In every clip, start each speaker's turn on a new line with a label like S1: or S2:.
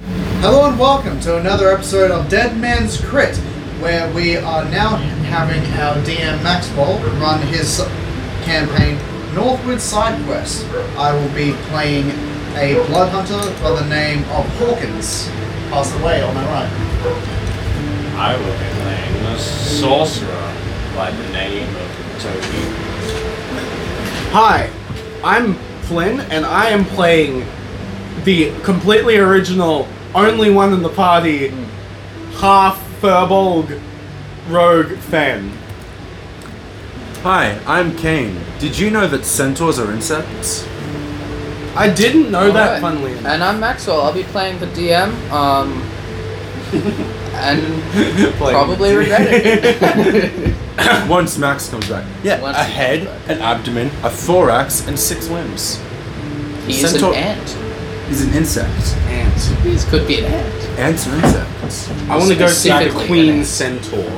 S1: Hello and welcome to another episode of Dead Man's Crit, where we are now having our DM Maxwell run his campaign Northward Side Quest. I will be playing a blood hunter by the name of Hawkins. Passed away on my right.
S2: I will be playing a sorcerer by the name of Toby.
S3: Hi, I'm Flynn, and I am playing the completely original, only one in the party, half Furbolg rogue fan.
S4: Hi, I'm Kane. Did you know that centaurs are insects?
S3: I didn't know that,
S5: Alright.
S3: funnily enough.
S5: And I'm Maxwell. I'll be playing the DM. Um, and probably regret it.
S4: Once Max comes back. Yeah,
S5: Once
S4: a
S5: he
S4: head,
S5: comes back.
S4: an abdomen, a thorax, and six limbs.
S5: He's an
S4: Centaur-
S5: ant.
S4: He's an insect.
S5: These could be an ant.
S4: Ants are insects.
S3: I want to go see the
S5: Specifically,
S3: Queen
S5: yes.
S3: Centaur.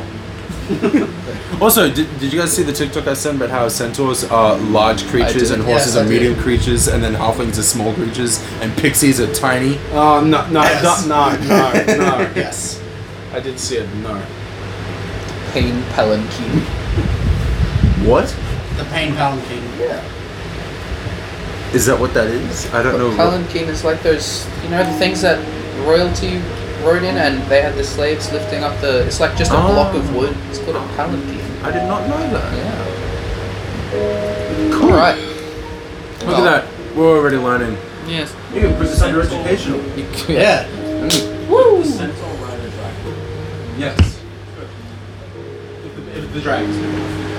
S4: Also, did, did you guys see the TikTok I sent about how centaurs are large creatures
S5: did,
S4: and horses
S1: yes, I
S4: are
S1: did.
S4: medium creatures and then halflings are small creatures and pixies are tiny?
S3: Oh, no, no,
S1: Yes.
S3: no, no, no, no.
S1: Yes.
S3: I did see it, no.
S5: Pain palanquin.
S4: What?
S1: The Pain Palanquin.
S5: Yeah.
S4: Is that what that is? I don't know. what-
S5: Palanquin is like those, you know, the things that royalty rode in, and they had the slaves lifting up the. It's like just a block of
S4: Oh.
S5: wood. It's called a palanquin.
S4: I did not know that.
S5: Yeah.
S4: Cool.
S5: All right.
S4: Look at that. We're already learning.
S5: Yes.
S4: You can put this under educational.
S1: Yeah.
S5: Woo.
S4: Yes. The dragon.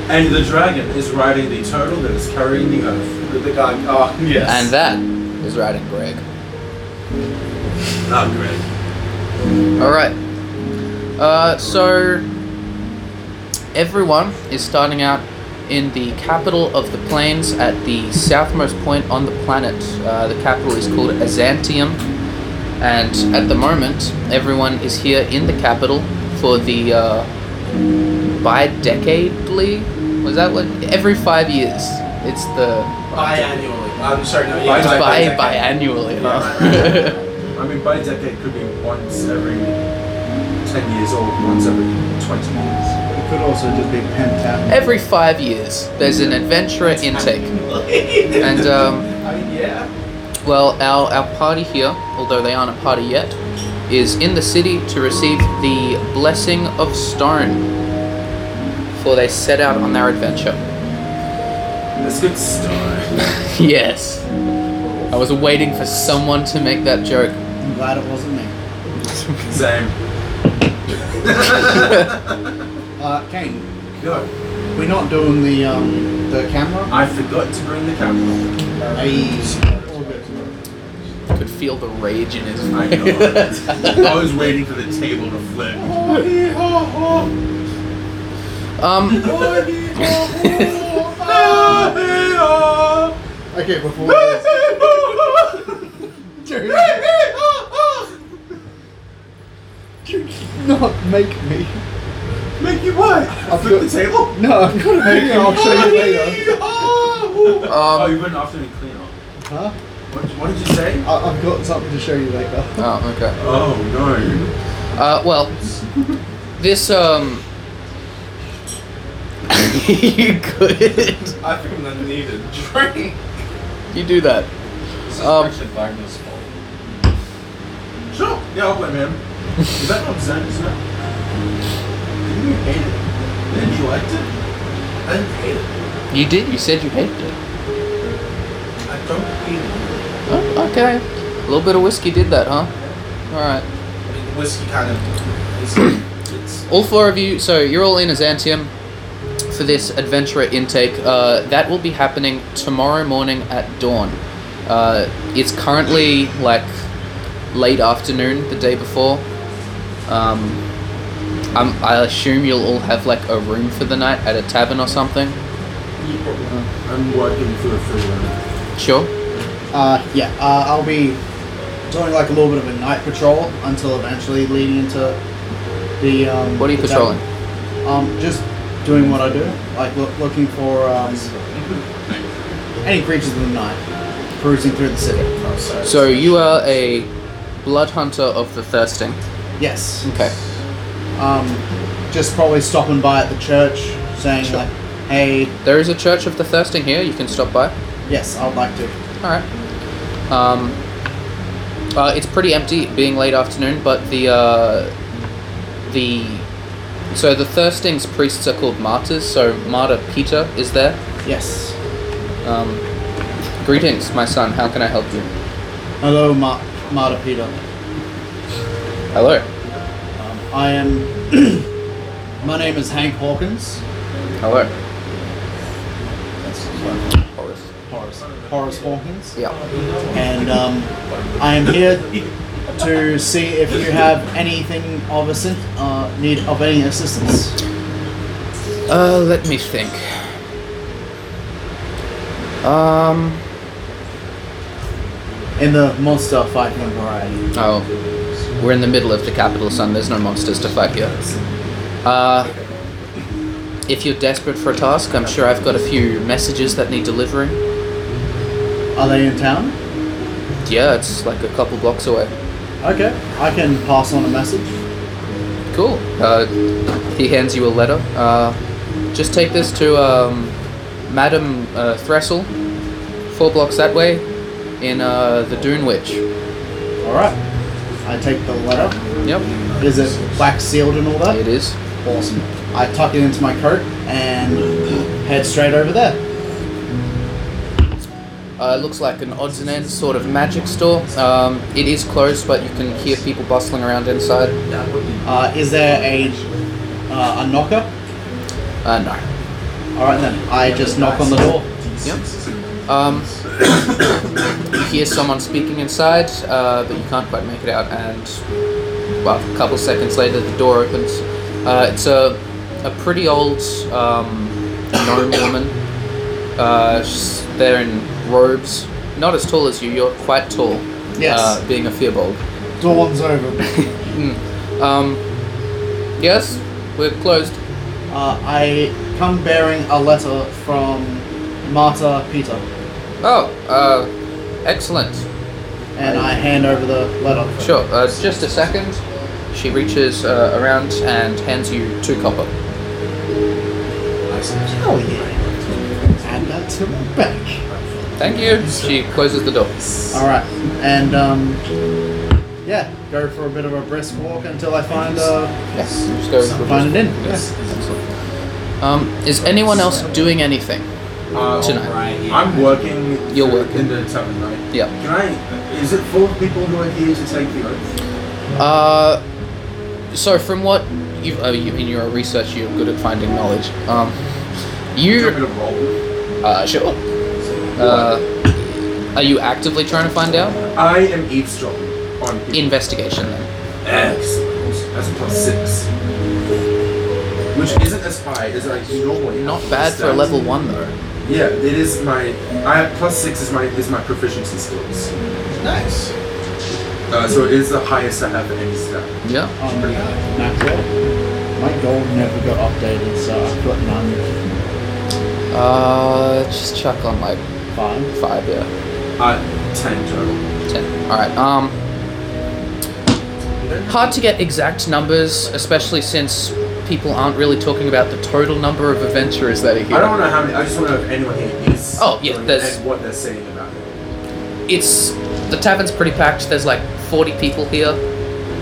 S4: And the dragon is riding the turtle that is carrying the earth. The, guy. Oh, yes.
S5: And that is riding Greg.
S4: Not great.
S5: All right. Uh, so everyone is starting out in the capital of the plains at the southmost point on the planet. Uh, the capital is called Azantium, and at the moment, everyone is here in the capital for the uh, bi-decadely. Was that what? Every five years, it's the
S6: Biannually. I'm sorry, no,
S4: Bi-
S6: yeah.
S4: bi-
S5: bi
S4: bi-decade.
S5: biannually. huh?
S4: I mean, by decade could be once every 10 years or once every 20 years.
S1: It could also just be Pentan.
S5: Every five years, there's an adventurer intake, and um,
S6: I- yeah.
S5: Well, our, our party here, although they aren't a party yet, is in the city to receive the blessing of stone. For they set out on their adventure.
S4: That's good start.
S5: Yes. I was waiting for someone to make that joke.
S1: I'm glad it wasn't me.
S4: Same.
S1: Uh, Kane,
S4: Go.
S1: we're not doing the um, the camera.
S4: I forgot to bring the camera.
S1: Hey. All good.
S5: Could feel the rage in his
S4: I
S5: voice.
S4: know. I was waiting for the table to flip.
S5: um,
S1: Okay, before this. Dude. Dude, not make me.
S4: Make you what?
S1: I've got-
S4: table?
S1: No, I'm gonna make you. I'll show you later.
S4: oh,
S5: um,
S4: you've been after me clean up.
S1: Huh?
S4: What, what did you say?
S1: I- I've got something to show you later.
S5: oh, okay.
S4: Oh no.
S5: Uh, well, this, um. you could.
S6: I think I'm gonna need a drink.
S5: You do that.
S6: This is
S5: Um,
S6: actually Wagner's fault.
S4: Sure. Yeah, I'll blame him. Is that not Zen? Is that? Didn't you hate it? Didn't you like it? I didn't hate it.
S5: You did. You said you hated it.
S4: I don't hate
S5: Oh, okay. A little bit of whiskey did that, huh? All right.
S6: I mean, whiskey kind of. It's, it's
S5: All four of you. So you're all in Azantium for this adventurer intake. Uh, that will be happening tomorrow morning at dawn. Uh, it's currently like late afternoon, the day before. Um, I'm, I assume you'll all have like a room for the night at a tavern or something.
S4: it. I'm working for a free one.
S5: Sure.
S1: Uh, yeah, uh, I'll be doing like a little bit of a night patrol until eventually leading into the. Um,
S5: What are you
S1: the
S5: patrolling?
S1: town. Um, just doing what I do, like loo- looking for um, any creatures in the night, cruising through the city.
S6: oh, sorry.
S5: So you are a Blood Hunter of the Thirsting.
S1: Yes.
S5: Okay.
S1: Um, just probably stopping by at the church, saying like, "Hey,
S5: There is a Church of the Thirsting here. You can stop by.
S1: yes, I'd like to."
S5: All right. Um, uh, it's pretty empty, being late afternoon. But the uh, the so the Thirsting's priests are called martyrs. So martyr Peter is there.
S1: Yes.
S5: Um, greetings, my son. How can I help you?
S1: Hello, Ma- Marta Peter.
S5: Hello.
S1: Um, I am. my name is Hank Hawkins.
S5: Hello.
S1: That's what- Horace. Horace Hawkins.
S5: Yeah.
S1: and um, I am here to see if you have anything of assist- uh, need of any assistance.
S5: Uh, let me think. Um.
S1: In the monster fighting variety.
S5: Oh, we're in the middle of the capital, son. There's no monsters to fight here. Uh, if you're desperate for a task, I'm sure I've got a few messages that need delivering.
S1: Are they in town?
S5: Yeah, it's like a couple blocks away.
S1: Okay, I can pass on a message.
S5: Cool. Uh, he hands you a letter. Uh, just take this to um, Madam uh, Thressel, four blocks that way, in uh, the Dune Witch.
S1: All right, I take the letter.
S5: Yep,
S1: Is it wax sealed and all
S5: it
S1: that?
S5: is.
S1: Awesome. I tuck it into my coat and head straight over there.
S5: Uh, it looks like an odds and ends sort of magic store. Um, it is closed, but you can hear people bustling around inside.
S1: Uh, is there a uh, a knocker?
S5: Uh, no.
S1: All right then, I just knock on the door.
S5: Yep. Um, you hear someone speaking inside, uh, but you can't quite make it out. And well, a couple seconds later, the door opens. Uh, it's a a pretty old um, gnome woman. Uh, she's there in robes, not as tall as you. You're quite tall.
S1: Yes.
S5: Uh, being a fearbold.
S1: Dawn's over.
S5: Um, yes, we're closed.
S1: Uh, I come bearing a letter from Marta Peter,
S5: Oh, uh, excellent.
S1: and I hand over the letter.
S5: Sure, uh, just a second. She reaches uh, around and hands you two copper.
S1: Hell yeah! Add that to my back.
S5: Thank you. She closes the door.
S1: All right, and um, yeah, go for a bit of a brisk walk until I find uh,
S5: Yes, just go for
S1: find it in.
S5: Um, is anyone else doing anything? Tonight.
S4: uh, I'm working.
S5: You're
S4: to-
S5: working.
S4: in the tavern, right?
S5: Yeah.
S4: Can I? Is it full of people who are here to take the oath?
S5: Uh, so from what you've, uh, you, in your research, you're good at finding knowledge. Um,
S4: Do you want
S5: you,
S4: me to roll?
S5: uh, sure. Uh, are you actively trying to find out?
S4: I am eavesdropping on people.
S5: Investigation then.
S4: Excellent. That's a plus six. Which isn't as high as I normally. have
S5: Not
S4: for
S5: bad for a
S4: stats.
S5: level one though.
S4: Yeah, it is my. I have plus six is my is my proficiency skills.
S1: Nice.
S4: Uh, so it is the highest I have in any stat.
S5: Yeah.
S1: On the natural. My gold never got updated, so I've got none.
S5: Uh, just chuck on like
S1: Fine.
S5: five, yeah.
S4: Uh, ten total.
S5: 10. All right. Um, hard to get exact numbers, especially since people aren't really talking about the total number of adventurers that are here.
S4: I don't know how many. I just want to know if anyone here is.
S5: Oh, yeah,
S4: doing it
S5: there's-
S4: and what they're saying about it.
S5: It's the tavern's pretty packed. There's like 40 people here.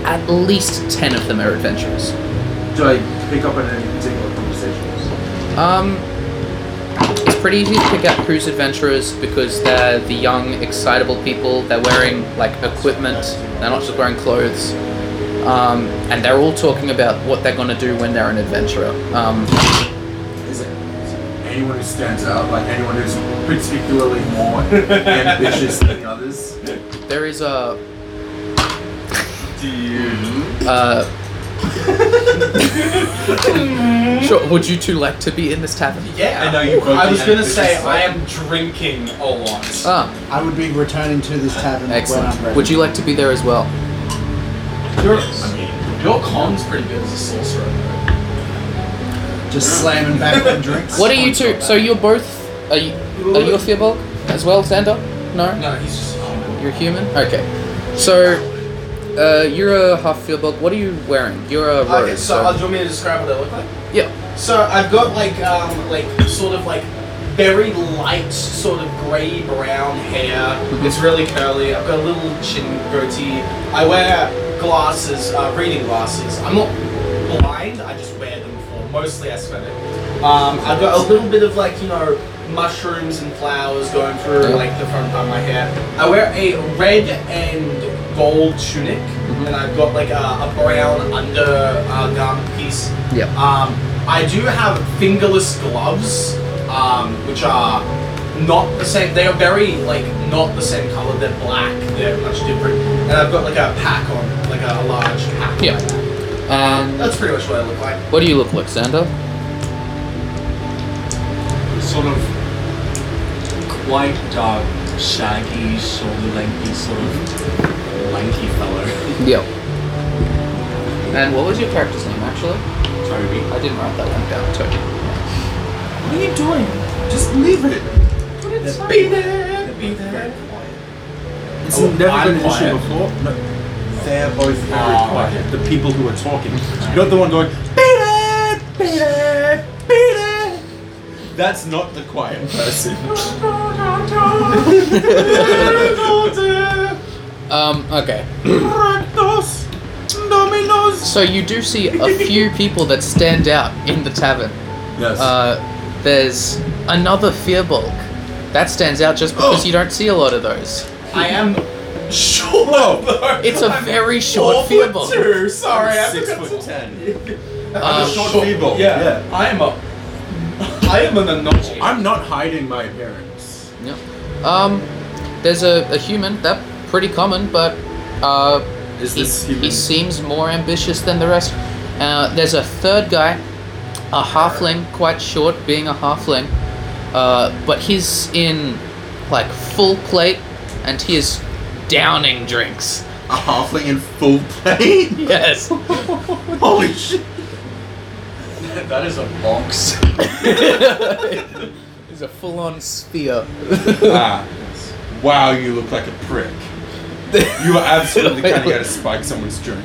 S5: At least 10 of them are adventurers.
S4: Do I pick up on any particular conversations?
S5: Um, it's pretty easy to pick out who's adventurers because they're the young, excitable people. They're wearing like equipment. They're not just wearing clothes. Um, and they're all talking about what they're gonna do when they're an adventurer. Um,
S4: Is it anyone who stands out? Like anyone who's particularly more ambitious than the others?
S5: there is a. Uh, sure. Would you two like to be in this tavern?
S6: Yeah.
S2: I know you both
S6: I was
S2: did
S6: gonna
S2: that,
S6: say
S2: but
S6: I
S2: just
S6: am drinking a lot.
S5: Ah,
S1: I would be returning to this tavern when I'm
S5: excellent.
S1: ready.
S5: Would you like to be there as well?
S6: Your,
S2: I mean,
S6: your con's pretty good as a sorcerer. though.
S1: just slamming back on drinks?
S5: What are you two? So you're both. Are you, are you a Fearbolg as well, Xander? No?
S6: No, he's just. Oh,
S5: You're human? Okay. So, uh, you're a half field book. What are you wearing? You're a rogue.
S6: Okay, so uh, do you want me to describe what I look like?
S5: yeah.
S6: So I've got like um like sort of like very light sort of grey brown hair.
S5: Mm-hmm.
S6: It's really curly. I've got a little chin goatee. I wear glasses, uh, reading glasses. I'm not blind. I just wear them for mostly aesthetic. Um, I've got a little bit of like you know mushrooms and flowers going through
S5: Yeah.
S6: like the front part of my hair. I wear a red and gold tunic,
S5: Mm-hmm.
S6: and I've got like a, a brown under uh, garment piece.
S5: Yeah.
S6: Um, I do have fingerless gloves, um, which are not the same. They are very like not the same color. They're black. They're much different. And I've got like a pack on, like a, a large pack.
S5: Yeah. And
S6: That's pretty much what I look like.
S5: what do you look like, Xander?
S2: sort of quite dark, shaggy, shoulder lengthy, sort of lanky fellow.
S5: Yeah. And what was your character's name, actually?
S2: Toby.
S5: I didn't write that one down, Toby.
S4: What are you doing? Just leave it.
S6: Be there, be there.
S4: It's never
S2: I'm
S4: been an issue
S2: quiet.
S4: before. Oh, No, they're both very
S2: Oh,
S4: quiet.
S2: okay.
S4: The people who are talking. You're not the one going, Peter, Peter, Peter. That's not the quiet person.
S5: Um, okay.
S4: Ragnos, Dominos.
S5: So you do see a few people that stand out in the tavern.
S4: Yes.
S5: Uh, there's another Fearbulk. That stands out just because you don't see a lot of those.
S6: I am short though.
S5: It's a very
S6: Four
S5: short
S6: foot
S5: Fearbulk.
S6: two. Sorry, I
S4: six
S6: forgot
S4: foot
S6: to-
S4: ten.
S5: Um,
S4: Short
S6: Sure.
S4: people.
S6: Yeah, I am a. I am an anomaly.
S4: I'm not hiding my appearance.
S5: yeah. Um, there's a, a human that pretty common, but uh,
S4: Is
S5: he,
S4: this human?
S5: he seems more ambitious than the rest. Uh, there's a third guy, a halfling, quite short, being a halfling, uh, but he's in like full plate, and he is downing drinks.
S4: A halfling in full plate?
S5: Yes.
S4: Holy shit!
S6: that is a box.
S5: He's a full-on spear.
S4: ah, wow, you look like a prick. You are absolutely the kind of guy to spike someone's drink.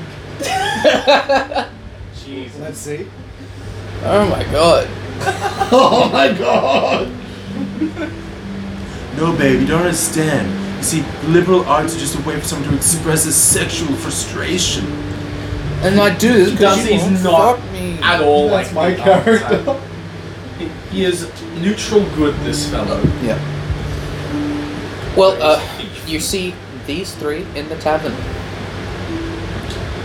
S2: Jesus.
S1: Let's see.
S5: Oh my god.
S4: Oh my god! No, babe, you don't understand. You see, liberal arts are just a way for someone to express his sexual frustration.
S5: And I do this because
S6: Dusty
S5: you won't
S6: is not
S5: fuck me.
S6: at all
S1: That's
S6: like
S1: my
S6: the other
S1: character.
S6: type. He- He is neutral good, this fellow.
S5: Yeah. Well, uh, you see these three in the tavern.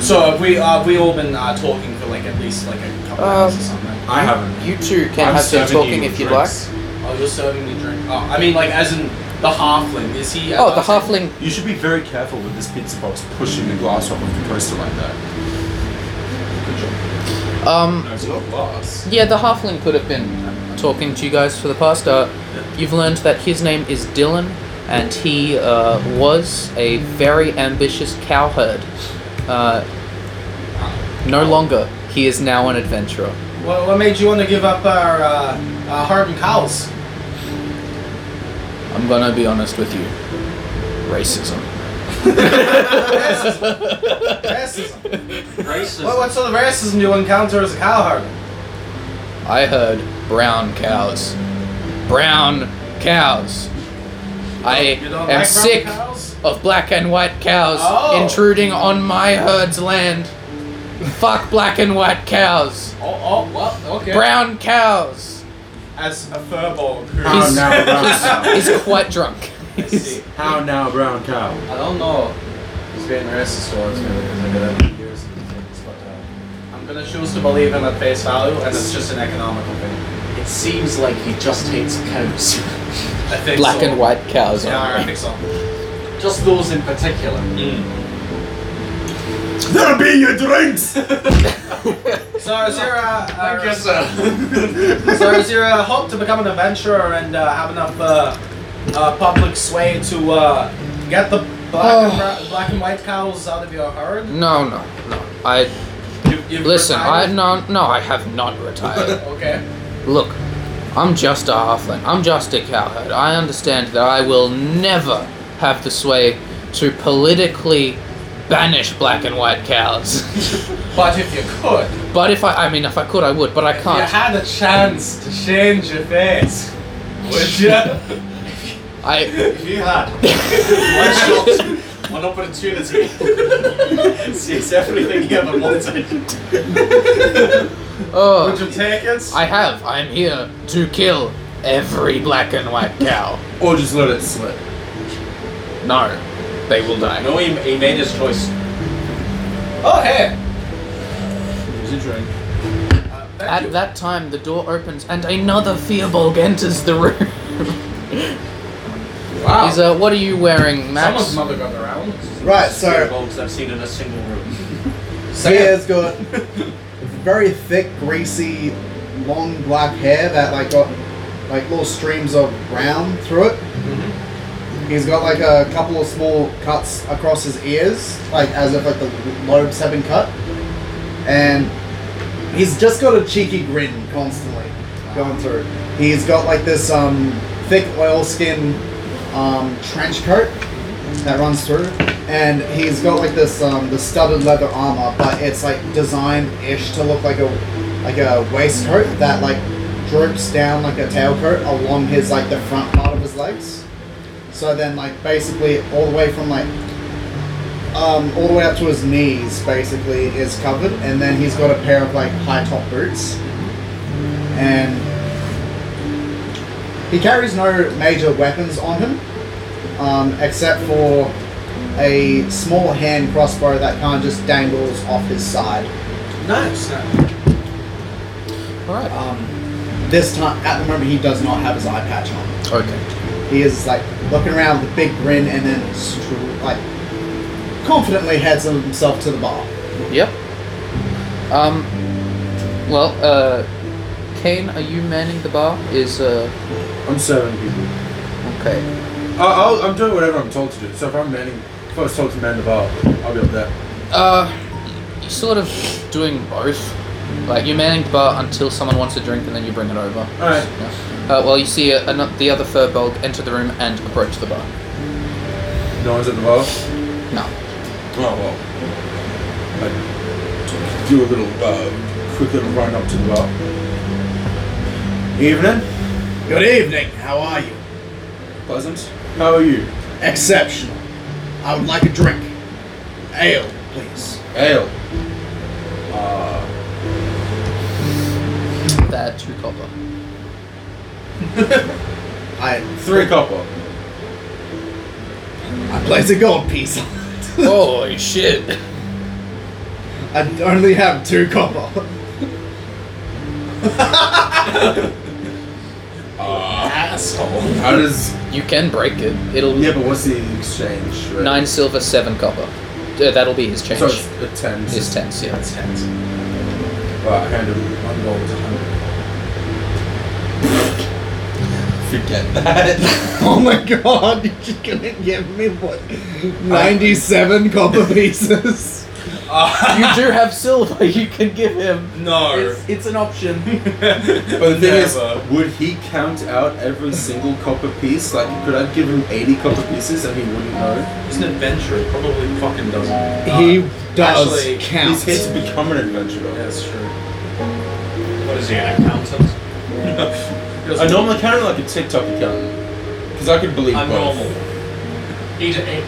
S6: So have we uh, we all been uh, talking for like at least like a couple
S5: Um,
S6: hours or something.
S4: I haven't.
S5: You two can
S4: I'm
S5: have some
S4: serving
S5: talking
S4: you
S5: if you'd like.
S4: drinks.
S6: Oh, you're serving me drink. Oh, I mean like as in the halfling. Is he? at
S5: Oh, the
S6: our table?
S5: halfling.
S4: You should be very careful with this pizza box pushing the glass off of the coaster like that.
S5: Um,
S4: No, it's not glass.
S5: yeah, the halfling could have been talking to you guys for the past. Uh, you've learned that his name is Dylan, and he uh, was a very ambitious cowherd. Uh, no longer. He is now an adventurer.
S6: What, what made you want to give up our uh, uh, heart and cows?
S5: I'm gonna be honest with you. Racism.
S6: racism.
S2: Racist.
S6: What, what sort of racism do you encounter as a cowherd?
S5: I heard brown cows. Brown cows. I
S6: You don't like
S5: am
S6: brown
S5: sick
S6: cows?
S5: of black and white cows
S6: Oh.
S5: intruding on my herd's land. Fuck black and white cows.
S6: Oh, oh, well, okay.
S5: Brown cows.
S6: As a furball Oh, who
S4: How
S5: He's-
S4: now, brown cow?
S5: He's quite drunk.
S6: I see.
S4: How now, brown cow?
S6: I don't know. He's been racist towards me because I've been out years and things, but uh, I'm gonna choose to believe him at face value, and it's just an economical thing.
S7: It seems like he just hates coats.
S6: I think
S5: Black
S6: so.
S5: and white cows.
S6: Yeah, I
S5: Alright.
S6: think so.
S7: just those in particular.
S5: Mm.
S4: There'll be your drinks!
S6: So is there a, a
S7: sir.
S6: so is there a hope to become an adventurer and uh, have enough uh, uh, public sway to uh, get the black, and,
S5: Oh.
S6: bra- black and white cows out of your herd?
S5: No, no, no. I
S6: You, you've
S5: listen. I
S6: retired?
S5: no, no. I have not retired.
S6: Okay.
S5: Look, I'm just a halfling. I'm just a cowherd. I understand that I will never have the sway to politically banish black and white cows.
S6: But if you could,
S5: but if I, I mean, if I could, I would, but I
S6: if you
S5: can't.
S6: had a chance to change your face, would you?
S5: I,
S7: If you had one shot, one opportunity, it's everything you ever wanted.
S6: would you
S5: oh,
S6: take it?
S5: I have. I'm here to kill every black and white cow.
S4: Or just let it slip.
S5: No, they will die.
S2: No, he, he made his choice.
S6: oh hey.
S4: Here's your drink.
S6: Uh, thank you.
S5: At that time, the door opens and another Fearbulg enters the room.
S6: wow.
S5: He's, uh, what are you wearing,
S6: Oh. Someone's
S5: Max?
S6: mother got around.
S1: Right, so-
S2: Bulbs I've seen in a single room.
S1: Sia's got very thick, greasy, long black hair that like got like little streams of brown through it. He's got like a couple of small cuts across his ears, like as if like the lobes have been cut, and he's just got a cheeky grin constantly going through. He's got like this um, thick oilskin um, trench coat that runs through, and he's got like this um, the studded leather armor, but it's like designed ish to look like a like a waistcoat that like droops down like a tailcoat along his like the front part of his legs. So then like basically all the way from like um, all the way up to his knees basically is covered, and then he's got a pair of like high top boots, and he carries no major weapons on him um, except for a small hand crossbow that kind of just dangles off his side.
S6: Nice.
S5: Alright.
S1: Um, this time, at the moment, he does not have his eye patch on.
S5: Okay.
S1: He is like looking around with a big grin and then str- like confidently heads himself to the bar.
S5: Yep. Um, well, uh, Kane, are you manning the bar? Is, uh,
S4: I'm serving people.
S5: okay.
S4: I, I'll, I'm doing whatever I'm told to do. So if I'm manning, if I was told to man the bar, I'll be up there.
S5: Uh, you're sort of doing both. Like, you're manning the bar until someone wants a drink and then you bring it over.
S4: Alright.
S5: Yeah. Uh, well, you see uh, ano- the other Fearbulg enter the room and approach the bar.
S4: No one's at the bar.
S5: No.
S4: Oh well. I do a little uh, quick little run up to the bar. Evening.
S1: Good evening. How are you?
S4: Pleasant. How are you?
S1: Exceptional. I would like a drink. Ale, please.
S4: Ale. Uh,
S5: They're two copper.
S1: I
S4: three copper.
S1: I place a gold piece. on it.
S5: Holy shit!
S1: I only have two copper.
S7: Asshole.
S4: How does?
S5: You can break it. It'll
S4: Yeah, but what's the exchange? Rate?
S5: nine silver, seven copper. Uh, that'll be his change.
S4: So it's a ten.
S5: his tense, yeah.
S6: That's tense.
S4: Well, I kind of one gold to hundred. Forget that.
S1: Oh my god, you're just gonna give me what? 97 copper pieces?
S5: you do have silver. You can give him.
S4: no.
S5: It's, it's an option.
S4: But the thing
S6: Never.
S4: is, would he count out every single copper piece? Like, could I give him 80 copper pieces and he wouldn't know?
S6: He's an adventurer. He probably fucking doesn't.
S1: he does
S6: actually,
S1: count.
S4: He's here to become an adventurer.
S6: That's true.
S2: What is he, an accountant?
S4: I normally count it like a TikTok account. Because I could believe
S2: I'm
S4: both.
S2: normal.
S7: Eat it.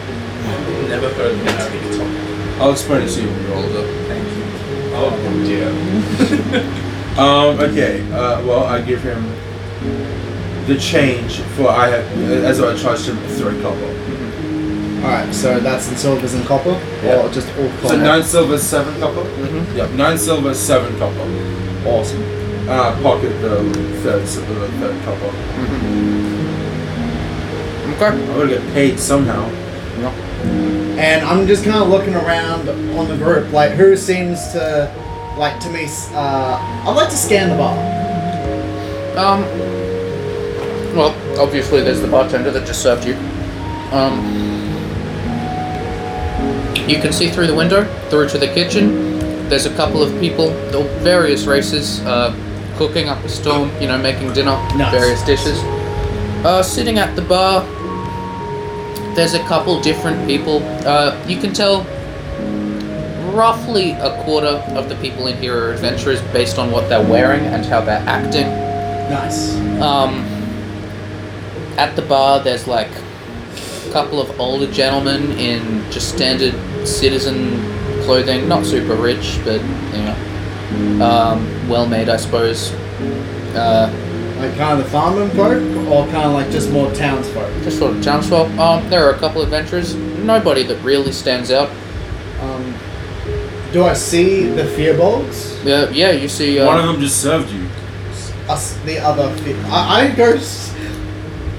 S6: Never heard of that.
S4: I'll explain it to you when you're older.
S6: Thank
S2: Oh
S6: you.
S2: dear.
S4: Um, okay, uh, well, I give him the change for I have, as I charged him three copper.
S1: Alright, so that's in silvers and copper?
S4: Yeah.
S1: Or just all copper?
S4: So nine silver, seven copper? Mm-hmm. Yep, nine silver, seven copper. Awesome. Uh, pocket the third silver, third copper.
S5: Okay.
S4: I gotta get paid somehow.
S1: And I'm just kind of looking around on the group, like who seems to, like to me, s- uh, I'd like to scan the bar.
S5: Um. Well, obviously, there's the bartender that just served you. Um. You can see through the window, through to the kitchen. There's a couple of people, of various races, uh, cooking up a storm. You know, making dinner,
S1: Nice.
S5: various dishes. Uh, sitting at the bar, there's a couple different people. Uh, you can tell roughly a quarter of the people in here are adventurers based on what they're wearing and how they're acting.
S6: Nice.
S5: Um, at the bar, there's like a couple of older gentlemen in just standard citizen clothing, not super rich, but you know, um, well made, I suppose. Uh,
S1: Like kind of the farming folk, or kind of like just more townsfolk.
S5: just sort of townsfolk. Um, there are a couple of adventurers. Nobody that really stands out.
S1: Um, do I see the fearbolgs?
S5: Yeah, yeah. You see, uh,
S4: One of them just served you.
S1: Us, the other. Fear- I, I go. s-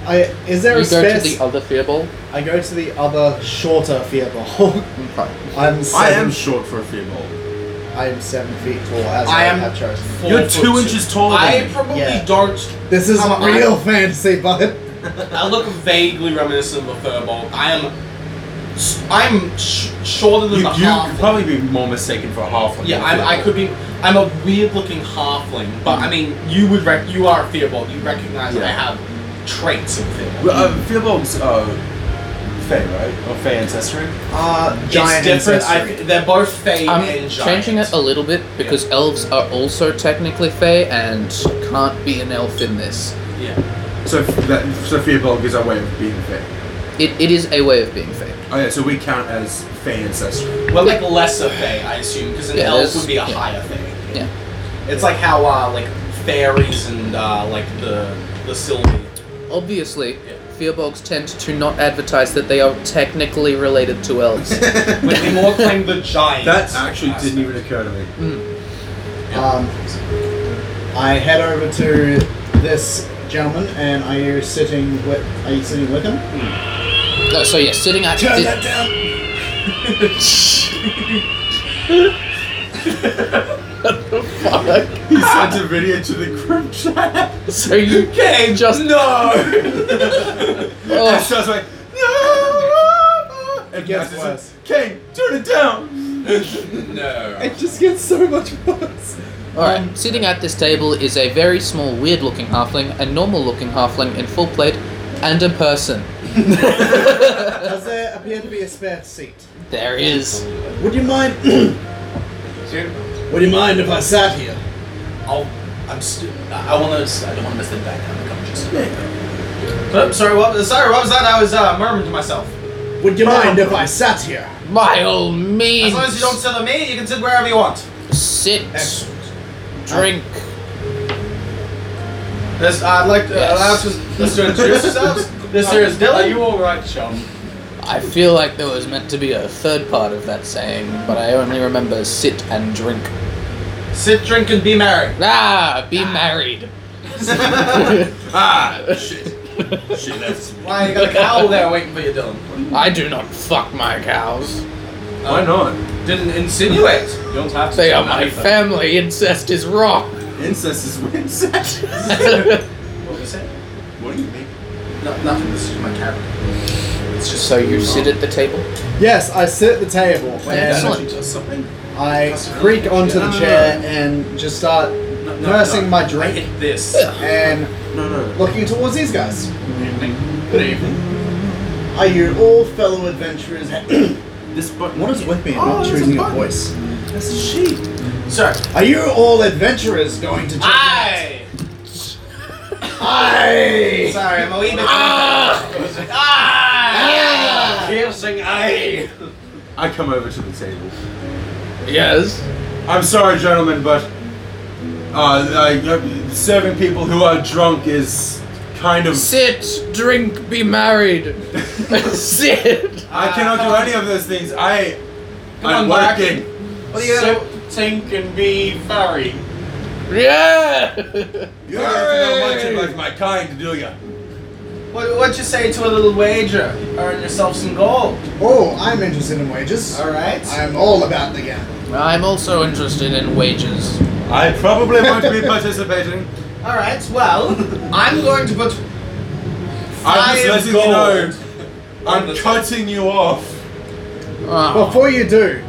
S1: I is there
S5: you
S1: a
S5: go to
S1: space?
S5: the other fearball.
S1: I go to the other shorter fearbolg.
S5: Okay.
S1: I'm. Seven,
S4: I am short for a female.
S1: I am seven feet tall. As
S6: I
S1: I,
S6: am
S1: have chosen.
S6: Four
S4: You're
S6: foot
S4: two inches taller
S6: I
S4: than me.
S6: probably
S1: Yeah.
S6: don't.
S1: This is
S6: I'm-
S1: real fantasy, bud.
S6: I look vaguely reminiscent of a furball. I am. s- I'm sh- shorter
S4: You,
S6: than the
S4: you could
S6: half.
S4: probably be more mistaken for a halfling.
S6: Yeah,
S4: than a
S6: I'm, I
S4: furbolg.
S6: could be. I'm a weird looking halfling, but I mean, you would rec- you are a fearball. You recognize that I
S4: Yeah.
S6: have traits of fearball.
S4: Well, uh, Fearbolgs are Fey, right? Or Fey ancestry?
S1: Uh, giant
S6: It's different. I,
S1: ancestry.
S6: they're both fey
S5: I'm
S6: and giant.
S5: changing it a little bit because elves are also technically fey and can't be an elf in this.
S6: Yeah.
S4: So f- that so Fearbolg is our way of being Fey.
S5: It, it is a way of being fey.
S4: Oh yeah, so we count as Fey ancestry.
S6: Well, like lesser fey, I assume, because an
S5: Yeah,
S6: elf
S5: there's-
S6: would be a
S5: yeah.
S6: higher fey.
S5: Yeah.
S6: It's like how uh, like fairies and uh, like the the sylvie.
S5: Obviously, fearbogs tend to not advertise that they are technically related to elves.
S6: But they more claim the giant.
S4: That actually
S6: aspect.
S4: didn't even occur to me.
S1: Um, I head over to this gentleman, and are you sitting with? Are you sitting with him?
S5: No, so yeah, sitting at thi-
S1: down.
S4: He sent a video to the group chat.
S5: so you
S6: Okay,
S5: just
S4: No! And
S5: oh,
S4: so I was like, no! And
S1: Guess
S4: Max is
S1: what?
S4: like, Kane, turn it down!
S6: No.
S1: just gets so much worse.
S5: all right. Sitting at this table is a very small, weird-looking halfling, a normal-looking halfling in full plate, and a person.
S1: Does there appear to be a spare seat?
S5: There is.
S1: Would you mind? Would you mind if I sat here?
S6: I'll, I'm stu- I want to. I don't want to miss the dynamic. I'm just. But, sorry. What? Sorry. What was that? I was uh, murmuring to myself.
S1: Would you mind if I sat here?
S5: By all means.
S6: As long as you don't sit on me, you can sit wherever you want.
S5: sit, drink.
S6: This I'd like to.
S5: Yes.
S6: I'd like to let's introduce yourselves. This here is Dylan.
S7: Are you alright, chum?
S5: I feel like there was meant to be a third part of that saying, but I only remember sit and drink.
S6: sit, drink, and be merry.
S5: Ah, be married.
S4: Ah, shit. shit, that's.
S6: Why you got a cow there waiting for you, Dylan?
S5: I do not fuck my cows.
S4: Why not?
S6: Didn't insinuate.
S7: You don't have to
S5: They
S7: do
S5: are my
S7: anything.
S5: family. Incest is wrong.
S4: Incest is incest.
S6: What was it?
S4: what do you mean?
S6: No, nothing. This is my character. It's just
S5: so you sit at the table.
S1: Yes, I sit at the table
S5: Excellent.
S1: and
S6: Actually does something.
S1: I creak onto the chair and just start
S6: No, no,
S1: nursing
S6: no.
S1: my
S6: I
S1: drink
S6: hit this.
S1: and
S4: No, no.
S1: looking towards these guys.
S7: Good evening. Good evening.
S1: Are you all fellow adventurers?
S4: This button.
S1: what is with me? I'm
S4: Oh,
S1: not
S4: that's a
S1: choosing a
S4: button.
S1: voice.
S4: That's a sheep.
S6: Sorry.
S1: Are you all adventurers going to? check
S6: I.
S1: out- Aye.
S6: Sorry, I'm a wee bit. Ah!
S7: Piercing eye!
S4: I come over to the table.
S5: Yes.
S4: I'm sorry, gentlemen, but uh, I, uh, serving people who are drunk is kind of.
S5: Sit, drink, be married. sit.
S4: I cannot do any of those things. I. I'm
S7: on, Mark.
S4: working.
S7: What are you gonna Tink and be furry.
S5: Yeah.
S4: You don't have to know much about my kind, do ya?
S6: What, what'd you say to a little wager? Earn yourself some gold.
S1: Oh, I'm interested in wages.
S6: All right.
S1: I'm all about the gamble.
S5: I'm also interested in wages.
S4: I probably won't be participating.
S6: All right. Well, I'm going to put
S4: I'm just
S6: Five
S4: letting
S6: gold.
S4: you know. I'm cutting you off.
S5: Ah.
S1: Before you do,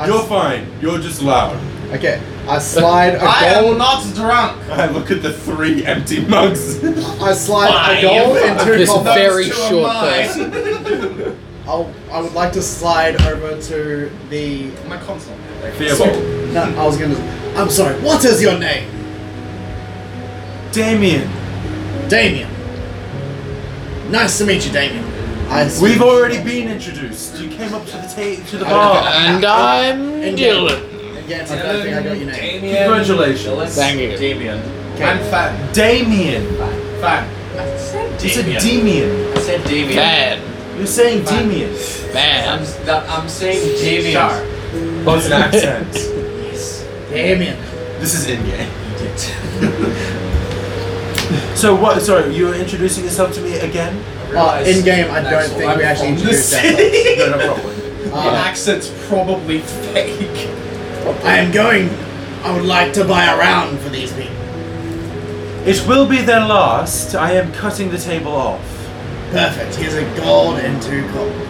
S1: I
S4: You're fine. You're just loud.
S1: okay. I slide a
S6: I am
S1: gold.
S6: not drunk.
S4: I look at the three empty mugs.
S1: I slide
S6: Five.
S1: a gold and two
S5: this
S1: copper.
S5: very
S6: to
S5: short
S6: mine.
S5: person.
S1: I I'll, I would like to slide over to the.
S6: My console.
S4: Theobald.
S1: No, I was gonna. I'm sorry. What is your name?
S4: Damien,
S1: Damien. Nice to meet you, Damien. I
S4: we've already been introduced. You came up to the ta- to the bar.
S5: Oh, And I'm
S1: And
S5: Dylan.
S1: Yes, I don't think I got your name.
S6: Congratulations.
S5: Thank you.
S7: Damien.
S6: I'm fat.
S4: Damien.
S6: Fat.
S4: It's a Damien.
S7: I said Damien.
S5: Man,
S4: You're saying Damien.
S5: man.
S7: I'm, that, I'm saying Damien.
S6: Sure.
S4: What's Oh, an accent?
S1: Damien.
S4: this is in game. so what? Sorry, you were introducing yourself to me again?
S1: Uh, in game, I don't think we actually introduced that.
S4: no, no problem.
S6: Your
S1: Uh,
S6: accent's probably fake.
S1: I am going. I would like to buy a round for these people.
S4: It will be their last. I am cutting the table off.
S1: Perfect. Here's a gold and two copper.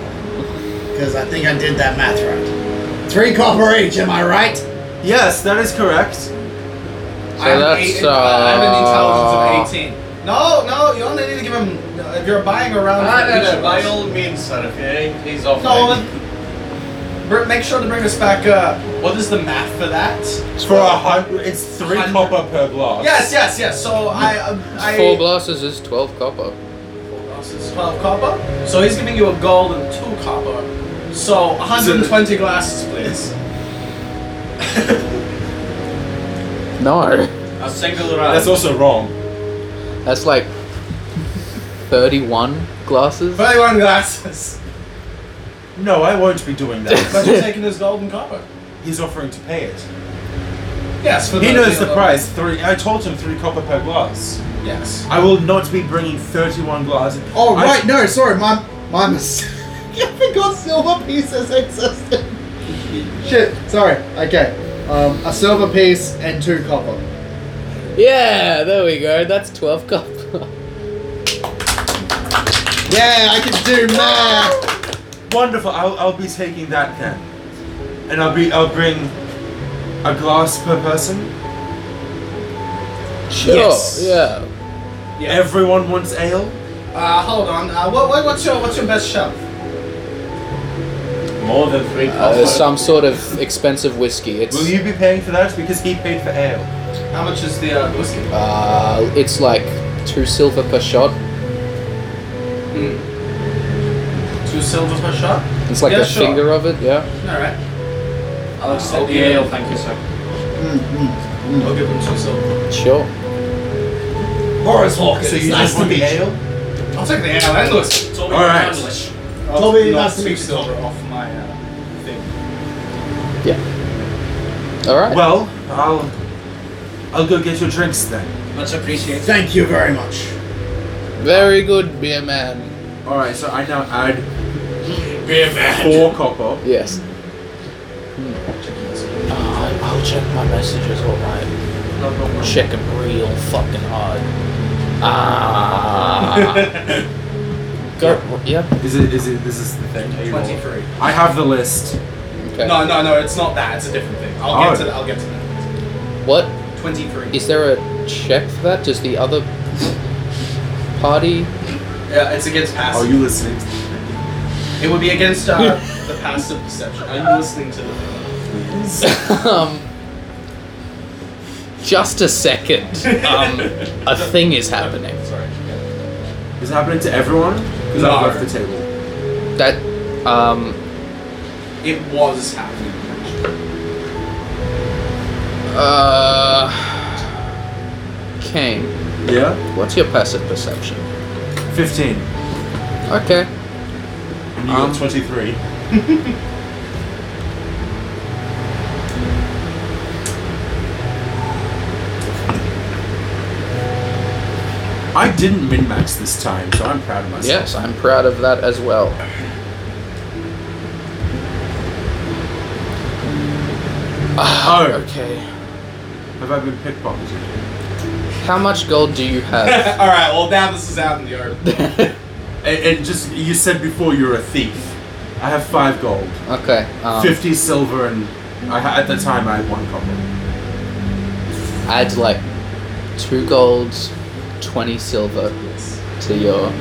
S1: Because I think I did that math right. Three copper each, am I right?
S4: Yes, that is correct.
S5: So that's
S1: uh,
S6: I have an
S5: uh.
S6: intelligence of 18. No, no, you only need to give him. no, If you're buying around.
S7: Ah, No, no,
S6: each
S7: no,
S6: of
S7: by
S6: us.
S7: all means, sir, if you he's off.
S6: No, but br- make sure to bring us back. Uh, what is the math for that?
S4: It's for a hundred. It's three
S6: Hundred.
S4: copper per glass.
S6: Yes, yes, yes. So I, um, I.
S5: Four glasses is twelve copper.
S6: glasses. Twelve copper. So he's giving you a gold and two copper. So 120 glasses, please.
S5: No,
S7: A single round.
S4: That's also wrong.
S5: that's like thirty-one glasses.
S6: 31 glasses.
S4: No, I won't be doing
S6: But
S4: that.
S6: you're taking this gold and copper.
S4: He's offering to pay it.
S6: Yes, for
S4: He
S6: the,
S4: knows the
S6: uh,
S4: price. Three. I told him three copper per glass.
S6: Yes.
S4: I will not be bringing thirty-one glasses.
S1: Oh,
S4: I-
S1: right, no, sorry, my, my mistake. I forgot silver pieces existed. Shit, sorry, okay. Um, a silver piece and two copper.
S5: Yeah, there we go. That's twelve copper.
S1: Yeah, I can do math!
S4: Wonderful. I'll, I'll be taking that then, and I'll be I'll bring a glass per person.
S5: Sure.
S4: Yes.
S5: Yeah.
S4: Everyone wants ale.
S6: Uh, hold on. Uh, what, what, what's your what's your best shove?
S2: More than three
S5: Uh,
S2: copper.
S5: some sort of expensive whiskey. It's
S4: Will you be paying for that? Because he paid for ale.
S6: How much is the uh, whiskey?
S5: uh, it's like two silver per shot.
S6: Two silvers per shot.
S5: It's like
S6: Yeah,
S5: a
S6: sure.
S5: finger of it. Yeah.
S6: All right.
S7: I'll accept the ale, thank you, sir.
S6: Mm, I'll give him two silver.
S5: Sure.
S4: Horace Hawkins. So you
S1: nice
S4: just want
S1: to
S4: the
S1: meet you.
S4: ale?
S6: I'll take the ale and the whiskey.
S7: Toby,
S4: All right.
S7: English.
S6: I'll
S1: Toby,
S6: knock
S1: nice to
S6: two
S1: meet you.
S6: silver off my uh, thing.
S5: All right.
S4: Well, I'll I'll go get your drinks then.
S7: Much appreciated.
S1: Thank you very much.
S5: Very good, beer man.
S4: All right, so I now add four copper.
S5: Yes. Hmm. I'll check my messages. All right. Check them real fucking hard. Ah. Go. Yep.
S4: Is it? Is it? This is the thing.
S6: Twenty-three.
S4: I have the list.
S5: Okay.
S6: No, no, no. It's not that. It's a different thing. I'll
S4: Oh.
S6: get to that. I'll get to that.
S5: What?
S6: Twenty-three.
S5: Is there a check for that? Does the other party?
S6: yeah, it's against passive.
S4: Are you listening?
S6: It would be against uh, the passive perception. I'm listening to the thing.
S5: um, just a second. Um, a thing is happening.
S6: Sorry.
S4: Is it happening to everyone? Because
S6: No.
S4: I've left the table.
S5: That. Um,
S6: It was happening. actually.
S5: uh, Kane,
S4: Yeah.
S5: what's your passive perception?
S4: Fifteen.
S5: Okay.
S4: And
S5: you got
S4: twenty-three. I didn't min-max this time, so I'm proud of myself.
S5: Yes, I'm proud of that as well. Ah,
S4: Oh.
S5: okay.
S4: Have I been pickpocketed?
S5: How much gold do you have?
S6: All right. Well, now this is out in the open.
S4: And, and just you said before you're a thief. I have five gold,
S5: okay. Um,
S4: fifty silver, and I, ha- at the time I had one copper.
S5: add like two golds, twenty silver to your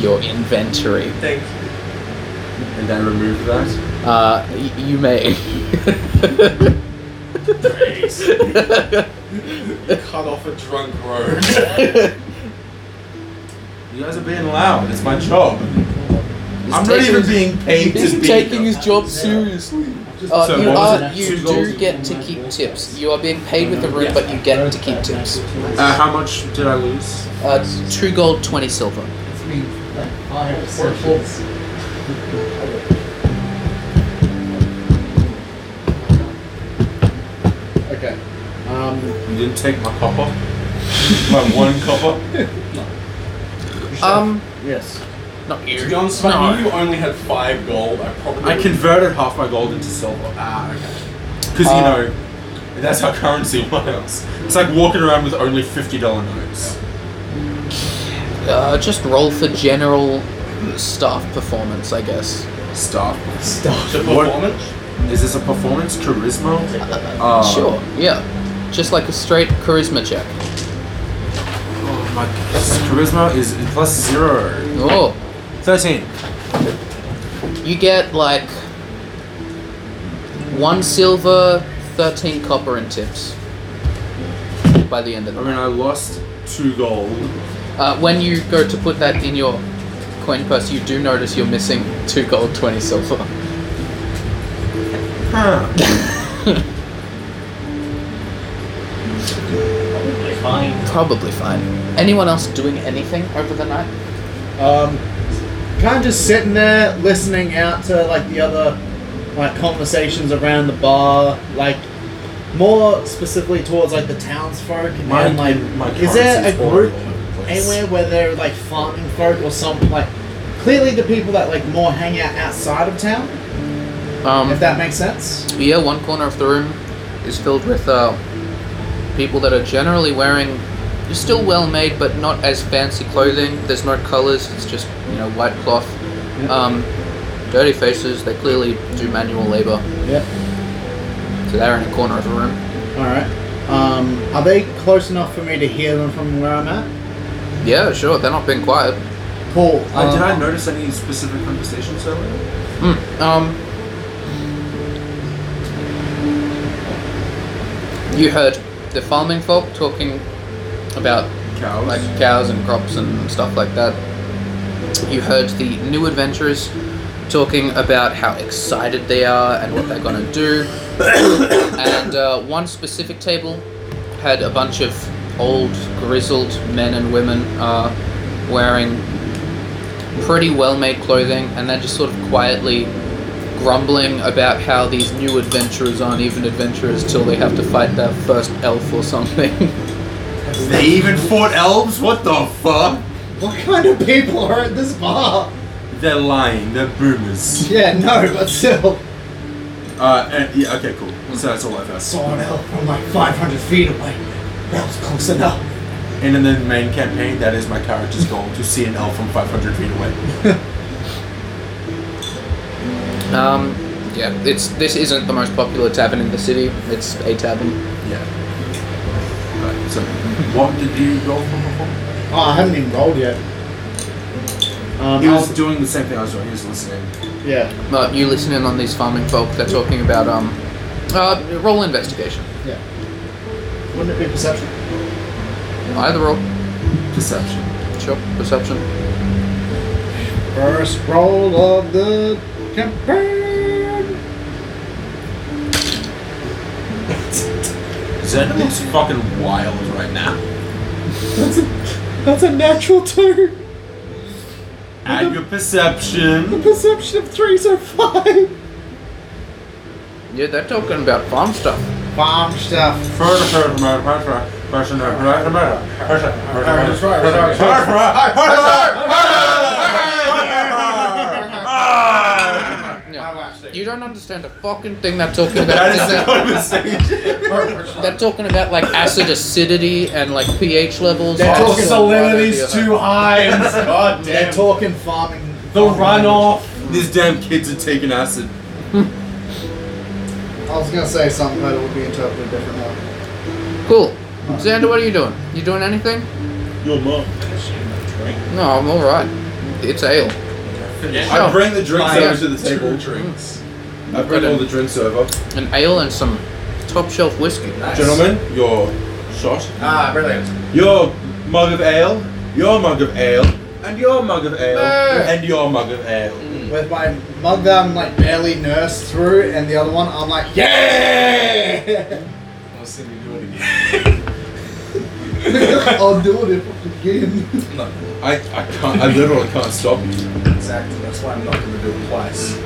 S5: your inventory.
S6: Thank you.
S4: And then remove that.
S5: Uh, y- you may.
S6: Cut off a drunk road.
S4: You guys are being loud. It's my job. I'm not
S5: taking-
S4: even being paid to
S5: He's
S4: be
S5: taking his job seriously. Uh,
S4: So
S5: you
S4: what was
S5: are,
S4: it?
S5: you
S4: Two goals
S5: do get to keep tips. You are being paid with the room, but you get to keep tips.
S4: Uh,
S1: Uh-huh.
S4: how much did I lose?
S5: Uh, two gold, twenty silver.
S1: It's me. Like, five sessions. Okay. Um,
S4: You didn't take my copper? my one copper?
S5: Um,
S1: yes.
S5: not
S6: To
S5: you.
S6: be honest, if I knew you only had five gold, I probably
S4: I converted half my gold into silver. Ah, okay. Because, you know, that's how currency works. It's like walking around with only $50 notes.
S5: Uh, just roll for general staff performance, I guess.
S4: Stop.
S1: Stop.
S6: The
S4: What-
S6: performance?
S4: Is this a performance? Charisma? Uh,
S5: Sure. Yeah. Just like a straight charisma check.
S4: Oh my Charisma is plus zero.
S5: Oh,
S4: 13.
S5: you get like one silver, thirteen copper, and tips by the end of
S4: I
S5: the
S4: mean, I lost two gold.
S5: Uh, when you go to put that in your coin purse, you do notice you're missing two gold, twenty silver.
S4: Huh.
S2: Probably fine.
S5: Probably fine. Anyone else doing anything over the night?
S1: Um, kind of just sitting there listening out to like the other like conversations around the bar, like more specifically towards like the townsfolk and
S4: My,
S1: then, like
S4: my
S1: is there a
S4: currency's all
S1: group
S4: over the place.
S1: anywhere where they're like farming folk or something like clearly the people that like more hang out outside of town, if
S5: Um,
S1: that makes sense.
S5: yeah, one corner of the room is filled with uh, people that are generally wearing still well made but not as fancy clothing. There's no colors, it's just, you know, white cloth. Um, dirty faces, they clearly do manual labor.
S1: Yep.
S5: So they're in a corner of the room.
S1: All right. Um, are they close enough for me to hear them from where I'm at?
S5: Yeah, sure, they're not being quiet.
S1: Cool.
S4: Uh, did
S1: um,
S4: I notice any specific conversations earlier?
S5: Mm, um. You heard the farming folk talking about
S4: Cows.
S5: like cows and crops and stuff like that. You heard the new adventurers talking about how excited they are and what they're gonna do. and uh, one specific table had a bunch of old, grizzled men and women uh, wearing pretty well-made clothing, and they're just sort of quietly grumbling about how these new adventurers aren't even adventurers till they have to fight their first elf or something.
S4: They even fought elves? What the fuck?
S1: What kind of people are at this bar?
S4: They're lying. They're boomers.
S1: Yeah, no, but still.
S4: Uh, and, yeah, okay, cool. So that's all I've heard.
S1: saw an elf from like 500 feet away. That was close enough.
S4: And in the main campaign, that is my character's goal to see an elf from 500 feet away.
S5: Um, yeah, it's this isn't the most popular tavern in the city. It's a tavern.
S4: Yeah. Right, so, what did you roll from before?
S1: Oh, I haven't even rolled yet. Um,
S4: He was
S1: I'll-
S4: doing the same thing I was doing. He was listening.
S1: yeah,
S5: But you listen in on these farming folk. They're talking about um, uh, roll investigation.
S1: yeah. Wouldn't it be perception?
S5: Either roll.
S4: Perception.
S5: Sure. Perception.
S1: First roll of the campaign.
S4: Zen looks fucking wild right now.
S1: That's a natural two.
S4: Add your perception.
S1: Perception of three, so five.
S5: Yeah, they're talking about farm stuff.
S1: Bomb stuff.
S5: Yeah. You don't understand a fucking thing they're talking about.
S4: That is
S5: They're-
S4: the conversation.
S5: they're talking about like acid acidity and like pH levels.
S1: They're
S5: and
S1: talking-
S5: stuff like that.
S6: Salinity's too high. and God
S1: They're
S6: damn.
S1: talking farming.
S6: The runoff.
S4: These damn kids are taking acid.
S1: I was gonna say something, but it would be interpreted differently.
S5: Cool. Xander, what are you doing? You doing anything?
S4: Your mom.
S5: No, I'm all right. It's ale.
S6: finish.
S5: Yeah.
S4: I bring the drinks
S5: Fine.
S4: over to the
S6: Two
S4: table.
S6: drinks.
S4: I bring all the drinks over.
S5: An ale and some top shelf whiskey.
S6: Nice.
S4: Gentlemen, your shot,
S6: Ah, brilliant.
S4: your mug of ale, your mug of ale, and your mug of ale,
S6: Hey.
S4: and your mug of ale.
S1: With my mug that I'm like barely nursed through, and the other one I'm like, yeah!
S6: I'll see you do it again.
S1: I'll do it if again.
S4: I, I can't. I literally can't stop you.
S6: Exactly. That's why I'm not going to do it twice.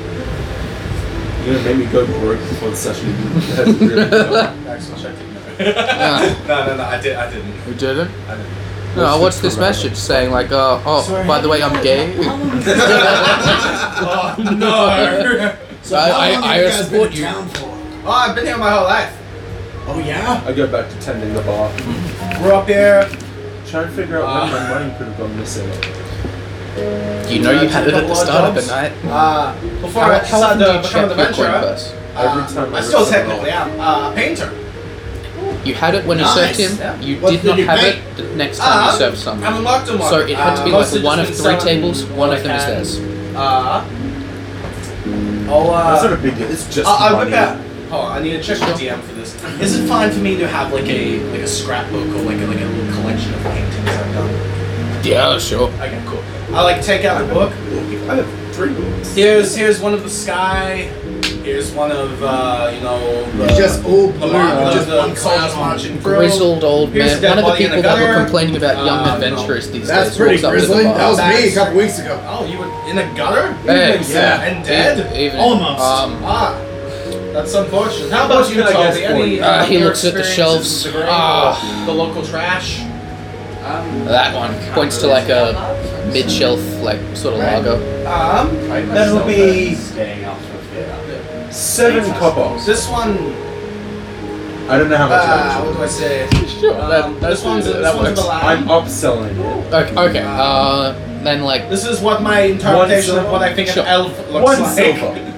S4: You're gonna make me go broke before the session even has really begun.
S6: Actually, I didn't know.
S5: Ah.
S6: no, no, no. I did. I didn't.
S5: We did it.
S6: I didn't.
S5: No, I watched this message saying like, uh, oh, by the way, I'm gay.
S6: Oh no!
S1: So
S5: I-
S1: how
S5: I-
S1: long
S5: I
S1: have you guys
S5: escort
S1: been in
S5: you.
S1: town for?
S6: oh, I've been here my whole life.
S1: Oh yeah?
S4: I go back to tending the bar,
S6: We're up here.
S4: trying to figure out
S6: Ah.
S4: when my money could have gone missing.
S5: You know you had it at the start of the night.
S6: Uh, before I
S5: How, how
S6: decided
S5: often do you
S6: to become an
S5: check your coin
S6: adventurer,
S5: purse?
S4: Every
S6: uh,
S4: time I
S6: I still
S4: rip someone
S6: technically am uh, a painter.
S5: You had it when you
S6: Nice.
S5: served him.
S6: Yeah.
S5: You
S1: What
S5: did
S1: did
S5: not
S1: you
S5: have
S1: make?
S5: it the next time
S6: Uh,
S5: you served someone.
S6: I'm a locked one.
S5: So Um, it had to be
S6: Uh,
S5: like
S6: mostly
S5: one of
S6: just
S5: three
S6: been selling
S5: tables, one of them is
S6: canned-
S5: theirs.
S6: Uh, I'll, uh,
S4: That's not a big deal. It's just
S6: I, I
S4: money.
S6: whip out. Hold on, I need to check the DM for this. Is it fine for me to have like a like a scrapbook or like a, like a little collection of paintings I've done?
S5: Yeah, sure.
S6: Okay, cool. I like take out the book.
S4: I have three books.
S6: Here's here's one of the sky. Here's one of uh, you know the
S1: It's just all
S6: the,
S1: blue.
S6: mar-
S1: and
S6: the,
S1: just
S6: the
S1: one
S6: soldiers
S1: cloud on it.
S6: marching through.
S5: Grizzled old
S6: Here's
S5: man.
S6: the
S5: One of the
S6: body in
S5: people
S6: the
S5: that were
S6: gutter.
S5: complaining about young
S6: Uh, no.
S5: adventurers these
S1: That's
S5: days
S1: pretty
S5: walks up to the
S1: grizzling. That
S5: bar.
S1: was me a
S6: That's-
S1: couple weeks ago.
S6: Oh, you were in a gutter?
S5: Hey, E-
S1: yeah.
S6: And dead?
S5: Even,
S1: Almost.
S5: Um,
S6: Ah, that's unfortunate. How
S4: What
S6: about you,
S4: can I guess
S6: Toby?
S4: for
S6: Any,
S4: you?
S5: Uh,
S6: any
S5: he
S6: of your
S5: looks at the
S6: experiences
S5: shelves.
S6: with The, grain
S5: Ah.
S6: or the local trash.
S7: Um,
S5: that one points to like a mid-shelf, like sort of lager.
S6: Um,
S4: That'll be-
S7: staying up for fear.
S4: Seven coppers.
S6: this one.
S4: I don't know how much.
S6: Uh,
S4: I
S6: what do I say?
S5: Sure.
S6: Um, this one's this one's the
S4: I'm
S6: line.
S4: upselling it.
S5: Okay. okay. Uh, then like
S6: This is what my interpretation of what I think
S5: Sure.
S6: an elf looks
S4: One
S6: like.
S4: silver.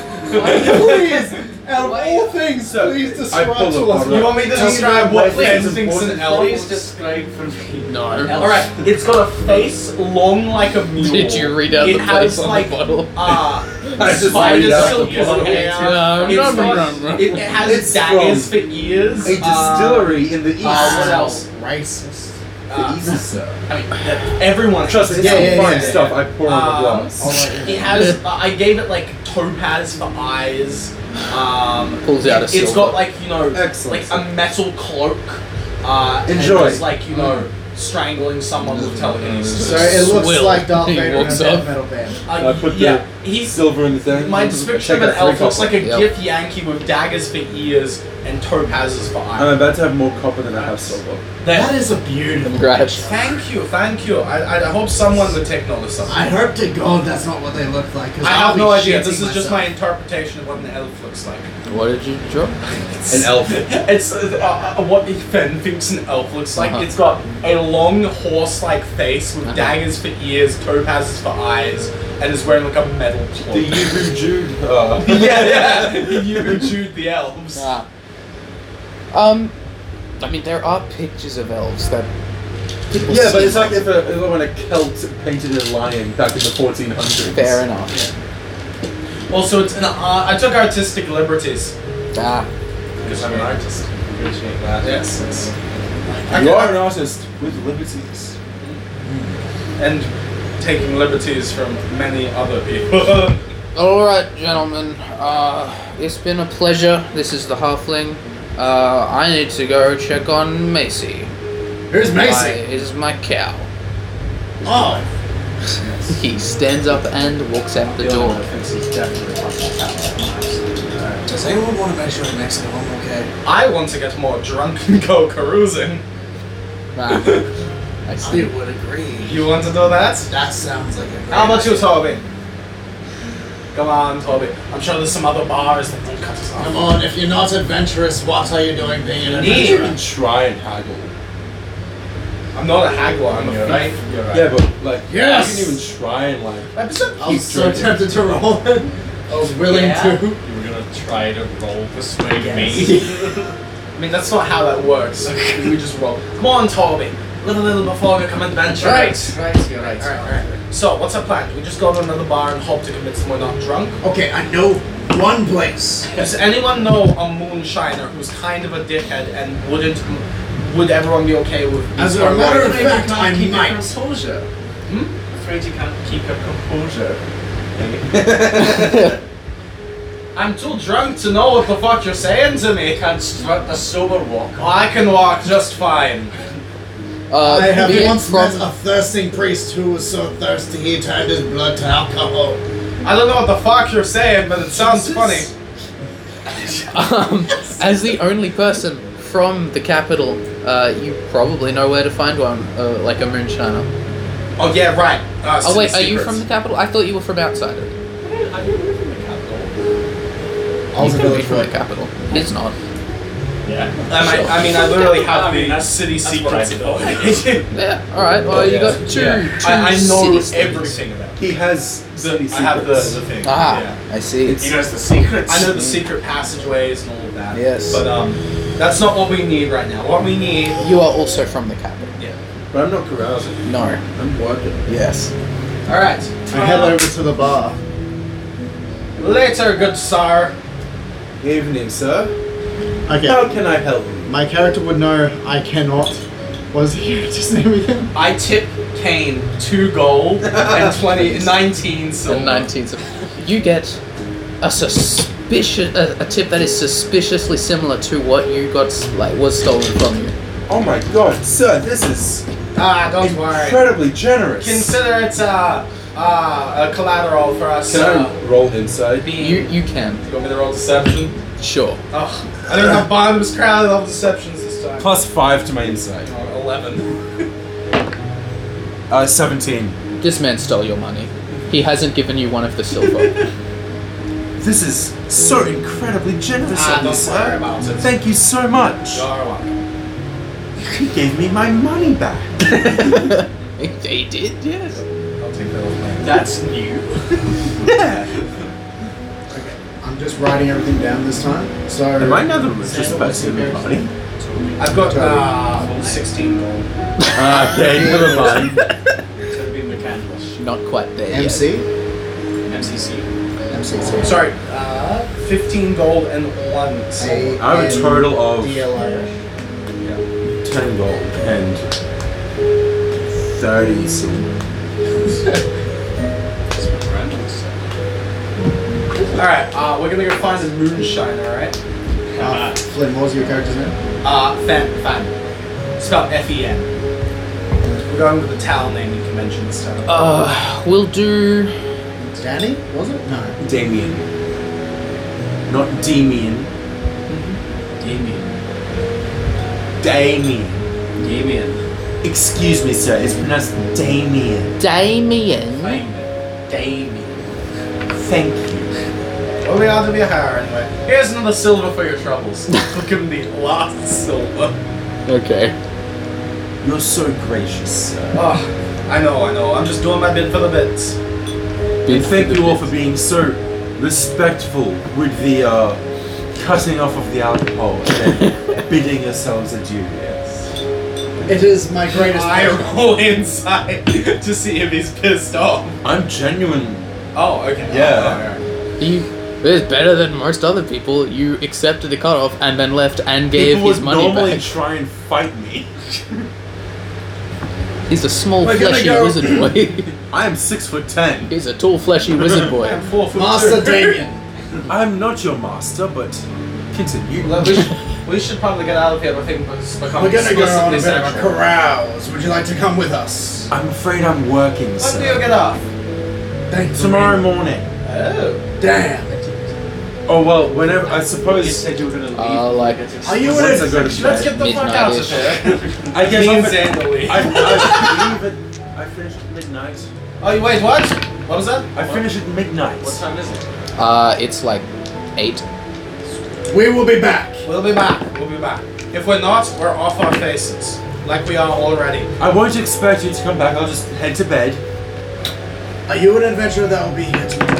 S1: please, out of all things,
S4: So,
S1: please
S4: I
S1: describe
S4: pull
S1: to
S4: up
S1: us.
S4: on
S6: You want me to
S4: Tell me
S6: describe
S4: why
S6: what
S4: this
S6: Ben
S4: is
S6: thinks an
S4: important
S6: elf
S7: Please
S6: is?
S7: describe for me.
S5: no.
S7: Elf.
S6: All right, it's got a face long like a mule.
S5: Did you read out
S6: it
S5: the
S6: has
S5: place on the
S6: like
S5: bottle?
S6: uh,
S4: I just
S6: spider
S4: read out the
S6: silk
S7: bottle.
S6: hair.
S5: No,
S6: It's
S5: no, no,
S6: got-
S5: no, no.
S6: It, it has
S4: It's
S6: daggers
S4: from
S6: for ears. Ah.
S4: A distillery in the east.
S6: Uh, what else?
S1: Racist.
S6: Uh,
S4: the east, sir.
S6: I mean, that- everyone
S4: Trust me,
S6: has
S4: it's
S1: Yeah,
S4: some
S1: yeah,
S4: fine
S1: yeah.
S4: stuff. I pour on
S1: Um,
S4: the
S6: Uh,
S1: oh,
S4: glass.
S6: It has. Uh, I gave it like topaz for eyes. Um,
S5: Pulls out a
S6: it, It's
S5: silver.
S6: got like you know,
S4: Excellent.
S6: like a metal cloak. Uh, and
S4: Enjoy.
S6: it's like you know, strangling someone with telekinesis.
S1: Mm. So it looks
S5: Swill.
S1: like Darth
S5: He
S1: Vader in a
S5: walks
S1: death
S5: up.
S1: metal band.
S6: Uh,
S4: I put the
S6: yeah, he's.
S4: Silver in the thing.
S6: My
S4: I
S6: description of
S4: take
S6: an
S4: out three
S6: elf looks
S4: copper.
S6: like a
S5: Yep.
S6: gift Yankee with daggers for ears and topazes for eyes.
S1: Uh,
S4: I'm about to have more copper than I have silver.
S6: There.
S1: That is a beautiful.
S5: Congrats.
S6: Thank you, thank you. I, I hope someone would take notice of it.
S1: I hope to God that's not what they look like. 'cause
S6: I
S1: I'll
S6: have
S1: be
S6: no idea. This
S1: shitting
S6: is
S1: myself.
S6: just my interpretation of what an elf looks like.
S5: What did you drop?
S4: An elf.
S6: It's uh, uh, what Ben thinks an elf looks like.
S5: Uh-huh.
S6: It's got a long horse-like face
S4: Uh-huh.
S6: with daggers for ears, topazes for eyes, and is wearing like a metal cloak.
S4: The Yubu Jude. Uh,
S6: yeah, yeah. you who chewed the elves.
S5: Ah. Um, I mean, there are pictures of elves that people
S4: yeah, but
S5: see.
S4: it's like if a, if when a Celt painted a lion back in the 1400s.
S5: fair enough.
S6: Also, it's an. Uh, I took artistic liberties
S5: Ah,
S6: because I'm an artist.
S7: Appreciate that.
S6: Yes. yes.
S4: You are an artist with liberties.
S6: and taking liberties from many other people.
S5: all right, gentlemen. Uh, it's been a pleasure. This is the halfling. Uh, I need to go check on Macy.
S1: Here's
S5: I,
S1: Macy.
S5: is my cow.
S1: Oh,
S5: He stands up and walks out the door.
S1: does anyone want to make sure the next time I'm okay?
S6: I want to get more drunk and go carousing.
S5: Ah, I
S1: I
S5: see.
S1: would agree.
S6: You want to do that?
S1: That sounds like a. Great
S6: How about you,
S1: idea.
S6: Toby? Come on, Toby. I'm sure there's some other bars that don't cut us
S1: Come
S6: off.
S1: on, if you're not adventurous, what are you doing being an
S6: Neat.
S1: adventurer?
S4: You can try and haggle.
S6: I'm not a haggler, I'm a
S7: right.
S6: thief.
S7: You're right.
S4: Yeah, but like,
S1: Yes!
S4: you can even try and like.
S6: I percent
S1: I was
S4: Keep
S1: so
S4: drinking.
S1: tempted to roll it. I was willing
S7: Yeah.
S1: to.
S2: You were gonna try to roll persuade me.
S7: Yes.
S6: I mean, that's not how that works. we just roll. Come on, Toby. Little, little before we come adventure.
S7: Right, you're right.
S6: Alright, alright. So, what's our plan? Do we just go to another bar and hope to convince them we're not drunk?
S1: Okay, I know one place.
S6: Does anyone know a moonshiner who's kind of a dickhead and wouldn't? Would everyone be okay with?
S1: As a matter of fact, I
S7: keep your
S1: might.
S7: composure. Hmm? Afraid you can't keep your composure.
S6: I'm too drunk to know what the fuck you're saying to me. Oh,
S7: Can't start a sober walk.
S6: I can walk just fine.
S5: Uh,
S1: I have
S5: be it
S1: once
S5: from-
S1: met a thirsting priest who was so thirsty he turned his blood to alcohol.
S6: I don't know what the fuck you're saying, but it sounds funny.
S5: um, as the only person from the capital, uh, you probably know where to find one, uh, like a moonshiner.
S6: Oh yeah, right. Uh,
S5: Oh wait,
S6: city
S5: are you
S6: secrets.
S5: from the capital? I thought you were from outside it.
S7: I don't, I don't live in the
S1: I
S7: capital.
S5: You
S1: was a
S5: could be
S1: village
S5: from the
S1: boy.
S5: capital. It's not.
S7: Yeah.
S6: I, might, I mean, I literally have
S7: I mean,
S6: the
S7: that's-
S6: city
S7: that's what I
S6: secrets.
S7: thought.
S5: Yeah. All right. Well, you got two.
S6: Yeah.
S5: two
S6: I, I know
S5: cities.
S6: everything about.
S4: He has the.
S6: I have the, the thing.
S5: Ah,
S6: yeah.
S5: I see.
S7: He knows the secrets.
S6: I know the secret passageways and all of that.
S5: Yes.
S6: But um, that's not what we need right now. What we need.
S5: you are also from the capital.
S4: But I'm not carousing.
S5: No.
S4: I'm working.
S5: Yes.
S6: All right.
S1: I head over to the bar.
S6: uh, Later, good sir.
S4: Evening, sir. How
S1: Okay,
S4: can I help you?
S1: my character would know I cannot. What is the character's name again?
S6: I tip Kane two gold and 20, 19 silver.
S5: The nineteenth of. You get a suspicious a, a tip that is suspiciously similar to what you got s- like was stolen from you.
S4: Oh my god, sir, this is
S6: Ah, don't worry.
S4: incredibly generous.
S6: Consider it uh, uh, a collateral for us.
S4: Can
S6: uh,
S4: I roll inside?
S6: being-
S5: You you can
S6: You want me to roll deception?
S5: sure.
S6: Oh, I think the bottom is crowded of deceptions this time.
S4: Plus five to my inside.
S6: Oh, 11.
S4: Uh, 17.
S5: This man stole your money. He hasn't given you one of the silver.
S4: This is so incredibly generous
S6: Ah,
S4: of you,
S6: don't worry
S4: sir.
S6: about it.
S4: Thank you so much.
S6: You're welcome.
S4: He gave me my money back.
S5: they did, yes.
S6: I'll take that off my
S7: That's new.
S4: Yeah.
S1: I'm just writing everything down this time. So
S4: Am I now the richest person in the party?
S6: I've got uh, 16 gold.
S4: Ah, okay, never mind.
S7: Should be mechanical.
S5: Not quite there yet.
S1: MC?
S7: MCC.
S1: MCC.
S6: Sorry, uh, 15 gold and 1 silver.
S1: A-
S4: I'm a
S1: N-
S4: total of
S1: DLO.
S4: 10 gold and 30 silver.
S6: Alright, uh, we're gonna go find the moonshiner, alright?
S1: Uh, Flynn, what was your character's name?
S6: Uh, Fan, Fan. Spelled F E N. We're going with the towel naming convention this time.
S5: Uh, we'll do.
S1: Danny? Was it? No.
S4: Damien. Not Damien.
S7: Damien.
S4: Damien.
S7: Damien.
S4: Excuse me, sir, it's pronounced Damien.
S5: Damien.
S7: Damien.
S4: Thank you.
S6: Well, we ought to be a hire anyway. Here's another silver for your troubles. Look him the last silver.
S5: Okay.
S4: You're so gracious, sir.
S6: Oh, I know, I know. I'm just doing my bit for the bits.
S4: And thank you all for being so respectful with the uh, cutting off of the alcohol and then bidding yourselves adieu. Yes.
S1: It is my greatest
S6: I
S1: pleasure.
S6: roll
S4: Oh,
S6: inside to see if he's pissed off.
S4: I'm genuine.
S6: Oh, okay.
S4: Yeah.
S6: Oh, alright.
S5: You, it's better than most other people. You accepted the cutoff and then left and gave
S4: People
S5: his
S4: would
S5: money
S4: normally
S5: back.
S4: try and fight me.
S5: He's a small,
S4: We're gonna
S5: fleshy
S4: go-
S5: wizard boy.
S4: I am six foot ten.
S5: He's a tall, fleshy wizard boy.
S6: I'm four foot
S1: Master
S6: two.
S1: Damien.
S4: I'm not your master, but continue.
S6: Look, we, should, we should probably get out of here. I think it's become
S1: We're gonna go on a
S6: explicitly
S1: bit of a
S6: sexual.
S1: carouse. Would you like to come with us?
S4: I'm afraid I'm working,
S6: When do you
S4: sir.
S6: get off?
S1: Thanks.
S4: Tomorrow morning.
S6: Oh.
S1: Damn it.
S4: Oh well, whenever I
S7: You
S4: suppose.
S7: said you were gonna leave.
S5: Uh, like-
S1: Are you in
S4: Once I go
S1: it?
S6: Let's
S4: to bed,
S6: get the fuck
S5: Midnight-ish.
S6: out of here.
S4: I get
S6: Means
S4: off at-
S6: annually.
S4: I, I leave at. I finish at midnight.
S6: Oh, you wait, what? What was that?
S4: I finish at midnight.
S7: What time is it?
S5: Uh, it's like eight.
S1: We will be back.
S6: We'll be back. We'll be back. If we're not, we're off our faces. Like we are already.
S4: I won't expect you to come back. I'll just head to bed.
S1: Are you an adventurer that will be here tomorrow?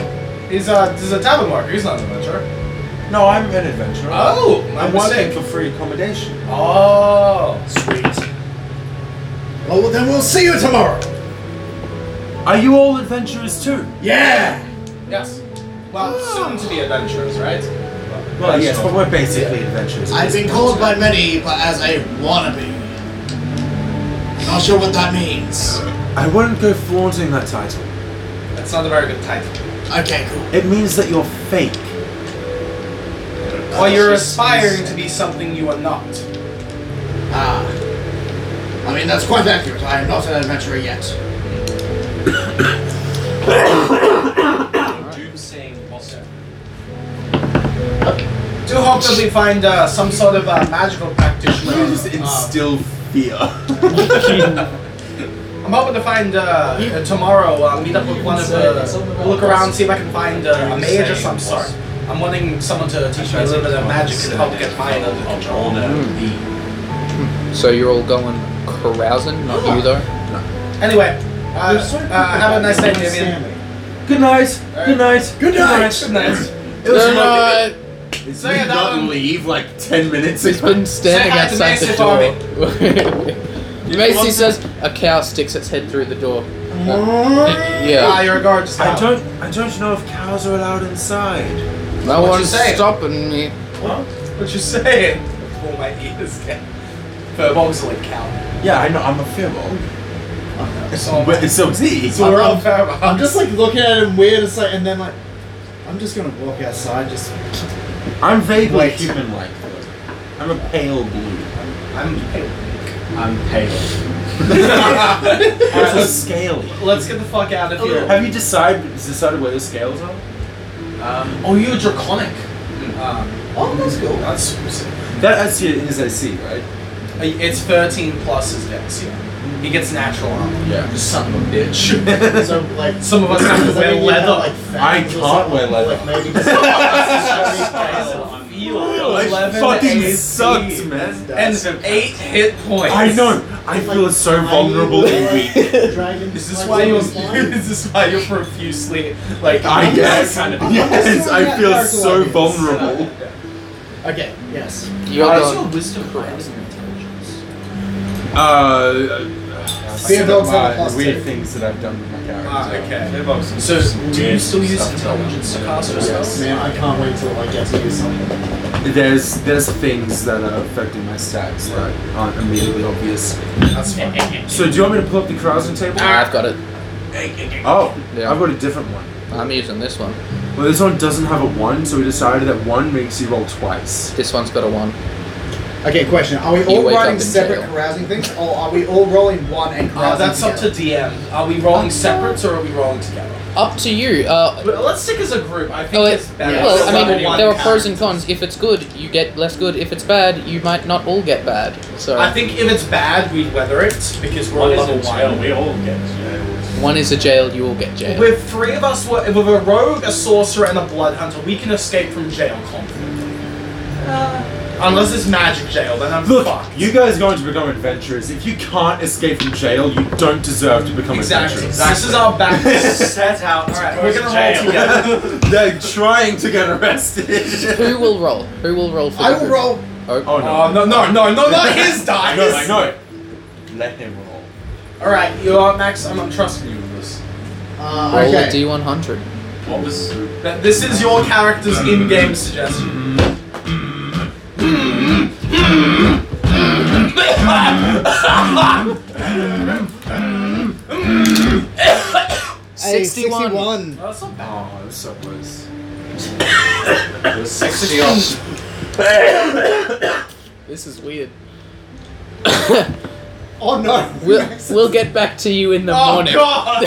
S6: He's a, he's a tavern worker. He's not an adventurer.
S4: No, I'm an adventurer.
S6: Oh, my
S4: I'm
S6: mistake.
S4: working for free accommodation.
S6: Oh.
S1: Sweet. Well, then we'll see you tomorrow.
S4: Are you all adventurers too?
S3: Yeah!
S6: Yes. Well, soon to be adventurers, right?
S4: Well, yes, but we're basically adventurers.
S1: I've been called by many, but as a wannabe. Not sure what that means.
S4: I wouldn't go flaunting that title.
S6: That's not a very good title.
S1: Okay, cool.
S4: It means that you're fake.
S6: Well, you're aspiring to be something you are not.
S1: Ah. I mean, that's quite accurate. I am not an adventurer yet.
S6: Do hope that we find uh, some sort of uh, magical practitioner. Uh,
S4: fear.
S6: I'm hoping to find uh, uh, tomorrow. Uh, meet up with one of the. Look around, see if I can find uh, a mage of some sort. I'm wanting someone to teach me a little bit of magic and help get mine under control.
S5: So you're all going carousing, not you though.
S6: Anyway, uh, uh, have a nice day, Damien.
S4: Good night. Good night. Good night.
S6: Good night.
S4: It was lovely. It's
S6: Say it, Alan.
S4: leave like ten minutes
S5: He's been
S6: Say
S5: standing
S6: hi to
S5: outside
S6: Macy
S5: the
S6: for
S5: door. Macy says a cow sticks its head through the door.
S6: Ah,
S5: yeah,
S6: you're a guard scout.
S4: I don't. I don't know if cows are allowed inside.
S5: no
S6: you
S5: one's
S6: say?
S5: stopping me.
S6: What you saying? Oh my ears get. Furbolg's like cow.
S4: Yeah, I know. I'm a fearbog.
S6: So,
S4: But so is he.
S6: so we're on
S1: I'm
S6: Furbolg.
S1: just like looking at him weird, it's like, and then like, I'm just gonna walk outside. Just
S4: I'm vaguely
S1: Wait.
S4: human-like. though. I'm a pale blue.
S6: I'm.
S2: I'm pale.
S4: It's a scaly.
S6: Let's get the fuck out of here.
S4: Have you decided decided where the scales are?
S6: Um, oh, you're draconic. Um,
S1: oh, that's cool.
S6: that's sick.
S4: That actually is AC, right?
S6: Uh, It's 13 plus his dex, yeah. He gets natural armor.
S4: Yeah.
S6: You son of a bitch.
S1: So like,
S6: Some of us have
S1: does
S6: to
S1: that
S6: wear
S1: mean you have,
S6: leather.
S1: like,
S4: I
S1: fangs or
S4: can't wear
S1: something?
S4: leather.
S1: Like maybe just.
S6: Eleven
S4: fucking
S6: AC.
S4: sucks, man.
S6: And eight hit points.
S4: I know. I feel so vulnerable and weak.
S1: Dragon
S6: Is this
S1: spikes
S6: why
S1: on
S6: you're?
S1: the spine?
S6: Is this why you're profusely like?
S4: I guess.
S6: Kind of
S4: Yes, I feel so vulnerable.
S1: Okay. Yes.
S5: You're going.
S6: wisdom
S4: Uh,
S1: Fear dogs have a
S4: my-
S1: plus
S4: weird
S1: two.
S4: things that I've done with my character.
S6: Ah, okay.
S2: Furbolg's
S6: So, do you
S2: weird
S6: still use
S2: stuff.
S6: intelligence to cast your spells?
S1: Man, I can't wait till I get to do something.
S4: There's there's things that are affecting my stats that aren't immediately obvious.
S6: That's fine. Ah,
S4: So do you want me to pull up the carousing table?
S5: I've got it.
S4: Oh,
S5: Yeah.
S4: I've got a different one.
S5: I'm using this one.
S4: Well, this one doesn't have a one, so we decided that one makes you roll twice.
S5: This one's got a one.
S1: Okay, question. Are we
S5: You
S1: all
S5: wake up
S1: writing
S5: in
S1: separate
S5: jail.
S1: carousing things, or are we all rolling one and carousing
S6: Uh, that's up to
S1: together?
S6: DM. Are we rolling separate or are we rolling together?
S5: Up to you. Uh,
S6: But let's stick as a group. I think
S5: oh,
S6: it's
S5: it,
S6: better.
S5: well, I
S6: Level
S5: mean,
S6: one
S5: there are pros and
S6: characters.
S5: cons. If it's good, you get less good. If it's bad, you might not all get bad. So
S6: I think if it's bad, we weather it because we're
S2: One is
S6: level
S2: in jail.
S6: one.
S2: We all get jail.
S5: one is a jail, you all get jail.
S6: With three of us, we're- with a rogue, a sorcerer, and a blood hunter, we can escape from jail confidently. Uh, Unless it's magic jail, then I'm
S4: Look,
S6: fucked.
S4: you guys are going to become adventurers. If you can't escape from jail, you don't deserve to become
S6: exactly.
S4: adventurers.
S6: This is our back set out. All right, we're gonna roll
S2: Jail.
S6: together.
S4: They're trying to get arrested.
S5: Who will roll? Who will roll for
S1: I
S5: the
S1: will
S5: group?
S1: roll.
S5: Oh,
S4: oh no.
S6: no, no, no, no, not his dice.
S4: I know, I know. Let him roll.
S6: All right, you are Max. I'm, I'm trusting you with this.
S1: Uh,
S5: roll
S1: okay.
S5: a d100.
S2: What was
S6: That this is your character's in-game suggestion.
S1: See,
S5: 61.
S6: that's not bad.
S4: Oh, that's so close.
S2: sixty off?
S5: This is weird.
S1: Oh no.
S5: We'll, we'll get back to you in the
S6: Oh
S5: morning.
S6: god!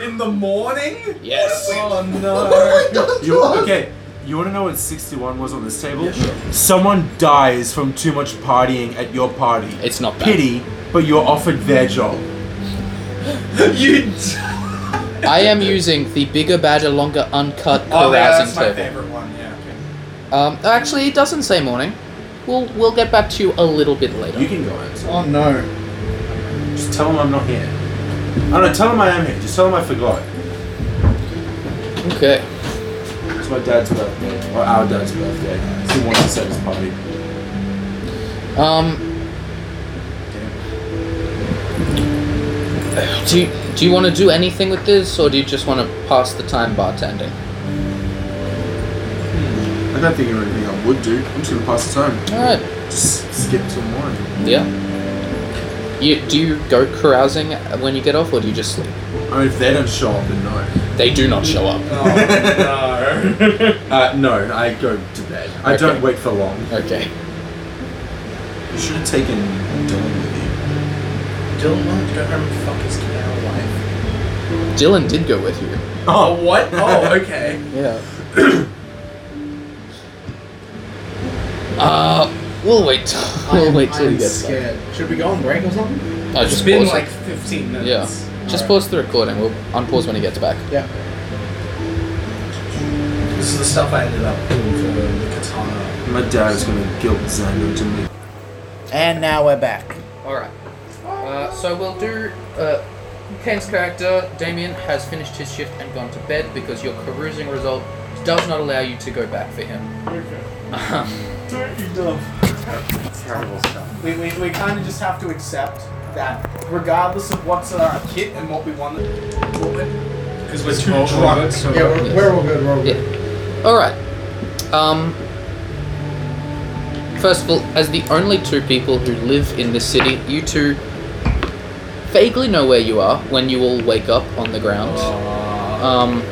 S6: In the morning?
S5: Yes.
S6: Oh
S1: I
S6: no.
S1: don't
S4: You,
S1: know.
S4: okay, you want to know what 61 was on this table? Someone dies from too much partying at your party.
S5: It's not bad.
S4: Pity, but you're offered their job.
S6: you.
S5: I am using the bigger, badger, longer, uncut
S6: Oh yeah, that's
S5: carousing
S6: my
S5: table.
S6: favorite one. Yeah. okay.
S5: Um, actually, it doesn't say morning. We'll we'll get back to you a little bit later.
S4: You can go answer.
S1: Oh no.
S4: Just tell them I'm not here. Oh no, tell them I am here. Just tell them I forgot.
S5: okay.
S4: It's my dad's birthday, or our dad's birthday. So he wants to set his party.
S5: Um. Do you, do you want to do anything with this, or do you just want to pass the time bartending?
S4: I don't think there anything I would do. I'm just gonna pass the time.
S5: All right.
S4: Just skip till morning.
S5: Yeah. You do you go carousing when you get off, or do you just sleep?
S4: I mean, if they don't show up, then no.
S5: They do not show up.
S4: Uh, no, I go to bed. I don't
S5: Okay.
S4: wait for long.
S5: Okay.
S4: You should have taken
S6: Dylan
S4: Dylan with
S6: wanted to go home and fuck his canal wife.
S5: Dylan did go with you.
S4: you. Oh,
S6: What? Oh, okay.
S5: Yeah. uh, we'll wait. We'll wait till you
S1: Oh, I'm
S5: get back.
S1: scared. Should we go on break or something?
S5: Oh,
S6: It's
S5: just
S6: been
S5: pause it.
S6: like 15
S5: Yeah.
S6: minutes.
S5: Just pause the recording. We'll unpause when he gets back.
S1: Yeah.
S6: This is the stuff I ended up doing for the katana.
S4: My dad is gonna guilt Xander to me.
S1: And now we're back.
S5: All right. Uh, so we'll do. Uh, Kane's character Damien has finished his shift and gone to bed because your carousing result does not allow you to go back for him.
S4: Terrible stuff.
S6: We, we, we kind of just have to accept that regardless of what's in our kit and what we want because we're too drunk.
S1: Yeah, we're, we're all good. We're all good.
S5: All right. Um. First of all, as the only two people who live in this city, you two vaguely know where you are when you all wake up on the ground. Um.
S6: Uh,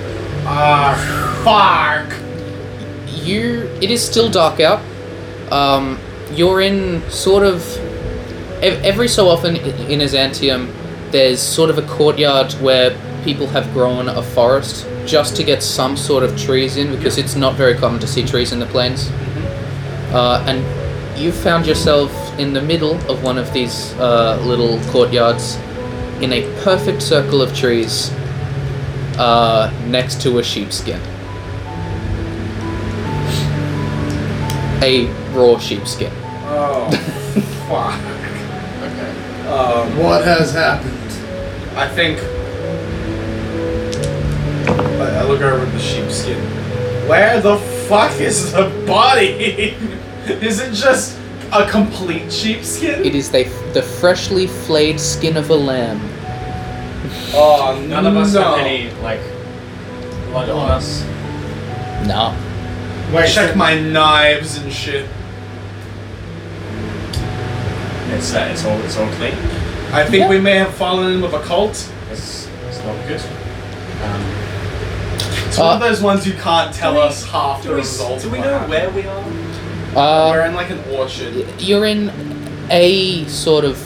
S6: Ah, fuck!
S5: you it is still dark out um, you're in sort of ev- every so often i- in Azantium there's sort of a courtyard where people have grown a forest just to get some sort of trees in because it's not very common to see trees in the plains uh, and you found yourself in the middle of one of these uh, little courtyards in a perfect circle of trees uh, next to a sheepskin a raw sheepskin
S6: Oh, fuck.
S5: Okay.
S6: Um,
S1: What has happened?
S6: I think. I, I look over at the sheepskin. Where the fuck is the body? is it just a complete sheepskin?
S5: It is the, the freshly flayed skin of a lamb.
S6: oh,
S2: None of us
S6: no.
S2: have any like blood on us.
S5: No.
S6: Wait, check my knives and shit.
S2: It's uh, it's all it's all clean.
S6: I think we may have fallen in with a cult.
S2: It's it's not good. Um,
S6: It's one of
S5: Uh,
S6: those ones you can't tell
S2: do we-
S6: us half the
S2: do we,
S6: result.
S2: do
S6: of
S2: we
S6: what
S2: know
S6: happened.
S2: where we are?
S5: Uh,
S6: We're in like an orchard.
S5: you're in a sort of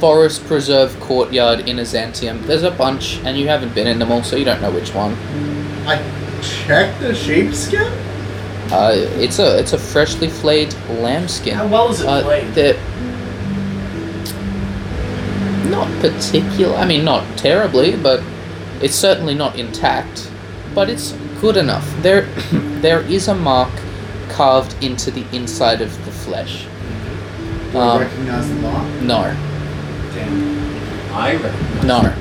S5: forest preserve courtyard in Azantium. There's a bunch, and you haven't been in them all, so you don't know which one.
S1: I checked the sheepskin.
S5: Uh, it's a it's a freshly flayed lambskin.
S6: How well is it
S5: uh,
S6: played?
S5: they're- Not particular. I mean, not terribly, but it's certainly not intact. But it's good enough. There, there is a mark carved into the inside of the flesh.
S1: Do
S6: Uh.
S1: I
S5: Um,
S1: recognize the mark?
S5: no,
S2: I reckon.
S5: no,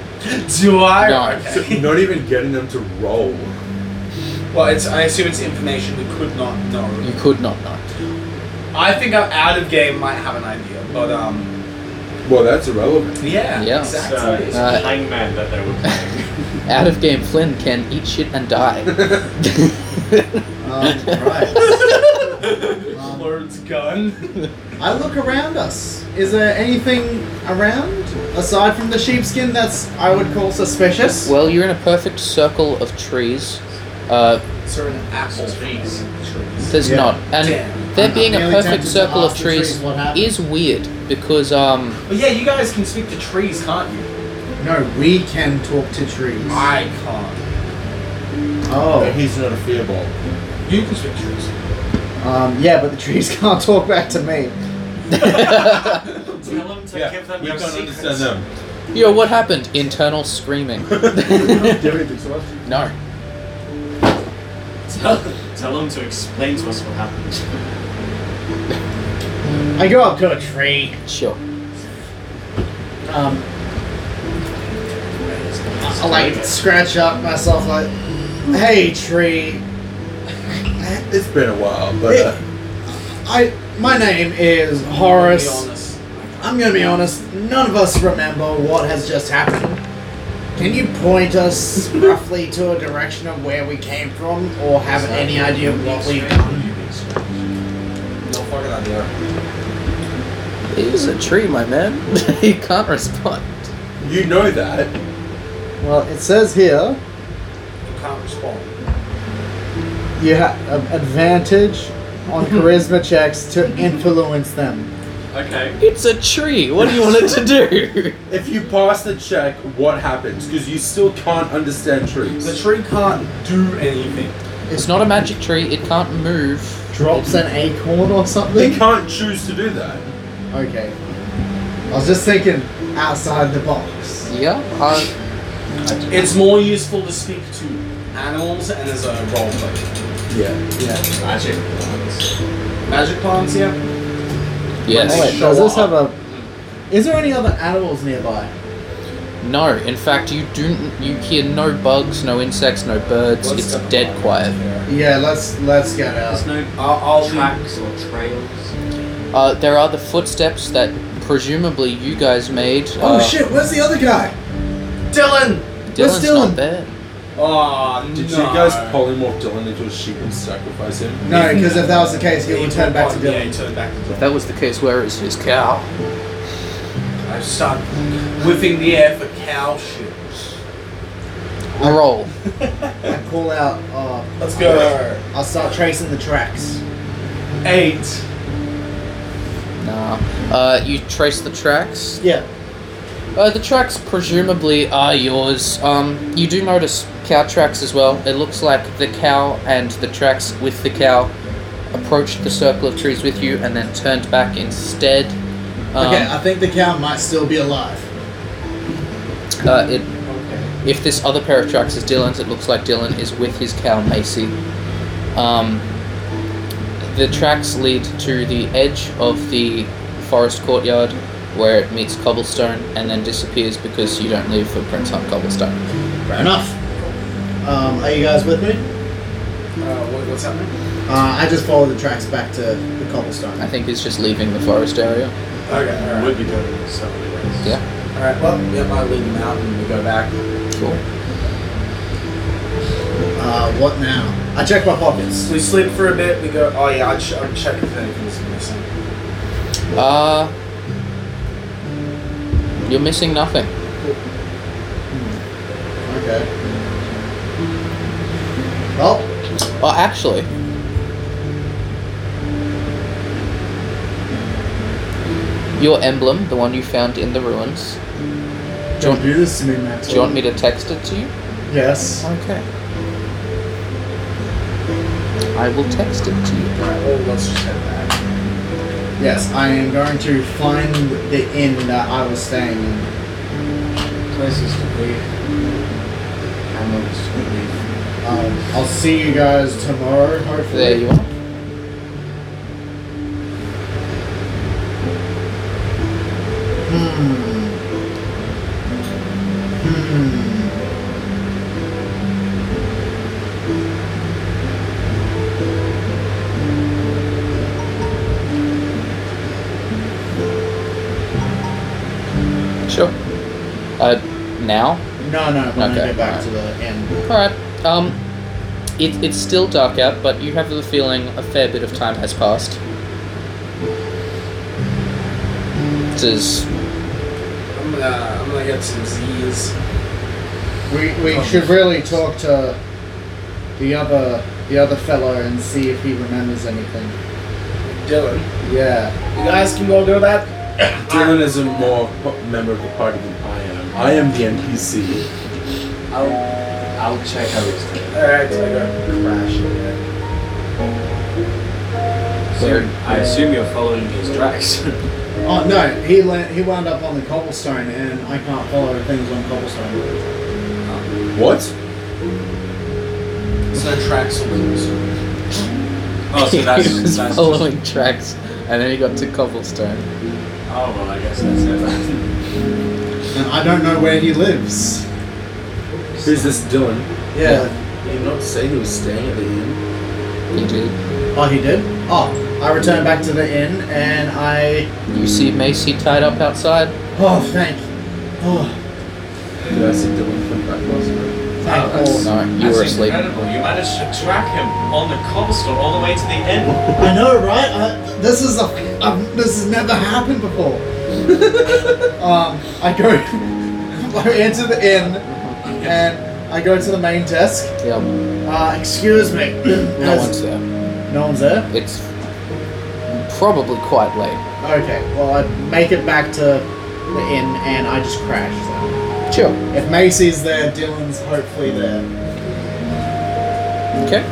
S6: Do I?
S5: No.
S6: Okay.
S4: Not even getting them to roll.
S6: Well, it's, I assume it's information we could not know.
S5: you could not know.
S6: I think I'm out of game, might have an idea, but um,
S4: Well, that's irrelevant.
S6: yeah,
S5: Yeah.
S2: It's, uh, it's
S6: exactly.
S5: Uh,
S2: the hangman that they were playing.
S5: Out of game, Flynn can eat shit and die.
S1: Um, right. Um,
S6: Lord's gun.
S1: I look around us. Is there anything around aside from the sheepskin that's I would call suspicious?
S5: well, you're in a perfect circle of trees. Uh,
S6: Sir, an apple trees.
S5: There's
S1: Yeah.
S5: not, and
S6: Damn.
S5: there being a
S1: Nearly
S5: perfect
S1: tempted to
S5: circle of
S1: ask the trees
S5: trees
S1: what happened.
S5: is weird because um
S6: But yeah, you guys can speak to trees, can't you?
S1: No, we can talk to trees.
S6: I can't.
S4: But
S1: Oh,
S4: he's not a fearball.
S6: You can speak to trees.
S1: um, yeah, but the trees can't talk back to me.
S2: Tell them to give them
S4: we
S2: your
S4: don't
S2: secrets.
S4: understand them.
S5: yo what happened internal screaming no
S2: Tell, tell them to explain to us what happened.
S1: I go up to a tree.
S5: sure
S1: Um, I like scratch up myself like, hey tree.
S4: It's been a while, but uh,
S1: I my name is
S6: Be
S1: Horace.
S6: honest.
S1: I I'm gonna be honest, none of us remember what has just happened. Can you point us roughly to a direction of where we came from, or have any idea of what we've done?
S6: No fucking idea.
S5: He's a tree, my man. he can't respond.
S4: You know that.
S1: Well, it says here
S6: You can't respond.
S1: you have advantage on charisma checks to influence them.
S4: Okay.
S5: It's a tree. What do you want it to do?
S4: If you pass the check, what happens? Because you still can't understand
S6: The
S4: trees.
S6: tree can't do anything.
S5: it's not a magic tree. It can't move.
S1: Drops an acorn or
S4: They
S1: something?
S4: can't choose to do that.
S1: Okay. I was just thinking outside the box.
S5: Yeah. Uh,
S6: It's more useful to speak to animals and as a roleplay.
S4: Yeah.
S6: Yeah.
S7: Magic ones.
S6: Magic plants, yeah.
S1: Oh,
S5: yes.
S1: wait, does this have a. Is there any other animals nearby?
S5: No. In fact, you do. You hear no bugs, no insects, no birds.
S6: Let's
S5: it's
S6: step
S5: dead
S6: aside.
S5: quiet.
S1: Yeah, let's let's get out.
S2: There's no
S6: I'll, I'll leave.
S2: tracks or trails.
S5: Uh, there are the footsteps that presumably you guys made.
S1: Oh
S5: uh,
S1: shit, where's the other guy?
S6: Dylan!
S5: Dylan's
S1: Dylan?
S5: not there.
S6: Oh, no.
S4: Did you guys polymorph Dylan into a sheep and sacrifice him?
S1: No, because if that was the case, he would turn back to
S6: Yeah,
S1: Dylan.
S6: he turned back to
S5: If that was the case, where is his cow?
S6: Dylan. I start whiffing the air for cow shit.
S5: Roll.
S1: I call out. Uh,
S6: Let's go.
S1: I'll start tracing the tracks.
S6: Eight.
S5: Nah. Uh, you trace the tracks.
S1: Yeah.
S5: Uh, the tracks presumably are yours. Um, you do notice cow tracks as well. It looks like the cow and the tracks with the cow approached the circle of trees with you and then turned back instead. Um,
S1: okay, I think the cow might still be alive.
S5: uh, it,
S6: Okay.
S5: if this other pair of tracks is Dylan's, it looks like Dylan is with his cow Macy. Um, the tracks lead to the edge of the forest courtyard where it meets cobblestone and then disappears because you don't leave footprints on cobblestone.
S1: Fair enough. Um, are you guys with me?
S6: Uh, what, what's happening?
S1: Uh, I just follow the tracks back to the cobblestone.
S5: I think he's just leaving the forest area.
S6: Okay, alright.
S2: Would be doing so anyways.
S5: Yeah.
S6: Alright, well, yeah, I leave them out and we go back.
S5: Cool.
S1: Uh, what now? I check my pockets.
S6: We sleep for a bit, we go, oh yeah, I'd, ch- I'd check if anything's missing.
S5: Uh, you're missing nothing.
S1: Okay. Well,
S5: Oh, actually. Your emblem, the one you found in the ruins.
S1: do
S5: Do you want,
S1: do this to me, Matt?
S5: do you want me to text it to you?
S1: Yes.
S5: Okay. I will text it to you.
S6: Alright,
S1: Oh,
S6: well, let's just head back.
S1: Yes, I am going to find the inn that I was staying in.
S2: Places to be. Animals to leave.
S1: Um, I'll see you guys tomorrow, hopefully.
S5: There you are.
S1: Hmm. Hmm.
S5: Sure. Uh, now?
S1: Hmm. No, no, when
S5: Okay,
S1: I get back
S5: alright.
S1: to the inn.
S5: Alright. Um, it, it's still dark out, but you have the feeling a fair bit of time has passed. Does
S6: I'm gonna, I'm gonna get some Z's.
S1: We, we
S6: Oh.
S1: should really talk to the other the other fellow and see if he remembers anything.
S6: Dylan,
S1: Yeah.
S6: you guys can go do that?
S4: Dylan is a more po- member of the party than I am. I am the NPC.
S2: I'll I'll check how he's doing.
S6: Alright, so I go crash.
S2: So I assume you're following his tracks.
S1: Oh no, he la- he wound up on the cobblestone, and I can't follow things on cobblestone.
S4: What?
S6: There's no tracks or wheels.
S2: oh, so that's,
S5: he was
S2: that's
S5: following tracks, and then he got to cobblestone.
S2: Just, oh well, I guess that's it.
S1: And I don't know where he lives.
S4: Who's this Dylan?
S1: Yeah.
S4: Did you not say he was staying at the inn?
S5: He did.
S1: Oh, he did. Oh, I return back to the inn and I.
S5: You see Macy tied up outside.
S1: Oh, thank Oh,
S4: Did I see Dylan come back last night?
S1: thank
S7: Oh,
S1: all.
S5: No, you were
S7: That's
S5: asleep.
S7: incredible. You managed to track him on the cobblestone all the way to the end.
S1: I know, right? I, this is a, um, this has never happened before. um, I go, I enter the inn, and I go to the main desk.
S5: Yeah,
S1: Uh, excuse me.
S5: no one's there.
S1: no one's there.
S5: It's probably quite late.
S1: Okay. Well, I make it back to the inn, and I just crash. So.
S5: Sure.
S1: If Macy's there, Dylan's hopefully there.
S5: Okay.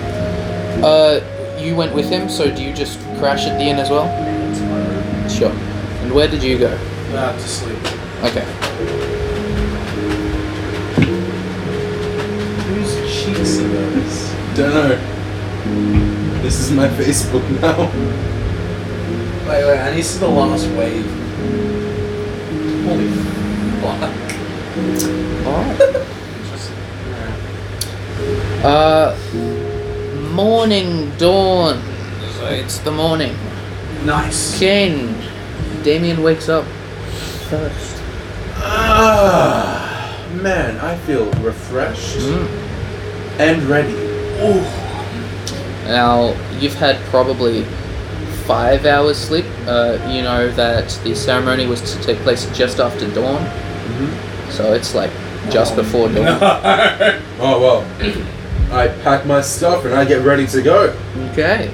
S5: Uh, you went with him, so do you just crash at the inn as well? Sure. And where did you go?
S6: Uh, to sleep.
S5: Okay.
S6: Whose cheeks are those?
S4: Don't know. This is my Facebook now.
S6: Wait, wait, and this is the last wave. Holy fuck.
S5: Alright. Uh, morning dawn. So It's the morning.
S6: Nice.
S5: Kane. Damien wakes up first.
S4: Ah, man, I feel refreshed and ready.
S5: Now, you've had probably five hours sleep. Uh, you know that the ceremony was to take place just after dawn. So it's like just before Mm-hmm. dawn.
S4: Oh well. I pack my stuff and I get ready to go.
S5: Okay.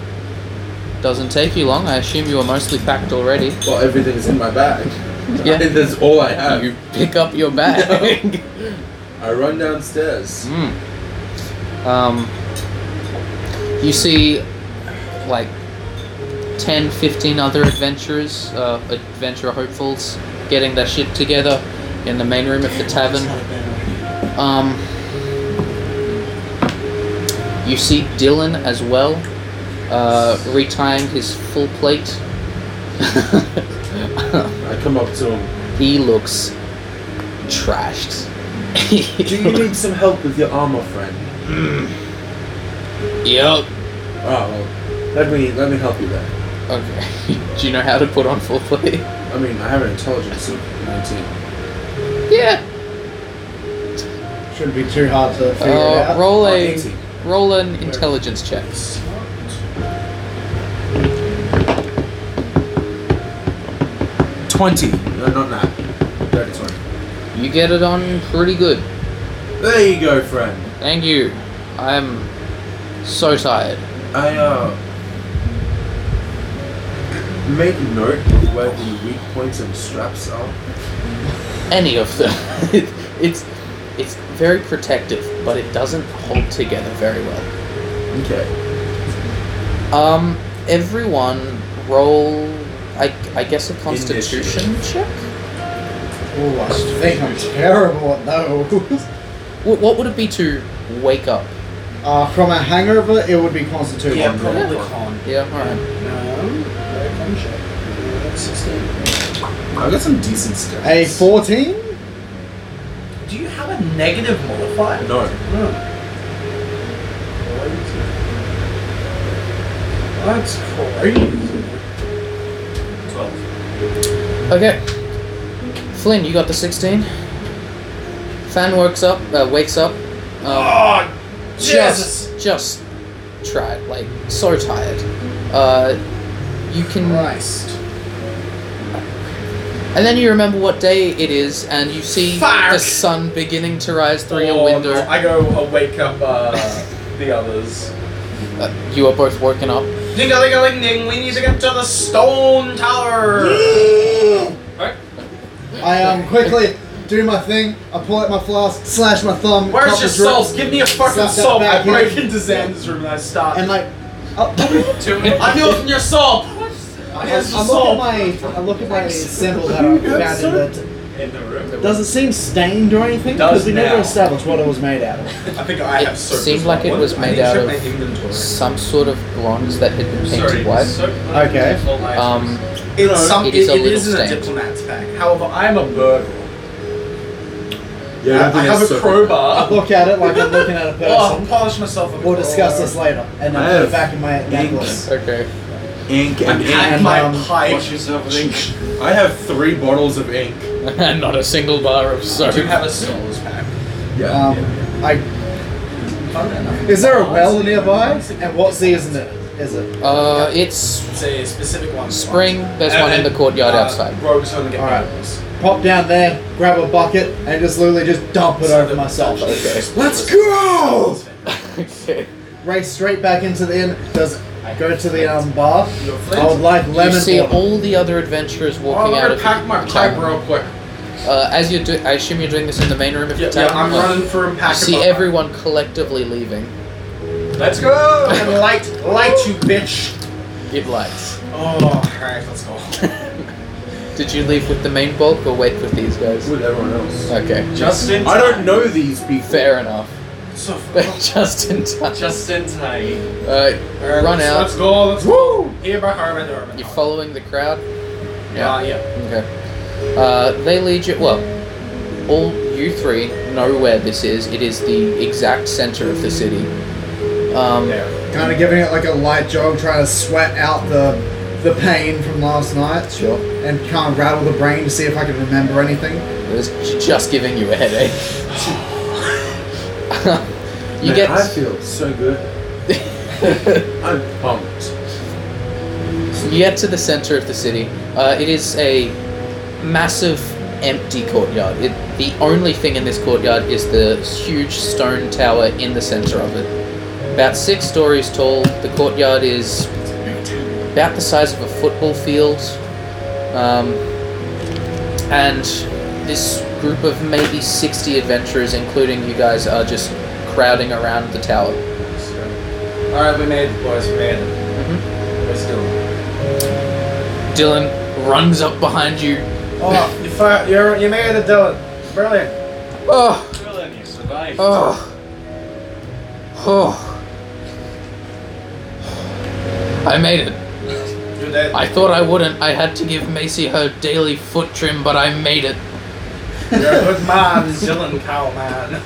S5: Doesn't take you long. I assume you were mostly packed already.
S4: Well, everything's in my bag.
S5: Yeah.
S4: That's all I have.
S5: You pick up your bag.
S4: I run downstairs.
S5: Mm. Um, you see, like, 10, 15 other adventurers, uh, adventure hopefuls, getting their shit together in the main room of the tavern. Um, you see Dylan as well, uh, retying his full plate.
S4: I come up to him.
S5: he looks trashed.
S4: Do you need some help with your armor, friend?
S5: Yup.
S4: Oh well. Let me let me help you there.
S5: Okay. Do you know how to put on full plate?
S4: I mean, I have an intelligence of 19.
S5: Yeah.
S1: Shouldn't be too hard to figure it
S5: Uh,
S1: out.
S5: roll a
S4: 18.
S5: roll an intelligence check.
S4: Twenty. No, not that. Thirty twenty.
S5: You get it on pretty good.
S4: There you go, friend.
S5: Thank you. I'm so tired.
S4: I uh make note of where the weak points and straps are.
S5: Any of them. it's it's very protective, but it doesn't hold together very well.
S4: Okay.
S5: Um, everyone roll. I, I guess a constitution check.
S1: Oh, I think I'm terrible at those.
S5: What, what would it be to wake up?
S1: Uh, from a hangover, it would be Constitution.
S6: Yeah, probably con.
S5: Yeah. All right.
S6: No, uh, con check. Uh, 16.
S4: I got some decent stats.
S1: A 14?
S6: Do you have a negative modifier?
S4: No.
S6: No. That's crazy.
S7: Twelve.
S5: Okay. Flynn, you got the sixteen. Fan works up. Uh, wakes up. Um,
S7: Oh,
S5: just just tried like so tired uh you can
S1: Christ.
S5: and then you remember what day it is and you see the
S6: Fuck.
S5: sun beginning to rise through
S7: Oh,
S5: your window
S6: I go uh, wake up uh, the others.
S5: uh, you are both woken up
S6: Ding a ling a ling ding, we need to get to the stone tower!
S1: I um quickly do my thing. I pull out my flask, slash my thumb.
S6: Where's
S1: cup
S6: your
S1: the drip,
S6: salt? Give me a fucking
S1: Slap that
S6: salt! I
S1: back in.
S6: break into Xander's room and I start.
S1: And like, oh,
S7: Two
S6: I'm using your salt! I
S1: I
S6: guess your
S1: look at
S6: salt!
S1: my I look at my symbol that I found in the.
S7: in the room.
S1: Does it seem stained or anything? Because
S6: Does
S1: we never
S6: now.
S1: established what it was made out of.
S6: I think I
S5: It
S6: have soap. as
S5: seemed
S6: well.
S5: like it
S6: What-
S5: was
S6: I
S5: made
S6: need to
S5: out
S6: check
S5: of
S6: my inventory.
S5: some sort of bronze that had been painted
S7: Sorry.
S5: white
S7: So,
S1: Okay.
S5: um
S6: It's some,
S5: It is a
S6: it, it
S5: little
S6: isn't a
S5: stained.
S6: diplomat's bag. However, I'm a burglar.
S4: Yeah,
S6: I have a crowbar.
S1: Look at it like I'm looking at a
S6: Oh, I'll
S1: person.
S6: polish myself with a
S1: We'll discuss
S6: crowbar.
S1: this later, and
S4: I
S1: then put
S4: have
S1: it back in my necklace.
S5: okay
S4: ink and
S6: pack
S4: ink.
S6: my
S4: um,
S6: pipe.
S7: Watch yourself, I think.
S4: I have three bottles of ink.
S5: and not a single bar of soap.
S6: Do you have a souls pack?
S4: Yeah.
S1: Um, I. Is there a well nearby? And what season it is it?
S5: Uh, it's
S6: It's a specific one. uh,
S5: spring. There's one in the courtyard outside.
S6: Rogues only get
S1: All right.
S6: barrels.
S1: Pop down there, grab a bucket, and just literally just dump it over myself. Let's go!
S5: Okay.
S1: Race straight back into the inn. Does go to the um bar. I would like
S5: You
S1: lemon
S5: see
S1: water.
S5: all the other adventurers
S6: Oh, I'm
S5: walking out
S6: gonna
S5: of
S6: pack my
S5: the
S6: pipe
S5: tavern.
S6: real quick.
S5: Uh, as you do, I assume you're doing this in the main room of
S6: Yeah,
S5: the
S6: yeah,
S5: tavern.
S6: I'm
S5: Uh,
S6: running for a
S5: You
S6: pack.
S5: see everyone collectively leaving.
S6: Let's go! And light, light, you bitch!
S5: It lights.
S6: Oh, alright, let's go.
S5: Did you leave with the main bulk or wait with these guys?
S4: With everyone else.
S5: Okay,
S7: Just in time.
S4: I don't know these people.
S5: fair enough.
S6: So f-
S5: Just in time.
S7: Just in time.
S5: Uh,
S6: Alright,
S5: run
S6: let's,
S5: out.
S6: Let's go. Let's Woo! Here by Harvard Urban.
S5: You're following the crowd?
S6: Yeah, yeah.
S5: Okay. Uh, they lead you. Well, all you three know where this is. It is the exact center of the city. Um,
S1: Kind of giving it like a light jog, trying to sweat out the the pain from last night. Sure. And kind of rattle the brain to see if I can remember anything.
S5: It's j- just giving you a headache. you
S4: Man,
S5: get.
S4: I feel so good. I'm pumped.
S5: You get to the center of the city. Uh, it is a massive, empty courtyard. It, the only thing in this courtyard is the huge stone tower in the center of it. About six stories tall, the courtyard is about the size of a football field. Um, and this group of maybe 60 adventurers, including you guys, are just crowding around the tower.
S6: Alright, we made it, boys. We made it.
S5: Mm-hmm.
S6: Let's do it.
S5: Dylan runs up behind you.
S6: Oh, you fi- you're, you made it, Dylan. Brilliant.
S5: Oh!
S7: Dylan, you survived.
S5: Oh. Oh. I made it.
S6: You did.
S5: I thought I wouldn't. I had to give Macy her daily foot trim, but I made it.
S6: You're a good man, Dylan Cowman.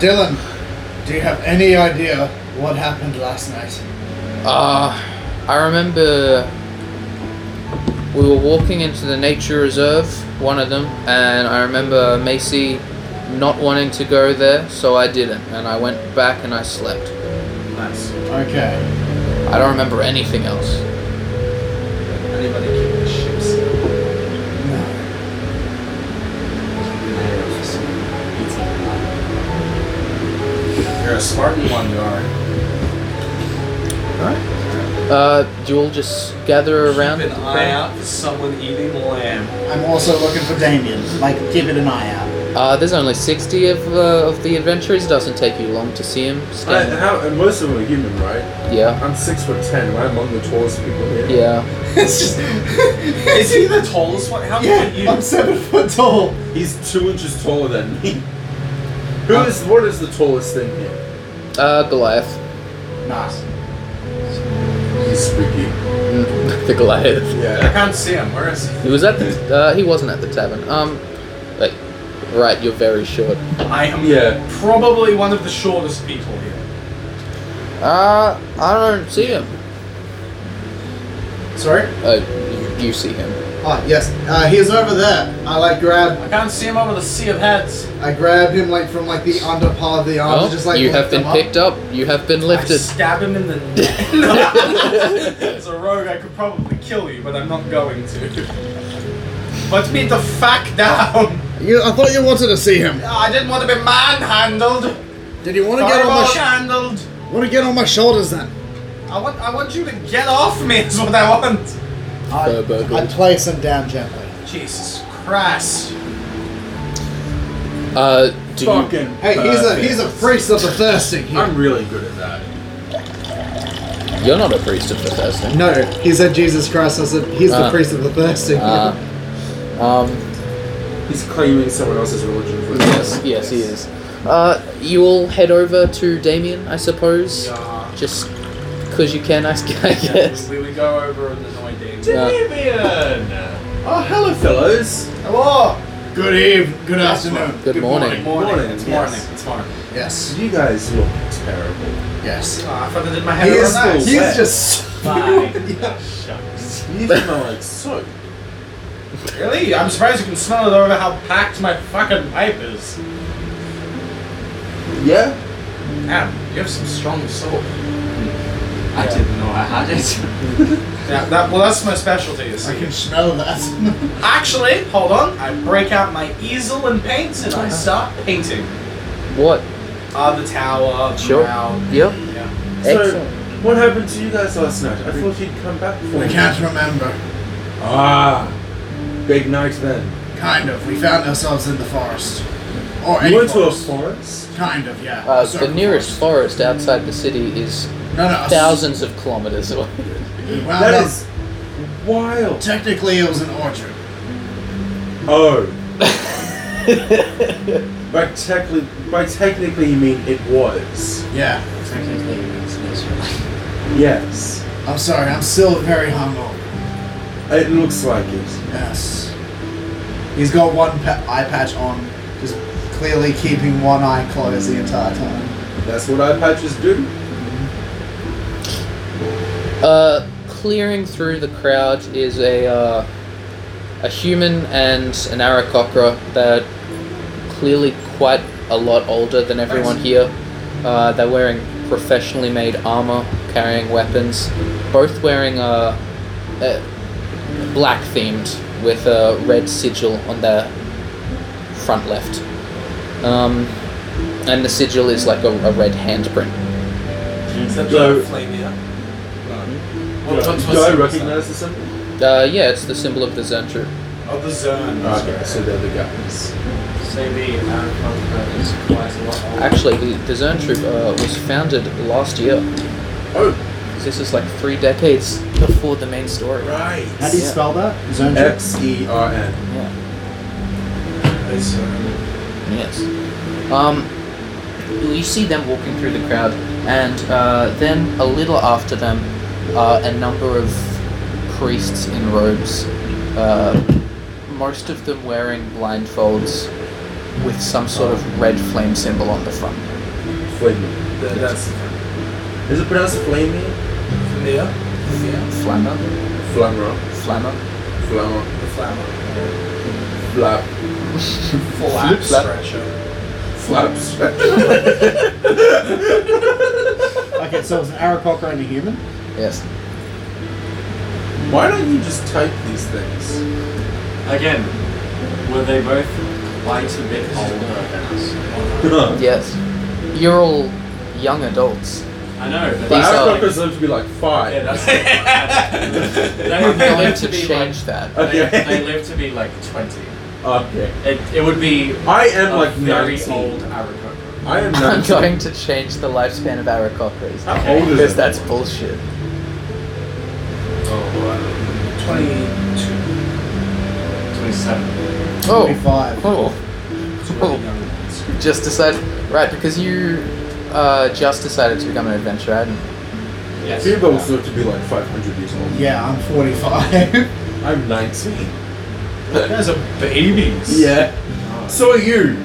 S1: Dylan, do you have any idea what happened last night?
S5: Uh, I remember we were walking into the nature reserve, one of them, and I remember Macy not wanting to go there, so I didn't, and I went back and I slept.
S6: Nice.
S1: Okay.
S5: I don't remember anything else.
S6: Anybody keep the ships?
S1: No.
S6: You're a Spartan one, you are.
S5: Uh, do you all just gather around?
S7: Keep an eye out for someone eating lamb.
S1: I'm also looking for Damien. Like, give it an eye out.
S5: Uh, there's only 60 of, uh, of the adventurers. Doesn't take you long to see him.
S4: I,
S5: Stand.
S4: how, and most of them are human, right?
S5: Yeah.
S4: I'm six foot ten. Right? I'm among the tallest people here.
S5: Yeah.
S1: it's just.
S6: Is he the tallest one? How
S1: yeah,
S6: can you?
S1: I'm seven foot tall.
S4: He's two inches taller than me. Who is? What is the tallest thing here?
S5: Uh, Goliath.
S1: Nice.
S4: He's spooky.
S5: the Goliath.
S6: I
S4: Yeah.
S6: can't see him. Where is he?
S5: He was at the. Uh, he wasn't at the tavern. Um, like, right. You're very short.
S6: I am
S4: Yeah.
S6: probably one of the shortest people here.
S5: Uh, I don't see him.
S1: Sorry?
S5: Uh, you, you see him.
S1: Ah, yes. Uh, he's over there. I like grab.
S6: I can't see him over the sea of heads.
S1: I grab him like from like the under part of the arm.
S5: Oh,
S1: to just like
S5: you
S1: lift
S5: have been
S1: him up.
S5: picked up. You have been
S6: I
S5: lifted.
S6: stab him in the neck. As a rogue, I could probably kill you, but I'm not going to. Put me the fuck down!
S1: You, I thought you wanted to see him.
S6: I didn't want to be manhandled.
S1: Did you want to get on my sh-
S6: Manhandled.
S1: want to get on my shoulders then?
S6: I want. I want you to get off me. Is what I want.
S1: I,
S5: Burgled.
S1: I place him down gently.
S6: Jesus Christ.
S5: Uh, do you?
S4: Fucking.
S1: Hey, he's a he's a priest of the thirsty.
S4: perfect.
S1: Here.
S4: I'm really good at that.
S5: You're not a priest of Bethesda.
S1: No, he said Jesus Christ. I said he's
S5: Ah.
S1: the priest of the thirsty.
S5: Uh, um.
S4: He's claiming someone else's religion for
S5: Yes, yes, he is. Uh, you all head over to Damien, I suppose,
S6: Yeah.
S5: just because you can, I s- I guess.
S6: We would go over and annoy Dave.
S5: Yeah.
S7: Damien!
S4: Oh, hello, fellows.
S6: Hello.
S1: Good evening. Good afternoon.
S5: Good morning.
S4: Morning.
S7: It's morning.
S4: yes.
S7: It's morning.
S1: Yes.
S4: You guys look terrible.
S1: Yes.
S6: Ah, I fucking did my
S1: He
S6: hair
S1: is,
S6: real nice.
S1: he is
S4: wet.
S1: just.
S7: Bye. Shucks.
S4: You smell like soot.
S6: Really? I'm surprised you can smell it over how packed my fucking pipe is.
S4: Yeah?
S6: Damn, you have some strong soul.
S7: I didn't know I had it.
S6: Yeah, that, well, that's my specialty. is-
S1: I can smell that.
S6: Actually, hold on. I break out my easel and paints and I start painting.
S5: What?
S6: Uh, the tower, the
S5: Sure.
S6: mound.
S5: Yep.
S6: Yeah.
S4: So,
S5: Excellent.
S4: what happened to you guys last night? I thought you'd come back for
S1: we
S4: me.
S1: can't remember.
S4: Ah, big night then.
S1: Kind of. We found ourselves in the forest. Or
S4: You
S1: a
S4: went to a
S1: forest.
S4: forest?
S1: Kind of, yeah.
S5: Uh,
S1: A
S5: the
S1: circle
S5: nearest forest outside the city is
S1: forest. No, no. a
S5: thousands of kilometers away.
S1: s-
S5: Ah,
S1: Well,
S4: That
S1: no,
S4: is wild.
S1: Technically, it was an orchard.
S4: Oh. by, technically, by technically, you mean it was.
S1: Yeah.
S7: Technically, it's miserable.
S4: Yes.
S1: I'm sorry. I'm still very hungover.
S4: It looks like it.
S1: Yes. He's got one pa- eye patch on, just clearly keeping one eye closed the entire time.
S4: That's what eye patches do.
S5: Uh, clearing through the crowd is a uh, a human and an Arakocra. They're clearly quite a lot older than everyone here. Uh, they're wearing professionally made armor, carrying weapons, both wearing uh, uh, black themed with a red sigil on their front left. Um, and the sigil is like a, a red handprint.
S6: Except
S4: Go.
S6: for Flavia.
S4: Do
S6: What-
S4: I-
S6: what's-
S4: do I
S6: what's-
S4: recognize the symbol?
S5: Uh, yeah, it's the symbol of the Zentru.
S6: Oh, the Zern.
S4: Okay, so they're the guys.
S7: Say the Aaron is quite uh, a lot older.
S5: Actually, the, the Zone Troop uh, was founded last year.
S4: Oh,
S5: This is like three decades before the main story.
S4: right.
S1: How do you
S5: Yeah.
S1: spell that? Zone
S4: X E R N.
S5: Yeah.
S6: The Zern.
S5: Yes. Um, you see them walking through the crowd, and uh, then a little after them, uh, a number of priests in robes, uh, most of them wearing blindfolds with some sort of red flame symbol on the front.
S4: Flamey.
S6: Th- That's
S4: Is it pronounced Flamey?
S6: Flavia. Yeah.
S5: Flammer?
S4: Flamra.
S5: Flammer?
S4: Flamra.
S6: The flower.
S4: Flap.
S6: Flap
S5: flap.
S6: stretcher.
S4: Flaps.
S1: Okay, so it's an Arakocra and a human?
S5: Yes.
S4: Why don't you just type these things?
S7: Again, were they both quite a bit older than us?
S5: Yes. You're all young adults.
S7: I know, but
S4: But
S5: These
S4: our
S5: are-
S4: doctors live to be like five.
S7: Yeah, that's they,
S5: I'm
S7: they
S5: going
S7: live
S5: to
S7: to be
S5: change
S7: like
S5: that.
S4: Okay.
S7: they, they live to be like twenty.
S4: Okay.
S7: It, it would be
S4: I am
S7: a
S4: like
S7: very
S4: 19.
S7: old Arakoka.
S4: I am
S5: I'm
S4: 19.
S5: going to change the lifespan of Arakocras.
S4: How old is
S5: Because
S4: it?
S5: that's bullshit.
S7: Oh,
S6: Twenty-two.
S7: wow. twenty-seven.
S5: Oh,
S1: 25.
S5: oh.
S6: It's really
S5: Oh.
S6: young. It's
S5: You Just decided. Right, because you uh, just decided to become an adventurer. hadn't
S7: Yes.
S4: People also live to be like 500 years old.
S1: Yeah, I'm 45.
S4: I'm 19.
S6: You guys are babies.
S4: Yeah. So are you.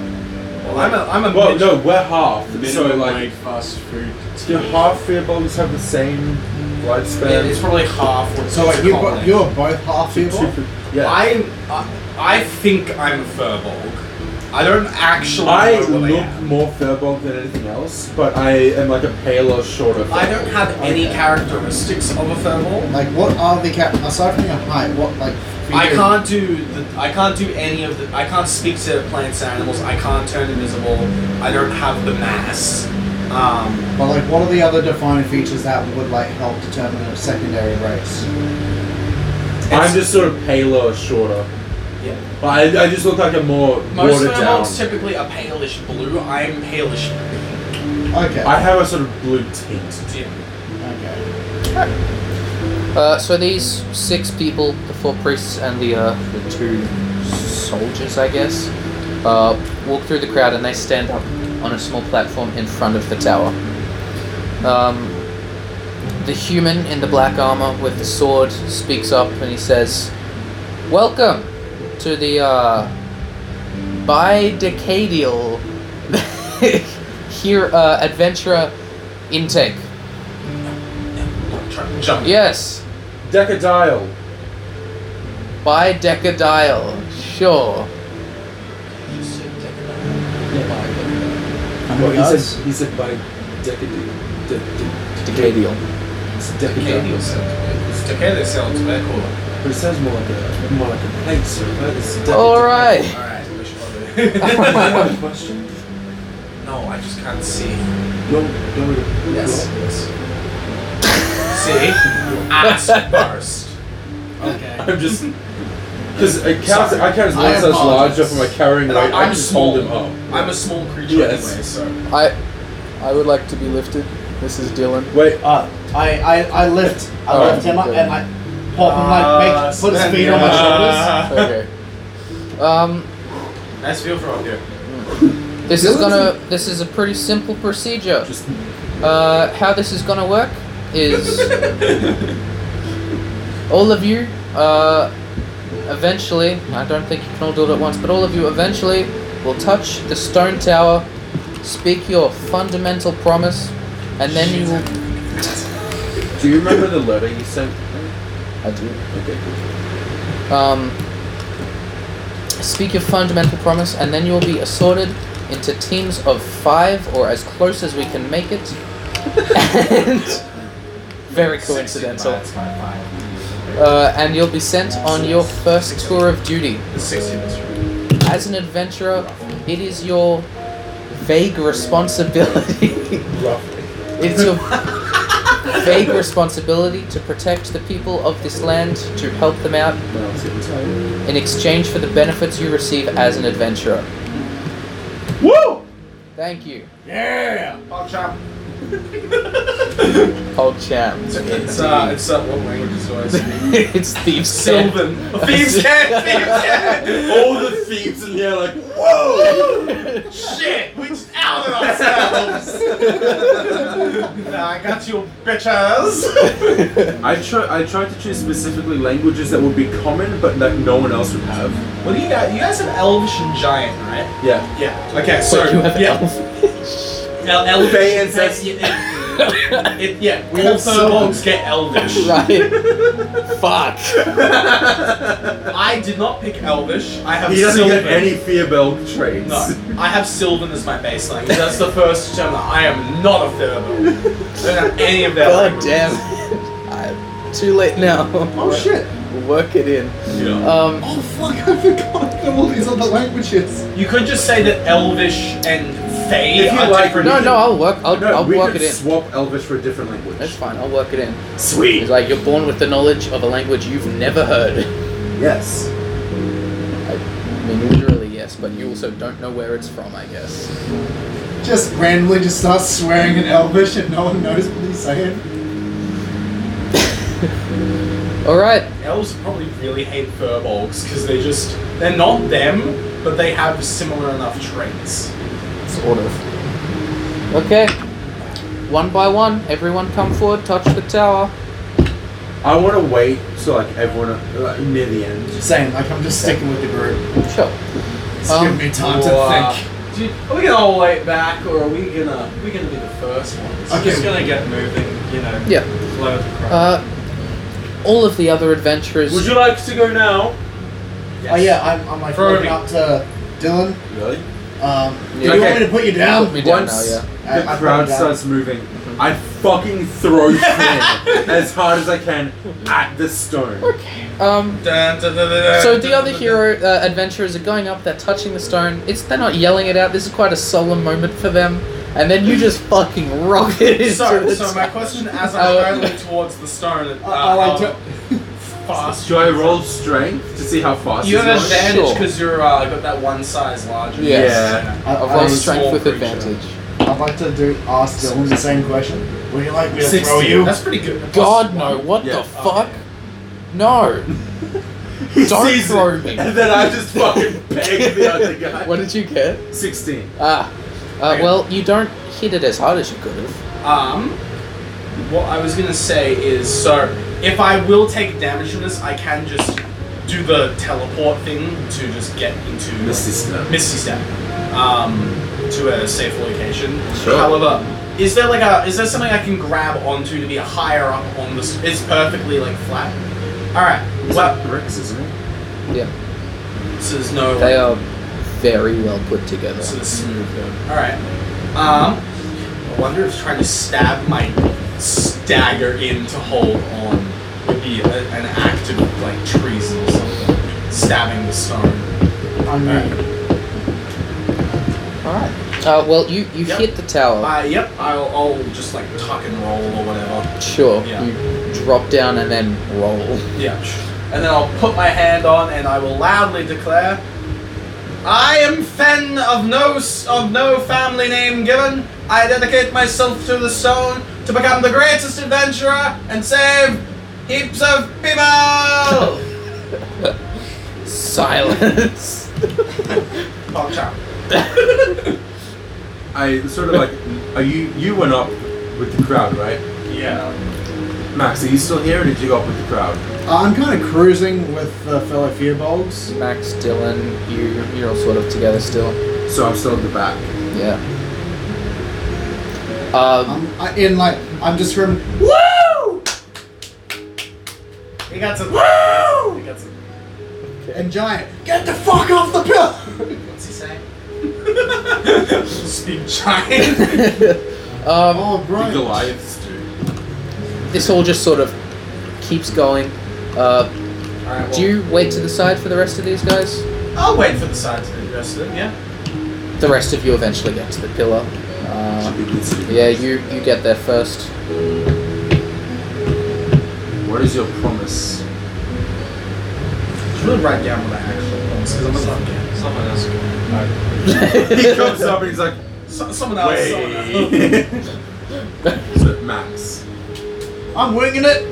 S6: Well, I'm a, I'm a
S4: Well,
S6: mid-
S4: no, we're half. So
S7: Minimum
S4: like,
S7: wage fast food.
S4: do half fearbolgs have the same
S6: Yeah, It's
S4: lifespan?
S6: probably half what
S1: so wait,
S6: it's
S1: you,
S6: called.
S1: bo- you're both half people?
S4: Yeah.
S6: I'm, I, I think I'm a furbolg. I don't actually
S4: I
S6: know what I
S4: look
S6: am.
S4: more furbolg than anything else, but I am like a paler, shorter.
S6: I don't have any characteristics of a furbolg.
S1: Like, what are the cap? Aside from your height, what, like. for
S6: I
S1: you-
S6: can't do the, I can't do any of the I can't speak to plants and animals. I can't turn invisible. I don't have the mass. Um,
S1: But, like, what are the other defining features that would, like, help determine a secondary race?
S4: I'm just sort of paler, shorter.
S6: yeah.
S4: But I, I just look like a more
S6: Most
S4: watered down.
S6: furbolgs typically are palish blue. I'm palish
S1: Okay.
S4: I have a sort of blue tint.
S6: dim.
S1: okay.
S5: you? Uh, so these six people, the four priests and the, uh, the two soldiers, I guess, uh, walk through the crowd and they stand up on a small platform in front of the tower. Um, the human in the black armor with the sword speaks up and he says, Welcome to the uh, bidecadial. Here, uh, adventurer intake.
S6: Jump.
S5: Yes,
S4: Decadial.
S5: bidecadial. Sure.
S4: Well, he said he said by decadial. De- de-
S5: Decadial.
S4: it's
S6: Decadial
S4: decadial.
S6: sounds weird. It's Decadial sounds way cooler.
S4: But it sounds more like a more like an egg server. It's decadial.
S5: All right.
S6: Alright, we should
S4: Do you
S6: probably.
S4: have a question?
S6: no, I just can't see.
S4: No, no.
S6: Yes. See? Ass burst.
S4: no. I'm just because I count. I count as
S6: I
S4: one size
S6: apologize.
S4: larger for my carrying
S6: And
S4: weight.
S6: I,
S4: I
S6: I'm
S4: just hold
S6: small.
S4: him up.
S6: I'm a small creature
S4: Yes.
S6: anyway, so.
S5: I, I would like to be lifted. This is Dylan.
S4: Wait,
S1: Uh, I, I, I lift, I
S4: Oh,
S1: lift him up and I pop him, like, make, put his feet on my shoulders.
S5: Okay. Um,
S6: Nice feel for all here.
S5: this is gonna. This is a pretty simple procedure.
S4: just
S5: Uh, how this is gonna work is all of you uh, eventually I don't think you can all do it at once, but all of you eventually will touch the stone tower, speak your fundamental promise, and then you will
S4: Do you remember the letter you sent?
S5: I do.
S4: Okay, cool.
S5: Um, speak your fundamental promise, and then you will be assorted into teams of five or as close as we can make it. and very coincidental. uh, and you'll be sent on your first tour of duty. As an adventurer, it is your vague responsibility. it's your vague responsibility to protect the people of this land, to help them out in exchange for the benefits you receive as an adventurer. Woo! Thank you,
S6: Oh,
S5: old champ.
S6: It's, uh, it's, uh, what languages do I speak?
S5: it's thieves. Silver.
S6: Thieves can! Thieves can!
S4: All the thieves in here, like, whoa!
S6: Shit! We just outed ourselves! nah, I got you, bitches!
S4: I try. I tried to choose specifically languages that would be common, but that no one else would have.
S6: Well, you guys, you guys have Elvish and Giant, right?
S4: Yeah.
S6: Yeah. Okay, so.
S5: you have
S6: yeah.
S5: elf.
S6: El- Elvish.
S4: Bay ancestors.
S6: Yeah, it- it- yeah, we
S1: All
S6: all Furbolgs get Elvish.
S5: Right. Fuck.
S6: I did not pick Elvish. I have
S4: He doesn't
S6: Sylvan.
S4: get any fear bell traits.
S6: No, I have Sylvan as my base language. That's the first term. that I am not a Furbolg. I don't have any of their
S5: God
S6: languages.
S5: damn. I'm too late now.
S1: Oh shit!
S5: Work it in.
S4: Yeah.
S5: Um,
S1: Oh fuck, I forgot all these other languages.
S6: You could just say that Elvish and Fae
S4: If you
S6: are
S4: like-
S6: different.
S5: no, no, I'll work. I'll,
S4: No,
S5: I'll
S4: we
S5: work
S4: could
S5: it in.
S4: swap Elvish for a different language.
S5: That's fine. I'll work it in.
S4: Sweet.
S5: It's like you're born with the knowledge of a language you've never heard.
S4: Yes.
S5: I mean, literally yes, but you also don't know where it's from. I guess.
S1: Just randomly just starts swearing in Elvish and no one knows what he's saying.
S5: All right.
S6: Elves probably really hate Furbolgs because they just they're not them, but they have similar enough traits.
S5: Sort of. Okay. One by one, everyone come forward. Touch the tower.
S4: I want to wait so like everyone like, near the end.
S1: Same, like I'm just sticking with the group.
S5: Sure.
S1: It's
S5: Um,
S1: giving me time
S6: Wow.
S1: to think.
S6: Do you- are we gonna all wait back, or are we gonna we gonna be the first ones?
S1: Okay.
S7: Just gonna get moving, you know.
S5: Yeah.
S7: Flow with the crowd.
S5: Uh, all of the other adventurers.
S7: Would you like to go now?
S1: Oh yeah, I'm, I'm like
S6: Priority.
S1: looking up to Dylan.
S4: Really?
S1: Um, do
S5: Yeah.
S1: you
S4: Okay.
S1: want me to put you down?
S5: Put me down
S4: Once-
S5: now, yeah.
S1: I-
S4: The
S1: I put
S4: crowd
S1: it down.
S4: starts moving. I fucking throw Finn as hard as I can at the stone.
S5: Um,
S6: Dun, dun, dun, dun, dun,
S5: so the
S6: dun,
S5: other
S6: dun,
S5: hero uh, adventurers are going up. They're touching the stone. It's they're not yelling it out. This is quite a solemn moment for them. And then you just fucking rock it
S6: dun.
S5: into
S6: So,
S5: the
S6: so my question as
S5: Oh.
S6: I'm traveling towards the stone, uh,
S1: I, I like to.
S6: fast.
S4: Do I roll strength to see how fast
S6: You
S4: he's
S6: have
S4: going?
S5: advan-
S6: advantage
S5: Sure.
S6: because you're uh, got that one size larger.
S5: Yes.
S4: Yeah.
S1: I,
S5: I've
S1: I,
S5: got
S6: was a
S5: strength
S6: small
S5: with
S6: creature.
S5: advantage.
S1: I'd like to do ask Dylan the same question. Would you like me to throw
S6: 16.
S1: you?
S6: That's pretty good.
S5: God
S6: Plus
S5: no!
S6: one.
S5: What
S4: Yeah.
S5: the
S6: Oh,
S5: fuck?
S6: yeah.
S5: No!
S4: He
S5: Don't
S4: sees it,
S5: throw me.
S4: And then I just fucking peg the other guy.
S5: What did you get?
S4: 16.
S5: Ah. Uh,
S6: Okay.
S5: well, you don't hit it as hard as you could have.
S6: Um, what I was gonna say is, so if I will take damage from this, I can just do the teleport thing to just get into
S4: Misty Step.
S6: Misty Step um, to a safe location.
S5: Sure.
S6: However, is there like a is there something I can grab onto to be higher up on this? It's perfectly like flat. All right.
S4: It's
S6: Well,
S4: like bricks, isn't it?
S5: Yeah,
S6: so there's no.
S5: they are very well put together.
S6: So this is smooth. All right. Um, I wonder if trying to stab my stagger in to hold on would be a, an act of like treason or something. Stabbing the stone.
S1: I'm
S5: Hmm.
S1: mean,
S5: All right. Uh, well, you you
S6: Yep.
S5: hit the tower.
S6: Uh, yep. I'll, I'll just like tuck and roll or whatever.
S5: Sure.
S6: Yeah.
S5: You drop down and then roll.
S6: Yeah. And then I'll put my hand on and I will loudly declare, I am Fen of no s- of no family name given. I dedicate myself to the stone to become the greatest adventurer and save heaps of people.
S5: Silence.
S6: Pop chop.
S4: I sort of like. Are you you went up with the crowd, right?
S6: Yeah.
S4: Max, are you still here, or did you go up with the crowd?
S1: I'm kind of cruising with the fellow Fearbolgs.
S5: Max, Dylan, you you're all sort of together still.
S4: So I'm still in the back.
S5: Yeah. Um,
S1: I'm I, in like I'm just from
S6: We got some. Woo! We got some.
S1: and giant. Get the fuck off the pillar.
S6: What's he saying? Speak giant.
S5: um,
S1: oh,
S4: The
S1: right.
S4: Goliaths do.
S5: this all just sort of keeps going. Uh,
S6: All right. Well,
S5: do you wait to the side for the rest of these guys?
S6: I'll wait for the side to the rest of it. Yeah.
S5: The rest of you eventually get to the pillar.
S4: Should
S5: Uh,
S4: be good to do.
S5: yeah, you you get there first.
S4: What is your promise?
S6: Should really write down what I actually want because I'm a sucker.
S2: Someone else.
S4: he comes up and he's like,
S6: So, someone else. Someone else.
S4: wait. so Max.
S1: I'm winging it.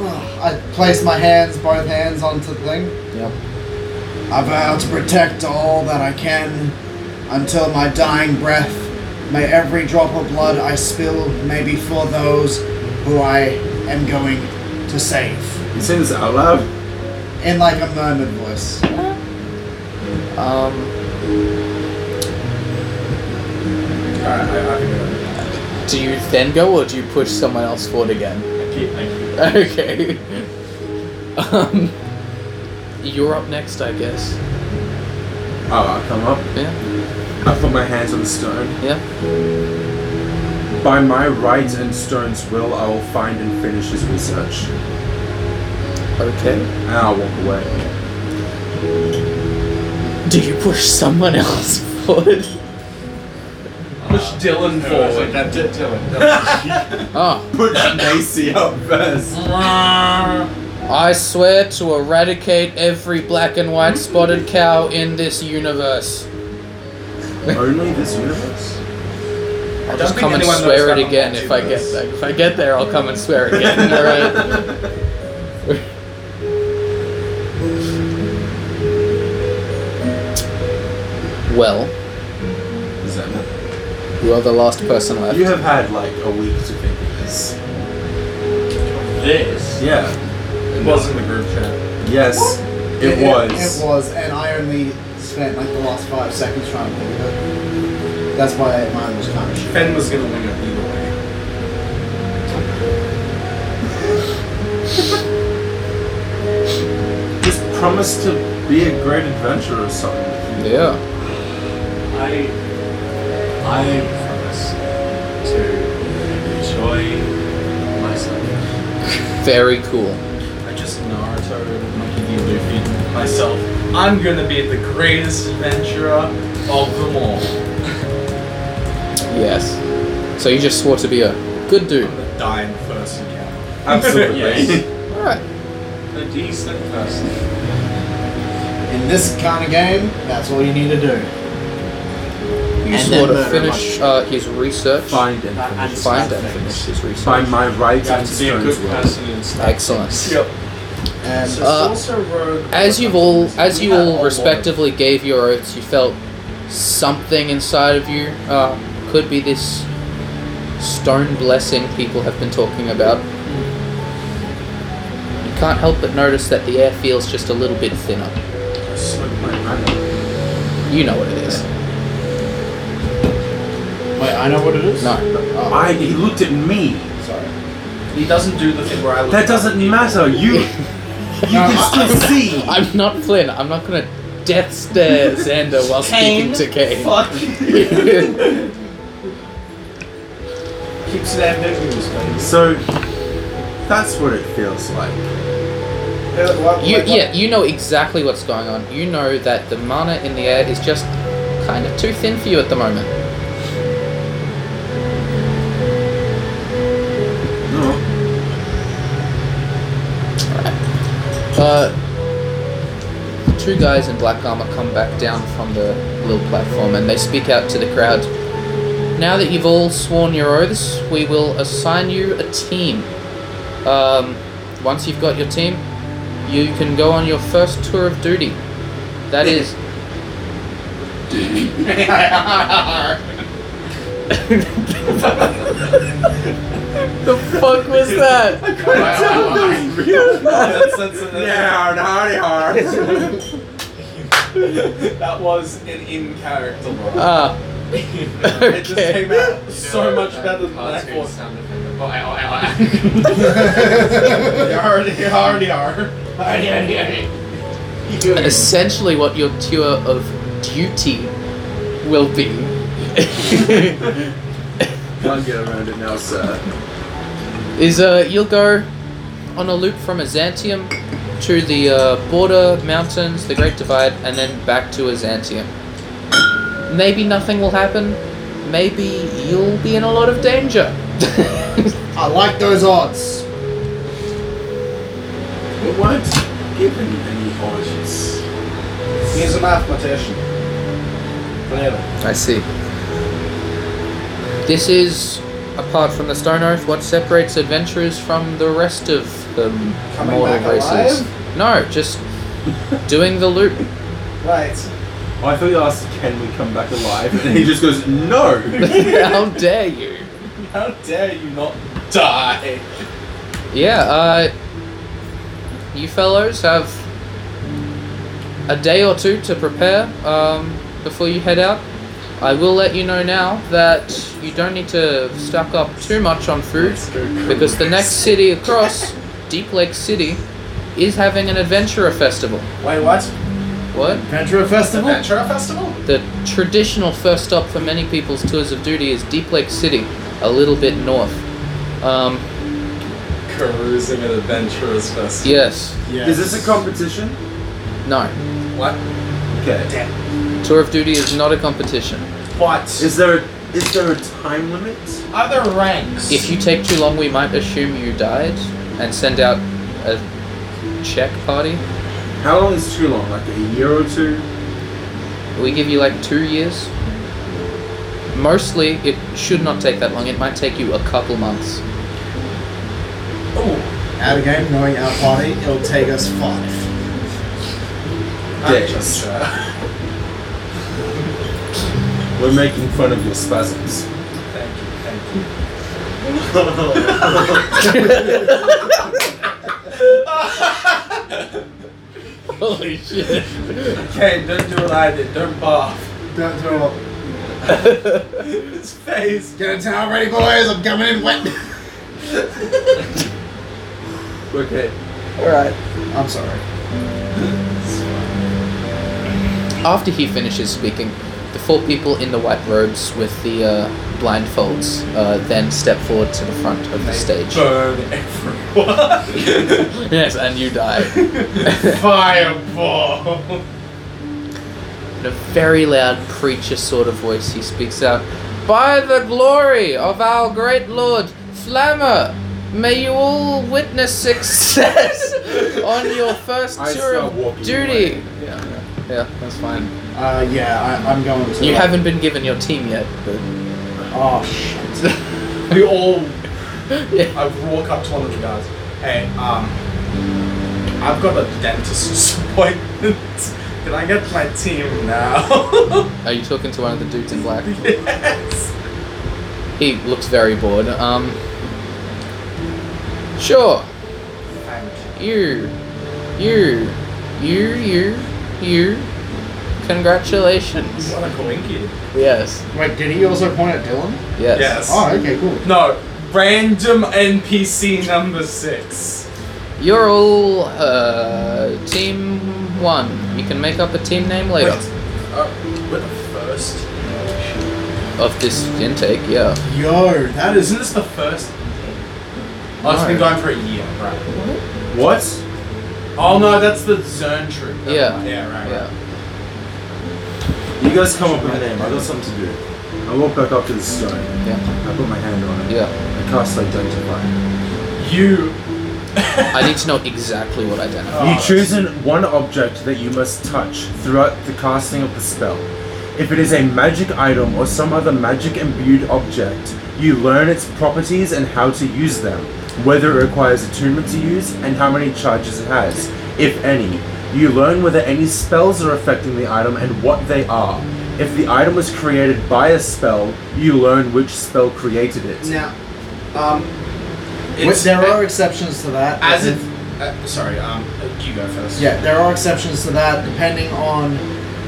S1: Ugh, I place my hands, both hands, onto the thing.
S5: Yep.
S1: I vow to protect all that I can until my dying breath. May every drop of blood I spill may be for those who I am going to save.
S4: You say this out loud?
S1: In like a murmured voice.
S5: Um,
S6: All right. I, I think I-
S5: do you then go or do you push someone else forward again? Okay. Um, you're up next, I guess.
S4: Oh, I come up.
S5: Yeah,
S4: I put my hands on the stone.
S5: yeah.
S4: By my right and stone's will, I will find and finish his research.
S5: Okay.
S4: And I'll walk away.
S5: Do you push someone else forward?
S6: Push Dylan forward.
S2: That did tell it.
S5: Ah,
S4: Put Macy up first.
S5: I swear to eradicate every black and white spotted cow in this universe.
S4: Only this universe?
S5: I'll just
S6: think
S5: come and
S6: anyone knows
S5: swear
S6: that
S5: it
S6: I'm
S5: again if I get
S6: multiverse.
S5: if I get there. I'll come and swear again. All right. Well,
S4: Is that it?
S5: you are the last person left.
S4: You have had like a week to think of this.
S2: This.
S4: Yeah.
S6: It was in the group chat.
S4: Yes, it, was.
S1: It was, and I only spent like the last five seconds trying to think of it. That's why mine was kind of shit.
S6: Fenn was gonna win it either way.
S4: Just promise to be a great adventurer or something.
S5: Yeah.
S2: I I promise to enjoy myself.
S5: Very cool.
S6: I just Naruto Monkey D. Luffy myself. I'm gonna be the greatest adventurer of them all.
S5: Yes. So you just swore to be a good dude.
S6: I'm gonna die in the first encounter.
S4: Absolutely.
S2: Yes.
S5: All right.
S2: A decent person.
S1: In this kind of game, that's all you need to do.
S5: You
S1: And
S5: swore
S1: then
S5: to
S1: murder
S5: finish uh, his research.
S4: Find and
S2: And
S4: finish.
S5: Find and finish his research.
S4: By my right
S2: Got
S4: and
S2: to be a good
S4: stone's will.
S2: person and stuff.
S5: Excellent.
S1: And
S6: So
S5: Uh,
S6: Sorcerer Rogue.
S5: As you've all, as you
S6: Yeah,
S5: all
S6: all
S5: respectively gave your oaths, you felt something inside of you. Uh, could be this stone blessing people have been talking about. can't help but notice that the air feels just a little bit thinner.
S4: I slipped my hand.
S5: You know what it is.
S2: Wait, I know what it is.
S5: No.
S4: I, he looked at me.
S2: Sorry.
S6: He doesn't do the thing where I look.
S4: That doesn't matter. You, you can still see.
S5: I'm not Flynn. I'm not gonna death stare Xander while speaking to Kane.
S6: Fuck. Keeps it ambiguous, baby.
S4: So, that's what it feels like.
S5: You, yeah, you know exactly what's going on. You know that the mana in the air is just kind of too thin for you at the moment.
S4: No.
S5: Uh, the two guys in black armor come back down from the little platform and they speak out to the crowd. Now that you've all sworn your oaths, we will assign you a team. Um, once you've got your team, you can go on your first tour of duty. That is. the fuck was that?
S6: That's- that's- that's-
S4: Yeah, howdy, hard.
S6: That was an in character roll.
S5: Ah.
S6: It just came
S5: okay.
S6: out so much better than that
S7: Cartoon
S6: was.
S7: sound effect. Oh, ow, ow,
S6: You already, you already are.
S7: ow.
S5: Essentially, what your tour of duty will be.
S4: Can't get around it now, sir.
S5: is uh, you'll go on a loop from Azantium to the uh, border mountains, the Great Divide, and then back to Azantium. Maybe nothing will happen. Maybe you'll be in a lot of danger.
S1: I like those odds.
S4: We weren't given any origins.
S6: He's a mathematician. Whatever.
S5: I see. This is, apart from the Stone Oath, what separates adventurers from the rest of the m-
S6: Coming
S5: mortal
S6: back
S5: races. No, just doing the loop.
S6: Right.
S4: Oh, I thought you asked, can we come back alive? And he just goes, no.
S5: How dare you?
S6: How dare you not die?
S5: Yeah, uh, you fellows have a day or two to prepare um, before you head out. I will let you know now that you don't need to stock up too much on food because the next city across, Deep Lake City, is having an adventurer festival.
S6: Wait, what?
S5: What?
S1: Ventura Festival?
S6: Ventura Festival?
S5: The traditional first stop for many people's tours of duty is Deep Lake City, a little bit north. Um,
S7: Cruising at Adventurers Festival.
S5: yes.
S4: Is this a competition?
S5: No.
S6: What?
S4: Okay.
S5: Tour of Duty is not a competition.
S6: What?
S4: Is there a, is there a time limit?
S6: Are there ranks?
S5: If you take too long, we might assume you died and send out a check party.
S4: How long is too long? Like a year or two?
S5: We give you like two years. Mostly, it should not take that long. It might take you a couple months.
S1: Out of game, knowing our party, it'll take us five.
S4: Days. We're making fun of your spasms.
S5: Holy shit.
S6: Okay, don't do what I did. Don't barf.
S1: Don't throw up.
S6: His face.
S1: Get a towel ready, boys. I'm coming in wet.
S4: Okay.
S5: Alright.
S1: I'm sorry.
S5: After he finishes speaking, the four people in the white robes with the uh, blindfolds uh, then step forward to the front of the stage.
S6: Burn everyone.
S5: Yes, and you die.
S6: Fireball.
S5: In a very loud preacher sort of voice, he speaks out, By the glory of our great Lord Flammer, may you all witness success on your first
S4: I
S5: tour
S4: start walking
S5: of duty.
S4: away.
S5: Yeah, yeah, that's fine.
S1: Uh, yeah, I, I'm going to.
S5: You haven't been given your team yet, but
S1: Oh, shit.
S6: We all.
S5: Yeah.
S6: I walk up to one of the guys. Hey, um, I've got a dentist's appointment. Can I get my team now?
S5: are you talking to one of the dudes in black?
S6: yes.
S5: He looks very bored. Um, sure.
S6: Thank you.
S5: Ear. Ear. Ear, ear, ear. Congratulations.
S7: What a coinky.
S5: Yes.
S1: Wait, did he also point at Dylan?
S5: Yes.
S1: Oh, okay, cool.
S6: No, random NPC number six.
S5: You're all uh, team one. You can make up a team name later
S6: Uh, we're the first.
S5: of this intake. Yeah.
S4: Yo, that
S6: Isn't this the first? Oh, it's been going for a year, right?
S4: What?
S6: Oh no, that's the Zern troop. That-
S5: Yeah.
S6: Yeah, right. right.
S5: Yeah.
S4: You guys come up with a name. I got something to do. I walk back up to the stone.
S5: Yeah.
S4: I put my hand on it.
S5: Yeah.
S4: I cast identify.
S6: You.
S5: I need to know exactly what identifies.
S4: You choose an, one object that you must touch throughout the casting of the spell. If it is a magic item or some other magic imbued object, you learn its properties and how to use them, whether it requires attunement to use, and how many charges it has, if any. You learn whether any spells are affecting the item and what they are. If the item was created by a spell, you learn which spell created it.
S1: Now, um,
S6: It's-
S1: there are exceptions to that.
S6: As
S1: if
S6: if. Uh, sorry, um, you go first.
S1: Yeah, there are exceptions to that. Depending on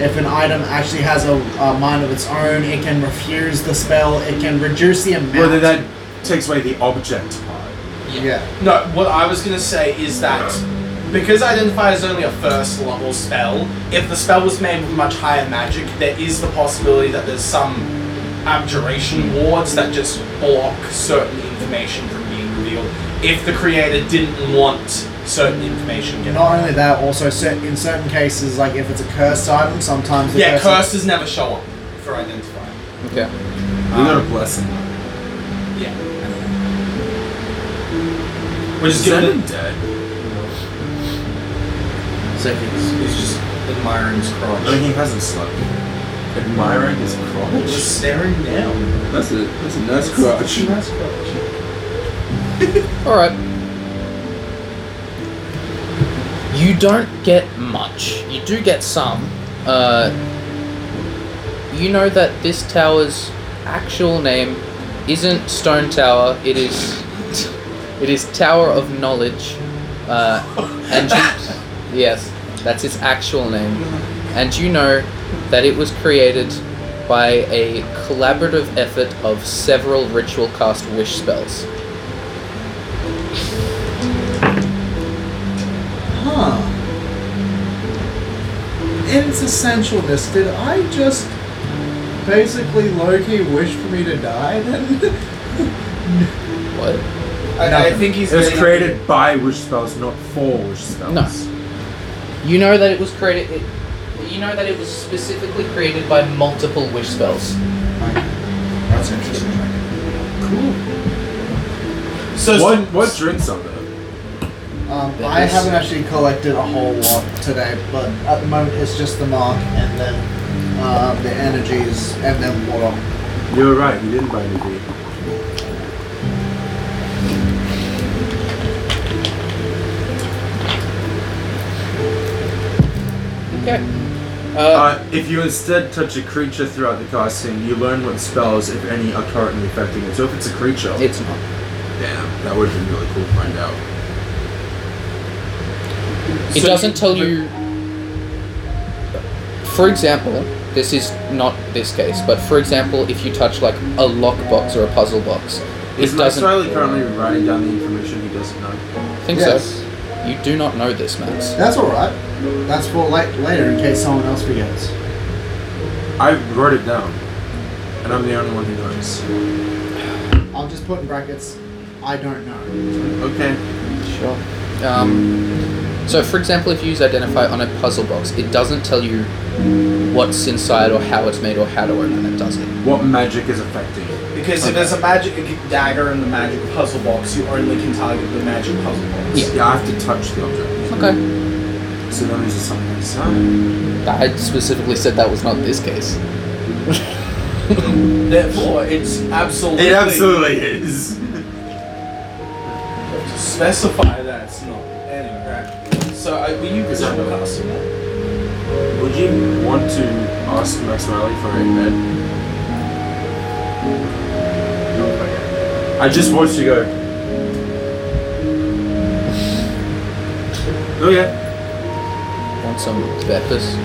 S1: if an item actually has a, a mind of its own, it can refuse the spell. It can reduce the amount.
S4: Whether that takes away the object part.
S1: yeah,
S6: No, what I was gonna say is that because identify is only a first level spell, if the spell was made with much higher magic, there is the possibility that there's some abjuration wards that just block certain information from being revealed. If the creator didn't want certain information,
S1: and
S6: get
S1: not only that, also cer- in certain cases, like if it's a cursed item, sometimes the
S6: yeah,
S1: curse-
S6: curses never show up for identify.
S5: Okay.
S4: We got a blessing.
S6: Yeah. Which is
S4: Zen
S6: good.
S4: dead.
S6: Seconds. He's just admiring his crotch.
S4: I mean, he hasn't slept. Admiring his crotch.
S6: Just staring down.
S4: That's a that's a nice crotch.
S5: All right. You don't get much. You do get some. Uh, you know that this tower's actual name isn't Stone Tower. It is. It is Tower of Knowledge. Uh, and you, yes, that's its actual name. And you know that it was created by a collaborative effort of several ritual cast wish spells.
S1: Huh. It's essential. This did I just basically Loki wish for me to die? Then
S5: What?
S6: I, I think he's.
S4: It was
S6: getting-
S4: created by wish spells, not for wish spells.
S5: No. You know that it was created. It, you know that it was specifically created by multiple wish spells.
S1: that's interesting.
S6: So
S4: What what drinks are there?
S1: Um,
S5: That
S1: I
S5: is-
S1: haven't actually collected a whole lot today, but at the moment it's just the mark and then um, the energies and then water.
S4: You were right. You didn't buy any beer.
S5: Okay. Uh,
S4: Uh, if you instead touch a creature throughout the casting, you learn what spells, if any, are currently affecting it. So if it's a creature,
S5: it's not.
S4: damn, that would have been really cool to find out.
S5: It
S6: So
S5: doesn't
S6: you-
S5: tell you. For example, this is not this case, but for example, if you touch like a lockbox or a puzzle box, it
S4: Is Max
S5: doesn't.
S4: Riley currently writing down the information he doesn't know?
S5: I think
S1: Yes.
S5: so. You do not know this, Max.
S1: That's all right. That's for late, later in case someone else forgets.
S4: I wrote it down, and I'm the only one who knows.
S1: I'll just put in brackets. I don't know.
S4: Okay.
S5: Sure. Um, so, for example, if you use identify on a puzzle box, it doesn't tell you what's inside or how it's made or how to open it. Does it?
S4: What magic is affecting it?
S6: Because if there's a magic dagger in the magic puzzle box, you only can target the magic puzzle box.
S5: Yeah.
S4: Yeah, I have to touch the object.
S5: Okay.
S4: So that means it's something inside.
S5: I specifically said that was not this case.
S6: Therefore, it's absolutely.
S4: It absolutely is.
S6: To specify that it's not. Anyway, right. So, uh, were you
S4: that
S6: ritual
S4: what-
S6: casting that?
S4: Would you want to ask Max Riley for a bed? I just watched you go. Oh,
S3: Okay.
S5: Want some peppers?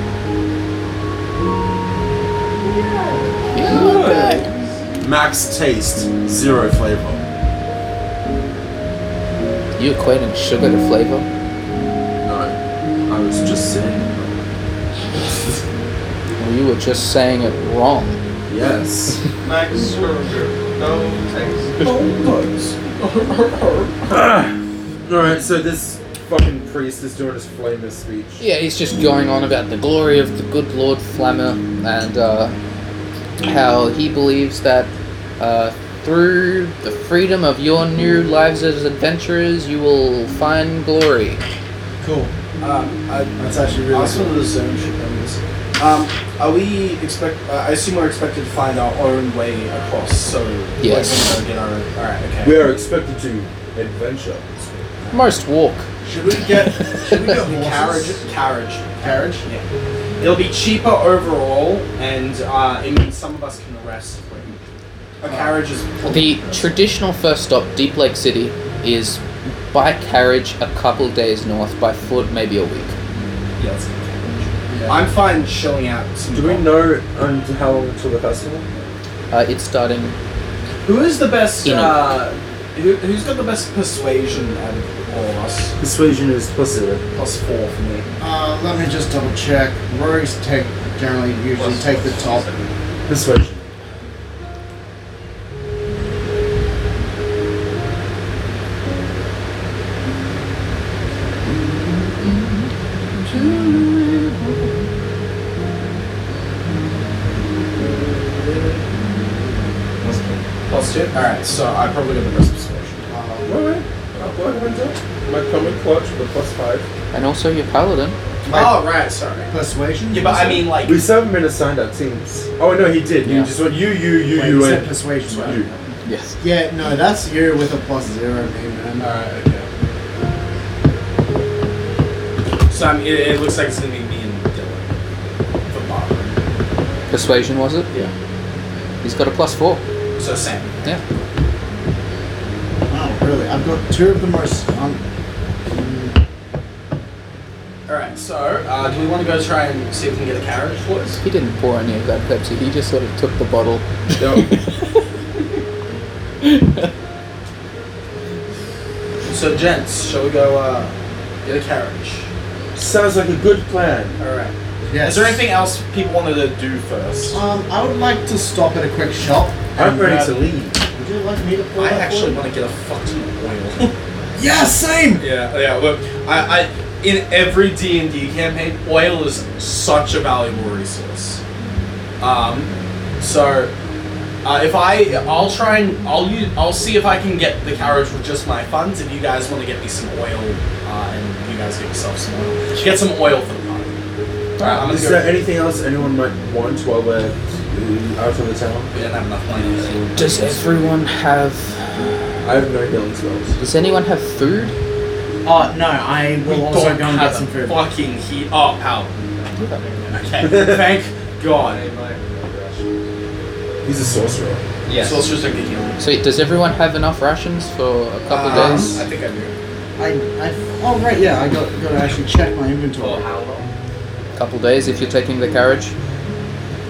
S4: Max taste, zero flavor.
S5: You equating sugar to flavor?
S4: No, I was just saying.
S5: Or you were just saying it wrong?
S4: Yes.
S7: Max Serger. No thanks.
S4: Oh, Alright, so this fucking priest is doing his flamer speech.
S5: Yeah, he's just going on about the glory of the good Lord Flammer and uh, how he believes that uh, through the freedom of your new lives as adventurers, you will find glory.
S6: Cool. Um, I,
S1: That's actually really
S6: I also want to zone ship on this. Um, are we expect? Uh, I assume we're expected to find our own way across. So like,
S5: Yes.
S6: we're gonna get our own. All right. Okay.
S4: We are expected to adventure.
S5: Most walk.
S1: Should we get? Should we get
S6: The
S1: horses?
S6: carriage. Carriage.
S1: Carriage.
S6: Yeah. It'll be cheaper overall, and uh, it means some of us can rest. if we're- A carriage is
S5: The traditional first stop, Deep Lake City, is by carriage a couple days north, by foot maybe a week.
S6: Yeah, it's a carriage. I'm fine shelling out some.
S4: Do we know um, to how long until the festival?
S5: Uh, it's starting.
S6: Who is the best?
S5: You know.
S6: Uh, who, who's got the best persuasion out of all of us?
S4: Persuasion is plus zero.
S6: Plus four for me.
S1: Uh, let me just double check. Rory's take generally usually take the top.
S4: Persuasion.
S6: Plus two. All right, so I probably got the best persuasion.
S1: Uh,
S4: Alright, I'll blow it up. My common clutch with plus five.
S5: And also your paladin.
S1: my
S6: oh right, sorry.
S1: persuasion.
S6: Yeah, but I mean like
S4: We still haven't been assigned our teams. Oh no, he did.
S5: Yeah.
S4: You just went you, you, you,
S1: Wait,
S4: you,
S1: you said
S4: and
S1: persuasion. right?
S4: you.
S5: Yes.
S1: Yeah, no, that's you with a plus zero, me, man.
S6: Alright, okay. So I'm, it, it looks like it's gonna be me and Dylan for Barbara.
S5: Persuasion was it?
S6: Yeah.
S5: He's got a plus four.
S6: So Sam.
S5: Yeah.
S1: Oh, really? I've got two of the most. Um,
S6: All right. So uh, do we want to go try and see if we can get a carriage for us?
S5: He didn't pour any of that Pepsi. He just sort of took the bottle.
S6: So gents, shall we go uh, get a carriage?
S4: Sounds like a good plan.
S6: All right.
S1: yes.
S6: Is there anything else people wanted to do first?
S1: Um, I would like to stop at a quick shop.
S4: I'm
S1: and,
S4: ready
S1: uh,
S4: to leave.
S1: Would you like me to pull
S6: I
S1: that
S6: actually
S1: for
S6: want to get a fucking oil.
S1: you? Yeah, same.
S7: Yeah, yeah. Look, I, I in every D and D campaign, oil is such a valuable resource.
S6: Um, so uh, if I, I'll try and I'll use, I'll see if I can get the carriage with just my funds. If you guys want to get me some oil, uh, and you guys get yourself some oil, get some oil for the party. Alright, I'm gonna
S4: Is
S6: go.
S4: there anything else anyone might want while we're uh, out of the town?
S6: we don't have enough money.
S5: Does everyone have?
S4: I have no healing spells.
S5: Does anyone have food?
S1: Oh no, I will also go and get some food.
S6: fucking heat. Oh, pal. Okay. Thank God.
S4: He's a sorcerer.
S6: Yeah. So let's just take the heal.
S5: So does everyone have enough rations for a couple
S1: Uh,
S5: days?
S6: Um, I think I do.
S1: I, I, oh right, yeah, I got got to actually check my inventory.
S6: how long?
S5: A couple days if you're taking the carriage.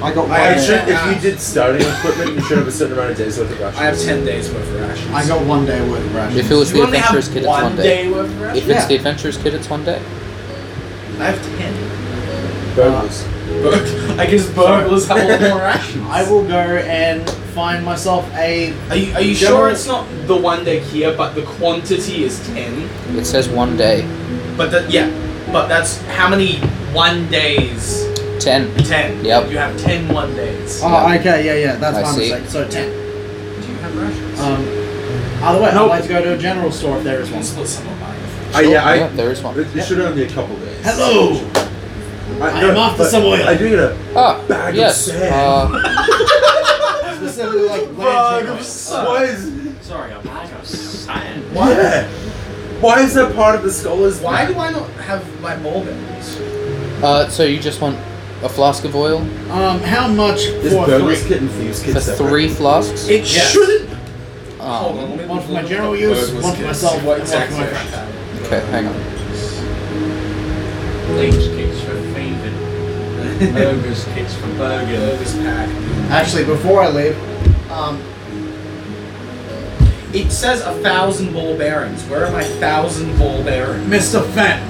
S1: I got one.
S4: I
S1: day.
S4: actually, if you did starting equipment, you should have a certain amount of days worth of rations.
S6: I have ten days worth of rations.
S1: I got one day worth of rations.
S5: If it was
S6: You
S5: the
S6: only
S5: adventurous
S6: have
S5: kid, it's
S6: one
S5: one day.
S6: day worth of
S5: If
S6: rations.
S5: it's
S1: Yeah.
S5: the adventurous kid, it's one day.
S6: I have ten.
S4: Burgers.
S6: I guess burglars have a lot more rations.
S1: I will go and find myself a.
S6: Are you, are you
S1: Yeah,
S6: sure
S1: but-
S6: it's not the one day here, but the quantity is 10?
S5: It says one day.
S6: But that, yeah, but that's how many one days?
S5: Ten.
S6: 10.
S5: Yep.
S6: You have 10 one days.
S1: Oh, okay, yeah, yeah, that's
S5: I
S1: my
S5: see.
S1: mistake. So ten.
S6: Do you have rations?
S1: Um, either way,
S3: Nope.
S1: I'd like to go to a general store if there is
S6: you
S1: one.
S6: can split some of mine.
S4: Uh, yeah, I,
S5: Oh, there is one.
S4: It, it should only be a couple days.
S1: Hello. I am after
S4: but
S1: some oil.
S4: I do get a
S5: Ah,
S4: Bag of
S5: yes.
S4: sand.
S5: Uh,
S1: Specifically, like land general.
S4: Why is,
S7: Sorry, I'm out of science.
S4: why? Why is that part of the scholars?
S6: Why do I not have my more berries?
S5: uh, so you just want a flask of oil
S1: Um, how much
S4: This
S1: for three?
S4: burgers kit and thieves kit
S5: for
S4: separate.
S5: three flasks?
S6: It
S1: Yes.
S6: shouldn't.
S5: Um,
S6: let me
S1: One for
S6: look
S1: my
S6: up
S1: general
S6: the
S1: use,
S6: burglars
S1: one for
S6: kit,
S1: myself,
S6: see what
S1: and one for
S6: exactly
S1: my
S6: I
S1: friends.
S6: have.
S5: okay, hang on.
S7: Leech kicks for thieving. Burgers kicks for burger.
S6: Burgers pack.
S1: Actually, before I leave, um,
S6: It says a thousand ball bearings. Where are my thousand ball bearings?
S1: Mr. Fenton,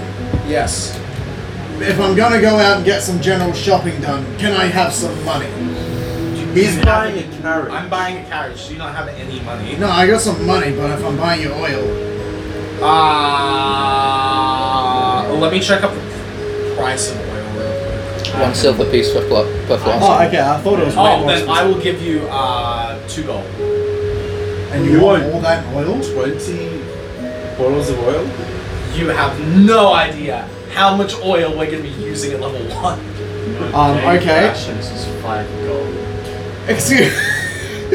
S6: Yes.
S1: if I'm gonna go out and get some general shopping done, can I have some money? He's buying.
S4: a carrot.
S6: I'm buying a carriage. Do you not have any money?
S1: No, I got some money, but if I'm buying you oil,
S6: Ah. let me check up the price of oil real quick.
S5: One silver piece per, flo- per flask.
S1: oh, okay, I thought it was. way
S6: Oh,
S1: more
S6: then I
S1: expensive.
S6: will give you uh, two gold.
S1: And you
S4: You
S1: want
S4: want-
S1: all that oil?
S4: 20 bottles of oil?
S6: You have no idea how much oil we're going to be using at level one.
S1: Um, okay.
S2: Rations is five gold.
S1: Excuse.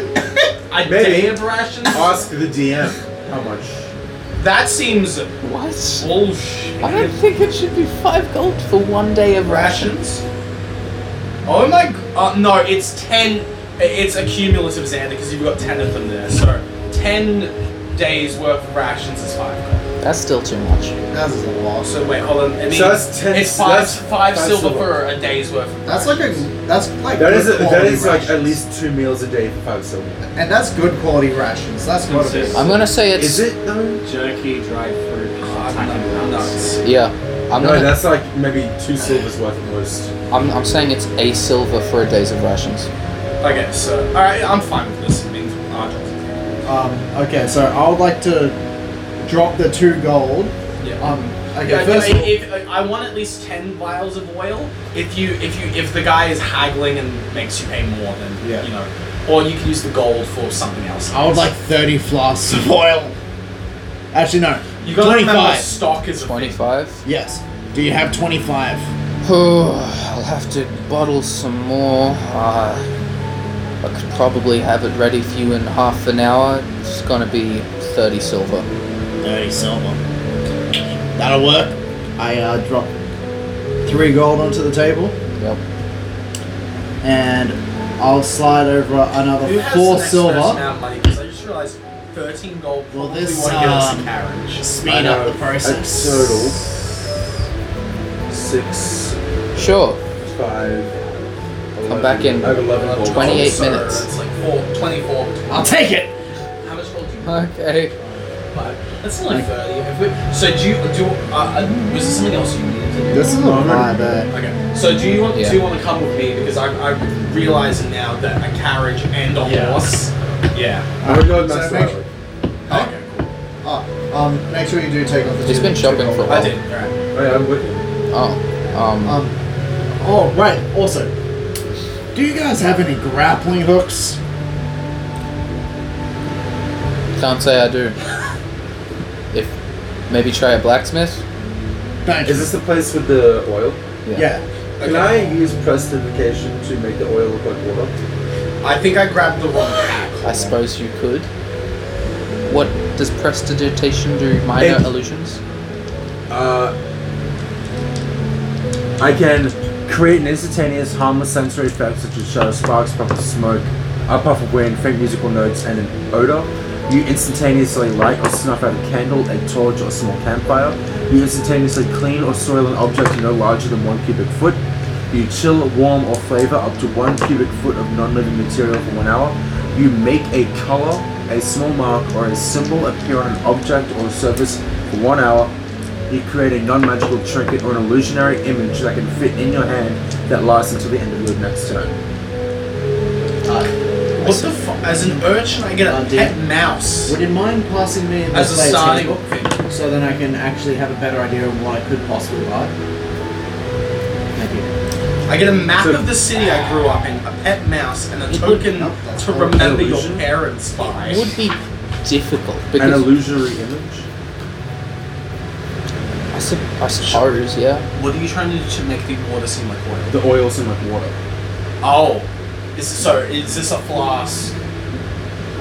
S6: I
S4: Maybe.
S6: day of rations.
S4: Ask the DM how much.
S6: Uh, that seems
S5: What?
S6: bullshit.
S5: I don't think it should be five gold for one day of ration.
S6: rations. Oh my! g- Uh, no, it's ten. It's a cumulative Xander because you've got ten of them there. So ten days worth of rations is five. gold.
S5: That's still too much.
S1: That's a lot.
S6: So wait, hold on. I mean,
S4: So that's 10
S6: It's five,
S4: that's
S6: five,
S4: five
S6: silver,
S4: silver.
S6: for a day's worth. Of
S1: That's like a. That's like.
S4: That
S1: good
S4: is, a, that
S1: quality
S4: is like at
S1: rations.
S4: least two meals a day for five silver.
S1: And that's good quality rations. That's what it is.
S5: I'm gonna say it's.
S4: Is it though?
S2: Jerky, dried fruit, attacking
S6: I'm nuts.
S5: Yeah. I'm
S4: no,
S5: gonna.
S4: that's like maybe two silvers worth at most.
S5: I'm, I'm saying it's a silver for a days of rations.
S6: Okay, so all right, I'm fine with this. It means our job's-
S1: Um, okay, so I would like to drop the two gold.
S6: Yeah.
S1: Um, okay,
S6: Yeah,
S1: first.
S6: if, if, I want at least ten vials of oil. If you if you if the guy is haggling and makes you pay more than
S1: Yeah.
S6: you know, or you can use the gold for something else.
S1: I would like 30 flasks of oil. Actually, no.
S6: you gotta remember
S1: 25.
S6: stock is a thing.
S5: 25?
S1: Yes. Do you have 25?
S5: Oh, I'll have to bottle some more. Uh, I could probably have it ready for you in half an hour. It's gonna be 30 silver.
S1: 30 silver. That'll work. I uh, drop three gold onto the table,
S5: Yep.
S1: and I'll slide over another
S6: Who has
S1: four
S6: the next
S1: silver.
S6: most amount of money? Because I just realized thirteen gold.
S1: Well,
S6: probably
S1: this,
S6: won't get us a
S1: um,
S6: carriage.
S4: I
S1: Speed
S4: know, A total. Six,
S5: Sure.
S4: five.
S5: Come back in
S4: I have 11 gold.
S5: 28
S6: So
S5: minutes.
S6: It's like four, 24.
S1: I'll take it!
S6: How much gold do you have?
S5: Okay.
S6: That's only thirty. If we, so do you do? Uh, was there something else you needed to do?
S1: This is a
S4: Moment.
S1: vibe, eh?
S6: Okay. So do you want
S5: Yeah.
S6: do you want to come with me because I'm I'm realizing now that a carriage and a
S2: Yeah.
S6: horse. Yeah.
S4: I would go Master
S1: So make-
S4: Artwork.
S6: Okay. Cool.
S1: Oh, um, make sure you do take off the
S5: He's been
S1: two
S5: shopping
S1: gold.
S5: for a
S6: I
S5: while.
S6: did. Alright.
S4: Oh, yeah, I'm with you.
S5: Oh. Um,
S1: Um, oh, right, also, do you guys have any grappling hooks?
S5: Can't say I do. If. Maybe try a blacksmith?
S1: Thank you.
S4: Is this the place with the oil?
S1: yeah.
S4: Can I use prestidigitation to make the oil look like water?
S6: I think I grabbed the wrong pack.
S5: I suppose you could. What does prestidigitation do? Minor
S4: It-
S5: illusions?
S4: Uh, I can create an instantaneous harmless sensory effect such as shadow sparks, puff of smoke, a puff of wind, faint musical notes, and an odor. You instantaneously light or snuff out a candle, a torch, or small campfire. You instantaneously clean or soil an object no larger than one cubic foot. You chill, warm, or flavor up to one cubic foot of non-living material for one hour. You make a color, a small mark, or a symbol appear on an object or surface for one hour. You create a non-magical trinket or an illusionary image that can fit in your hand that lasts until the end of your next turn.
S6: What the fuck? As an urchin, I get
S1: I
S6: a
S1: did.
S6: pet mouse
S1: Would you mind passing me the
S6: as a
S1: player's
S6: starting
S1: handbook
S6: thing.
S1: so then I can actually have a better idea of what I could possibly buy? Thank you.
S6: I get a map
S4: So-
S6: of the city I grew up in, a pet mouse, and a token
S1: Nope, that's
S6: to
S1: not
S6: remember your
S4: illusion.
S6: parents by.
S5: It would be difficult
S4: An
S5: because
S4: illusionary image?
S5: I, sup- I suppose, yeah.
S6: What are you trying to do to make the water seem like oil?
S4: The oil seems like water.
S6: Oh, is so? Is this a flask?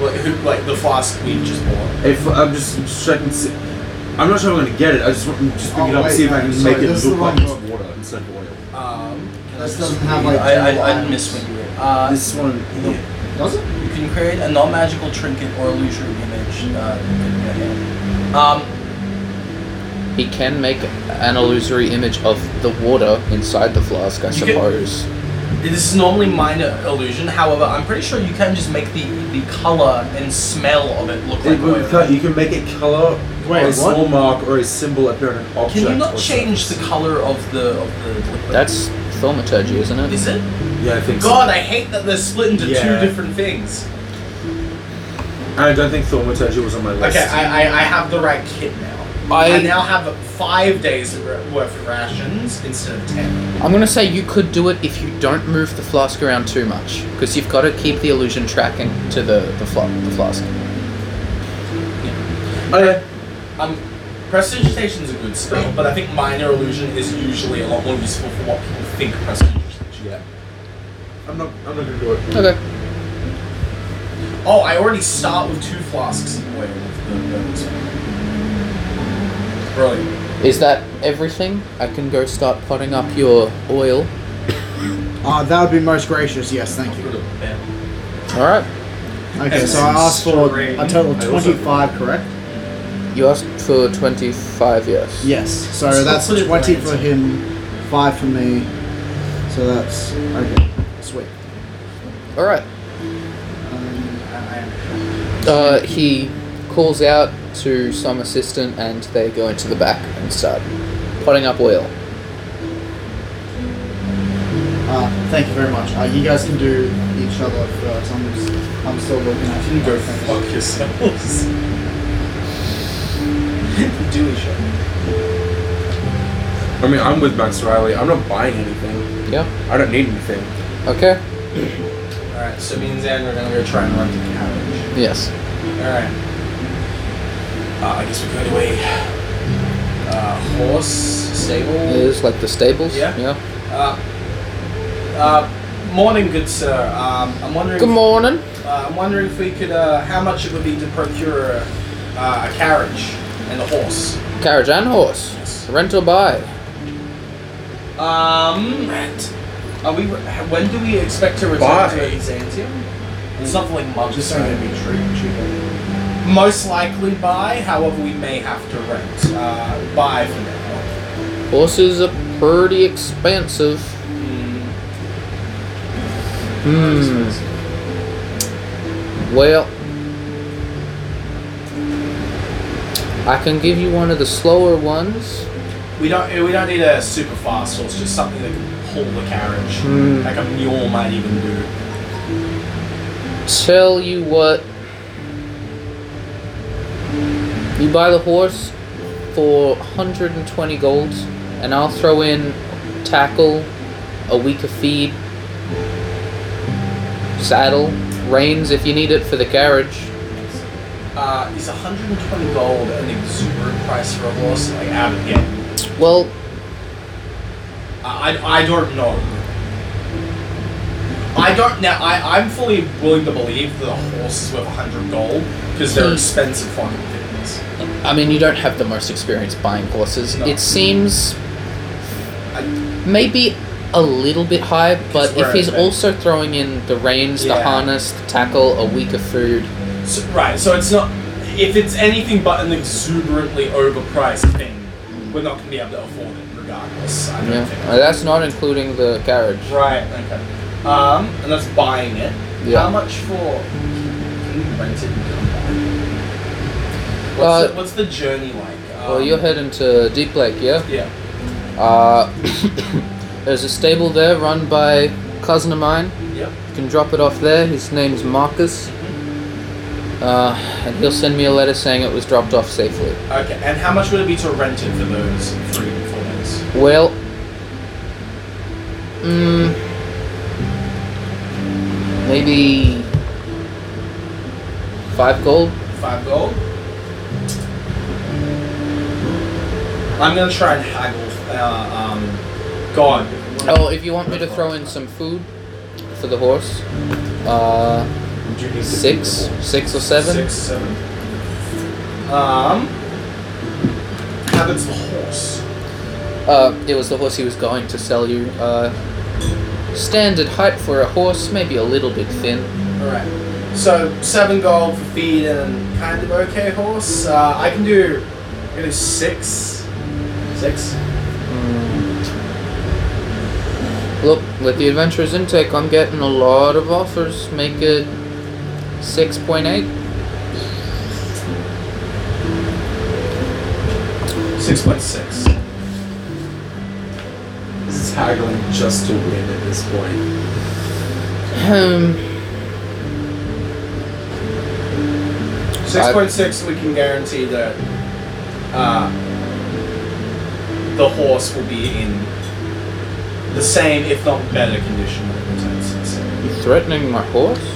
S6: Like, who, like the flask we just bought?
S4: If I'm just, I'm just checking, to see, I'm not sure I'm gonna get it. I just want just pick
S1: Oh,
S4: it up, and
S1: wait,
S4: see if I
S1: no,
S4: can
S1: sorry,
S4: make it
S1: this is
S4: look
S1: the
S4: like
S1: wrong
S4: it's
S1: one.
S4: water instead of
S6: Um, can
S4: oil.
S6: I
S1: This
S6: just
S1: doesn't have,
S6: read-
S1: like,
S6: I,
S1: general
S6: I, I
S1: items.
S6: miss when you read. Uh,
S4: this one, here.
S1: Does it?
S6: You can create a non-magical trinket or illusory image. Uh, yeah, yeah. um,
S5: He can make an illusory image of the water inside the flask, I
S6: You can-
S5: suppose.
S6: This is normally minor illusion. However, I'm pretty sure you can just make the the color and smell of it look like
S4: It would
S6: oil.
S4: cut- you can make it color
S3: Wait,
S4: or a
S3: what?
S4: small mark or a symbol appear on an object.
S6: Can you not
S4: or
S6: change the
S4: surface.
S6: color of the of the liquid?
S5: That's thaumaturgy, isn't it?
S6: is it?
S4: Yeah, I think so.
S6: God, I hate that they're split into
S4: Yeah.
S6: two different things.
S4: And I don't think thaumaturgy was on my list.
S6: Okay, I, I, I have the right kit now.
S5: I-
S6: I, now have five days worth of rations instead of ten.
S5: I'm gonna say you could do it if you don't move the flask around too much, because you've got to keep the illusion tracking to the the, fla- the flask.
S4: Okay.
S6: Um, prestidigitation is a good spell, but I think minor illusion is usually a lot more useful for what people think prestidigitation.
S4: Yeah. I'm not. I'm not gonna do it.
S5: Okay.
S6: Oh, I already start with two flasks of oil. with the- the- Brilliant.
S5: Is that everything? I can go start potting up your oil.
S1: Uh, that would be most gracious, yes, thank you.
S5: All right.
S1: Okay, so I asked for a total of
S4: I also-
S1: 25, correct?
S5: You asked for twenty-five, yes.
S1: Yes. So
S6: Let's
S1: that's
S6: put it
S1: 20
S6: right.
S1: for him, 5 for me. So that's. Okay, sweet.
S5: All right.
S1: Um,
S5: Uh, he calls out to some assistant, and they go into the back and start potting up oil.
S1: uh, thank you very much. Uh, you guys can do each other first. I'm, just, I'm still looking at you. Go
S6: Fuck yourselves. Do each other.
S4: I mean, I'm with Max Riley. I'm not buying anything.
S5: Yeah.
S4: I don't need anything.
S5: Okay.
S6: Alright, so me and Xander are gonna go try and run to the carriage.
S5: Yes.
S6: Alright. Uh, I guess we go to a uh, horse
S5: It
S6: stable.
S5: is like the stables.
S6: Yeah.
S5: Yeah.
S6: Uh, uh, morning, good sir. Um, I'm wondering.
S5: Good morning.
S6: Uh, I'm wondering if we could, uh, how much it would be to procure a, uh, a carriage and a horse.
S5: Carriage and horse.
S6: Yes.
S5: Rent or buy?
S6: Um, are we? When do we expect to return
S4: Buy.
S6: to Byzantium? It's not for like months.
S1: Just so
S6: right?
S1: to be true, cheaper.
S6: Most likely buy. However, we may have to rent. Uh, buy for now.
S5: Horses are pretty expensive. Hmm. Well, I can give you one of the slower ones.
S6: We don't. We don't need a super fast horse. Just something that can pull the carriage,
S5: Hmm.
S6: like a mule might even do.
S5: Tell you what. You buy the horse for 120 gold, and I'll throw in tackle, a week of feed, saddle, reins if you need it for the carriage.
S6: Uh, is 120 gold an exuberant price for a horse? Like out of game.
S5: Well,
S6: I, I, I don't know. I don't now. I I'm fully willing to believe that a horse is worth 100 gold because they're
S5: Hmm.
S6: expensive fucking things.
S5: I mean, you don't have the most experience buying horses.
S6: No.
S5: It seems
S6: I,
S5: maybe a little bit high, but
S6: we're
S5: if he's
S6: open.
S5: also throwing in the reins, the
S6: Yeah.
S5: harness, the tackle, a week of food,
S6: So, right, so it's not. If it's anything but an exuberantly overpriced thing, we're not going to be able to afford it regardless. I don't
S5: yeah, Uh,
S6: think.
S5: that's not including the carriage.
S6: Right, okay. Um, and that's buying it.
S5: Yeah.
S6: How much for. Can you rent it and come back? What's,
S5: Uh,
S6: the, what's the journey like? Um,
S5: Well, you're heading to Deep Lake, yeah?
S6: Yeah.
S5: Uh, there's a stable there run by a cousin of mine.
S6: Yep.
S5: You can drop it off there. His name's Marcus. Uh, and he'll send me a letter saying it was dropped off safely.
S6: Okay, and how much would it be to rent it for those three to four days?
S5: Well, mm, maybe five gold.
S6: Five gold. I'm gonna try and haggle. Uh, um, God.
S5: Oh, if you want me to throw in some food for the horse, uh, six, six or seven.
S6: Six, seven. Um. Habits the horse.
S5: Uh, it was the horse he was going to sell you. Uh, standard height for a horse, maybe a little bit thin.
S6: Alright. So, seven gold for feed and kind of okay horse. Uh, I can do. I'm gonna do six. Six.
S5: Look, with the adventurer's intake, I'm getting a lot of offers. Make it 6.8.
S6: Six point six. This is haggling just to win at this point.
S5: Um,
S6: Six point six. We can guarantee that uh, the horse will be in the same, if not better, condition when it returns to the stable.
S5: you threatening my horse?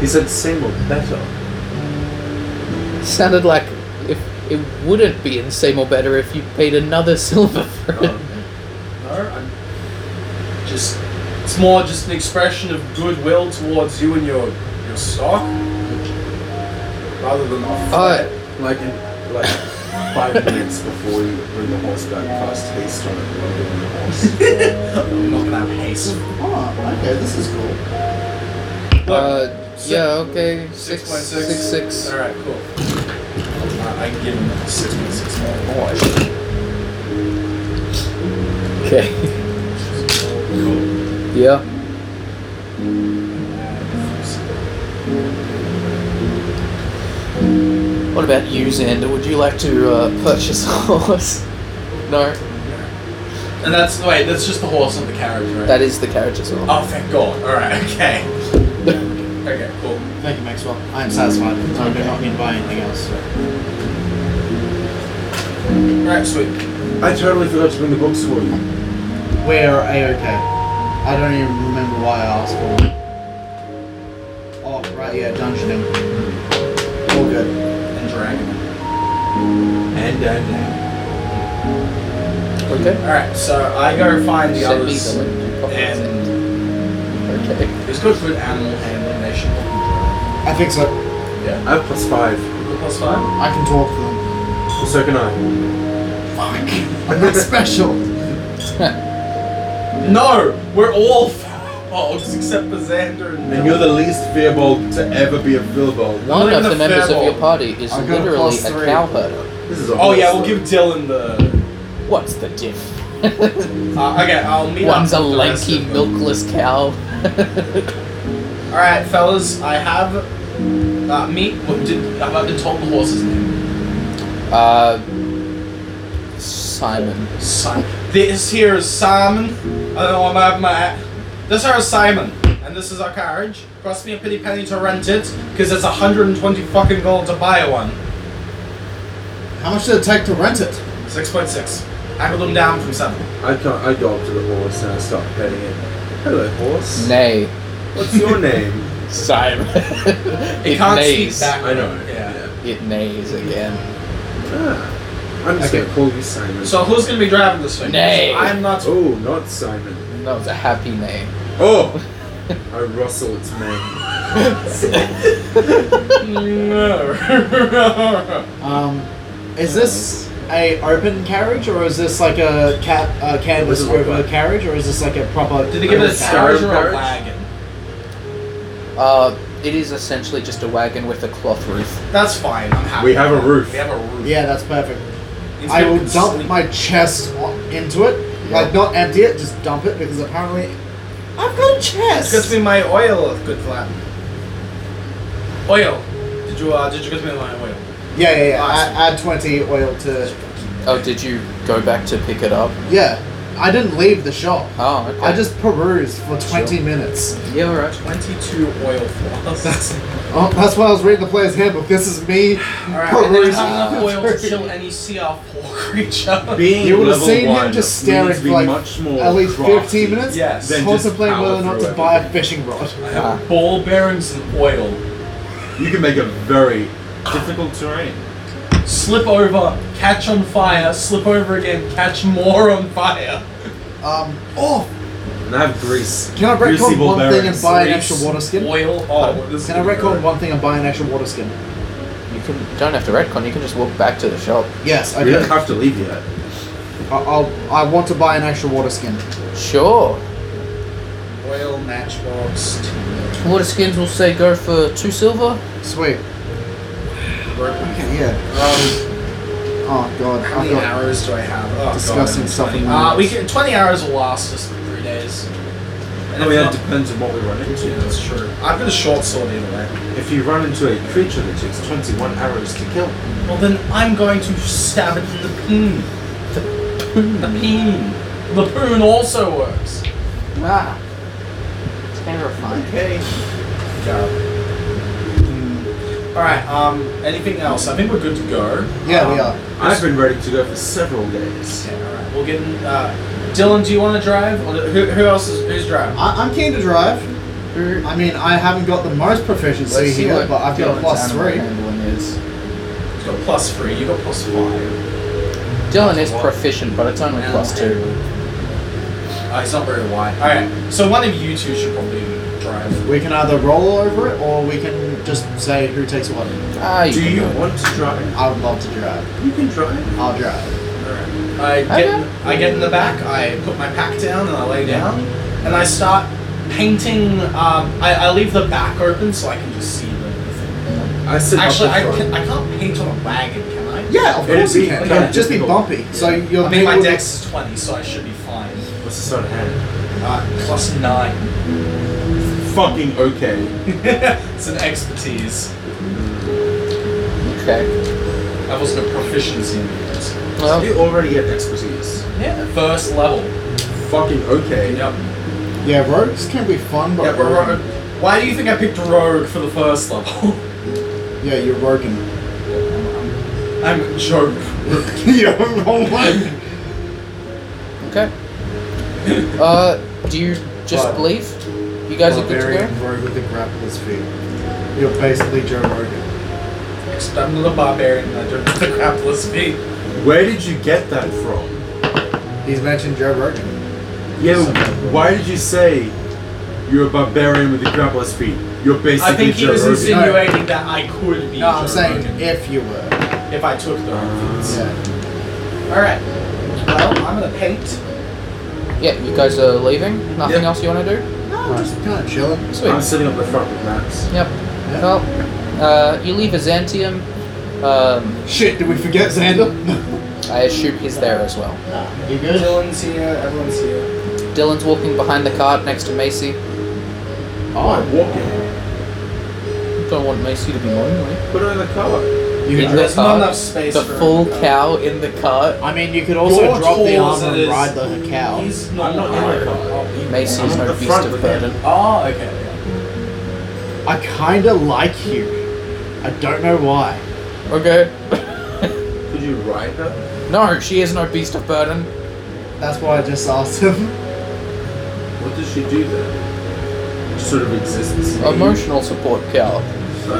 S4: He said same or better.
S5: Sounded like if it wouldn't be in same or better if you paid another silver for it.
S6: No, I'm just. It's more just an expression of goodwill towards you and your your stock, rather than a
S5: Uh,
S6: Oh,
S4: Like in like five minutes before you bring the horse back, fast haste on it, loaded on the horse.
S6: I'm not gonna have haste.
S1: Oh, okay, this is cool.
S5: uh, yeah, okay.
S6: Six
S5: Six,
S6: point
S5: six,
S6: six.
S5: six.
S6: All right, cool. Uh, I can give him six point six more.
S5: Okay.
S6: Cool.
S5: yeah. What about you, Xander? Would you like to uh, purchase a horse? no,
S6: And that's wait, that's just the horse and the carriage, right?
S5: that is the carriage as well.
S6: oh, thank God. All right, okay. okay, cool.
S7: Thank you, Maxwell. I am satisfied. I do not need to buy anything else.
S6: All right, sweet.
S4: I totally forgot to bring the books for you.
S7: We're a okay. I don't even remember why I asked for them. Oh right, yeah, dungeoning.
S1: All good.
S6: And dragon. And and and.
S5: Okay.
S6: All right, so I go find the
S5: Send me
S6: others,
S5: the link.
S6: and
S5: Okay.
S6: it's good for animal handling. They should all
S1: I think so.
S4: I have plus five.
S6: be driving. Plus five.
S1: I can talk to them.
S4: So can I.
S1: Fuck. I'm not special.
S6: No, we're all fogs except for Xander and.
S4: And you're the least fearbold to ever be a Bilbo.
S5: One of
S6: even
S5: the
S6: a
S5: members of
S6: feral.
S5: your party is
S1: I got a
S5: literally
S1: plus
S5: a
S1: three.
S5: cowherder.
S4: This is a
S6: Oh
S4: horse,
S6: yeah, we'll
S4: though.
S6: give Dylan the.
S5: What's the diff?
S6: Uh, okay, I'll meet
S5: One's a
S6: up. with the rest of
S5: lanky,
S6: them.
S5: milkless cow.
S6: All right, fellas, I have uh, meet. What did I've been told the horse's name?
S5: uh, Simon.
S6: Simon. This here is Simon. I don't know what my my. This here is Simon, and this is our carriage. Cost me a pity penny to rent it, because it's 120 fucking gold to buy one.
S1: How much did it take to rent it?
S6: 6.6. I put them down from seven.
S4: I can't. I go up to the horse and I start petting it. Hello, horse.
S5: Nay.
S4: What's your name?
S5: Simon.
S6: It,
S5: it
S6: can't
S5: neighs.
S6: speak back.
S4: I know.
S6: Yeah.
S5: It neighs again.
S4: Ah, I'm just gonna call you Simon.
S6: So who's gonna be driving this thing?
S5: Nay.
S6: I'm not.
S4: oh, not Simon.
S5: That was a happy neigh.
S4: Oh, I rustle its mane.
S6: No.
S1: Um, is this a open carriage or is this like a cat a canvas
S4: What does it look
S1: over
S4: like?
S1: carriage or is this like a proper?
S6: Did they give it a carriage or a
S4: carriage?
S6: wagon?
S5: Uh, it is essentially just a wagon with a cloth roof.
S6: That's fine. I'm happy.
S4: We have a roof.
S6: We have a roof.
S1: Yeah, that's perfect.
S6: It's
S1: I
S6: good
S1: will
S6: to
S1: dump
S6: sleep.
S1: my chest o- into it, like not empty it, just dump it because apparently I've got a
S6: It's good to
S1: chest.
S6: be my oil. Good flat. Oil. Did you uh, did you get me my oil?
S1: Yeah, yeah, yeah. I, add twenty oil to.
S5: Oh, did you go back to pick it up?
S1: Yeah, I didn't leave the shop.
S5: Oh, okay.
S1: I just perused for twenty minutes.
S5: Yeah, alright.
S6: Twenty-two oil flasks.
S1: Oh, that's why I was reading the player's handbook. This is me
S6: Alright, and there's
S1: perusing.
S6: not enough oil to kill
S1: the
S6: any CR4 creature.
S4: Being
S1: You would've
S4: level
S1: seen him
S4: one,
S1: just
S4: we need
S1: staring
S4: to
S1: for
S4: be
S1: like
S4: much more
S1: at least
S4: crafty
S1: 15 minutes?
S6: Yes.
S4: than just
S1: Contemplating
S4: power
S1: whether or not
S4: through
S1: to buy a fishing rod.
S6: I have ball bearings and oil.
S4: everything. You can make a very difficult terrain.
S6: Slip over, catch on fire, slip over again, catch more on fire.
S1: Um, oh,
S4: And I have grease.
S1: Can I break
S4: Greasy
S1: on
S4: ball
S1: one thing
S4: bearings.
S1: and buy an
S6: Grease,
S1: extra water skin?
S6: Oil. Oh, this
S1: Can I record one thing and buy an extra water skin?
S5: You can, you don't have to retcon, you can just walk back to the shop.
S1: Yes,
S4: We don't
S1: okay.
S4: have to leave yet.
S1: I- I'll, I want to buy an extra water skin.
S5: Sure.
S6: Oil matchbox.
S5: Water skins will say go for two silver.
S1: Sweet.
S6: T-
S1: Okay, yeah. Um,
S6: Um,
S1: Oh god,
S6: How
S1: I've
S6: many
S1: got
S6: arrows do I have? Oh, God.
S1: disgusting stuff in my
S6: Uh, we
S1: notes.
S6: can, 20 hours will last us three days. And
S4: I mean,
S6: if
S4: that
S6: not-
S4: depends on what we run
S6: yeah,
S4: into.
S6: that's true. I've got a short sword either way.
S4: If you run into a creature that takes 21 arrows to kill,
S6: Well, then I'm going to stab it in the peen. The poon. The peen. The poon also works.
S5: Ah. Terrifying.
S6: Okay. Alright, um, anything else? I think we're good to go.
S1: Yeah,
S6: Um,
S1: we are.
S4: I've been ready to go for several days.
S6: Okay, alright. We'll get in. Uh, Dylan, do you want to drive? Or who, who else is who's driving?
S1: I, I'm keen to drive. I mean, I haven't got the most proficiency
S7: Let's see
S1: here,
S7: what
S1: but I've got a
S7: Dylan's
S1: plus
S7: animal
S1: three.
S7: handling is.
S6: You've got plus three, you've got plus five.
S5: Dylan is proficient, but it's only plus two.
S6: Uh, he's not very wide. Alright, so one of you two should probably drive.
S1: We can either roll over it or we can just say who takes what.
S5: Ah, you
S4: Do
S5: can
S4: you
S5: do it.
S4: want to drive?
S1: I would love to drive.
S4: You can drive.
S1: I'll drive.
S6: I get,
S5: Okay.
S6: I get in the back, I put my pack down, and I lay down, and I start painting. Um, I, I leave the back open so I can just see the the thing.
S4: I said
S6: Actually, I,
S4: up the
S6: can,
S4: front.
S6: I can't paint on a wagon, can I?
S1: Yeah, of
S4: It'd
S1: course you
S4: be-
S1: can.
S4: yeah.
S1: It'd just be bumpy. So your
S6: I mean, my
S1: people-
S6: dex is 20, so I should be fine.
S4: What's this on hand?
S6: Uh, plus 9.
S4: Fucking okay.
S6: it's an expertise.
S5: Okay.
S6: I wasn't a proficiency in this.
S5: Well,
S4: You already get expertise.
S6: Yeah, first level.
S4: Fucking okay.
S6: Yep.
S1: Yeah, rogues can be fun, but
S6: Yeah, we're rogue. Why do you think I picked rogue for the first level?
S1: yeah, you're roguing.
S6: I'm joke.
S1: you're rolling.
S5: okay. Uh, do you just
S1: What?
S5: leave? You guys are good to
S1: Barbarian
S5: go?
S1: rogue with a grappler's feet. You're basically Joe Rogan.
S6: Except I'm not a barbarian and I don't have the grappler's feet.
S4: Where did you get that from?
S1: He's mentioned Joe Rogan.
S4: Yeah, why did you say you're a barbarian with a grappler's feet? You're basically
S6: I think he
S4: Joe
S6: was
S4: Rogan.
S6: insinuating that I could be.
S1: No, I'm
S6: Joe
S1: saying
S6: Rogan
S1: if you were.
S6: if I took the feats.
S1: Yeah.
S6: Alright. Well, I'm gonna paint.
S5: Yeah, you guys are leaving? Nothing
S4: Yeah.
S5: else you want to do?
S1: No, I'm just kind of chilling.
S5: Sweet.
S4: I'm sitting up the front with maps.
S5: Yep.
S1: Yeah.
S5: Well, uh, you leave Byzantium. Um,
S1: Shit, did we forget Xander?
S5: I assume he's there as well.
S1: nah, you good?
S6: Dylan's here, everyone's here.
S5: Dylan's walking behind the cart next to Macy.
S4: Oh, I'm walking.
S5: Don't want Macy to be lonely.
S4: Put her in the car.
S1: You
S5: In
S1: can
S5: the
S6: There's not enough
S5: cart.
S6: space
S5: The
S6: for
S5: full
S6: him.
S5: cow in the cart.
S1: I mean, you could also
S6: Your
S1: drop the
S6: tools
S1: armor
S6: is-
S1: and ride the cow.
S6: He's not,
S4: I'm not in the car.
S6: Oh, he-
S5: Macy's
S4: I'm at
S5: no
S4: the
S5: beast
S4: front
S5: of
S4: with him.
S5: burden.
S6: Oh, okay.
S1: I kinda like you. I don't know why.
S5: Okay.
S4: Could you ride her?
S5: No, she is no beast of burden.
S1: That's why I just asked him.
S4: What does she do then? She sort of exists.
S5: Emotional support cow.
S4: So,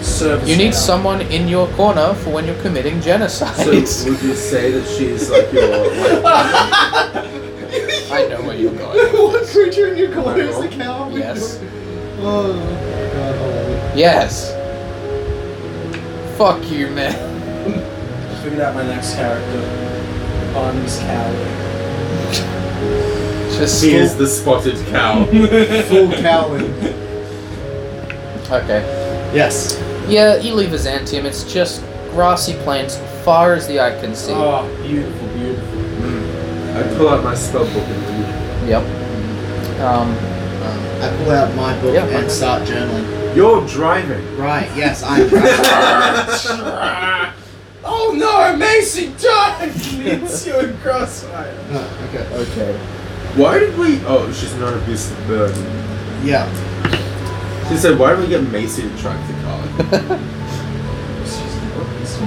S6: Service
S5: You need
S6: now.
S5: someone in your corner for when you're committing genocide.
S4: so would you say that she's like your like,
S5: I know where you're going.
S1: what creature in your corner is the cow?
S5: Yes.
S1: Oh, God, I love it.
S5: Yes. Fuck you, man.
S6: Figured out my next character. Bonds Cowley.
S5: Just
S4: she is the spotted cow?
S1: Full cowling.
S5: okay.
S1: Yes.
S5: Yeah, you leave Byzantium. It's just grassy plains far as the eye can see.
S6: Oh, beautiful, beautiful.
S4: I pull out my spell book and
S5: Yep. Um,
S1: Um, I pull out my book
S5: Yeah,
S1: and
S5: my-
S1: start journaling.
S4: read. You're driving.
S1: Right, yes, I'm driving.
S6: Oh no, Macy died! Meets you in crossfire.
S1: No, Oh, okay.
S4: Okay. Why did we? Oh, she's not a beast of burden.
S1: Yeah.
S4: She said, "Why did we get Macy to track the car?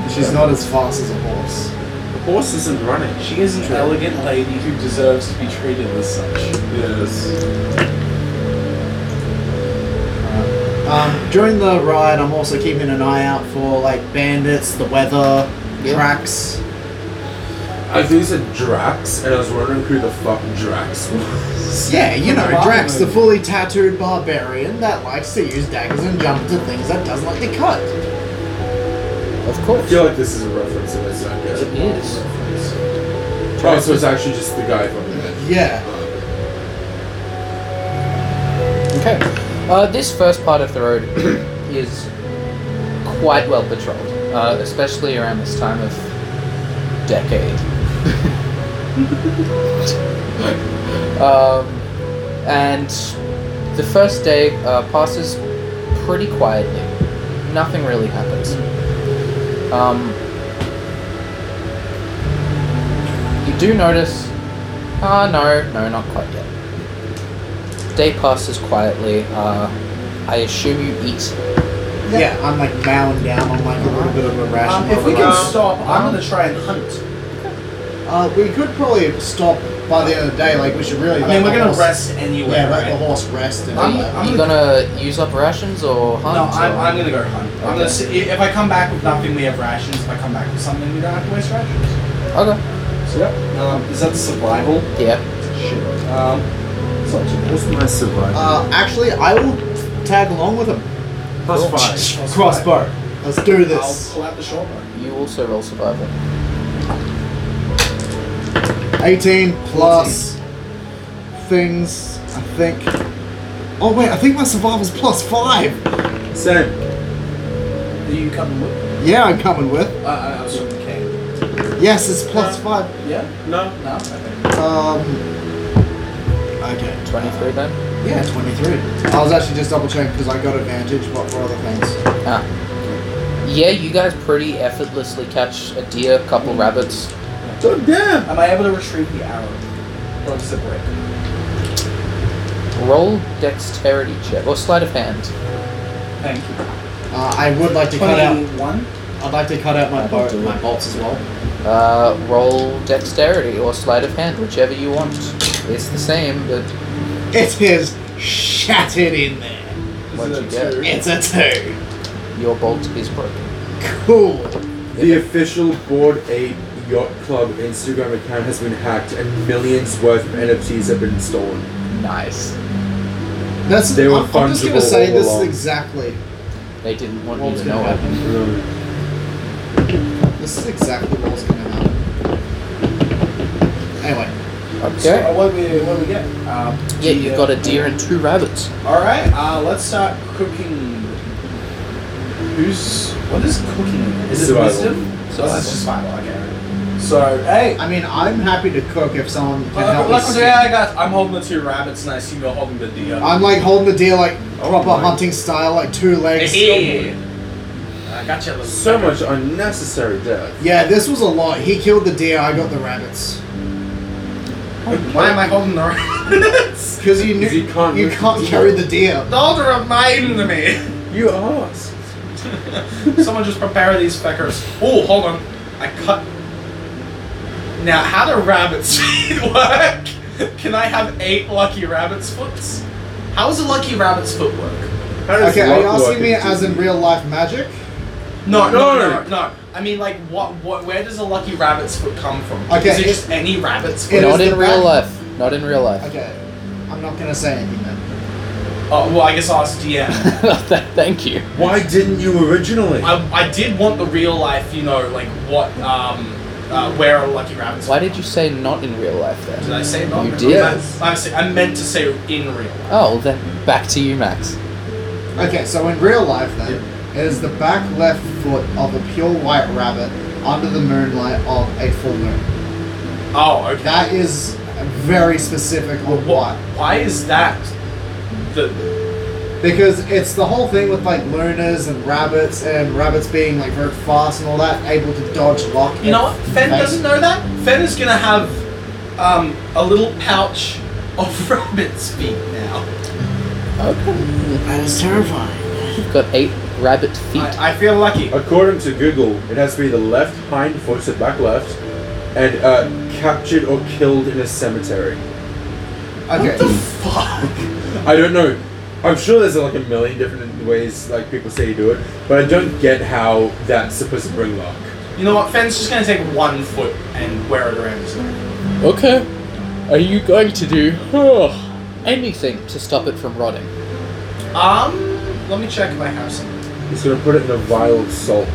S1: She's not as fast as a horse.
S4: the horse isn't running."
S6: She is an elegant lady who deserves to be treated as such.
S4: Yes.
S1: Um, during the ride, I'm also keeping an eye out for like bandits, the weather,
S5: Yeah.
S1: tracks.
S4: I think you said Drax, and I was wondering who the fuck Drax was.
S1: Yeah, you know,
S6: Barbarian.
S1: Drax, the fully tattooed barbarian that likes to use daggers and jump to things that doesn't like to cut.
S5: of
S4: I
S5: course.
S4: feel like this is a reference to this. I guess.
S5: It is.
S4: Oh, so it's actually just the guy from the
S1: Yeah.
S5: Okay. Uh, this first part of the road is quite well patrolled, uh, especially around this time of decade. um, and the first day uh, passes pretty quietly. Nothing really happens. Um, you do notice. Ah, no, no, not quite yet. Day passes quietly. Uh, I assume you eat.
S7: Yeah. I'm like bowing down on like a little bit of a ration.
S6: Um, if we can
S7: of rice.
S6: stop, I'm gonna try and hunt.
S1: Uh, we could probably stop by the end of the day. Like we should really.
S6: I
S1: let
S6: mean, we're
S1: the
S6: gonna
S1: horse-
S6: rest anyway.
S1: Yeah, let the
S6: right?
S1: horse rest. And
S6: I'm-
S1: uh,
S5: Are you gonna use up rations or hunt?
S6: No, I'm,
S5: or-
S6: I'm gonna go hunt. I'm gonna
S5: Okay.
S6: see, i- if I come back with nothing, we have rations. If I come back with something, we don't have to waste rations.
S5: Okay.
S6: So yep. Um, is that survival?
S5: Yeah.
S6: Shit. Um, it's not too
S4: What's my survival?
S1: uh, actually, I will tag along with him.
S4: Plus five.
S6: bad.
S7: Crossbar.
S1: Let's do
S6: I'll
S1: this.
S6: pull out the shotgun.
S5: You also roll survival.
S1: 18 plus things, I think. Oh wait, I think my survival's plus five.
S4: Same.
S6: Are you coming with?
S1: Yeah, I'm coming with.
S6: Uh, I I was from the cave. Uh,
S1: Yes, it's plus five.
S6: Yeah.
S4: No.
S6: No. Okay.
S1: Um. Okay.
S5: Twenty-three then.
S1: Yeah, 23. I was actually just double checking because I got advantage, but for other things.
S5: Ah. Yeah, you guys pretty effortlessly catch a deer, a couple rabbits.
S4: So damn.
S6: Am I able to retrieve the arrow? Or does it break?
S5: Roll dexterity check or sleight of hand.
S6: Thank you.
S1: Uh, I would like to cut out.
S6: Twenty-one.
S1: I'd like to cut out my bow,
S5: do it.
S1: my bolts as well.
S5: Uh, roll dexterity or sleight of hand, whichever you want. It's the same, but
S1: It is shattered in there.
S5: What'd you get?
S1: It's a two.
S5: your bolt is broken.
S1: Cool.
S4: The official Board Ape Yacht Club Instagram account has been hacked and millions worth of NFTs have been stolen.
S5: Nice.
S1: That's.
S4: They were
S1: I'm, I'm just gonna
S4: fungible
S1: say
S4: all
S1: this
S4: along.
S1: exactly.
S5: They didn't want you
S1: What's
S5: to
S1: gonna
S5: know it.
S1: happen?
S6: Mm-hmm.
S1: This is exactly what's gonna happen. Anyway.
S6: So, uh,
S5: Okay.
S6: what do we what do we get? Um,
S5: Yeah, you've got a deer and two rabbits.
S6: All right. Uh, let's start cooking. Who's what is cooking? Is it
S4: Survival.
S6: wisdom? So
S5: Survival.
S6: this is survival. I get it. So hey.
S1: I mean, I'm happy to cook if someone can
S6: Uh,
S1: help
S6: look,
S1: me.
S6: so yeah, I got. I'm holding the two rabbits, and I assume you're holding the uh, deer.
S1: I'm like holding the deer like
S4: Oh
S1: proper
S4: my.
S1: hunting style, like two legs.
S6: I got you.
S4: So much unnecessary death.
S1: Yeah, this was a lot. He killed the deer. I got the rabbits.
S6: Why am I holding the rabbits?
S1: Because you knew
S4: Because you can't
S1: you
S4: move
S1: can't
S4: the deer.
S1: carry the deer.
S6: Don't remind me.
S4: You ass.
S6: Someone just prepare these feckers. Oh, hold on. I cut. Now, how do rabbits feet work? Can I have eight lucky rabbits' foots? How does a lucky rabbit's foot work?
S4: How does
S1: Okay, are you
S4: luck work
S1: asking me
S4: in
S1: as in
S4: Disney?
S1: real life magic?
S6: No, no,
S4: No.
S6: no, no. I mean, like, what, what? Where does a lucky rabbit's foot come from?
S1: Okay,
S6: Is it
S1: it-
S6: just any rabbit's foot?
S1: It
S5: Not
S1: is
S5: in
S1: the
S5: real
S1: back-
S5: life. Not in real life.
S1: Okay, I'm not gonna say anything then.
S6: Oh, well, I guess I'll ask DM.
S5: Th- Thank you.
S4: Why didn't you originally?
S6: I, I did want the real life, you know, like what, um, uh, where are Lucky Rabbits?
S5: Why did you say not in real life
S6: Did
S5: then?
S6: I say not?
S5: You
S6: I-
S5: did.
S6: I, say- I meant to say in real life.
S5: Oh, then back to you, Max.
S1: Okay, so in real life then, it is the back left foot of a pure white rabbit under the moonlight of a full moon.
S6: Oh, okay.
S1: That is very specific on what.
S6: Why is that the.
S1: Because it's the whole thing with like lunars and rabbits and rabbits being like very fast and all that, able to dodge lock.
S6: You know what?
S1: and
S6: Fen
S1: face.
S6: doesn't know that? Fen is gonna have um, a little pouch of rabbit's feet now.
S5: Okay.
S1: That is terrifying.
S5: You've got eight rabbit feet.
S6: I, I feel lucky.
S4: According to Google, it has to be the left hind foot, so back left, and uh, captured or killed in a cemetery.
S1: Okay.
S6: What the fuck?
S4: I don't know. I'm sure there's like a million different ways like people say you do it, but I don't get how that's supposed to bring luck.
S6: You know what? Fen's just gonna take one foot and wear it around his neck.
S5: Okay. Are you going to do oh, anything to stop it from rotting?
S6: Um, let me check if I have some.
S4: He's gonna put it in a vial of salt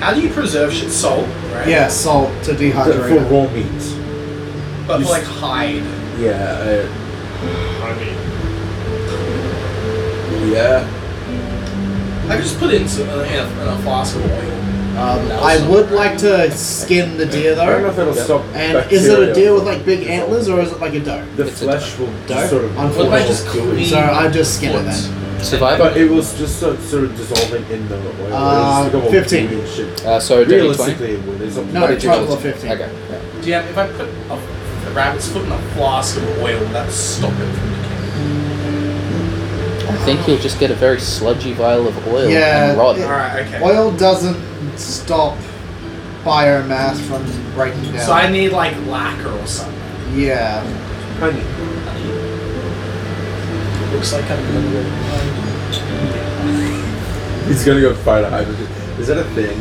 S6: How do you preserve shit? Salt, right?
S1: Yeah, salt to
S4: for
S1: dehydrate. it.
S4: raw meat.
S6: But
S4: You
S6: for, like
S4: s-
S6: hide.
S4: Yeah,
S2: Honey.
S4: uh, yeah.
S6: I could just put it in, some, in, a, in a uh, flask of oil.
S1: Um, I would like to skin the deer
S4: I don't know
S1: though.
S4: if it'll stop.
S1: And is it a
S4: bacteria.
S1: deer with like big antlers or is it like a doe?
S4: The
S5: It's a
S4: flesh will
S1: Dark?
S4: just sort of.
S1: Unfortunately.
S6: What if I just clean?
S1: So I just skin it then.
S5: Survival.
S4: But it will just sort sort of dissolving in the oil.
S1: Uh,
S4: It's like a
S1: 15.
S4: weird shit.
S5: Uh, so dirty twenty.
S4: Realistically, it would. It's a
S1: No,
S5: did you
S1: total
S5: roll?
S1: of 15.
S5: Okay. yeah.
S6: DM, if I put a, a rabbit's foot in a flask of oil, will that stop it from decaying?
S5: I think you'll just get a very sludgy vial of oil
S8: Yeah,
S5: and rot.
S8: it-
S6: Alright, okay.
S8: Oil doesn't stop biomass from breaking down.
S6: So I need like lacquer or something.
S8: yeah.
S4: honey.
S6: Looks like I'm gonna go.
S4: He's gonna go fight a hydrogen. Is that a thing?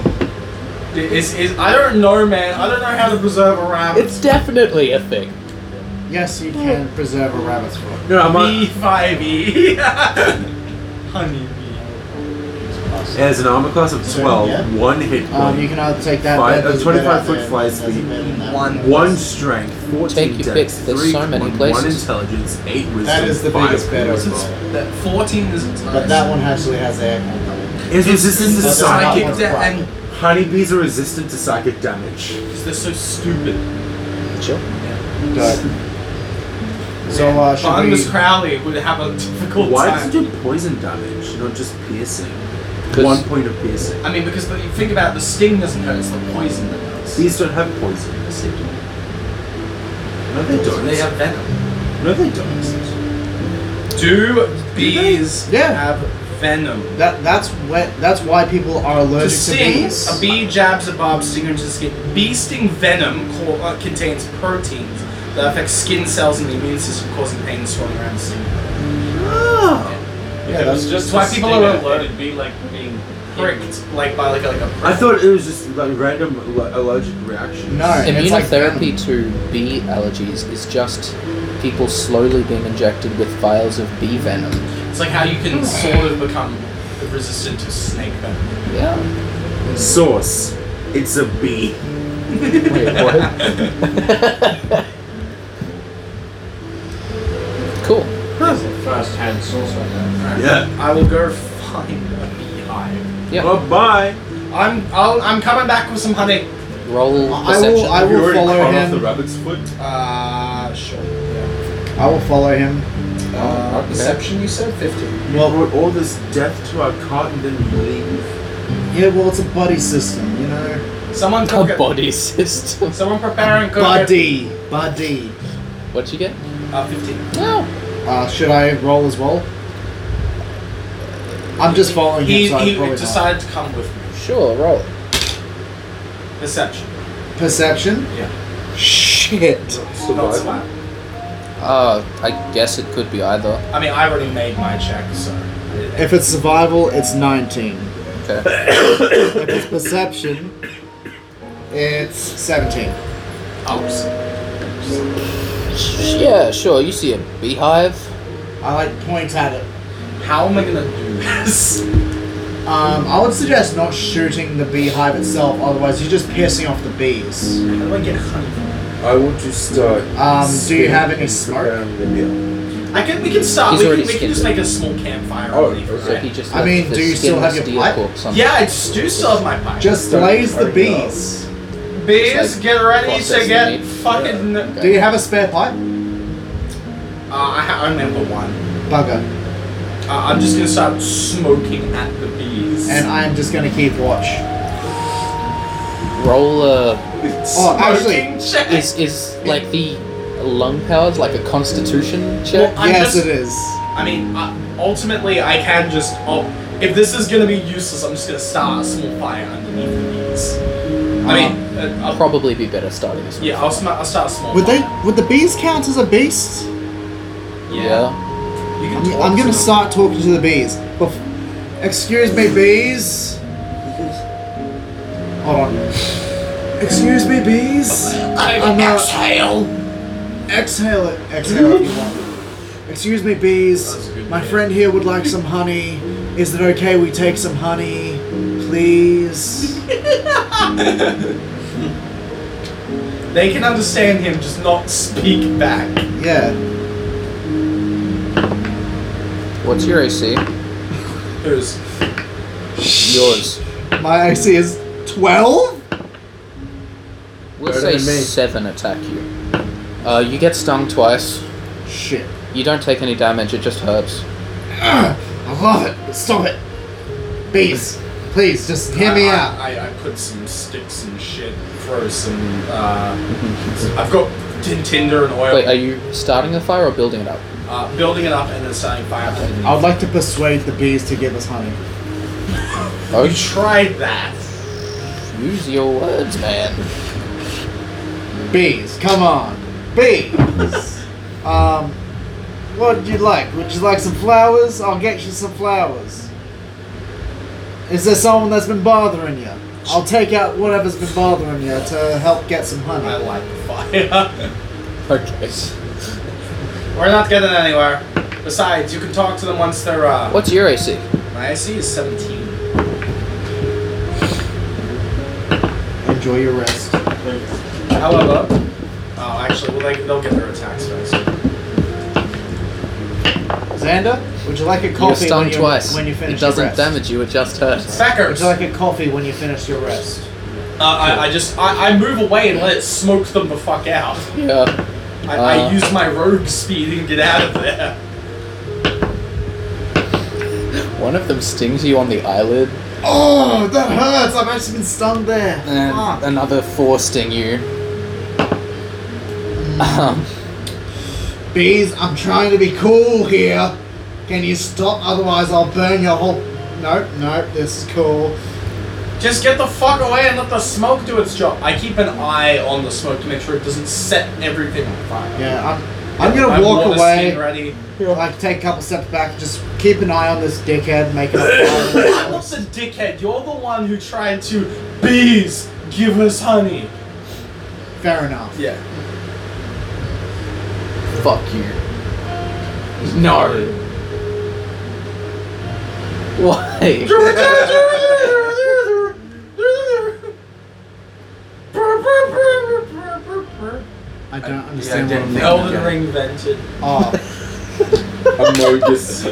S6: Is, is, I don't know, man. I don't know how to preserve a rabbit.
S5: It's definitely a thing.
S8: Yes, you can preserve a rabbit's foot.
S4: No, I'm not.
S6: B5E. Honeybee.
S4: As an armor class of 12,
S1: Yeah.
S4: one hit
S1: Um,
S4: point,
S1: you can either take that.
S4: Five-
S1: that
S4: uh,
S1: doesn't
S4: 25
S1: matter,
S4: foot fly speed.
S6: One.
S4: one strength, 14
S5: Take your
S4: dex,
S5: pick. There's
S4: three
S5: so many
S4: con, one
S5: places.
S4: intelligence, eight wisdom,
S1: That is the
S4: five
S1: biggest bet I've
S4: charisma.
S1: rolled.
S6: That 14 isn't nice.
S1: But that one actually has air control.
S4: Is resistant to
S1: That's not
S4: psychic.
S1: one.
S6: da- and
S4: Honeybees are resistant to psychic damage.
S6: because they're so stupid.
S5: Sure.
S1: So uh, should we?
S6: Barnabas Crowley would have a difficult
S4: Why
S6: time.
S4: does it do poison damage, not just piercing?
S5: 'Cause-
S4: One point of piercing.
S6: I mean, because the, you think about it, the sting doesn't hurt; it's the poison that hurts.
S4: These don't have poison.
S6: Yes, they do.
S4: No, they don't.
S6: They have venom.
S4: no, they don't.
S6: Do bees
S1: Yeah.
S6: have venom?
S1: That that's what that's why people are allergic
S6: To
S1: to,
S6: sting,
S1: bees.
S6: a bee jabs a barb stinger into the skin. Bee sting venom co- uh, contains proteins that affect skin cells and the immune system, causing pain and swelling around the sting.
S4: Ah!
S1: Yeah,
S7: it was
S1: that's,
S7: just
S6: why
S7: a
S6: people
S7: sting,
S6: are
S7: it-
S6: allergic.
S7: It'd be like being pricked.
S6: Pricked, like by like a, like a.
S4: I thought it was just like random al- allergic reactions.
S1: No. Alright, it's like
S5: Immunotherapy to bee allergies is just people slowly being injected with vials of bee venom.
S6: It's like how you can sort of become resistant to snake venom.
S5: Yeah.
S4: Source. It's a bee.
S5: Wait, what? cool.
S7: It's a first-hand source right there.
S4: Yeah.
S6: I will go find a beehive.
S5: Yeah.
S4: Well, bye.
S6: I'm I'll, I'm coming back with some honey.
S5: Roll
S1: I
S5: perception.
S1: will I
S4: Have you
S1: will
S4: already
S1: follow
S4: cut off the
S1: him.
S4: rabbit's foot.
S6: Uh, sure. Yeah.
S1: I will follow him.
S6: Uh,
S5: okay.
S6: Perception, you said fifteen.
S4: Well, brought all this death to our cart and then you leave.
S1: Yeah, well, it's a buddy system, you know.
S6: Someone
S1: Oh,
S6: cook
S5: a
S6: it.
S5: body system.
S6: Someone prepare and cook it.
S1: Buddy, buddy.
S5: What'd you get?
S6: Uh, fifteen.
S5: No.
S1: Uh, should I roll as well? I'm just following
S6: He
S1: him. So I
S6: he
S1: probably not.
S6: decided to come with me.
S5: Sure, roll.
S6: Perception.
S1: Perception. Shit.
S6: Not
S4: Survival.
S6: smart.
S5: Uh, I guess it could be either.
S6: I mean, I already made my check, so.
S1: If it's survival, it's 19.
S5: Okay.
S1: If it's perception, it's 17.
S6: Oops.
S5: yeah, sure. You see a beehive.
S1: I like point at it.
S6: How am I gonna do this?
S1: Um, I would suggest not shooting the beehive itself, otherwise you're just pissing off the bees.
S6: How do I get honey?
S4: I want to start.
S1: Um, do you have any smoke?
S4: spark?
S6: I can. We can start.
S5: He's
S6: we
S5: already
S6: can, we can
S5: skinned
S6: just
S5: it.
S6: make a small campfire.
S4: Oh,
S6: underneath,
S4: okay.
S5: So
S6: right?
S5: he
S1: I
S5: just. left
S1: mean,
S5: the
S1: do you still have
S5: skinless
S1: your
S5: deer
S1: pipe?
S5: corpse on-
S6: Yeah, I just do still have my pipe.
S1: Just
S4: Don't
S1: blaze the
S4: hurry up.
S1: bees.
S6: Bees,
S5: like
S6: get ready
S5: process
S6: to
S5: the
S6: get
S5: meat.
S6: fucking. Uh,
S1: Do you have a spare pipe?
S6: I, ha- I remember one.
S1: Bugger.
S6: Uh, I'm just gonna start smoking at the bees.
S1: And I'm just gonna keep watch.
S5: Roll a.
S1: Oh, actually,
S6: Smoking check.
S5: Is is like the lung powers like a constitution
S6: Well,
S5: check?
S6: I'm
S1: yes,
S6: just-
S1: it is.
S6: I mean, uh, ultimately, I can just. Oh, if this is gonna be useless, I'm just gonna start a small fire underneath the bees. I mean, uh, I'll,
S5: Probably be better starting this. one.
S6: yeah, I'll, sm- I'll start a small.
S1: Would they?
S6: fire.
S1: Would the bees count as a beast?
S5: Yeah.
S6: You can
S1: I'm, I'm
S6: talk to
S1: gonna
S6: them.
S1: start talking to the bees. Bef- Excuse me, bees. Hold on. Excuse me, bees. I'm not-
S6: exhale.
S1: Exhale it. Exhale if you want. Excuse me, bees. My friend here would like some honey. Is it okay we take some honey? Please.
S6: They can understand him, just not speak back.
S1: Yeah.
S5: What's your AC?
S6: Who's
S5: Yours.
S1: My AC is
S7: Twelve?
S5: We'll
S4: Better
S5: say
S4: than me.
S5: seven attack you. Uh, you get stung twice.
S7: Shit.
S5: You don't take any damage. It just hurts.
S1: I love it. Stop it. Bees, please, just hear me
S6: I, I-
S1: out.
S6: I, I put some sticks and shit, throw some. Uh, I've got tin- tinder and oil,
S5: Wait, are you starting the fire or building it up?
S6: uh, building it up and then starting fire.
S7: I would like to persuade the bees to give us honey.
S5: Oh,
S6: You tried that.
S5: use your words, man.
S7: Bees, come on. Bees! um, what would you like? Would you like some flowers? I'll get you some flowers. Is there someone that's been bothering you? I'll take out whatever's been bothering you to help get some
S6: I
S7: honey.
S6: like fire.
S5: Okay.
S6: We're not getting anywhere. Besides, you can talk to them once they're. Uh,
S5: What's your AC?
S6: My IC is 17.
S7: Enjoy your rest.
S6: However, oh, actually, well, they, they'll get their attacks first.
S7: Xander, would you like a coffee
S5: You're stung
S7: when, you
S5: twice.
S7: when you
S5: it
S7: finish your
S5: doesn't
S7: rest?
S5: damage you. It just hurts.
S6: Sackers!
S7: Would you like a coffee when you finish your rest?
S6: uh, I, I just I, I move away and let it smoke them the fuck out.
S5: Yeah.
S6: I, I
S5: Uh.
S6: use my rogue speed and get out of there.
S5: One of them stings you on the eyelid.
S1: Oh, that hurts. I've actually been stung there.
S5: And
S1: Fuck.
S5: another four sting you. Um,
S1: Bees, I'm trying to be cool here. Can you stop? Otherwise, I'll burn your whole. Nope, nope, this is cool.
S6: Just get the fuck away and let the smoke do its job. I keep an eye on the smoke to make sure it doesn't set everything on fire.
S1: Yeah, I'm, I'm gonna
S6: I
S1: walk
S6: want a scene
S1: away.
S6: Ready.
S1: Like, take a couple steps back, just keep an eye on this dickhead, make it
S6: I
S1: up.
S6: was a dickhead. You're the one who tried to bees give us honey.
S1: Fair enough.
S6: Yeah.
S5: fuck you. No. Why?
S1: I don't understand what I'm
S4: Yeah,
S1: doing.
S6: Elden Ring vented.
S1: Oh,
S4: Amogus.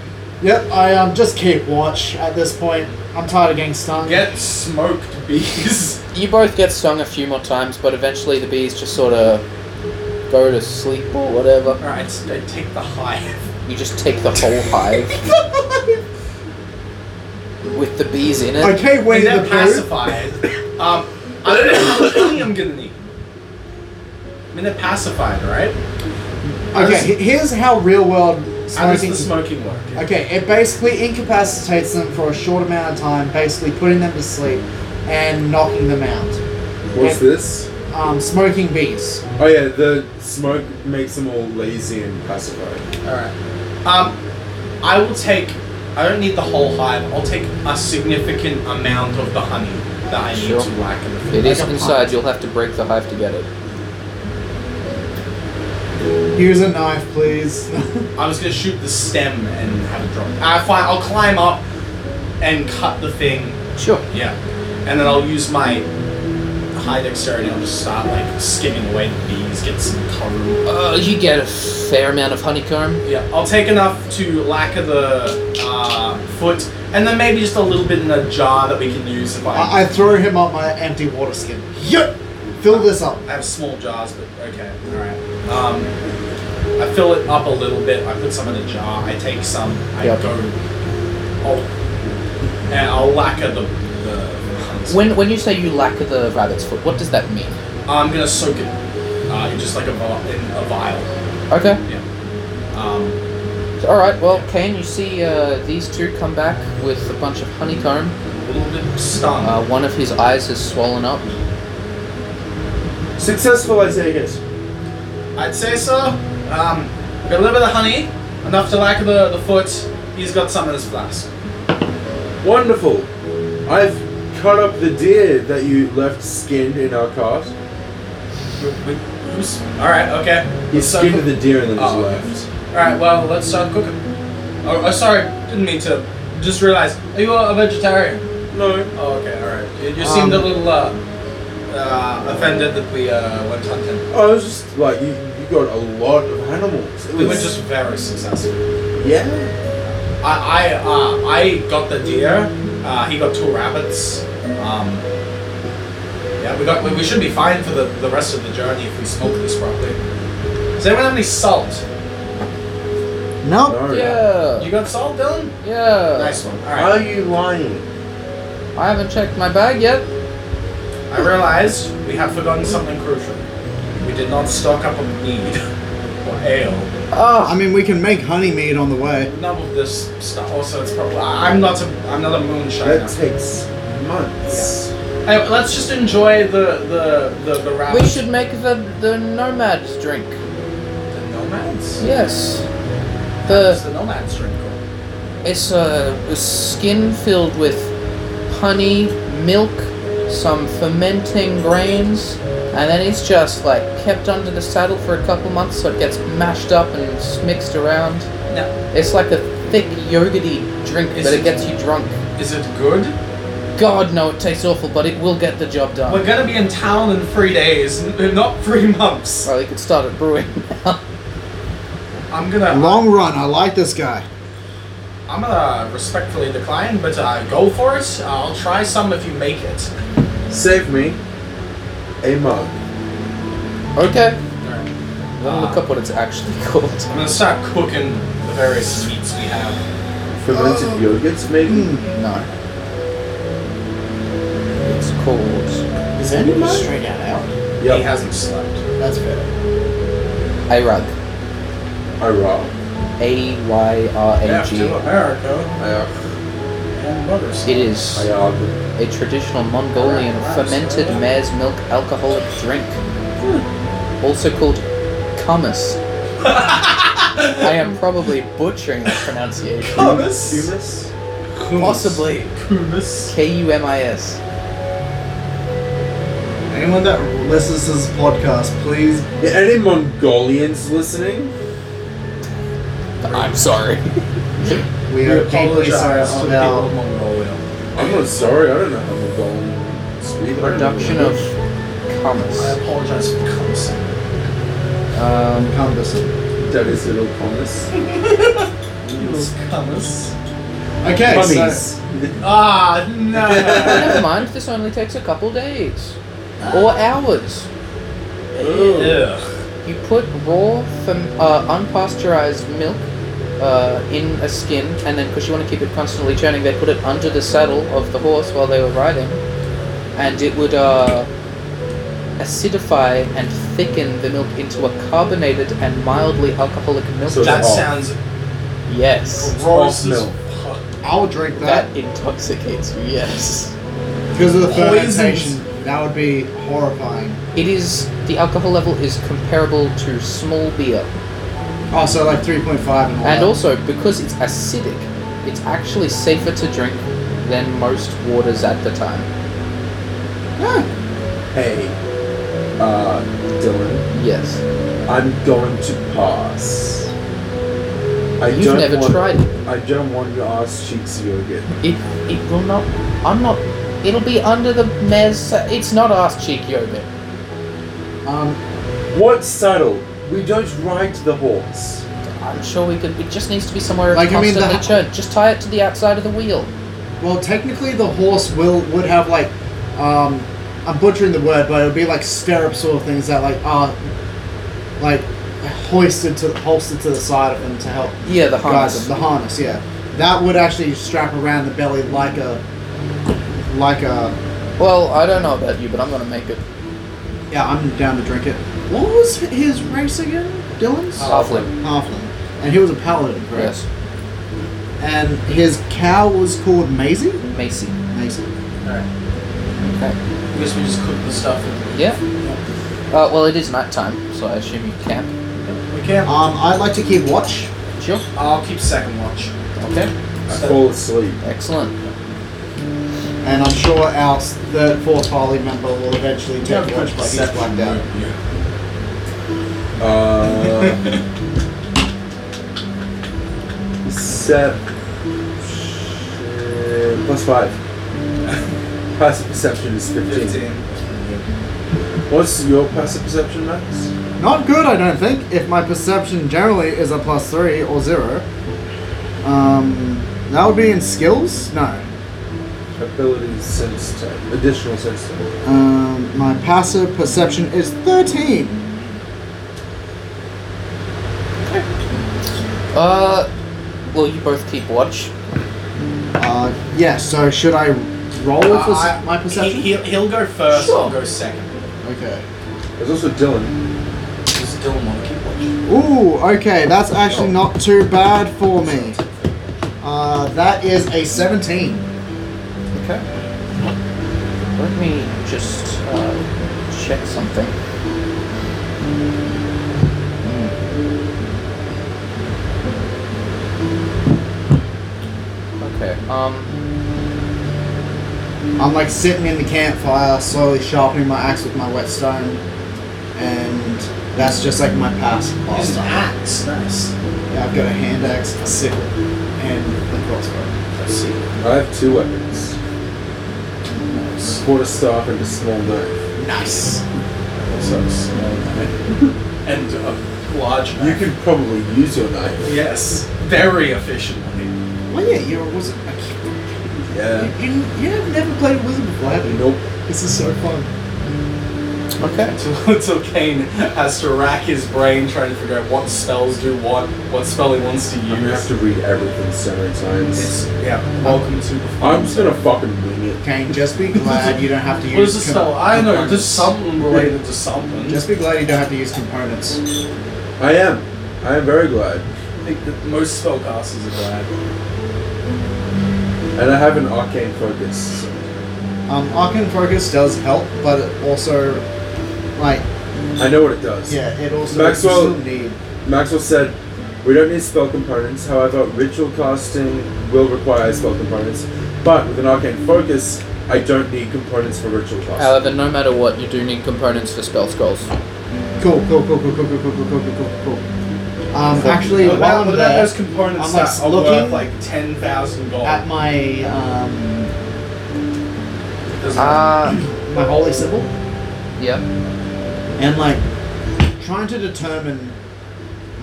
S1: yep, I um, just keep watch at this point. I'm tired of getting stung.
S6: Get smoked, bees.
S5: You both get stung a few more times, but eventually the bees just sort of go to sleep or whatever.
S6: Alright, so I take the hive.
S5: You just take the whole hive with the bees in it.
S7: Okay,
S6: When
S7: Winnie
S6: they're
S7: the Pooh.
S6: pacified, um, I don't know how much honey I'm gonna need. I mean, they're pacified, right?
S7: Okay, he- here's how real world
S6: How does
S7: smoking
S6: the smoking work?
S7: Okay, it basically incapacitates them for a short amount of time, basically putting them to sleep and knocking them out.
S4: What's this?
S7: Um, smoking bees.
S4: Oh yeah, the smoke makes them all lazy and pacified.
S6: Alright. Um, I will take. I don't need the whole hive. I'll take a significant amount of the honey that I need
S5: Sure.
S6: to whack in the food.
S5: It is
S7: Like a
S5: inside.
S7: pie.
S5: You'll have to break the hive to get it.
S7: Use a knife, please.
S6: I was gonna shoot the stem and have it drop. I fine. I'll climb up and cut the thing.
S5: Sure.
S6: Yeah, and then I'll use my high dexterity. I'll just start like skimming away the bees, get some cover.
S5: Uh, you get a fair amount of honeycomb.
S6: Yeah, I'll take enough to lacquer the uh, foot, and then maybe just a little bit in a jar that we can use if I.
S1: I, I throw him up my empty water skin. Yep! Fill this up.
S6: I have small jars, but okay, all right. Um, I fill it up a little bit. I put some in a jar. I take some. I
S5: Yep.
S6: go. I'll, and I'll lacquer the. the
S5: When when you say you lack the rabbit's foot, what does that mean?
S6: I'm gonna soak it. Uh, in just like a vi- in a vial.
S5: Okay.
S6: Um,
S5: All right. Well, Kane, you see uh, these two come back with a bunch of honeycomb.
S6: a little bit stunned.
S5: Uh, one of his eyes has swollen up.
S4: Successful, I say yes.
S6: I'd say so. Um, got a little bit of honey, enough to lacquer the, the foot. He's got some in his flask.
S4: Wonderful. I've cut up the deer that you left skinned in our cart.
S6: All right. Okay.
S4: You
S6: Let's start
S4: skinned
S6: cook-
S4: the deer and then just
S6: Oh.
S4: left.
S6: All right. Well, let's start cooking. Oh, oh, sorry. Didn't mean to. Just realized. Are you a vegetarian?
S4: No.
S6: Oh, okay. All right. You, you seemed a
S7: Um,
S6: little uh, uh, offended that we uh, went hunting.
S4: I was just like, you, you got a lot of animals. It
S6: We were
S4: was-
S6: just very successful.
S4: Yeah.
S6: I I uh, I got the deer. Uh, he got two rabbits. Um, yeah, we got. We, we should be fine for the, the rest of the journey if we smoke this properly. Does anyone have any salt?
S1: Nope.
S4: No.
S5: Yeah.
S6: You got salt, Dylan?
S5: Yeah.
S6: Nice one. All
S4: Are
S6: right.
S4: you lying?
S5: I haven't checked my bag yet.
S6: I realized we have forgotten something crucial. We did not stock up on mead or ale.
S5: Oh.
S1: I mean, we can make honey mead on the way.
S6: None of this stuff. Also, it's probably. I- I'm not a. I'm not a moonshiner.
S4: That takes months.
S6: Hey, let's just enjoy the the the, the route.
S5: We should make the the nomads drink.
S6: The nomads.
S5: Yes.
S6: What's
S5: The
S6: the nomads drink called?
S5: it's a, a skin filled with honey, milk, some fermenting grains, and then it's just like kept under the saddle for a couple months so it gets mashed up and it's mixed around.
S6: No.
S5: It's like a thick yogurty drink,
S6: Is
S5: but it
S6: it-
S5: gets you drunk.
S6: Is it good?
S5: God, no, it tastes awful, but it will get the job done.
S6: We're gonna be in town in three days, n- not three months.
S5: Well, they could start at brewing now.
S6: I'm gonna
S1: Long run. I like this guy.
S6: I'm gonna respectfully decline, but uh, go for it. I'll try some if you make it.
S4: Save me a mug.
S5: okay.
S6: Alright.
S5: I'm gonna look up what it's actually called.
S6: I'm gonna start cooking the various sweets we have.
S5: Oh.
S4: Fermented yogurts, maybe?
S5: No. It's called
S1: Is anyone straight out out?
S6: He
S4: Yep.
S6: hasn't slept.
S1: That's fair.
S5: Ayrug.
S4: Iraq.
S5: A Y R A
S6: Back to
S5: G.
S6: America
S4: Iraq.
S6: and butters.
S5: It is
S4: Iraq.
S5: a traditional Mongolian fermented mare's milk alcoholic drink, also called kumis. I am probably butchering the pronunciation.
S6: Hummus.
S4: Humus?
S5: Possibly
S6: Hummus.
S5: K U M I S.
S1: Anyone that listens to this podcast, please.
S4: Yeah, any Mongolians listening?
S5: I'm sorry.
S1: We
S6: We
S1: are deeply sorry
S6: apologize to the people
S1: about
S6: of Mongolia.
S4: I'm not sorry, I don't know how Mongolian speak. I don't know
S5: Production of
S4: English.
S6: I
S5: kumis.
S6: apologize for cussing.
S5: Um,
S1: cumbersome.
S4: That is little promise.
S1: Okay, so
S6: Ah, no.
S5: never mind, this only takes a couple days. Or hours.
S6: Ugh.
S5: You put raw, from, uh, unpasteurized milk uh, in a skin, and then because you want to keep it constantly churning, they put it under the saddle of the horse while they were riding, and it would uh, acidify and thicken the milk into a carbonated and mildly alcoholic milk.
S4: So
S6: That
S4: it's-
S6: sounds
S5: yes,
S6: gross as
S4: milk.
S6: fuck.
S1: I'll drink that
S5: that intoxicates you. Yes,
S1: because of the
S6: Poisons.
S1: fermentation. That would be horrifying.
S5: it is. The alcohol level is comparable to small beer.
S1: Oh, so like 3.5 and all.
S5: And
S1: that.
S5: also, because it's acidic, it's actually safer to drink than most waters at the time.
S4: Hey, uh, Dylan,
S5: Yes.
S4: I'm going to pass. I
S5: You've
S4: don't
S5: never
S4: want,
S5: tried it.
S4: I don't want your ass cheeks yogurt.
S5: It, it will not. I'm not. It'll be under the mayor's. It's not ass cheek yogurt.
S1: Um,
S4: What saddle? We don't ride the horse.
S5: I'm sure we could. It just needs to be somewhere
S1: Like, I mean,
S5: constantly
S1: the-
S5: churned. Just tie it to the outside of the wheel.
S1: well, technically the horse will would have like, um, I'm butchering the word, but it would be like stirrup sort of things that like are, like, hoisted to holstered to the side of him to help
S5: Yeah, the
S1: guide them.
S5: harness.
S1: The harness, yeah, that would actually strap around the belly like a, like a.
S5: Well, I don't know about you, but I'm gonna make it.
S1: Yeah, I'm down to drink it. What was his race again, Dylan's?
S5: Halfling.
S1: Halfling, and he was a paladin, correct?
S5: Yes.
S1: And his cow was called Maisie.
S5: Macy.
S1: Maisie.
S5: Okay.
S6: I guess we just cook the stuff.
S5: Yeah. Uh, well, it is night time, so I assume you camp.
S6: And we can't.
S1: Um, I'd like to keep watch.
S5: Sure.
S6: I'll keep second watch.
S5: Okay.
S4: I
S6: So-
S4: fall asleep.
S5: Excellent.
S1: And I'm sure our third, fourth Harley member will eventually take
S6: Yeah,
S1: watch, but he's blacked out.
S4: Uh. Set. Plus five. Passive perception is 15.
S6: Fifteen.
S4: What's your passive perception, Max?
S1: Not good, I don't think. If my perception generally is a plus three or zero, um, that would be in skills. No,
S4: abilities sense check. Additional sense check.
S1: Um, my passive perception is 13.
S5: Uh, well, you both keep watch.
S1: Uh, yeah, so should I roll
S6: Uh,
S1: for
S6: I-
S1: s- my perception?
S6: He, will he'll go first,
S1: Sure.
S6: I'll go second.
S1: okay.
S4: There's also Dylan.
S6: Because Dylan won't keep watching.
S1: Ooh, okay, that's actually not too bad for me. Uh, that is a 17.
S4: Okay.
S5: Let me just uh, check something. Hmm. Okay. Um.
S1: I'm like sitting in the campfire, slowly sharpening my axe with my whetstone, and that's just like my past.
S6: He's an
S1: pastime.
S6: axe, nice.
S1: Yeah, I've got a hand axe, a sickle, and a crossbow.
S6: Let's see.
S4: I have two weapons. Quarter staff and a small knife.
S6: Nice.
S4: So small knife.
S6: And a large
S4: You
S6: knife.
S4: could probably use your knife.
S6: Yes, very efficiently.
S1: Well, Oh, yeah, you're a wizard. I keep-
S4: Yeah.
S1: You, you have never played a wizard before, have you?
S4: Nope.
S1: This is so fun.
S5: Okay.
S6: Until Kane has to rack his brain trying to figure out what spells do what, what spell he wants to
S4: You have
S6: use.
S4: to read everything so many
S6: It's,
S4: times.
S6: yeah, welcome to the
S4: I'm just gonna fucking wing it.
S1: Okay, just be glad you don't have to use.
S6: What is the spell? I know,
S1: components.
S6: there's something related to something.
S1: Just be glad you don't have to use components.
S4: I am. I am very glad.
S6: I think that most spellcasters are glad.
S4: And I have an arcane focus.
S1: Um, Arcane Focus does help, but it also, like,
S4: I know what it does.
S1: yeah, it also
S4: Maxwell-
S1: you still need.
S4: Maxwell said, we don't need spell components, however, ritual casting will require spell components. But with an arcane focus, I don't need components for ritual casting.
S5: However, no matter what, you do need components for spell scrolls.
S1: Cool, cool, cool, cool, cool, cool, cool, cool, cool, cool, cool, cool. Um, actually,
S6: What
S1: while
S6: about,
S1: I'm
S6: what about
S1: there,
S6: those components
S1: I'm, like,
S6: that are
S1: looking
S6: worth like 10,000 gold?
S1: at my um,
S6: Doesn't-
S5: Ah.
S1: my holy symbol
S5: yeah.
S1: and like trying to determine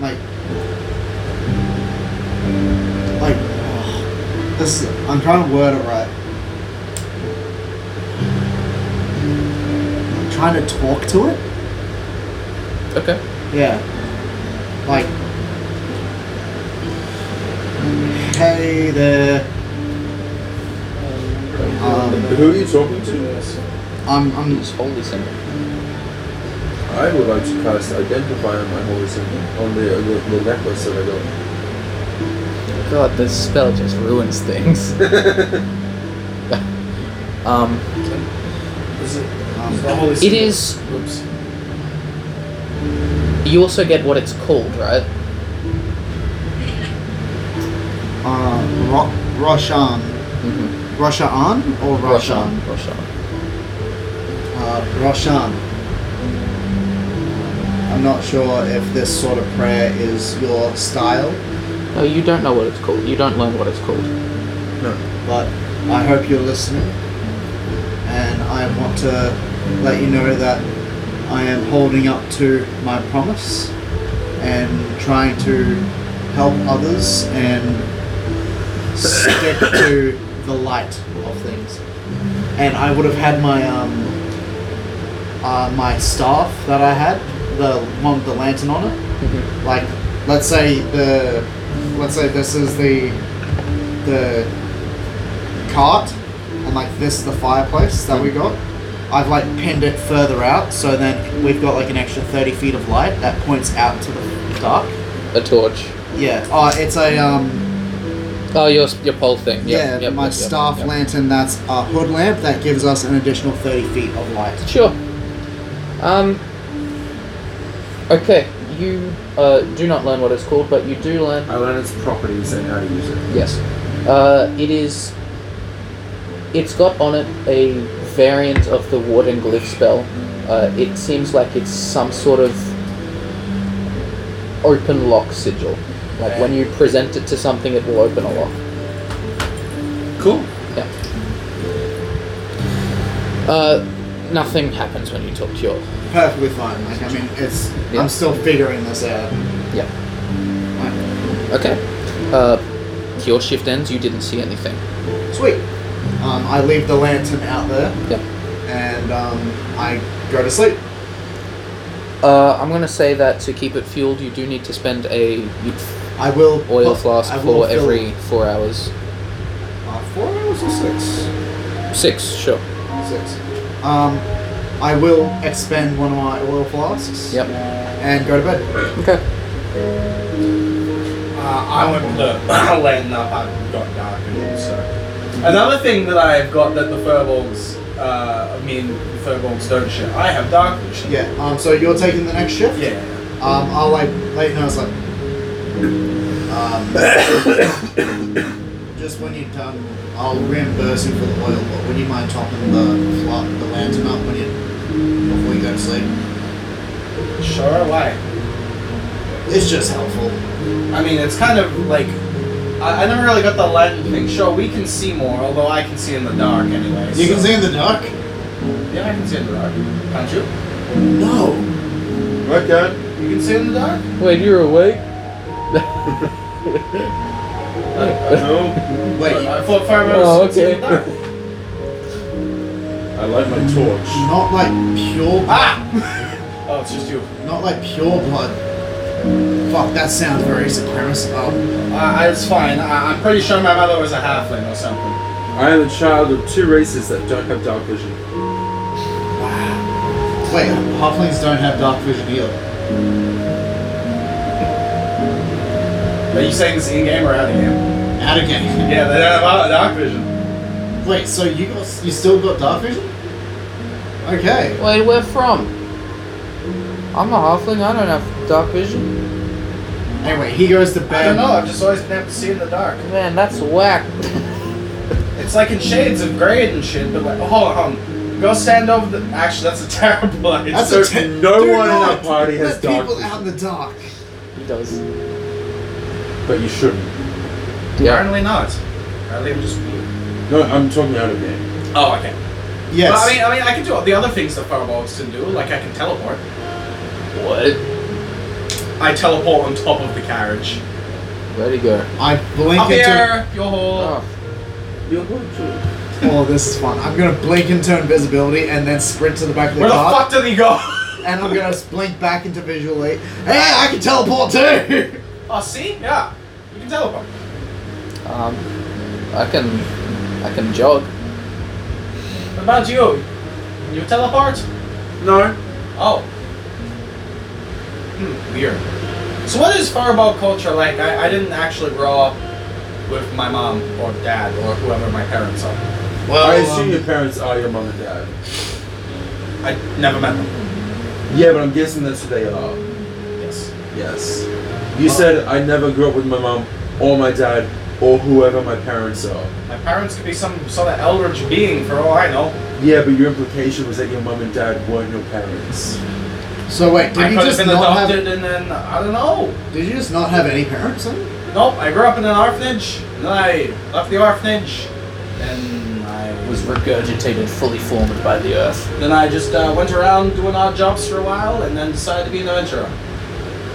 S1: like like oh, this I'm trying to word it right. I'm trying to talk to it.
S5: Okay.
S1: Yeah. Like, hey there. Um,
S4: Who are you talking to?
S1: I'm, I'm,
S5: It's holy symbol.
S4: I would like to cast Identify on my holy symbol, on the, the, the necklace that I got.
S5: God, this spell just ruins things. um.
S6: Is it, is the
S1: um,
S6: Holy
S5: It
S6: Symbol-
S5: is.
S6: Oops.
S5: You also get what it's called, right?
S1: uh, Ro- Roshan.
S5: Mm-hmm.
S1: Roshan or Roshan?
S5: Roshan.
S1: Uh, Roshan. I'm not sure if this sort of prayer is your style,
S5: No, you don't know what it's called. You don't learn what it's called.
S1: but I hope you're listening. And I want to let you know that I am holding up to my promise and trying to help others and stick to the light of things. And I would have had my um, uh, my staff that I had, the one with the lantern on it. Like, let's say the let's say this is the the cart and like this the fireplace that we got i've like pinned it further out so then we've got like an extra 30 feet of light that points out to the dark
S5: A torch.
S1: yeah oh it's a um
S5: Oh, your your pole thing. Yep,
S1: yeah
S5: yep,
S1: my
S5: yep, yep,
S1: staff
S5: yep.
S1: lantern that's a hood lamp that gives us an additional 30 feet of light
S5: Sure. Um. Okay, you uh, do not learn what it's called, but you do learn.
S4: I learned its properties and how to use it.
S5: Yes. Uh, it is. It's got on it a variant of the Warden Glyph spell. Uh, it seems like it's some sort of open lock sigil. Like when you present it to something, it will open a lock.
S4: Cool.
S5: Yeah. Uh, nothing happens when you talk to your.
S1: perfectly fine like i mean it's
S5: Yeah.
S1: i'm still figuring this out
S5: Yeah.
S1: Like,
S5: Okay. Uh, your shift ends. You didn't see anything.
S1: sweet Um, I leave the lantern out there.
S5: Yep.
S1: And um, I go to sleep.
S5: Uh, I'm gonna say that to keep it fueled, you do need to spend a
S1: I will
S5: oil
S1: put-
S5: flask
S1: I will
S5: for
S1: fill-
S5: every four hours.
S1: uh, four hours or six.
S5: Six, sure.
S1: Six. Um, I will expend one of my oil flasks.
S5: Yep.
S1: And go to bed.
S5: Okay.
S6: Uh, I went with the lantern up. I've got dark and all, so. Another thing that I've got that the Furbolgs, uh, I mean, the Furbolgs don't share. I have dark vision.
S1: Yeah. Um, so you're taking the next shift.
S6: Yeah.
S1: Um, I'll like let you know. It's like. Um, just when you're done, I'll reimburse you for the oil. But would you mind topping the fla- the lantern up when you before you go to sleep?
S6: Sure, why?
S1: It's just helpful.
S6: I mean, it's kind of like I, I never really got the lantern thing. Sure, we can see more, although I can see in the dark anyway.
S1: You can
S6: so-
S1: see in the dark.
S6: Yeah, I can see in the dark. Can't you?
S1: No.
S4: Right, Dad?
S6: You can see in the dark.
S5: Wait, you're awake?
S4: No.
S1: Wait.
S6: I thought fire
S5: Oh,
S6: was in the
S5: okay.
S6: dark.
S4: I light my torch.
S1: Not like pure.
S6: Ah! Oh, it's just you.
S1: Not like pure blood. Fuck, that sounds very supremacist. Oh,
S6: Uh, it's fine. I, I'm pretty sure my mother was a halfling or something.
S4: I am a child of two races that don't have dark vision.
S1: wait, halflings don't have dark vision either.
S6: Are you saying this in game or out of game?
S1: Out of game.
S6: Yeah, they don't have dark vision.
S1: Wait, so you got you still got dark vision? Okay.
S5: Wait, where from? I'm a halfling, I don't have dark vision.
S1: Anyway, he goes to bed.
S6: I don't know. I've just always been able to see in the dark.
S5: Man, that's whack.
S6: It's like in shades of grey and shit. But like, oh, hold on, hold on. Go stand over the. Actually, that's a terrible idea.
S1: That's
S4: So
S1: a te-
S4: no
S1: Do
S4: one in
S1: not
S4: our party has
S1: let
S4: dark
S1: people
S4: vision.
S1: out in the dark.
S5: He does.
S4: But you shouldn't.
S5: Yeah.
S6: Apparently not. Apparently I'm just weird.
S4: No, I'm talking out of game.
S6: Oh, okay.
S1: Yes.
S6: Well, I mean, I mean, I can do all the other things that fireballs can do. Like I can teleport.
S5: What?
S6: I teleport on top of the carriage.
S5: Where'd he go?
S1: I blink
S6: Up
S1: and turn.
S6: there, your hole.
S5: Oh,
S4: You're going to.
S1: Oh, this is fun. I'm gonna blink into invisibility and then sprint to the back of the
S6: Where the
S1: car,
S6: fuck did he go?
S1: and I'm gonna blink back into visual aid. Hey, I can teleport too.
S6: oh, see, yeah, you can teleport.
S5: um, I can, I can jog.
S6: What about you? You teleport?
S4: No.
S6: Oh. Hmm, weird. So, what is fireball culture like? I, I didn't actually grow up with my mom or dad or whoever my parents are.
S4: I
S1: Well, um,
S4: assume your parents are your mum and dad.
S6: I never met them.
S4: Yeah, but I'm guessing that's who they are.
S6: Yes.
S4: Yes. You said I never grew up with my mum or my dad or whoever my parents are.
S6: My parents could be some sort of eldritch being for all I know.
S4: Yeah, but your implication was that your mum and dad weren't your parents.
S1: so wait, did
S6: I
S1: you
S6: could have
S1: just
S6: been
S1: not have?
S6: adopted and then, I don't know.
S1: Did you just not have any parents then?
S6: Nope, I grew up in an orphanage, and then I left the orphanage, and I
S5: Was regurgitated, fully formed by the earth.
S6: then I just uh, went around doing odd jobs for a while, and then decided to be an adventurer.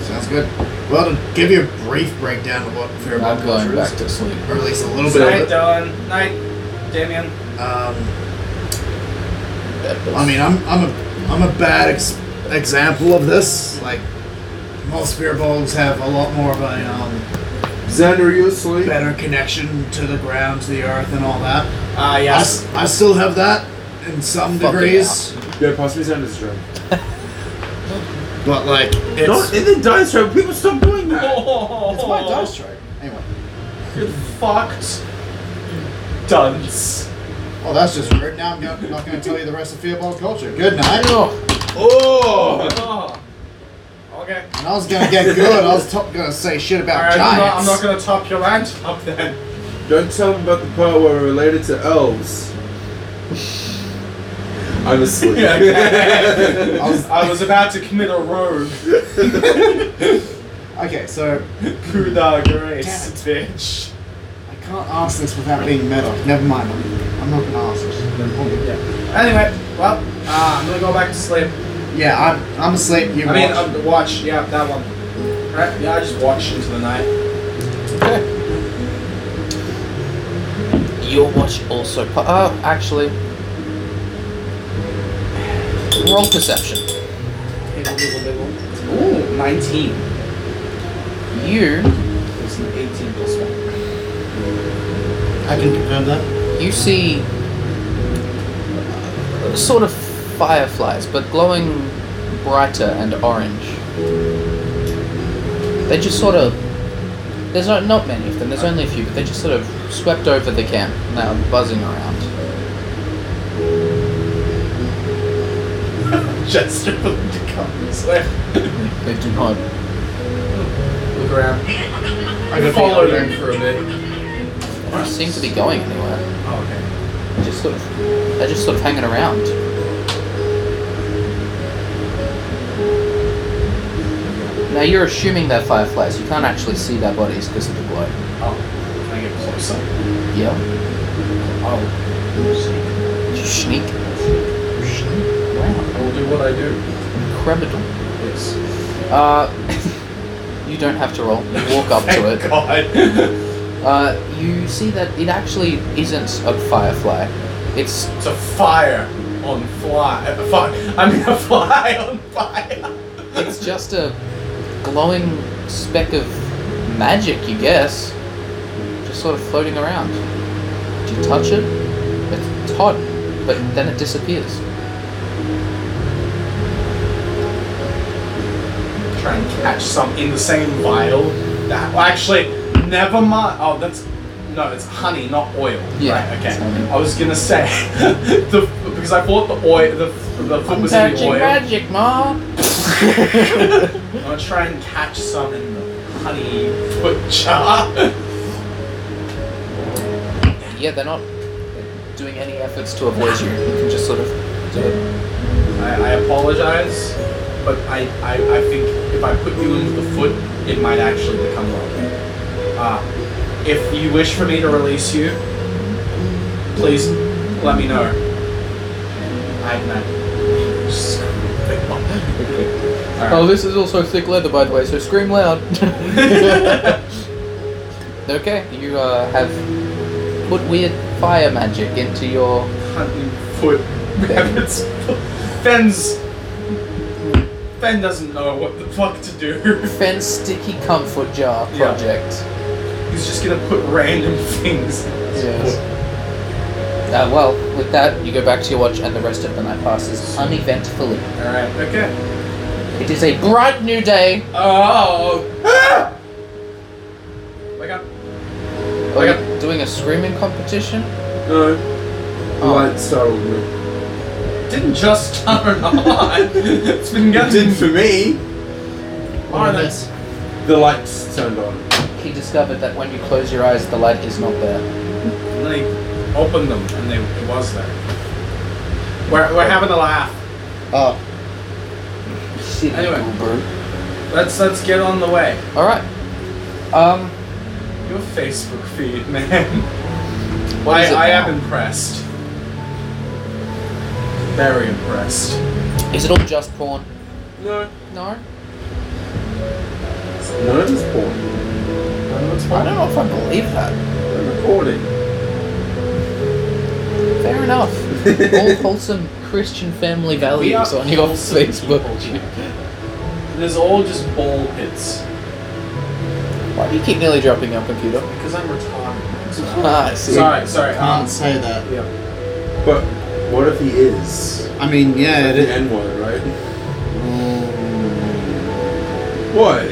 S1: Sounds good. Well, to give you a brief breakdown of what Fairmont
S5: I'm going
S1: culture
S5: back
S1: is,
S5: to sleep.
S1: or at least a little
S6: Good
S1: bit of
S6: night,
S1: it.
S6: Dylan. Night, Damien.
S1: Um, I mean, I'm, I'm a I'm a bad ex- example of this. Like most beer bowls have a lot more of a um,
S4: Xander, are you asleep?
S1: better connection to the ground, to the earth, and all that.
S6: Ah,
S1: I
S6: yes.
S1: s I I, still have that in some
S5: Fucking
S1: degrees,
S4: Yeah, pass me Xander's drink.
S1: but like it's
S4: Not in the dice tray. People stop doing that.
S1: it's my dice tray. Anyway,
S6: You're fucked. Dunce.
S1: well that's just weird. Now I'm not, not going to tell you the rest of Fearball culture. Good night.
S4: Oh.
S6: Oh. Okay.
S1: And I was gonna get good. I was to- gonna say shit about
S6: Alright, I'm, not- I'm
S1: giants.
S6: not gonna top your rant up then.
S4: Don't tell them about the part where we're related to elves. I'm asleep.
S1: I was-
S6: I was about to commit a rogue.
S1: okay, so
S6: Coup de grace,
S1: Damn
S6: bitch.
S1: I can't ask this without being meta. Never mind. I'm, I'm not gonna ask this.
S6: Anyway, well, uh, I'm gonna go back to sleep.
S1: Yeah, I'm, I'm asleep. You
S6: I mean,
S1: watch.
S6: um, watch, yeah, that one. Right? Yeah, I just watched into the night.
S5: Your watch also. Po- oh, actually. Roll perception.
S6: Bibble, bibble, bibble. Ooh, 19.
S5: You
S6: It's an 18 plus 1.
S7: I can confirm that.
S5: you see uh, sort of fireflies, but glowing brighter and orange. They just sort of there's not not many of them. There's only a few, but they just sort of swept over the camp now, buzzing around.
S6: Gesture for them to come this way.
S5: They do not.
S6: Look around.
S1: I got
S6: follow
S1: the other
S6: them for a bit.
S5: They don't seem to be going anywhere.
S6: Oh, okay.
S5: They're just sort of they're just sort of hanging around. Now you're assuming they're fireflies. You can't actually see their bodies because of the glow.
S6: Oh, can I get closer?
S5: Yeah.
S6: Oh,
S5: You sneak. Wow.
S6: I will do what I do.
S5: Incredible.
S6: Yes.
S5: Uh, you don't have to roll. You walk up to it.
S6: God.
S5: Uh, you see that it actually isn't a firefly. It's
S6: it's a fire on fly. A fi- I mean, a fly on fire.
S5: it's just a glowing speck of magic, you guess. Just sort of floating around. Do you touch it? It's hot, but then it disappears.
S6: Try and catch some in the same vial. That well, actually, never mind. Oh, that's no, it's honey, not oil.
S5: Yeah,
S6: Right,
S5: it's honey.
S6: okay. I was gonna say the because I thought the oil, the the foot was in the oil.
S5: magic, ma.
S6: I'm gonna try and catch some in the honey foot jar.
S5: Yeah, they're not doing any efforts to avoid you. You can just sort of do it.
S6: I, I apologize, but I, I, I think if I put you into the foot, it might actually become like Ah, if you wish for me to release you, please let me know. I
S5: Oh,
S6: know.
S5: this is also thick leather, by the way, so scream loud. okay, you uh, have put weird fire magic into your.
S6: Hunting foot rabbits. Fen's. Fen doesn't know what the fuck to do.
S5: Fence Sticky Comfort Jar
S6: Yeah.
S5: project.
S6: He's just gonna put random things. in his
S5: Yes.
S6: foot.
S5: Uh, well, with that, you go back to your watch, and the rest of the night passes uneventfully.
S6: Alright, okay.
S5: It is a bright new day.
S6: Oh! Ah! Wake up.
S5: Are you doing a screaming competition?
S4: No. The light startled me.
S6: Didn't just turn on. it's been
S4: It
S6: getting.
S4: did for me.
S6: Oh, that's-
S4: The lights turned on.
S5: He discovered that when you close your eyes, the light is not there.
S6: And they opened them and they, it was there. We're, we're having a laugh.
S1: Oh,
S5: Silly
S6: Anyway.
S5: little brute.
S6: Let's let's get on the way.
S5: All right. Um,
S6: Your Facebook feed, man.
S5: what
S6: I,
S5: is it
S6: I
S5: now?
S6: am impressed. Very impressed.
S5: Is it all just porn?
S4: No.
S5: No.
S4: No, it's porn.
S5: I don't know if I believe that.
S4: I'm recording.
S5: Fair enough. all wholesome Christian family values on your
S6: wholesome
S5: Facebook.
S6: people. There's all just ball pits.
S5: Why do you keep nearly dropping your computer?
S6: Because I'm retarded.
S5: Ah, I see.
S6: Sorry, sorry.
S1: can't
S6: Um,
S1: say that.
S6: yeah.
S4: But what if he is?
S1: I mean, yeah, it
S4: The
S1: is.
S4: N word, right? What?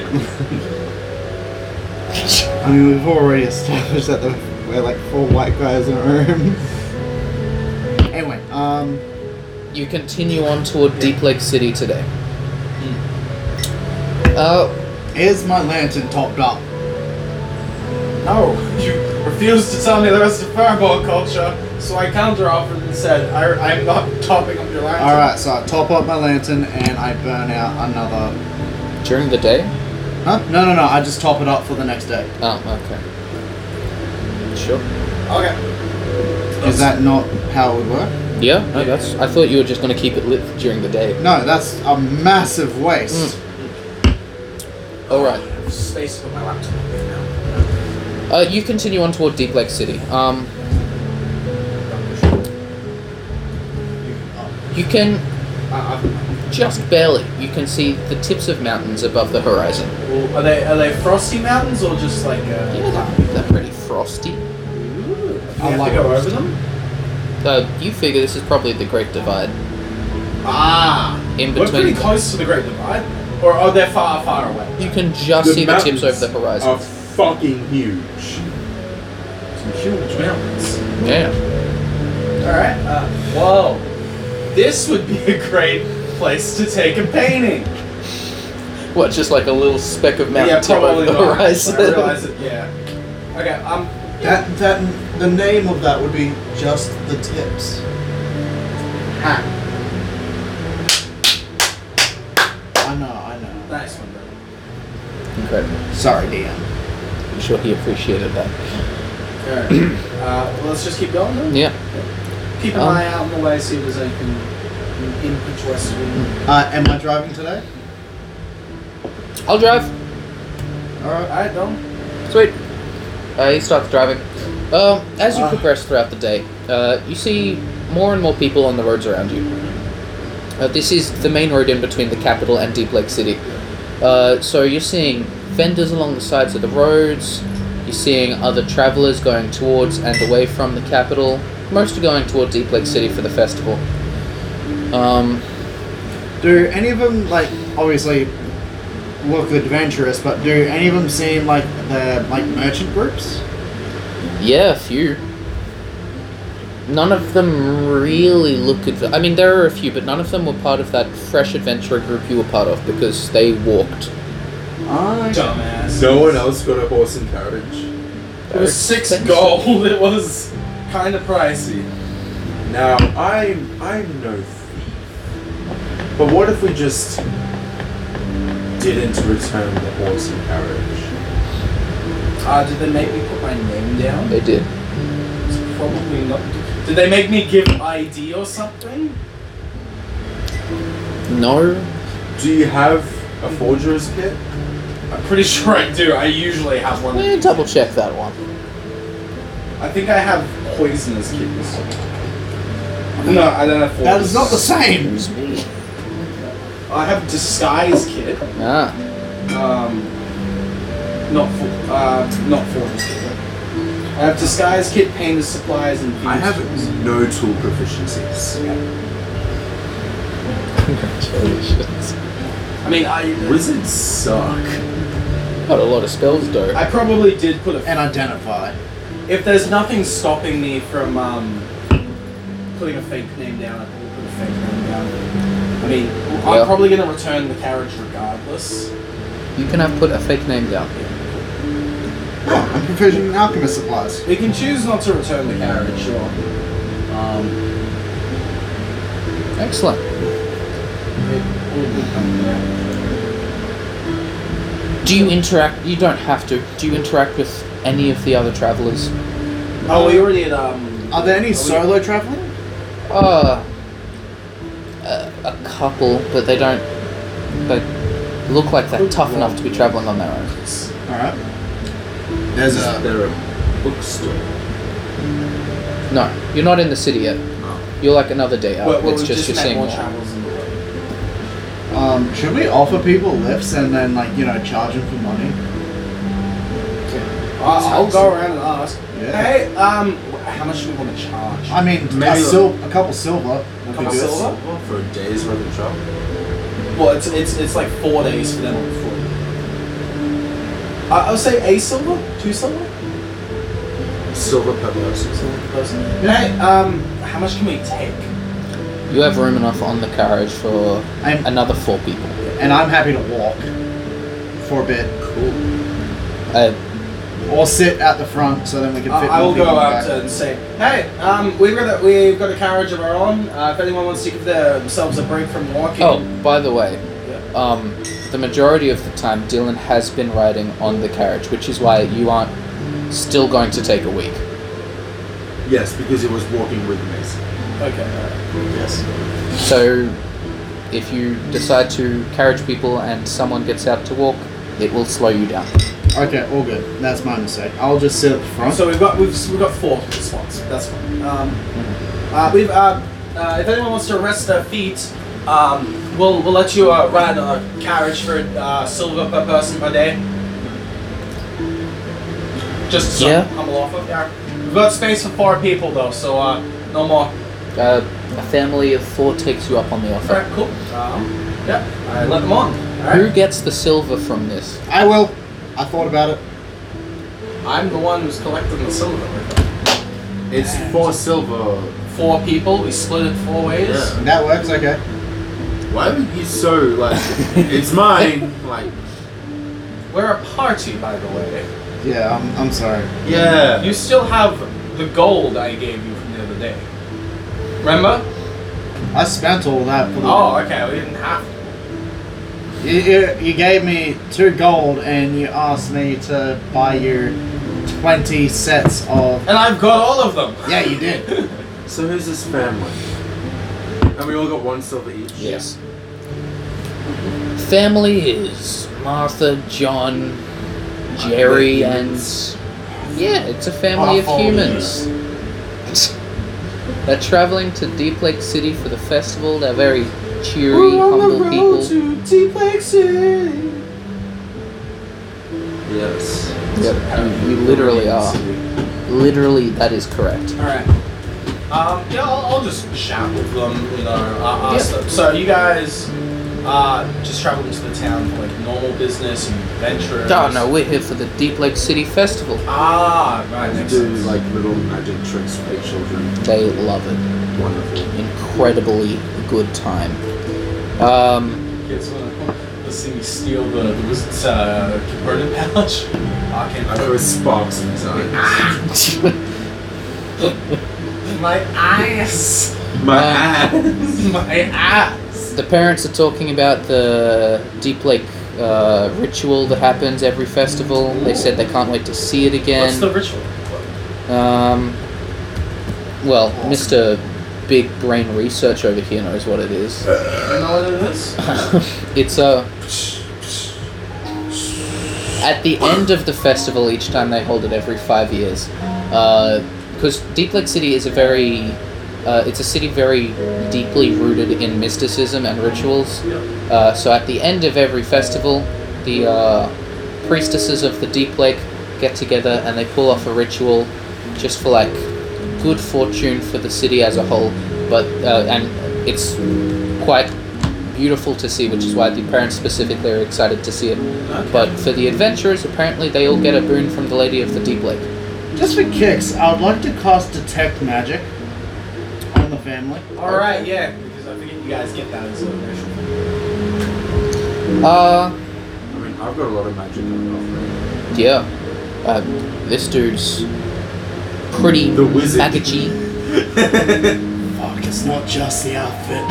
S1: I mean, we've already established that there we're like four white guys in a room. anyway, um,
S5: You continue on toward Deep Lake City today. Uh,
S1: here's my lantern topped up.
S6: No, Oh, you refused to tell me the rest of fireball culture, so I counteroffered and said, I, I'm not topping up your lantern.
S1: All right, so I top up my lantern and I burn out another.
S5: during the day?
S1: Huh? No, no, no. I just top it up for the next day.
S5: Oh, okay. Sure.
S6: Okay.
S1: Is that not how it would work?
S5: Yeah, no, that's. I thought you were just gonna keep it lit during the day.
S1: No, that's a massive waste.
S5: All right.
S6: Space for my laptop.
S5: Uh, you continue on toward Deep Lake City. Um, You can
S6: I, I,
S5: just barely. You can see the tips of mountains above the horizon.
S6: well, are they are they frosty mountains or just like? Uh,
S5: Yeah, they're, they're pretty frosty.
S6: Ooh,
S7: I
S6: I
S7: like
S6: like to go
S7: those.
S6: over them.
S5: Uh, you figure this is probably the Great Divide.
S6: Ah,
S5: In
S6: we're pretty
S5: between,
S6: close to the Great Divide, or are they far, far away?
S5: you can just see the tips
S4: mountains
S5: over the horizon.
S6: Um,
S4: Are fucking huge.
S6: Some huge mountains.
S5: Yeah.
S6: All right. Uh, whoa, this would be a great place to take a painting.
S5: What? Just like a little speck of mountain tip over the
S6: not.
S5: horizon.
S6: I realize it. Yeah. Okay. Um.
S1: That that the name of that would be just the tips. Ah. Ha.
S7: I know, I know.
S6: Nice one, bro.
S5: Incredible.
S1: Sorry, DM.
S5: I'm sure he appreciated that.
S6: All right. Uh, well, let's just keep going. Then.
S5: Yeah.
S6: Keep an
S5: Um,
S6: eye out on the way, see if there's anything in- in- interesting.
S1: Uh, am I driving today?
S5: I'll drive.
S1: All right.
S6: Alright, Dom.
S5: Sweet. Uh, he starts driving. Um, as you
S1: Ah.
S5: progress throughout the day, uh, you see more and more people on the roads around you. Uh, this is the main road in between the capital and Deep Lake City. Uh, so you're seeing vendors along the sides of the roads. You're seeing other travelers going towards and away from the capital. Most are going toward Deep Lake City for the festival. Um,
S7: Do any of them, like, obviously look adventurous, but do any of them seem like they're, like, merchant groups?
S5: Yeah, a few. None of them really look at. I mean, there are a few, but none of them were part of that fresh adventurer group you were part of because they walked.
S7: I
S6: Dumbass.
S4: No one else got a horse and carriage.
S6: It was six gold. It was kind of pricey.
S4: Now I'm I'm no thief. But what if we just didn't return the horse and carriage?
S6: Uh, did they make me put my name down?
S5: They did.
S6: It's probably not. Did they make me give ID or something?
S5: No.
S4: Do you have a forger's kit?
S6: I'm pretty sure I do. I usually have one.
S5: Eh, double check that one.
S6: I think I have poisonous kidneys. No, I don't have.
S7: That is not the
S6: poisonous.
S7: same!
S6: I have disguise kit.
S5: Ah.
S6: Um, not for, uh, not for. I have disguise kit, painter supplies, and.
S4: I have
S6: thieves' tools.
S4: no tool proficiencies.
S5: Congratulations.
S6: I mean, I.
S4: Wizards suck.
S5: Got a lot of spells, though.
S6: I probably did put a.
S7: And identify.
S6: If there's nothing stopping me from um, putting a fake name down, I will put a fake name down. I mean, I'm
S5: Yeah.
S6: probably going to return the carriage regardless.
S5: You can have put a fake name down.
S1: Oh, I'm provisioning alchemist supplies.
S6: We can choose not to return the carriage, sure. Um,
S5: Excellent.
S6: it will become there.
S5: Do you interact? You don't have to. Do you interact with any of the other travelers?
S6: Oh, we already had. Um,
S1: Are there
S6: we-
S1: any solo traveling?
S5: Uh, a, a couple, but they don't. They look like they're tough enough to be traveling on their own.
S1: All right. There's
S4: Is
S1: a
S4: there a bookstore?
S5: No, you're not in the city yet. You're like another day out.
S6: well, well,
S5: it's
S6: we
S5: just,
S6: just, met
S5: you're seeing
S6: more
S5: more.
S6: travels in the world.
S7: Um, should we offer people lifts and then, like, you know, charge them for money?
S6: I'll, I'll go around and ask.
S7: Yeah.
S6: Hey, um, how much do we want to charge?
S7: I mean, a,
S4: Maybe-
S7: sil- a couple silver. would be
S6: Couple
S7: good.
S6: silver?
S4: For a day's worth of job?
S6: Well, it's it's, it's like four days for them on the foot. I, I would say a silver, two silver,
S4: Silver pebbles.
S6: silver per person. Hey, um, how much can we take?
S5: You have room enough on the carriage for
S7: I'm-
S5: another four people.
S7: And I'm happy to walk for a bit.
S4: Cool.
S5: Uh,
S7: Or sit at the front so then we can
S6: I
S7: fit
S6: Uh, I
S7: more
S6: will go
S7: people in the
S6: out
S7: back.
S6: and say, hey, um, we've got a, we've got a carriage of our own. Uh, if anyone wants to give themselves a break from walking,
S5: oh, by the way,
S6: Yeah.
S5: um, the majority of the time Dylan has been riding on the carriage, which is why you aren't still going to take a week.
S4: Yes, because it was walking with Mason.
S6: okay, alright.
S5: So, if you decide to carriage people and someone gets out to walk, it will slow you down.
S7: Okay, all good. That's my mistake. I'll just sit at the front.
S6: so we've got we've we've got four spots. That's fine. Um, uh, we've uh, uh, if anyone wants to rest their feet, um, we'll, we'll let you uh, ride a carriage for uh, silver per person per day. Just some
S5: Yeah.
S6: humble offer. Yeah. We've got space for four people though, so uh, no more.
S5: Uh, a family of four takes you up on the offer.
S6: Alright, cool. Um, yeah, I let them on. Alright.
S5: Who gets the silver from this?
S1: I will. I thought about it.
S6: I'm the one who's collecting the silver.
S9: It's four silver.
S6: Four people, we split it four ways.
S9: Yeah.
S1: That works, okay.
S9: Why are you so like? it's mine. Like,
S6: We're a party, by the way.
S1: Yeah, I'm, I'm sorry.
S9: yeah.
S6: You still have the gold I gave you from the other day. Remember?
S1: I spent all that for the.
S6: Oh, okay. We didn't have to.
S1: You, you, you gave me two gold and you asked me to buy you 20 sets of.
S6: And I've got all of them.
S1: Yeah, you did.
S4: So who's this family? And we all got one silver each.
S5: Yes. Family is Martha, John, Jerry, and yeah, it's a family of humans. They're traveling to Deep Lake City for the festival. They're very cheery, humble people.
S4: Yes.
S5: Yep, you, you literally
S6: Ah.
S5: are. Literally, that is correct.
S6: All right. Um, yeah, I'll, I'll just shout with them, you know, uh, ask them. So you guys uh, just travel into the town for like normal business and adventure.
S5: Oh no, we're here for the Deep Lake City Festival.
S6: Ah, right.
S4: I
S6: Makes
S4: do
S6: sense.
S4: like little magic tricks for the children.
S5: They love it.
S4: Wonderful.
S5: Incredibly good time. Um,
S6: Kids wanna let's see me steal the, the wizard's uh, converted pouch. Ah, I can
S4: I throw sparks in his eyes.
S6: my eyes.
S4: My
S5: Um,
S4: ass.
S6: My eyes.
S5: the parents are talking about the Deep Lake uh, ritual that happens every festival. They said they can't wait to see it
S6: What's
S5: again.
S6: the ritual?
S5: Um, well, Mr. Big Brain Research over here knows what it is.
S6: You know what it is?
S5: It's a. At the end of the festival, each time they hold it every five years, because Deep Lake City is a very, uh, it's a city very deeply rooted in mysticism and rituals. Uh, so at the end of every festival, the uh, priestesses of the Deep Lake get together and they pull off a ritual, just for like good fortune for the city as a whole. But uh, and it's quite beautiful to see, which is why the parents specifically are excited to see it. But for the adventurers, apparently they all get a boon from the Lady of the Deep Lake.
S7: Just for kicks, I would like to cast Detect Magic on the family.
S6: All right, yeah, because I forget you guys get that as a ritual.
S4: I
S5: Uh,
S4: mean, I've got a lot of magic on my
S5: yeah. Uh, this dude's pretty
S4: The wizard.
S5: magicgy.
S7: Fuck, it's not just the outfit.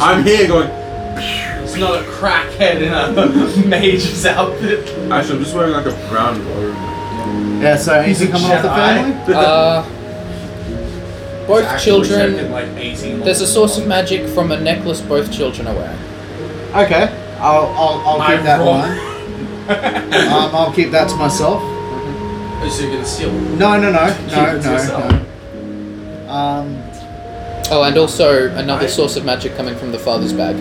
S4: I'm here going.
S6: It's not a crackhead in a mage's outfit.
S4: Actually, I'm just wearing like a brown robe.
S7: Yeah, so anything coming off the
S6: Jedi.
S7: family?
S5: Uh, both
S6: Actually checked in,
S5: children.
S6: like 18
S5: There's a source of magic from a necklace both children are wearing.
S1: Okay, I'll, I'll, I'll keep
S6: I'm
S1: that in
S6: wrong.
S1: mind. um, I'll keep that to myself.
S6: Oh, so you're gonna steal? it.
S1: No, no, no, no,
S6: it to
S1: no,
S6: yourself.
S1: no. Um,
S5: Oh, and also another
S4: Right.
S5: source of magic coming from the father's bag.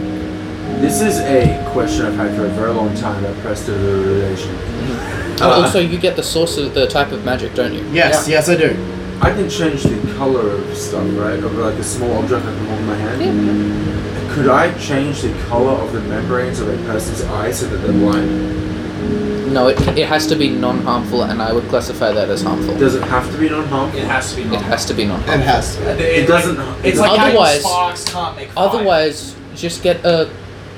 S4: This is a question I've had for a very long time about prestidigitation. Uh,
S5: Oh, also, you get the source of the type of magic, don't you?
S1: yes, yes, I do.
S4: I can change the color of stuff, right? Of like a small object I can hold in my hand. Could I change the color of the membranes of a person's eyes so that they're blind?
S5: No, it, it has to be non harmful, and I would classify that as harmful.
S4: Does it have to be non-harmful?
S6: It has to be.
S5: It
S6: normal.
S5: has to be non
S1: It
S5: harmful.
S1: has to.
S4: It doesn't.
S6: It's
S4: it
S6: like
S5: Otherwise-
S6: how sparks can't make fire.
S5: Otherwise, just get a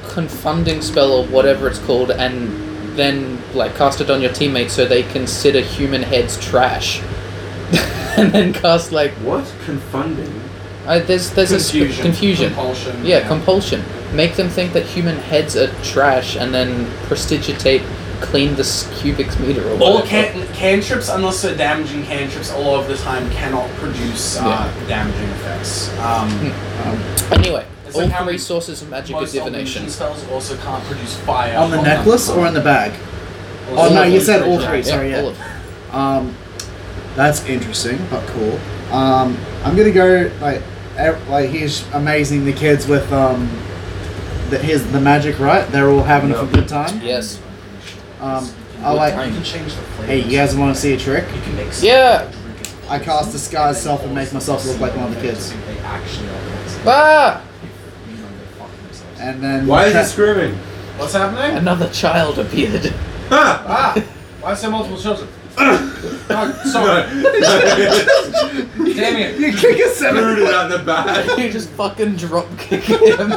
S5: confunding spell or whatever it's called, and then like cast it on your teammates so they consider human heads trash, and then cast like
S4: doesn't- what confunding?
S5: I there's there's a sp-
S6: confusion.
S5: confusion.
S6: Compulsion.
S5: yeah, compulsion. Make them think that human heads are trash, and then prestigitate, clean the s- cubic meter or whatever.
S6: all can- cantrips, unless they're damaging cantrips, all of the time cannot produce uh, damaging effects. Um,
S5: Anyway,
S6: It's
S5: all
S6: like how
S5: three
S6: we-
S5: sources of magic are
S6: most
S5: divination.
S6: divination spells also can't produce fire.
S7: On the
S6: them.
S7: necklace or in the bag?
S6: Also-
S7: Oh, no, you
S5: of
S7: said
S5: them.
S7: all three, sorry, yeah.
S5: all of them.
S1: Um, that's interesting, but cool. Um, I'm gonna go like ev- like he's amazing the kids with um the, his the magic right they're all having a good time
S5: Yes.
S1: um I like
S6: You can change the flavor.
S1: hey you guys want to see a trick
S6: You can make
S5: Yeah.
S1: I cast disguise self and make myself look like one of the kids
S6: They actually are the ones that-
S5: Ah!
S6: you know, they fuck themselves.
S1: and then
S4: Why is he screaming?
S6: What's happening?
S5: Another child appeared.
S4: Ah!
S6: Ah! Why is there multiple children? oh, sorry. Damien.
S1: you kick a seven
S4: Threw it out the back.
S5: you just fucking drop kick him.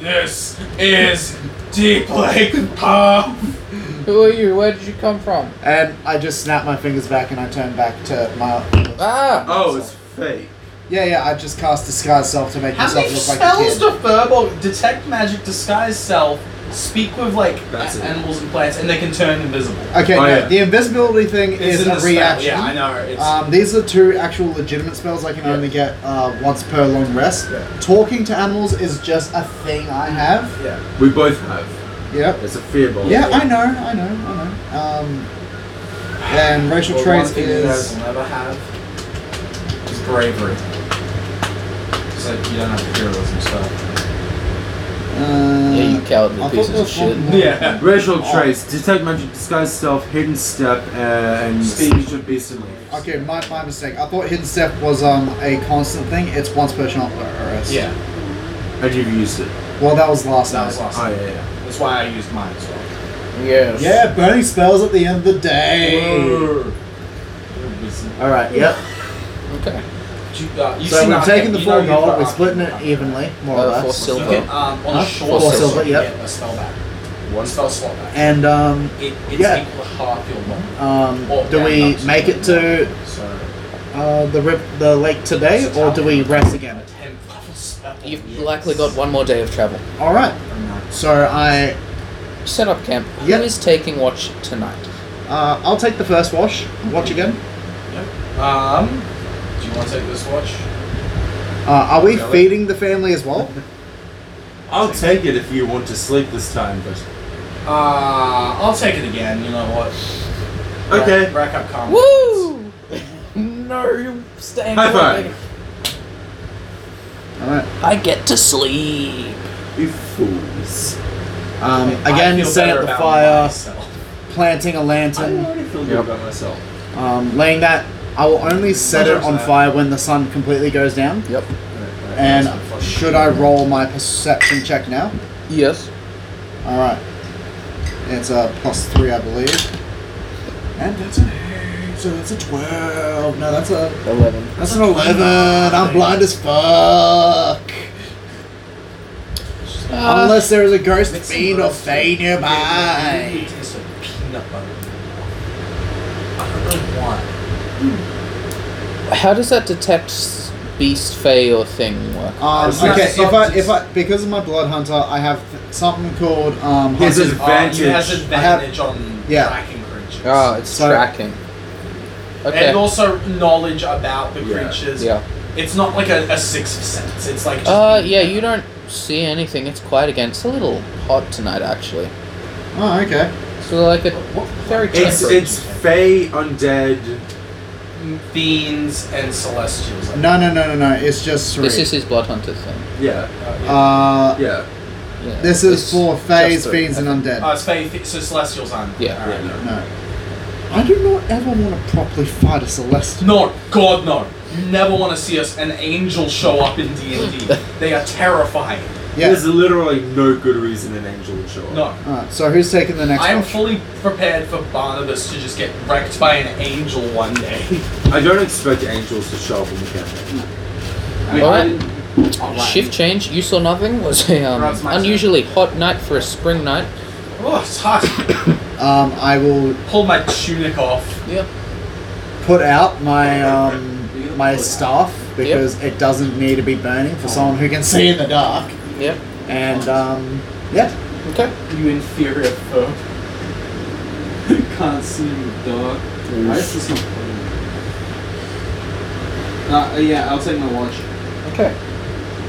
S6: This is Deep Lake Path.
S5: Who are you? Where did you come from?
S1: and I just snap my fingers back and I turn back to my
S5: Ah!
S4: Oh, it's fake.
S1: yeah yeah I just cast disguise self to make
S6: How many
S1: myself look like a
S6: spells
S1: kid
S6: do Furball detect magic, disguise self, speak with like
S4: That's
S6: a-
S4: it.
S6: animals and plants, and they can turn invisible?
S1: okay
S4: Oh,
S1: no,
S4: yeah.
S1: the invisibility thing
S6: It's
S1: is
S6: in
S1: a
S6: the spell.
S1: reaction
S6: Yeah, I know. It's,
S7: Uh,
S1: Um, these are two actual legitimate spells I can only get uh, once per long rest.
S4: Yeah.
S1: Talking to animals is just a thing I have.
S6: yeah.
S4: We both have.
S1: Yep.
S4: It's a fear ball.
S1: Yeah, I know, I know, I know. Um, and racial
S6: Well, one
S1: traits
S6: thing you
S1: is
S6: guys
S1: uh,
S6: will never have is bravery. It's like you don't have heroism spell.
S1: uh,
S5: Yeah, you cowardly
S1: I thought
S5: pieces
S1: there
S5: of
S1: was
S5: shit.
S1: one more.
S6: Yeah.
S4: Racial traits, detect magic, disguise self, hidden step, uh, and
S6: Speech.
S4: speech of beast and leaves.
S1: Okay, my, my mistake. I thought hidden step was um a constant thing. It's once per shot per rest.
S6: Yeah.
S4: And you've used it.
S1: Well, that was last
S6: That
S1: night.
S6: was last.
S4: Oh,
S6: time.
S4: yeah, yeah.
S6: That's why I used mine as well.
S5: Yes.
S1: yeah, burning spells at the end of the day. All right. Yep.
S5: Okay.
S6: You, uh, you
S1: so
S6: see
S1: we've
S6: Arca-
S1: taken the
S6: you
S1: four gold.
S6: know you've got
S1: We're
S6: Arca-
S1: splitting it evenly, more or
S5: Uh,
S1: less.
S5: for
S6: You
S5: silver.
S6: can, um, on
S1: Huh?
S6: a short
S5: Four
S6: silver,
S1: silver,
S6: you
S1: yep.
S6: get a spell back. One spell slot back.
S1: And um,
S6: It, it's
S1: Yeah.
S6: equal to half your long.
S1: Um,
S6: Or
S1: do
S6: down
S1: we
S6: up
S1: make it to
S6: So,
S1: uh, the rip, the lake today, or do we rest again?
S6: a 10th level spell.
S5: You've
S6: Yes.
S5: likely got one more day of travel.
S1: All right. So I,
S5: Set up camp.
S1: Yep.
S5: Who is taking watch tonight?
S1: uh, I'll take the first wash. Watch again.
S6: Um, do you want to take this watch?
S1: Uh, are we
S6: Really?
S1: feeding the family as well?
S4: I'll take it if you want to sleep this time, but.
S6: Uh, I'll take it again. You know what? Rack-
S4: Okay.
S6: Rack up karma.
S5: Woo! no, staying
S4: High
S5: awake.
S4: five.
S1: All right.
S5: I get to sleep.
S4: You fools.
S1: Um,
S6: I
S1: again,
S6: feel
S1: setting
S6: better
S1: up the
S6: about
S1: fire,
S6: myself.
S1: planting a
S4: I
S1: lantern,
S4: already feel good
S5: Yep.
S4: about myself.
S1: um, laying that. I will only set it on fire when the sun completely goes down.
S5: Yep.
S1: And should I roll my perception check now?
S5: Yes.
S1: All right. It's a plus three, I believe. And that's an eight, so that's a twelve. No, that's a
S5: Eleven.
S1: that's an eleven. I'm blind as fuck.
S5: Ah. Um,
S1: Unless there is a ghost fiend or fae nearby.
S6: Taste of peanut butter. I don't really want.
S5: How does that detect s- beast, fey, or thing work?
S1: Um,
S6: It's not
S1: okay, if I if
S6: substance.
S1: I because of my blood hunter, I have th- something called um.
S4: Here's
S1: hunter's-
S4: Oh, his- Advantage.
S6: Uh, it has
S1: I have-
S6: advantage on
S1: Yeah.
S6: tracking creatures.
S5: Ah, it's
S1: So-
S5: tracking. Okay.
S6: And also knowledge about the
S4: Yeah.
S6: creatures.
S5: Yeah.
S6: It's not like a, a sixth sense. It's like. Just
S5: Uh, yeah. You don't see anything. It's quiet again. It's a little hot tonight, actually.
S1: oh, okay.
S5: So like a very
S4: It's
S5: temperate.
S4: it's Fey undead.
S6: Fiends and celestials. I
S1: No, no, no, no, no. It's just three.
S5: This is his blood hunter thing.
S4: Yeah,
S6: think. Uh, yeah.
S1: uh,
S4: yeah.
S5: Yeah.
S1: this is
S5: It's
S1: for fays,
S5: just a-
S1: fiends, and undead.
S6: Oh, it's fae- fi- so celestials aren't.
S5: Yeah.
S6: Alright.
S4: yeah.
S1: No. I do not ever want to properly fight a Celestial.
S6: No, God no. You never want to see us an angel show up in D and D. They are terrifying.
S1: Yeah.
S4: There's literally no good reason an angel would show up.
S6: No.
S1: Alright, so who's taking the next
S6: I am
S1: one?
S6: fully prepared for Barnabas to just get wrecked by an angel one day.
S4: I don't expect angels to show up in the campaign.
S5: Alright. Shift change. You saw nothing. Was a um,
S6: Perhaps my
S5: unusually hot night for a spring night.
S6: Oh, it's hot.
S1: Um, I will
S6: Pull my tunic off.
S5: Yeah.
S1: put out my um, my staff because it doesn't need to be burning for someone who can see in the dark.
S5: Yeah.
S1: And um, yeah,
S5: Okay.
S10: You inferior
S6: uh,
S10: folk. Can't see you, dog. Why is this not playing? Uh, yeah, I'll take my watch.
S5: Okay.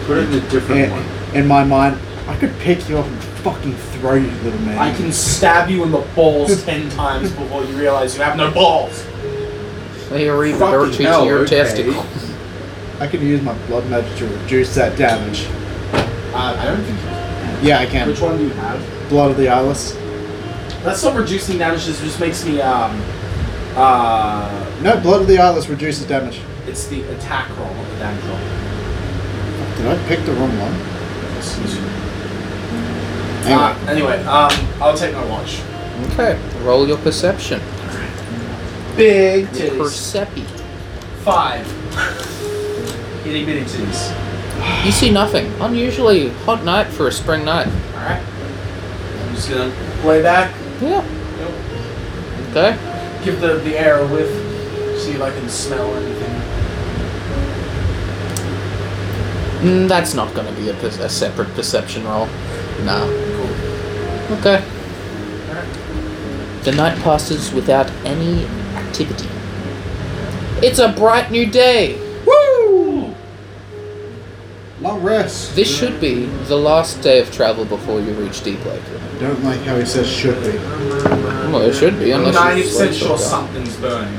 S4: Put it in a different
S1: in,
S4: one.
S1: in my mind, I could pick you up and fucking throw you, little man.
S6: I can stab you in the balls ten times before you realize you have no balls.
S5: They are even
S4: Fucking
S5: directly to
S4: hell,
S5: your
S4: okay.
S5: testicles.
S7: I could use my blood magic to reduce that damage.
S9: Uh, I don't think you can.
S7: Yeah, I can.
S6: Which one do you have?
S7: Blood of the eyeless.
S6: um, That's not reducing damage. This just makes me um uh.
S7: No, blood of the eyeless reduces damage.
S6: It's the attack roll, not the damage roll.
S7: Did I pick the wrong one? Anyway,
S6: Uh, anyway, um, I'll take my watch.
S5: Okay, roll your perception.
S6: Big titties.
S5: Percepi.
S6: Five. Itty bitty titties.
S5: You see nothing. Unusually hot night for a spring night.
S6: All right. I'm just gonna lay back,
S5: Yeah. Okay.
S6: give the the air a whiff, see if I can smell anything.
S5: Mm, that's not going to be a, per- a separate perception roll. Nah. Okay. The night passes without any activity. It's a bright new day.
S7: long rest.
S5: This should be the last day of travel before you reach Deep Lake.
S7: Don't like how he says should be.
S5: Well, it should be, unless
S6: Ninety
S5: you
S6: percent sure
S5: something.
S6: something's burning,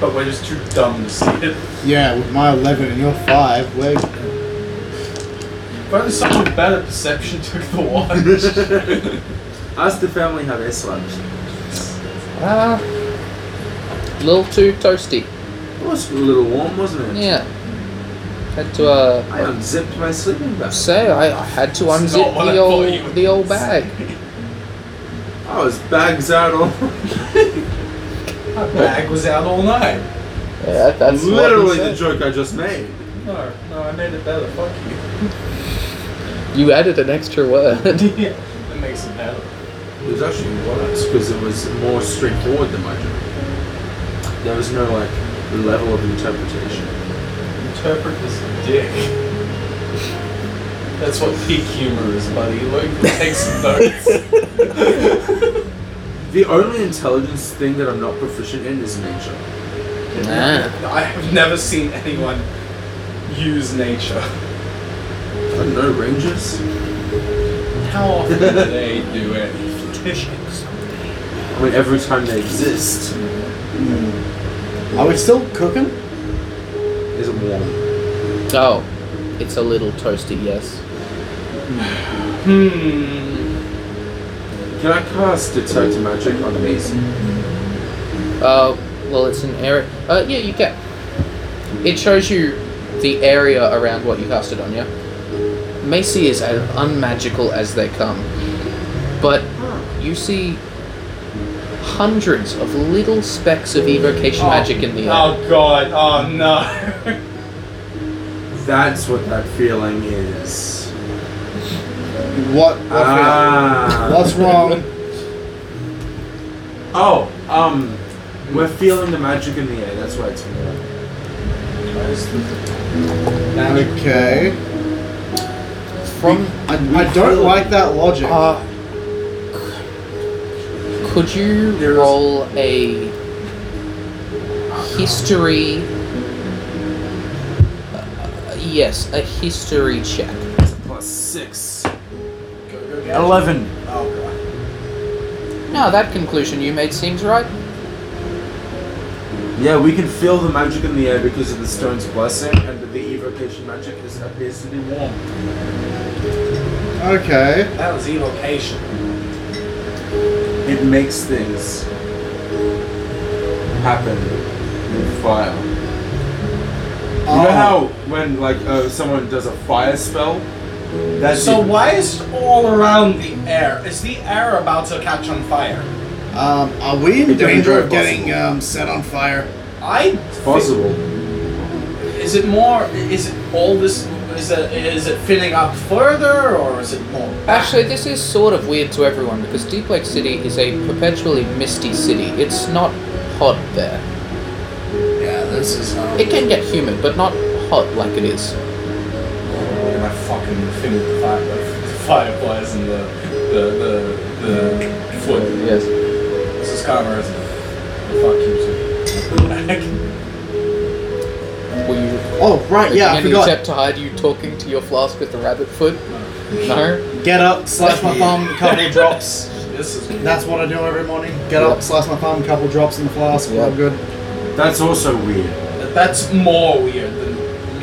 S6: but we're just too dumb to see it.
S7: Yeah, with my 11 and your 5, we're.
S6: If only someone with better perception took the watch.
S4: Ask the family how their sludge.
S5: Ah, little too toasty.
S4: It was a little warm, wasn't it?
S5: Yeah. Had to uh,
S4: I unzipped my sleeping bag.
S5: say I, I had to
S6: This is not
S5: unzip
S6: what
S5: the
S6: I thought you
S5: old
S6: would
S5: the old
S6: say.
S5: bag.
S4: I was bags out all.
S6: That bag was out all night.
S5: Yeah, that's what he
S4: literally the
S5: said.
S4: joke I just made.
S6: No, no, I made it better. Fuck you.
S5: You added an extra word.
S6: yeah, that makes it better.
S4: It was actually worse because it was more straightforward than my joke. There was no like level of interpretation.
S6: Interpret as dick. That's what peak humor is, buddy. Look, take some notes.
S4: The only intelligence thing that I'm not proficient in is nature.
S5: Nah.
S4: Ah.
S6: I have never seen anyone use nature.
S4: I don't know rangers.
S6: How often do they do it?
S4: I mean, every time they exist,
S7: Are we still cooking?
S4: is it warm?
S5: Oh, it's a little toasty. Yes.
S6: hmm.
S4: Can I cast detect magic on these?
S5: Uh, well, it's an area. Uh, yeah, you can. It shows you the area around what you cast it on. Yeah. Macy is as unmagical as they come, but you see hundreds of little specks of evocation magic in the air.
S6: Oh god, oh no.
S4: That's what that feeling is.
S7: What? what
S4: Ah.
S7: What's wrong?
S4: Oh, um, we're feeling the magic in the air. That's why it's warm.
S7: okay.
S5: From
S7: I, I don't like that logic.
S3: Uh,
S5: Could you
S4: Oh. There is-
S5: roll a history? Uh, yes, a history check.
S4: Plus six.
S6: Eleven.
S5: Now that conclusion you made seems right.
S4: Yeah, we can feel the magic in the air because of the stone's blessing, and the evocation magic is, appears to be warm.
S7: okay.
S6: That was evocation.
S4: It makes things happen with fire. You know how when like uh, someone does a fire spell? That's
S6: So
S4: it.
S6: why is it all around the air? Is the air about to catch on fire?
S7: Um, are we in
S4: It doesn't
S7: danger
S4: drive
S7: of getting
S4: possible.
S7: um, set on fire?
S6: I
S4: It's possible.
S6: is it more? Is it all this? Is it is it filling up further or is it more?
S5: Actually, this is sort of weird to everyone because Deep Lake City is a perpetually misty city. It's not hot there.
S7: Yeah, this is. Um,
S5: It can get humid, but not hot like it is.
S6: Look at my fucking thing with the fire, the fireflies and the the the, the foot.
S5: Yes.
S6: This is kind of resin. The fuck keeps
S5: Were you
S7: oh, right, yeah, I
S5: making
S7: forgot.
S5: any attempt to hide you talking to your flask with the rabbit foot? No.
S7: Get up, slash my thumb, couple drops.
S6: it. This is
S7: That's what I do every morning. Get
S5: Yeah.
S7: up, slash my thumb, couple drops in the flask.
S5: Yeah.
S7: All good.
S4: That's also weird.
S6: that's more weird than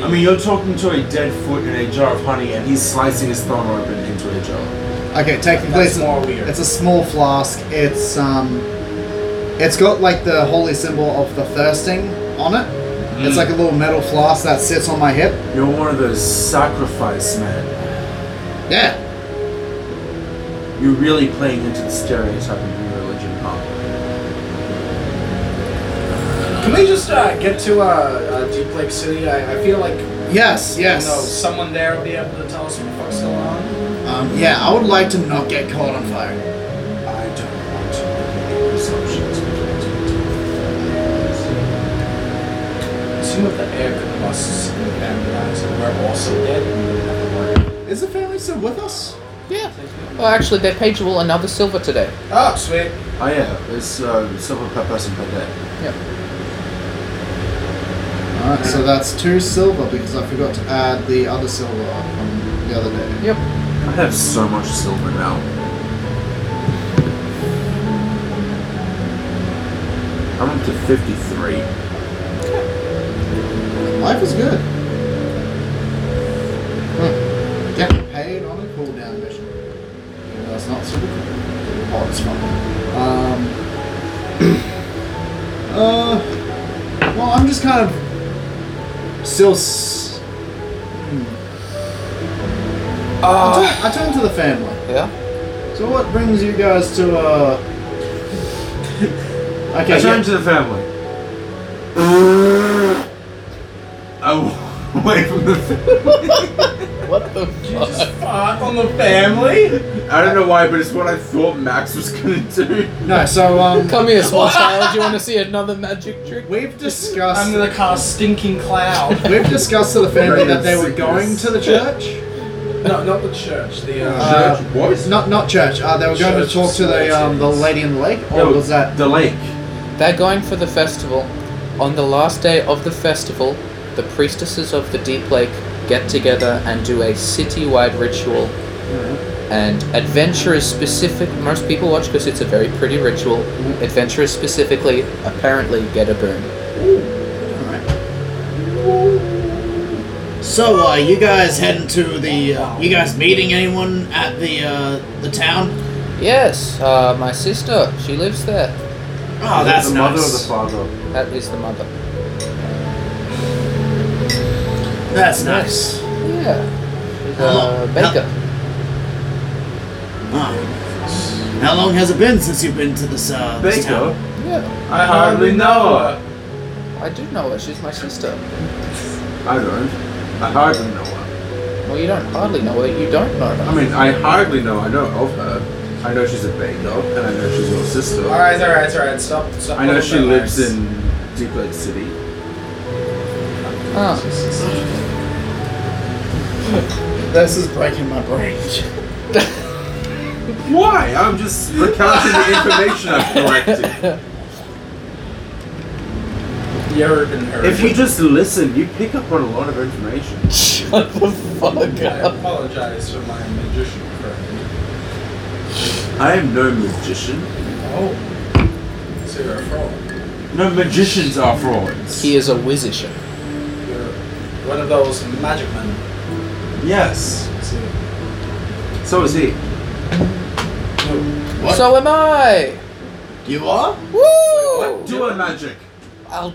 S4: I mean, you're talking to a dead foot in a jar of honey, and he's slicing his thumb open into a jar.
S1: Okay, technically
S6: That's
S1: it's
S6: more weird.
S1: It's a small flask. It's um, it's got like the holy symbol of the thirsting on it. It's like a little metal flask that sits on my hip.
S4: You're one of those sacrifice men.
S1: Yeah.
S4: You're really playing into the stereotype of your religion, huh?
S6: Can we just uh, get to uh, uh, Deep Lake City? I, I feel like you
S1: Yes. Yes.
S6: know, someone there will be able to tell us what the fuck's going on.
S1: Um, yeah, I would like to not get caught on fire.
S4: I don't want to make any assumptions.
S6: Some of the air combusts in the background, and we're also dead. and we never were.
S1: Is the family still with us?
S5: Yeah. Well, actually, they paid you all another silver today.
S6: Oh, sweet.
S9: Oh yeah, it's uh, silver per person per day.
S1: Alright, so that's two silver because I forgot to add the other silver from the other day.
S5: Yep.
S4: I have so much silver now. I'm up to 53.
S1: Life is good. Hmm. Get paid on a cooldown mission. Even though it's not super cool. Oh, it's fun. Um, uh, well, I'm just kind of still. S- hmm.
S4: Uh.
S1: I, turn, I turn to the family.
S5: Yeah.
S1: So what brings you guys to uh? Okay.
S4: I
S1: yeah.
S4: turn to the family. I walk away Oh, from the
S5: What the
S6: Fuck on the family?
S4: I don't know why, but it's what I thought Max was gonna do.
S1: No. So um,
S5: Come here, small child. You want to see another magic trick?
S1: we've
S6: I'm
S1: discussed
S6: gonna cast Stinking Cloud.
S1: we've discussed to the family that they were
S4: Sickness.
S1: going to the church.
S6: no, not the church. The uh,
S1: Uh,
S4: Church, what?
S1: Not not church. Uh, they were going to
S6: Church
S1: talk to the um, the
S6: celebrities.
S1: lady in the lake, or
S4: No,
S1: was that?
S4: the lake?
S5: They're going for the festival. On the last day of the festival, the priestesses of the Deep Lake get together and do a city-wide ritual. And adventure is specific. Most people watch because it's a very pretty ritual. Adventurers specifically apparently get a boon.
S7: So, uh, you guys heading to the? Uh, you guys meeting anyone at the uh, the town?
S5: Yes, uh, my sister. She lives there.
S7: Oh, that's
S4: the
S7: nice.
S4: mother or the father.
S5: That is the mother.
S7: That's nice.
S5: Yeah. She's
S7: Hello.
S5: a baker.
S7: Oh. How long has it been since you've been to this, uh, this town?
S4: Baker?
S5: Yeah.
S4: I hardly know her.
S5: I do know her. She's my sister.
S4: I don't. I hardly know her.
S5: Well, you don't hardly know her. You don't know her.
S4: I mean, I hardly know. I know of her. I know she's a baker, and I know she's your sister.
S6: Alright, alright, alright, stop, stop.
S4: I know she
S6: holding
S4: lives
S6: back.
S4: in Deep Lake City.
S5: Ah.
S1: This is breaking my brain.
S4: Why? I'm just recounting the information I've collected.
S6: You're in her.
S4: If you just listen, you pick up on a lot of information.
S5: Shut the fuck
S6: I
S5: up.
S6: apologize for my magician friend.
S4: I am no magician.
S6: Oh. So you're a fraud.
S4: No magicians are frauds.
S5: He is a wizician.
S6: You're one of those magic men.
S4: Yes.
S6: See?
S4: So is he.
S7: What?
S5: So am I.
S7: You are?
S5: Woo!
S4: Do a magic.
S5: I'll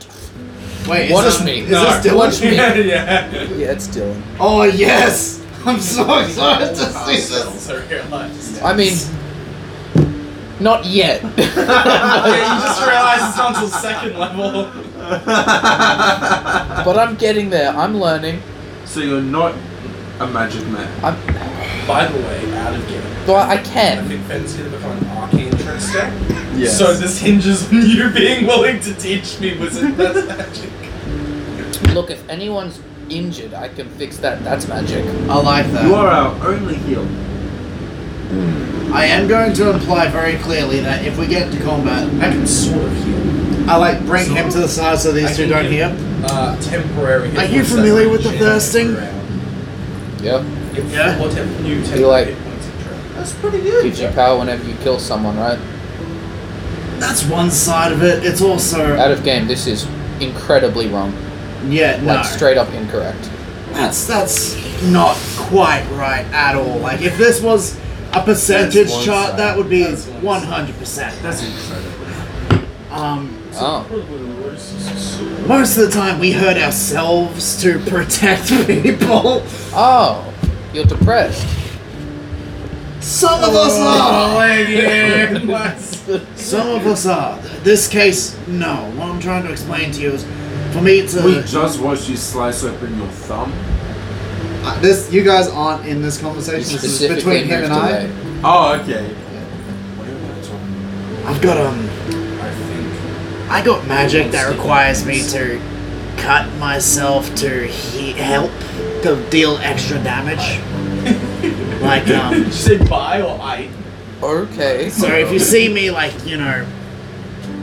S7: Wait, is
S5: watch
S7: this,
S5: me.
S7: Is this Dylan?
S5: Watch me. Yeah,
S6: yeah.
S5: it's Dylan.
S7: Oh yes! I'm so excited to see this.
S6: Jesus. I realized.
S5: I mean, not yet.
S6: yeah, you just realized it's not until second level.
S5: but I'm getting there. I'm learning.
S4: So you're not a magic man.
S5: I'm.
S6: By the way, out of game.
S5: Well, I
S6: I
S5: can.
S6: think Fenn's gonna become an arcane trickster.
S4: Yes.
S6: So this hinges on you being willing to teach me wizard that's magic.
S5: Look, if anyone's injured, I can fix that. That's magic.
S1: I like
S4: you
S1: that.
S4: are our only heal.
S1: I am going to imply very clearly that if we get into combat,
S6: I can sort of heal.
S1: I like bring him to the side so
S6: I
S1: these two
S6: can
S1: don't
S6: give-
S1: hear.
S6: Uh, temporary. hit
S1: Are you
S6: points that
S1: familiar
S6: I
S1: with the
S6: generate
S1: thirsting?
S6: per round.
S5: Yep.
S6: Give
S1: Yeah.
S6: four temp- new temporary
S5: like-
S6: hit points each round.
S1: That's pretty good.
S5: Gives you power whenever you kill someone, right?
S1: That's one side of it. It's also
S5: Out of game, this is incredibly wrong.
S1: Yeah, no.
S5: Like straight up incorrect.
S1: That's that's not quite right at all. Like if this was a percentage
S11: That's one
S1: chart,
S11: side.
S1: that would be one hundred percent.
S11: That's incredible.
S1: Um,
S5: Oh,
S1: most of the time we hurt ourselves to protect people.
S5: oh, you're depressed.
S1: Some of us are. Some of us are. This case, no. What I'm trying to explain to you is, for me, it's a.
S4: We just watched you slice open your thumb.
S7: Uh, this you guys aren't in this conversation. This is
S5: Specifically
S7: between him and
S5: moved
S7: I.
S5: away.
S4: Oh, okay. What am I talking
S1: I've got um.
S4: about? I think.
S1: I got magic that requires me to cut myself to he- help to deal extra damage. like um,
S6: She said bye or I.
S5: Okay.
S1: so if you see me like you know,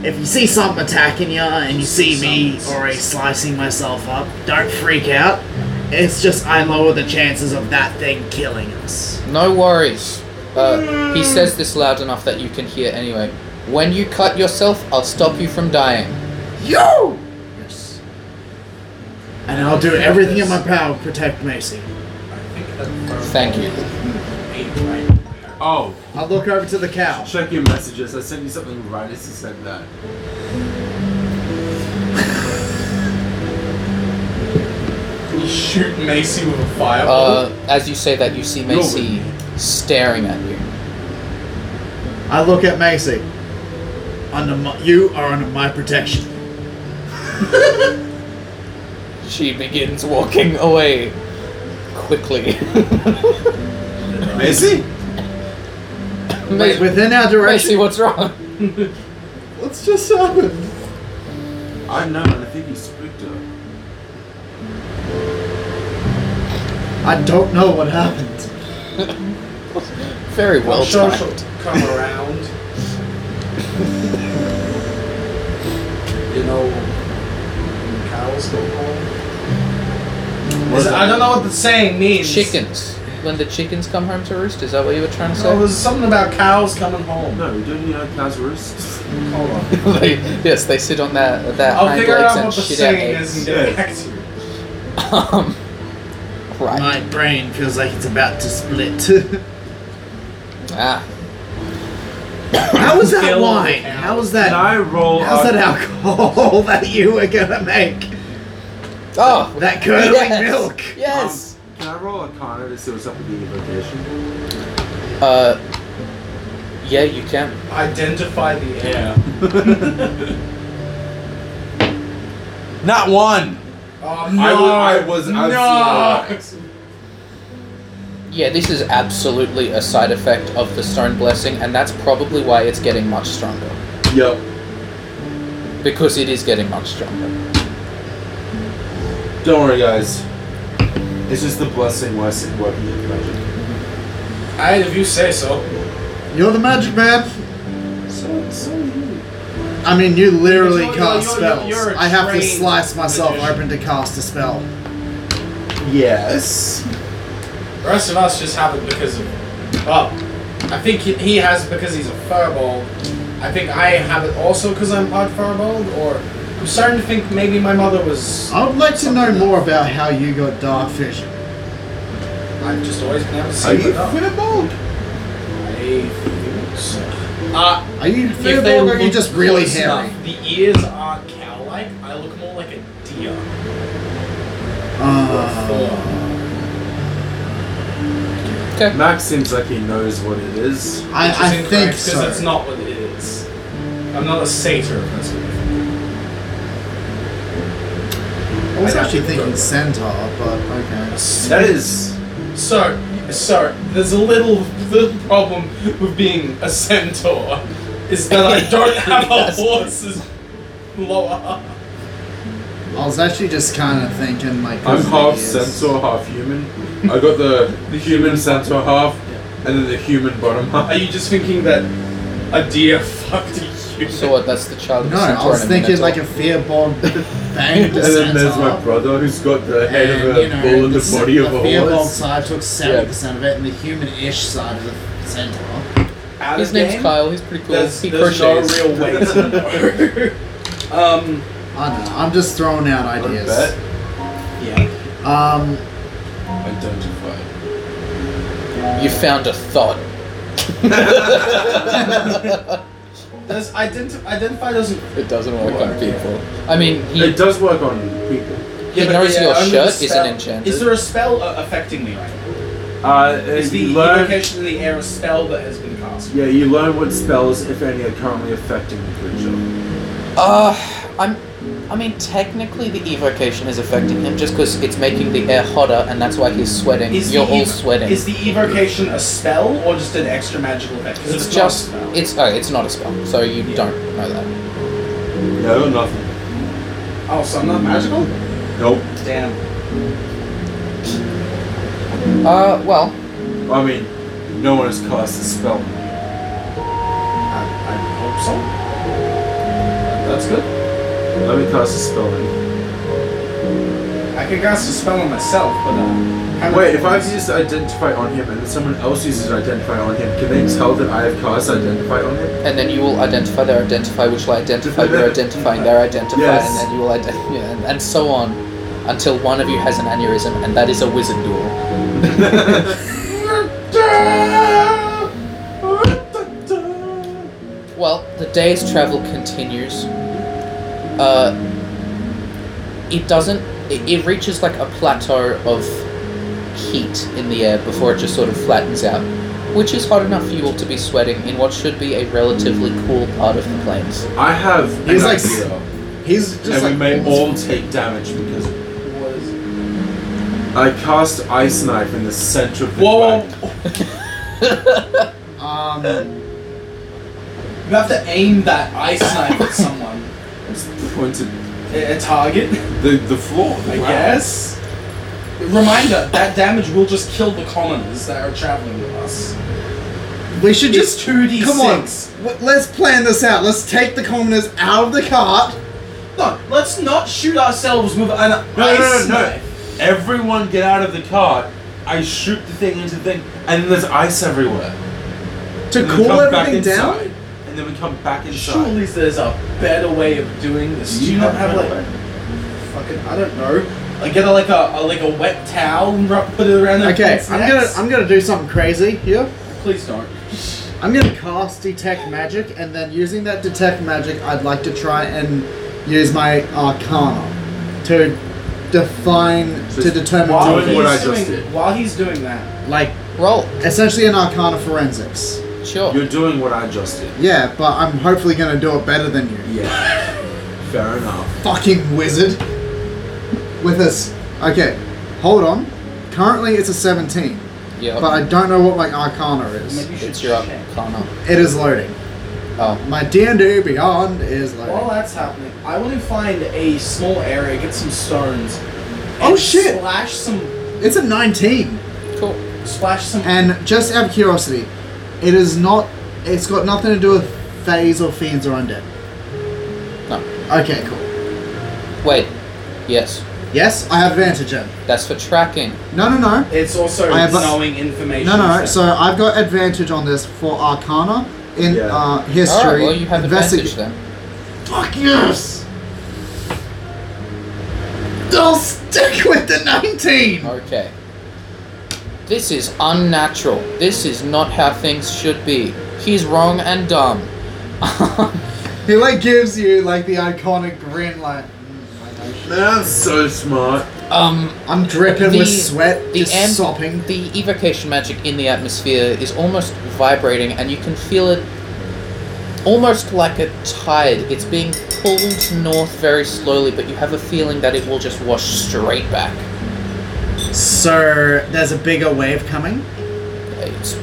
S1: if you see something attacking you and you see me already slicing myself up, don't freak out. It's just I lower the chances of that thing killing us.
S5: No worries. Uh, he says this loud enough that you can hear anyway. When you cut yourself, I'll stop you from dying.
S1: Yo. Yes. And I'll do everything in my power to protect Macy.
S5: Thank you.
S4: Oh,
S7: I look over to the cow.
S4: check your messages. I sent you something right as you said that.
S6: You shoot Macy with a fireball.
S5: Uh, as you say that, you see Macy staring at you.
S7: I look at Macy.
S1: Under my, you are under my protection.
S5: She begins walking away quickly.
S4: Macy?
S5: Macy,
S7: Within our direction.
S5: Macy, what's wrong?
S7: What's just happened?
S4: I don't know, and I think you spooked her.
S7: I don't know what happened.
S5: Very well
S6: sure
S5: timed.
S6: she'll come around. you know, cows go home. Is- I don't know what the saying means.
S5: Chickens. When the chickens come home to roost, is that what you were trying to
S6: So
S5: say?
S6: Oh, there's something about cows coming home.
S4: No, don't you know cows roost?
S6: Hold on.
S5: They- yes, they sit on their their
S6: I'll
S5: hind
S6: figure
S5: legs
S6: out
S5: and
S6: what the
S5: shit out
S6: saying is and
S5: eggs.
S6: get back to you.
S5: Um, right.
S1: My brain feels like it's about to split.
S5: Ah.
S1: How was that
S6: Fill
S1: wine?
S6: the count.
S1: How was
S11: Can I
S1: that?
S11: roll?
S1: How's that
S11: arc-
S1: alcohol that you were gonna make?
S5: Oh.
S1: That curdling
S5: yes.
S1: milk.
S5: Yes.
S4: Um, can I roll Arcana to see what's up with the invocation?
S5: uh. Yeah, you can.
S6: Identify the air.
S4: Not one!
S6: Oh
S4: I was, I was absolutely right.
S5: Yeah, this is absolutely a side effect of the stone blessing, and that's probably why it's getting much stronger.
S4: Yep.
S5: Because it is getting much stronger.
S4: Don't worry, guys. It's just the blessing worse working than magic.
S6: I if you say so.
S7: You're the magic man.
S4: So, so you.
S7: I mean, you literally
S6: You're-
S7: cast
S6: you're- you're-
S7: spells.
S6: you're a
S7: I have to
S6: trained
S7: slice myself
S6: magician.
S7: open to cast a spell.
S4: Yes.
S6: The rest of us just have it because of. Well, I think he, he has it because he's a furball. I think I have it also because I'm part furball, or I'm starting to think maybe my mother was.
S7: I would like to know more about how you got dark vision.
S6: I've just always been able to see
S4: Are you
S6: it up.
S4: firebolt?
S6: I think so. Uh,
S7: Are you
S6: if they
S7: fearful or are you
S6: look
S7: just really
S6: close
S7: hairy?
S6: enough, the ears aren't cow-like. I look more like a deer.
S7: Uh,
S4: Max seems like he knows what it is.
S7: I, I think
S6: because
S7: so.
S6: that's not what it is. I'm not a satyr. If that's what you think.
S7: I was actually thinking centaur, but okay.
S4: That is.
S6: So, so there's a little little problem with being a centaur, is that I don't have a horse's lower.
S7: I was actually just kind of thinking like.
S11: I'm
S7: over the
S11: half
S7: years.
S11: centaur, half human. I got the, the human centaur half, and then the human bottom
S6: Are
S11: half.
S6: you just thinking that a deer fucked a human?
S5: So what? That's the child. of
S7: No, I
S5: Centaur
S7: was
S5: and a
S7: thinking like a
S5: Minotaur.
S7: fearborn bang.
S11: And then there's my brother who's got the head of a bull and the body of a
S7: fearborn
S11: horse.
S7: side took seventy percent of it, and the human-ish side of the centaur.
S6: Out of
S5: His name's
S6: game?
S5: Kyle. He's pretty cool.
S6: There's,
S5: he
S6: there's no
S5: crochets.
S6: real way to know. um,
S7: I don't know. I'm just throwing out
S4: I
S7: ideas.
S4: bet.
S7: Um,
S12: Identified.
S5: You found a thought.
S6: Does identi- identify doesn't.
S5: it doesn't work on people. I mean, he,
S4: It does work on people.
S5: he
S6: but
S5: knows
S6: yeah,
S5: your
S6: under
S5: shirt
S6: the
S5: is
S6: spell-
S5: an enchanted.
S6: Is there a spell uh, affecting me right now?
S4: Uh,
S6: Is the
S4: you learn,
S6: location of the air a spell that has been cast?
S4: yeah, you learn what spells, if any, are currently affecting the creature.
S5: Uh, I'm. I mean, technically, the evocation is affecting him just because it's making the air hotter, and that's why he's sweating.
S6: Is
S5: You're
S6: the
S5: all
S6: ev-
S5: sweating.
S6: Is the evocation a spell or just an extra magical effect? 'Cause
S5: it's
S6: if not a
S5: just.
S6: spell-
S5: It's oh, it's not a spell, so you don't know that.
S12: No, nothing.
S6: Oh, so I'm not magical?
S4: Nope.
S6: Damn.
S5: Uh, well,
S4: I mean, no one has cast a
S6: I,
S4: spell.
S6: I hope so. That's good.
S4: Let me cast a spell. Then.
S6: I can cast a spell on myself, but uh, how
S4: Wait,
S6: much-
S4: if I've used identify on him and someone else uses identify on him, can they tell that I have cast identify on him?
S5: and then you will identify their identify, which will identify your identifying their identify,
S4: Yes.
S5: and then you will identify, yeah, and, and so on, until one of you has an aneurysm, and that is a wizard duel.
S6: Ah!
S5: Well, the day's travel continues. Uh, it doesn't. It, it reaches like a plateau of heat in the air before it just sort of flattens out, which is hot enough for you all to be sweating in what should be a relatively cool part of the plains.
S4: I have
S1: He's
S4: an
S1: like-
S4: idea,
S1: He's just
S4: and
S1: like
S4: we may all take damage because of it. I cast ice knife in the center of the
S6: Whoa!
S4: dragon.
S1: um,
S6: You have to aim that ice knife at someone.
S4: It's pointed
S6: A, a target,
S12: The the floor.
S6: I guess. Reminder that damage will just kill the commoners that are traveling with us.
S1: we should
S6: It's
S1: just
S6: two d
S1: come on.
S6: six.
S1: w- Let's plan this out. Let's take the commoners out of the cart.
S6: No, let's not shoot ourselves with an
S4: No,
S6: ice
S4: no, no, no.
S6: knife.
S4: Everyone get out of the cart. I shoot the thing into the thing, and then there's ice everywhere.
S1: To
S4: And then we
S1: cool
S4: come back
S1: everything down.
S4: inside, And then we come back inside.
S6: Surely there's a better way of doing this. Do you not have like fucking I don't know. Like get a, like a, a like a wet towel and rub, put it around their
S1: Okay,
S6: pants'
S1: I'm gonna
S6: necks?
S1: I'm gonna do something crazy here.
S6: Please don't.
S1: I'm gonna cast detect magic, and then using that detect magic, I'd like to try and use my arcana to define to determine
S6: While
S4: doing what I
S6: he's
S4: just
S6: doing-
S4: did.
S6: While he's doing that,
S1: like
S5: Roll,
S1: essentially an arcana forensics.
S5: sure.
S4: You're doing what I just did.
S1: Yeah, but I'm hopefully gonna do it better than you.
S4: Yeah. Fair enough.
S1: fucking wizard with us. Okay, hold on. Currently it's a 17,
S5: yeah,
S1: but I don't know what my arcana is.
S6: maybe you should
S5: it's your up,
S6: check.
S5: Connor.
S1: It is loading.
S5: Oh.
S1: My D&D Beyond is
S6: While
S1: loading.
S6: that's happening, I want to find a small area, get some stones.
S1: Oh,
S6: and
S1: shit.
S6: Splash some,
S1: It's a 19.
S5: Cool.
S6: splash some.
S1: And just out of curiosity, it is not, it's got nothing to do with phase or fiends or undead.
S5: No.
S1: Okay, cool.
S5: Wait. Yes,
S1: Yes, I have advantage then.
S5: that's for tracking.
S1: No, no, no.
S6: it's also
S1: I have a-
S6: knowing information.
S1: No, no, no.
S6: that-
S1: So I've got advantage on this for arcana in
S4: Yeah.
S1: uh,
S5: All
S1: history.
S5: right. Well, you have advantage
S1: investig-
S5: then.
S1: Fuck yes! I'll stick with the 19!
S5: Okay. This is unnatural. This is not how things should be. He's wrong and dumb.
S1: He like gives you like the iconic grin like, "Mm, I know shit."
S4: Man, I'm so smart.
S5: um,
S1: I'm dripping
S5: The-
S1: with sweat,
S5: the
S1: just
S5: am-
S1: sopping.
S5: the evocation magic in the atmosphere is almost vibrating, and you can feel it almost like a tide. It's being pulled north very slowly, but you have a feeling that it will just wash straight back.
S1: So there's a bigger wave coming.
S5: It's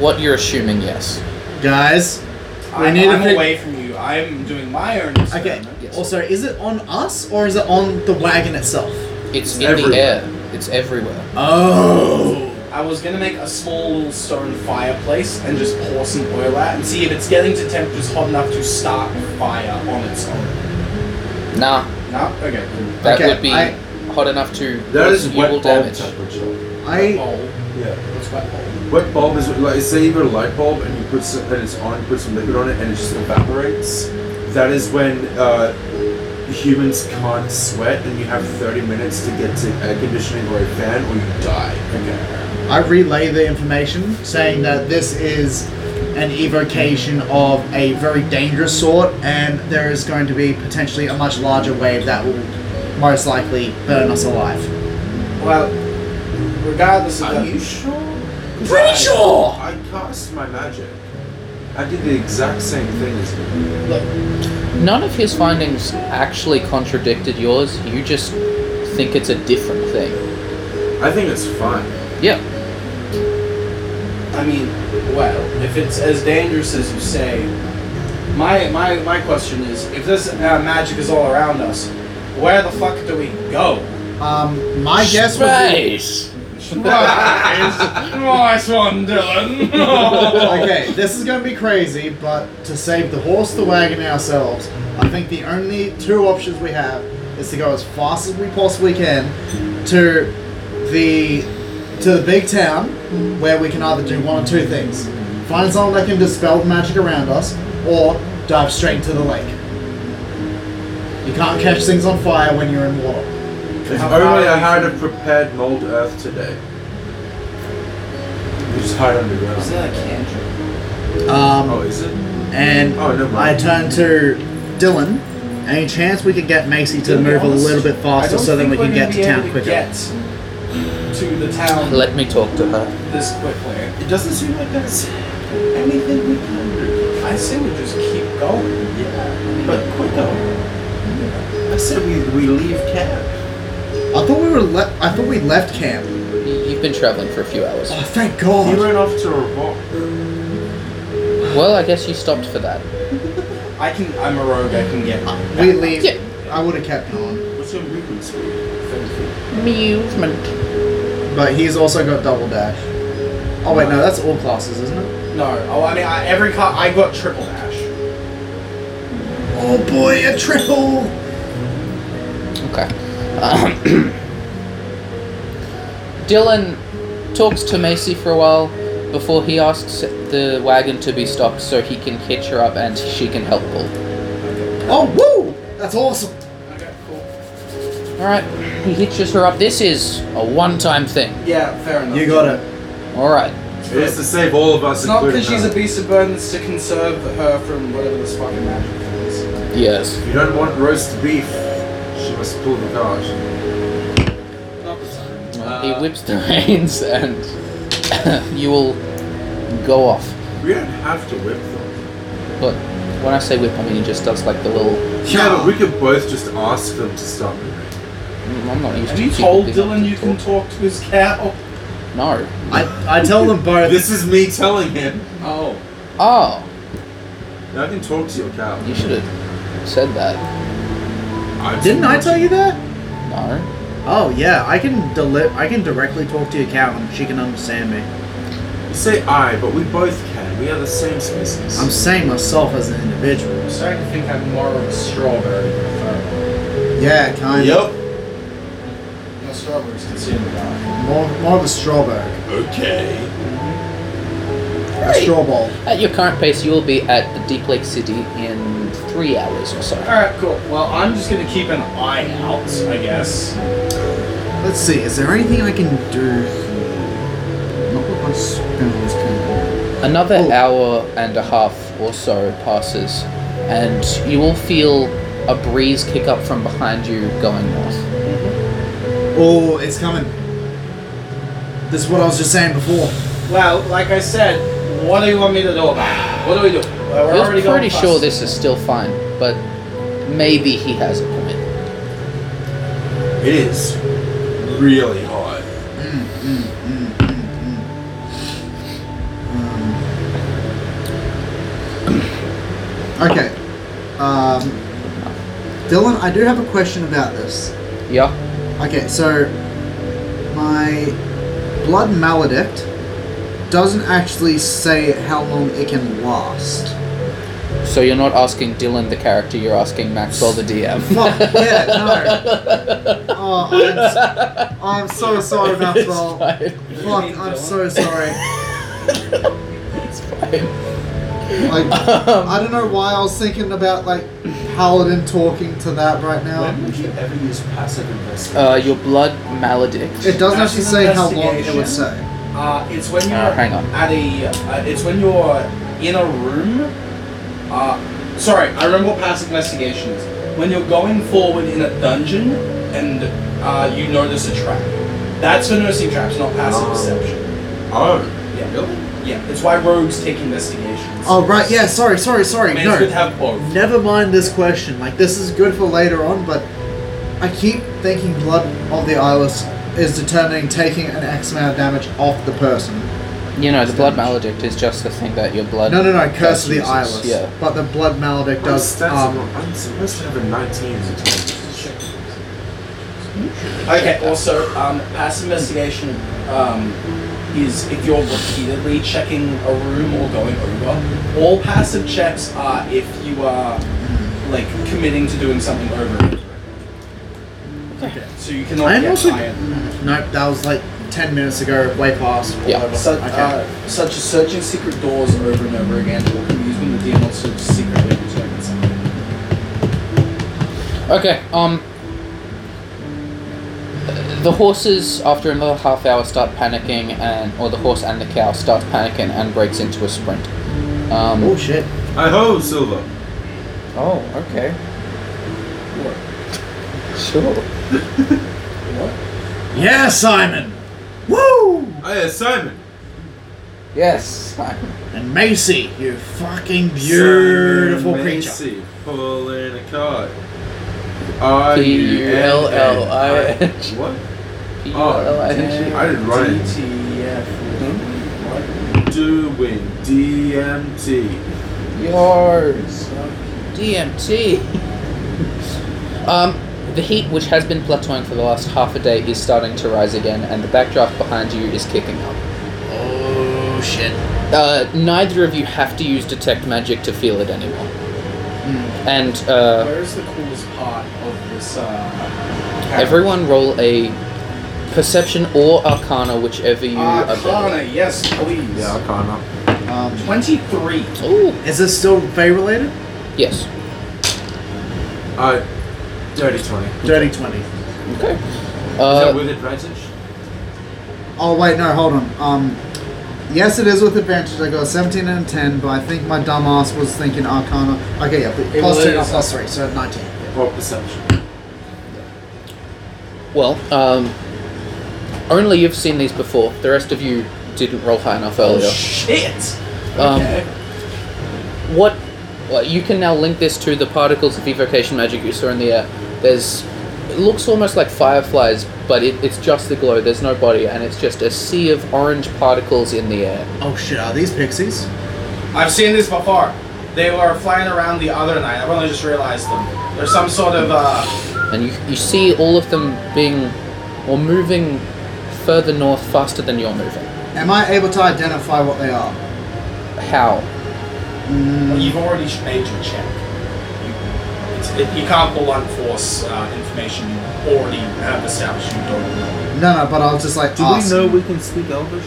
S5: what you're assuming, yes.
S1: Guys,
S6: I'm,
S1: need to
S6: I'm
S1: pick-
S6: away from you. I'm doing my own.
S1: okay.
S6: Experiment.
S1: Also, is it on us or is it on the wagon itself?
S5: It's in the
S4: everywhere.
S5: air. It's everywhere.
S1: Oh.
S6: I was gonna make a small little stone fireplace and just pour some oil out and see if it's getting to temperatures hot enough to start a fire on its own.
S5: Nah,
S6: No, okay. cool.
S5: that
S1: Okay,
S5: would be
S1: I-
S5: hot enough to
S4: That is
S5: cause evil
S4: wet bulb
S5: damage.
S4: temperature.
S1: I
S6: Bowl.
S4: Yeah.
S6: What's wet bowl?
S4: Wet bulb is like say you put a light bulb and you put some, and it's on, you put some liquid on it, and it just evaporates. That is when uh, humans can't sweat and you have 30 minutes to get to air conditioning or a fan or you die. Okay.
S1: I relay the information saying that this is an evocation of a very dangerous sort, and there is going to be potentially a much larger wave that will most likely burn us alive.
S6: Well, regardless of
S4: Are
S6: that,
S4: you sure? 'Cause
S1: Pretty
S4: I-
S1: sure!
S4: I cast my magic. I did the exact same thing as you.
S5: None of his findings actually contradicted yours. You just think it's a different thing.
S4: I think it's fine.
S5: Yeah.
S6: I mean, well, if it's as dangerous as you say, my my my question is, if this uh, magic is all around us, where the fuck do we go?
S1: Um, my guess would be.
S2: nice one, Dylan.
S1: Okay, this is going to be crazy, but to save the horse, the wagon, and ourselves, I think the only two options we have is to go as fast as we possibly can to the to the big town where we can either do one or two things: find someone that can dispel the magic around us, or dive straight into the lake. You can't catch things on fire when you're in water.
S4: If only I had a prepared mold earth today. You just hide underground.
S6: a cantrip?
S4: Oh,
S1: Um,
S4: is it?
S1: and
S4: Oh, never
S1: I
S4: mind.
S1: turn to Dylan. Any chance we could get Macy to move a little bit faster so then we can get to town quicker?
S6: Get to the town
S5: Let me talk to her.
S6: this quickly.
S4: It doesn't seem like that's anything we can do.
S6: I say we just keep going.
S4: But quicker. I said we, we leave camp.
S1: I thought we were le- I thought we left camp.
S5: You've been traveling for a few hours.
S1: Oh, thank
S4: He
S1: God.
S4: went off to a rock.
S5: Well, I guess you stopped for that.
S6: I can. I'm a rogue. I can get.
S1: We leave.
S5: Yeah.
S1: I would have kept on,
S4: What's your movement speed?
S5: Movement.
S1: but he's also got double dash. Oh wait, no, that's all classes, isn't it?
S6: No. Oh, I mean, I, every car. I got triple dash.
S1: Oh boy, a triple.
S5: Okay. Um, Dylan talks to Macy for a while before he asks the wagon to be stopped so he can hitch her up and she can help pull.
S1: Oh woo, that's awesome.
S6: Okay. Cool.
S5: Alright, he hitches her up. This is a one time thing.
S6: Yeah. Fair enough.
S1: it.
S5: Alright.
S4: It is to save all of us.
S6: It's not
S4: including
S6: because she's
S4: her.
S6: a beast of burden it's to conserve her from whatever this fucking magic thing is.
S5: Yes.
S4: If you don't want roast beef, she must pull the card.
S6: Not the time.
S5: he whips the reins and you will go off.
S4: We don't have to whip them.
S5: But when I say whip, I mean he just does like the little.
S4: Yeah, but we could both just ask them to stop moving.
S5: mm, I'm not used
S6: Have
S5: to
S6: you
S5: people
S6: told
S5: being able
S6: Dylan
S5: to
S6: you can
S5: talk.
S6: talk to his Oh, cow?
S5: No.
S1: I, I tell them both.
S4: This is me telling him.
S6: Oh.
S5: Oh,
S4: I can talk to your cow.
S5: you should have said that.
S1: Didn't I tell you that?
S5: No.
S1: Oh yeah, I can deli- I can directly talk to your cow and she can understand me.
S4: You say I, but we both can. We are the same species.
S1: I'm saying myself as an individual.
S6: I'm starting to think I'm more of a strawberry than a fern.
S1: Yeah, kind of.
S12: Yep.
S6: No strawberries can see in the dark.
S1: More, more of a strawberry.
S12: Okay.
S1: A straw ball.
S5: At your current pace, you will be at the Deep Lake City in three hours or so.
S6: Alright, cool. Well, I'm just gonna keep an eye out, I guess.
S1: Let's see, is there anything I can do? Not what my spells can
S5: Another
S1: Oh.
S5: hour and a half or so passes, and you will feel a breeze kick up from behind you going north.
S1: do. Oh, it's coming. This is what I was just saying before.
S6: Well, like I said, what do you want me to do about it? What do we do? Well, we're
S5: You're
S6: already going
S5: pretty sure
S6: fast.
S5: this is still fine, but maybe he has a point.
S12: It is really hot.
S1: Okay. Um, Dylan, I do have a question about this.
S5: Yeah.
S1: Okay, so my blood maledict doesn't actually say how long it can last.
S5: So you're not asking Dylan the character, you're asking Maxwell the DM.
S1: Fuck, yeah, no. Oh, I'm, s- I'm so sorry about
S5: It's
S1: that.
S5: fine.
S1: Fuck, I'm so sorry.
S5: It's fine. Um,
S1: Like, I don't know why I was thinking about like paladin talking to that right now.
S12: When would you ever use passive investigation?
S5: Uh, your blood maledict.
S1: It doesn't actually say how long it
S6: Investigation.
S1: would say.
S6: Uh, it's when you're
S5: Uh, hang on.
S6: at a. Uh, it's when you're in a room. Uh, sorry, I remember what past investigation is. When you're going forward in a dungeon and uh, you notice a trap. That's for noticing traps, not passive perception.
S12: Oh,
S6: Yeah. Really? Yeah. It's why rogues take investigations.
S1: Oh right, yeah. Sorry, sorry, sorry.
S6: I mean, it's good to
S1: No,
S6: have both.
S1: never mind this question. Like this is good for later on, but I keep thinking blood of the eyeless is determining taking an X amount of damage off the person.
S5: You know, the blood maledict is just the thing that your blood.
S1: No, no, no. Curse of the
S5: uses.
S1: eyeless.
S5: Yeah.
S1: But the blood maledict
S4: I'm
S1: does.
S4: stats-
S1: Um,
S4: I'm supposed to have a 19 as a target.
S6: Okay. Also, um, pass investigation um, is if you're repeatedly checking a room or going over. All passive checks are if you are like committing to doing something over. and over. Okay. So you cannot
S1: I am
S6: get
S1: also-
S6: higher.
S1: nope, that was like ten minutes ago. Way past. all
S5: Yeah.
S1: over.
S6: Such,
S1: okay.
S6: uh, such as searching secret doors over and over again, or can be used when the DM wants to secretly determine something.
S5: Okay. Um. The horses, after another half hour, start panicking, and or the horse and the cow starts panicking and breaks into a sprint. Um,
S1: Oh shit.
S4: I ho, Silver.
S5: Oh, okay. Sure.
S7: Yeah, Simon. Woo!
S4: Oh yeah, Simon.
S5: Yes.
S7: And Macy, you fucking beautiful
S4: Simon
S7: creature.
S4: Macy, pull in a card. R U L L I.
S5: P-U-L-L-I-N.
S4: What? Oh,
S5: P-U-L-I-N-G.
S4: I didn't write it.
S6: DTF. Hmm?
S4: Doing DMT.
S5: Yours. DMT. um, the heat, which has been plateauing for the last half a day, is starting to rise again, and the backdraft behind you is kicking up.
S7: Oh shit.
S5: Uh, neither of you have to use detect magic to feel it anymore. And uh,
S6: Where is the coolest part of this? Uh,
S5: everyone roll a perception or arcana, whichever you are better.
S6: Arcana, Ah, yes, please.
S4: Yeah, I can't.
S1: Um,
S6: 23.
S5: Ooh.
S1: is this still Fey related?
S5: Yes.
S4: Uh, dirty twenty. Is
S1: Dirty twenty.
S5: Okay.
S4: that
S5: Uh,
S4: with advantage?
S1: Oh wait, no, hold on. Um, yes, it is with advantage. I got a seventeen and a ten, but I think my dumbass was thinking Arcana. Okay, yeah, but plus two, not plus three, so nineteen.
S4: Or perception?
S5: well, um, only you've seen these before. The rest of you didn't roll high enough earlier.
S6: Oh, Shit!
S5: Um,
S6: Okay.
S5: What well, you can now link this to the particles of evocation magic you saw in the air. There's it looks almost like fireflies, but it, it's just the glow. There's no body, and it's just a sea of orange particles in the air.
S1: Oh shit, are these pixies?
S6: I've seen this before. They were flying around the other night. I've only just realized them. There's some sort of uh,
S5: And you you see all of them being or moving further north faster than you're moving.
S1: Am I able to identify what they are?
S5: How?
S6: you've already sh- made your check. You, it's, it, you can't pull on force uh, information you already have established you don't know.
S1: No, no, but I was just like,
S4: Do we
S1: asking.
S4: know we can speak Elvish?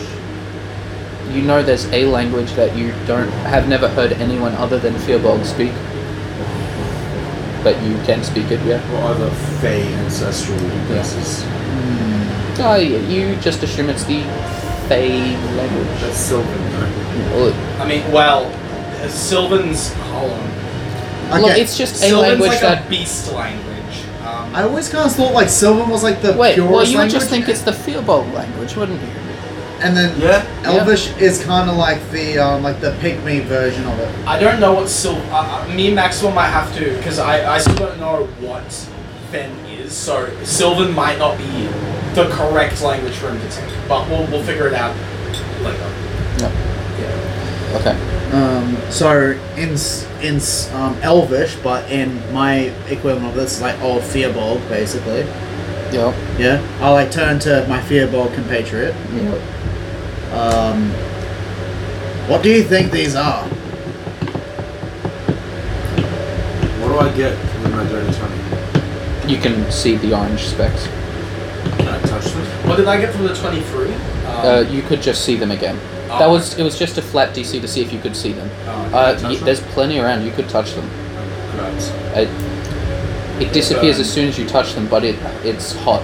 S5: You know there's a language that you don't have never heard anyone other than Fearbolg speak. But you can speak it, yeah.
S12: what other Fey ancestral places?
S5: Oh, yeah, you just assume it's the Fey language.
S4: That's Sylvan, though.
S5: Well,
S6: I mean, well, uh, Sylvan's hold on.
S5: Look,
S1: Okay.
S5: it's just a
S6: Sylvan's
S5: language
S6: like a
S5: that.
S6: beast language. Um,
S1: I always kind of thought like Sylvan was like the
S5: Wait,
S1: purest
S5: well, you would
S1: language,
S5: just think it's the Fearbolt language, wouldn't you?
S1: and then
S4: Yeah.
S1: Elvish is kind of like the um, like the pygmy version of it.
S6: I don't know what Syl. Uh, uh, me and Maxwell might have to, because I, I still don't know what Fen is, so Sylvan might not be the correct language for him to take, but we'll, we'll figure it out later.
S5: No.
S6: Yeah.
S5: Okay.
S1: Um, so in s- in s- um, Elvish, but in my equivalent of this, like old Fearball, basically.
S5: Yeah.
S1: Yeah, I like turn to my Fearball compatriot.
S5: yeah.
S1: Um, what do you think these are?
S4: What do I get with my dirty twenty?
S5: You can see the orange specks.
S4: Can I touch them?
S6: What did I get from the 23? Um,
S5: Uh, you could just see them again. That was it was just a flat DC to see if you could see them.
S4: um,
S5: Uh, y- there's plenty around. You could touch them. It, it disappears as soon as you touch them, but it it's hot.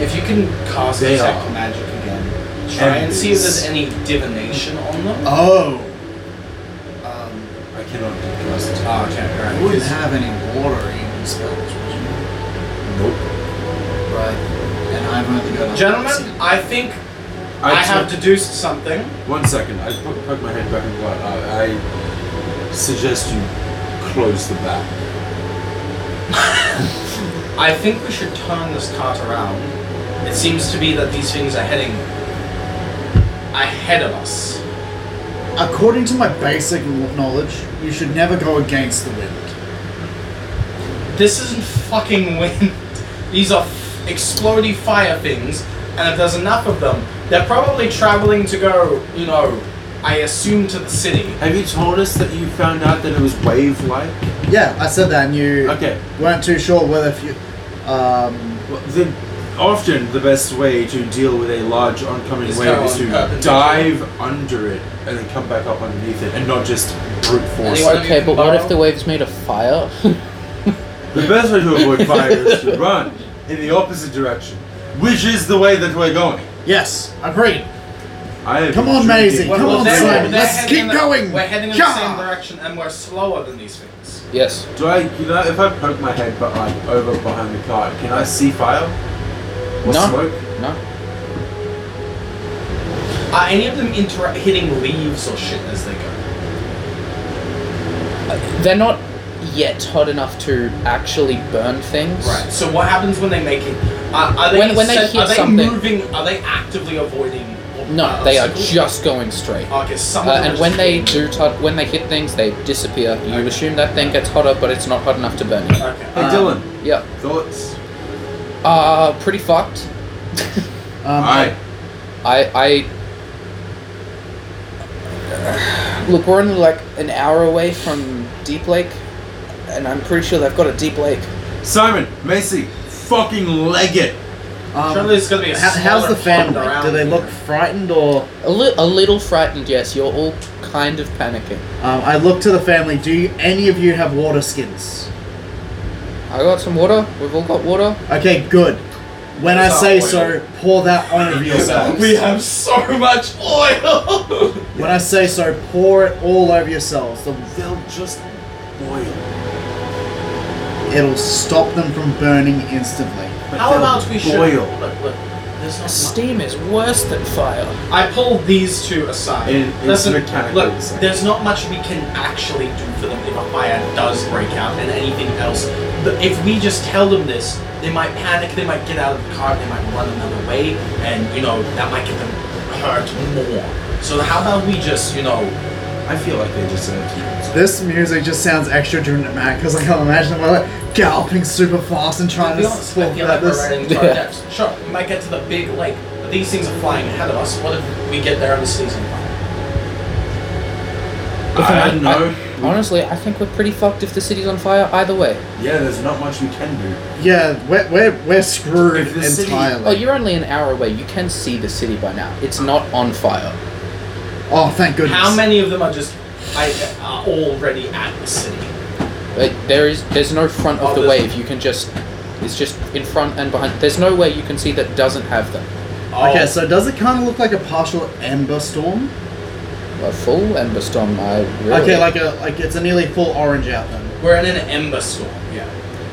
S6: If you can cast
S4: They
S6: detect
S4: are
S6: magic again, try and see if
S4: enemies.
S6: there's any divination on them.
S1: Oh.
S13: I cannot cast it.
S6: Oh, okay, alright.
S1: You wouldn't have any water even spells, would you? Nope. Right. And I've only got.
S6: Gentlemen, I think I,
S4: I
S6: have deduced something.
S13: One second, I po- poke my head back and blood. I, I suggest you close the back.
S6: I think we should turn this cart around. It seems to be that these things are heading ahead of us.
S1: According to my basic knowledge, you should never go against the wind.
S6: This isn't fucking wind. These are f- explodey fire things, and if there's enough of them, they're probably traveling to go, you know, I assume to the city.
S4: Have you told us that you found out that it was wave like?
S14: Yeah, I said that, and you
S4: Okay.
S14: weren't too sure whether if you. Um,
S4: Well, the, often the best way to deal with a large oncoming
S6: Is
S4: wave
S6: go
S4: is to
S6: perpendicular.
S4: dive under it and then come back up underneath it and not just brute force.
S6: Anyone-
S4: it.
S5: Okay, but what if the wave's made of fire?
S4: The best way to avoid fire is to run in the opposite direction, which is the way that we're going.
S1: Yes, agreed.
S4: I have
S1: Come
S4: been
S1: on,
S4: drinking-
S1: Maisie, come
S6: Well,
S1: on,
S6: they're-
S1: Simon,
S6: they're
S1: let's
S6: heading in
S1: keep
S6: the-
S1: going.
S6: We're heading in
S1: Yeah.
S6: the same direction, and we're slower than these things.
S5: yes.
S4: Do I, you know, if I poke my head but like over behind the car, can I see fire or
S5: No.
S4: smoke?
S5: No.
S6: Are any of them inter- hitting leaves or shit as they go?
S5: They're not yet hot enough to actually burn things.
S6: Right. So what happens when they make it? Are, are they
S5: When- when they
S6: set-
S5: hit
S6: are they
S5: something-
S6: moving? Are they actively avoiding? ob-
S5: No,
S6: uh,
S5: they are
S6: obstacles?
S5: just going straight.
S6: Okay, some
S5: Uh,
S6: of them
S5: and
S6: are
S5: when
S6: just
S5: they
S6: hitting-
S5: do, tou- when they hit things, they disappear. You assume that thing gets hotter, but it's not hot enough to burn you.
S6: Okay.
S4: Hey, Dylan,
S5: Yeah.
S4: thoughts?
S5: Uh, pretty fucked.
S1: Um,
S4: I
S5: I, I look. We're only like an hour away from Deep Lake, and I'm pretty sure they've got a Deep Lake.
S4: Simon, Macy, fucking leg it.
S1: um,
S6: Surely it's gonna be a
S1: how- how's the
S6: smaller pond
S1: family?
S6: around
S1: Do they
S6: here.
S1: look frightened or?
S5: A, li- a little frightened, yes. You're all kind of panicking.
S1: Um, I look to the family. Do you, any of you have water skins?
S5: I got some water. We've all got water.
S1: Okay, good. When I
S6: It's
S1: say
S6: not oil.
S1: so, pour that over yourselves.
S6: We have so much oil.
S1: When I say so, pour it all over yourselves. The-
S4: They'll just boil.
S1: It'll stop them from burning instantly.
S4: But
S6: How
S4: they'll
S6: about we should?
S4: boil
S6: Look, look, there's not much.
S5: Steam is worse than fire.
S6: I pulled these two aside.
S4: In- in
S6: Listen,
S4: mechanical
S6: look,
S4: sense.
S6: there's not much we can actually do for them if a fire does break out and anything else. The- If we just tell them this, they might panic, they might get out of the car, they might run another way, and you know, that might get them hurt more. So how about we just, you know,
S4: I feel like they deserve to.
S1: This music just sounds extra dramatic because I can't imagine them like galloping super fast and trying to
S6: to be honest, I
S1: split
S6: feel like we're
S1: this.
S6: running into our
S5: Yeah.
S6: depths. Sure, we might get to the big lake, but these things are flying ahead of us. What if we get there and the season fire?
S4: I don't know.
S5: Honestly, I think we're pretty fucked if the city's on fire either way.
S4: Yeah, there's not much we can do.
S1: Yeah, we're, we're, we're screwed
S4: If the city-
S1: entirely.
S5: Oh, you're only an hour away. You can see the city by now. It's not on fire.
S1: oh, thank goodness.
S6: How many of them are just I, are already at the city?
S5: Like, there is there's no front of
S6: Oh,
S5: the
S6: there's-
S5: wave. You can just it's just in front and behind. There's no way you can see that doesn't have them.
S6: Oh,
S1: Okay, so does it kind of look like a partial ember storm?
S5: A full ember storm. I really.
S1: Okay, like a like it's a nearly full orange out then.
S6: we're in an ember storm. Yeah.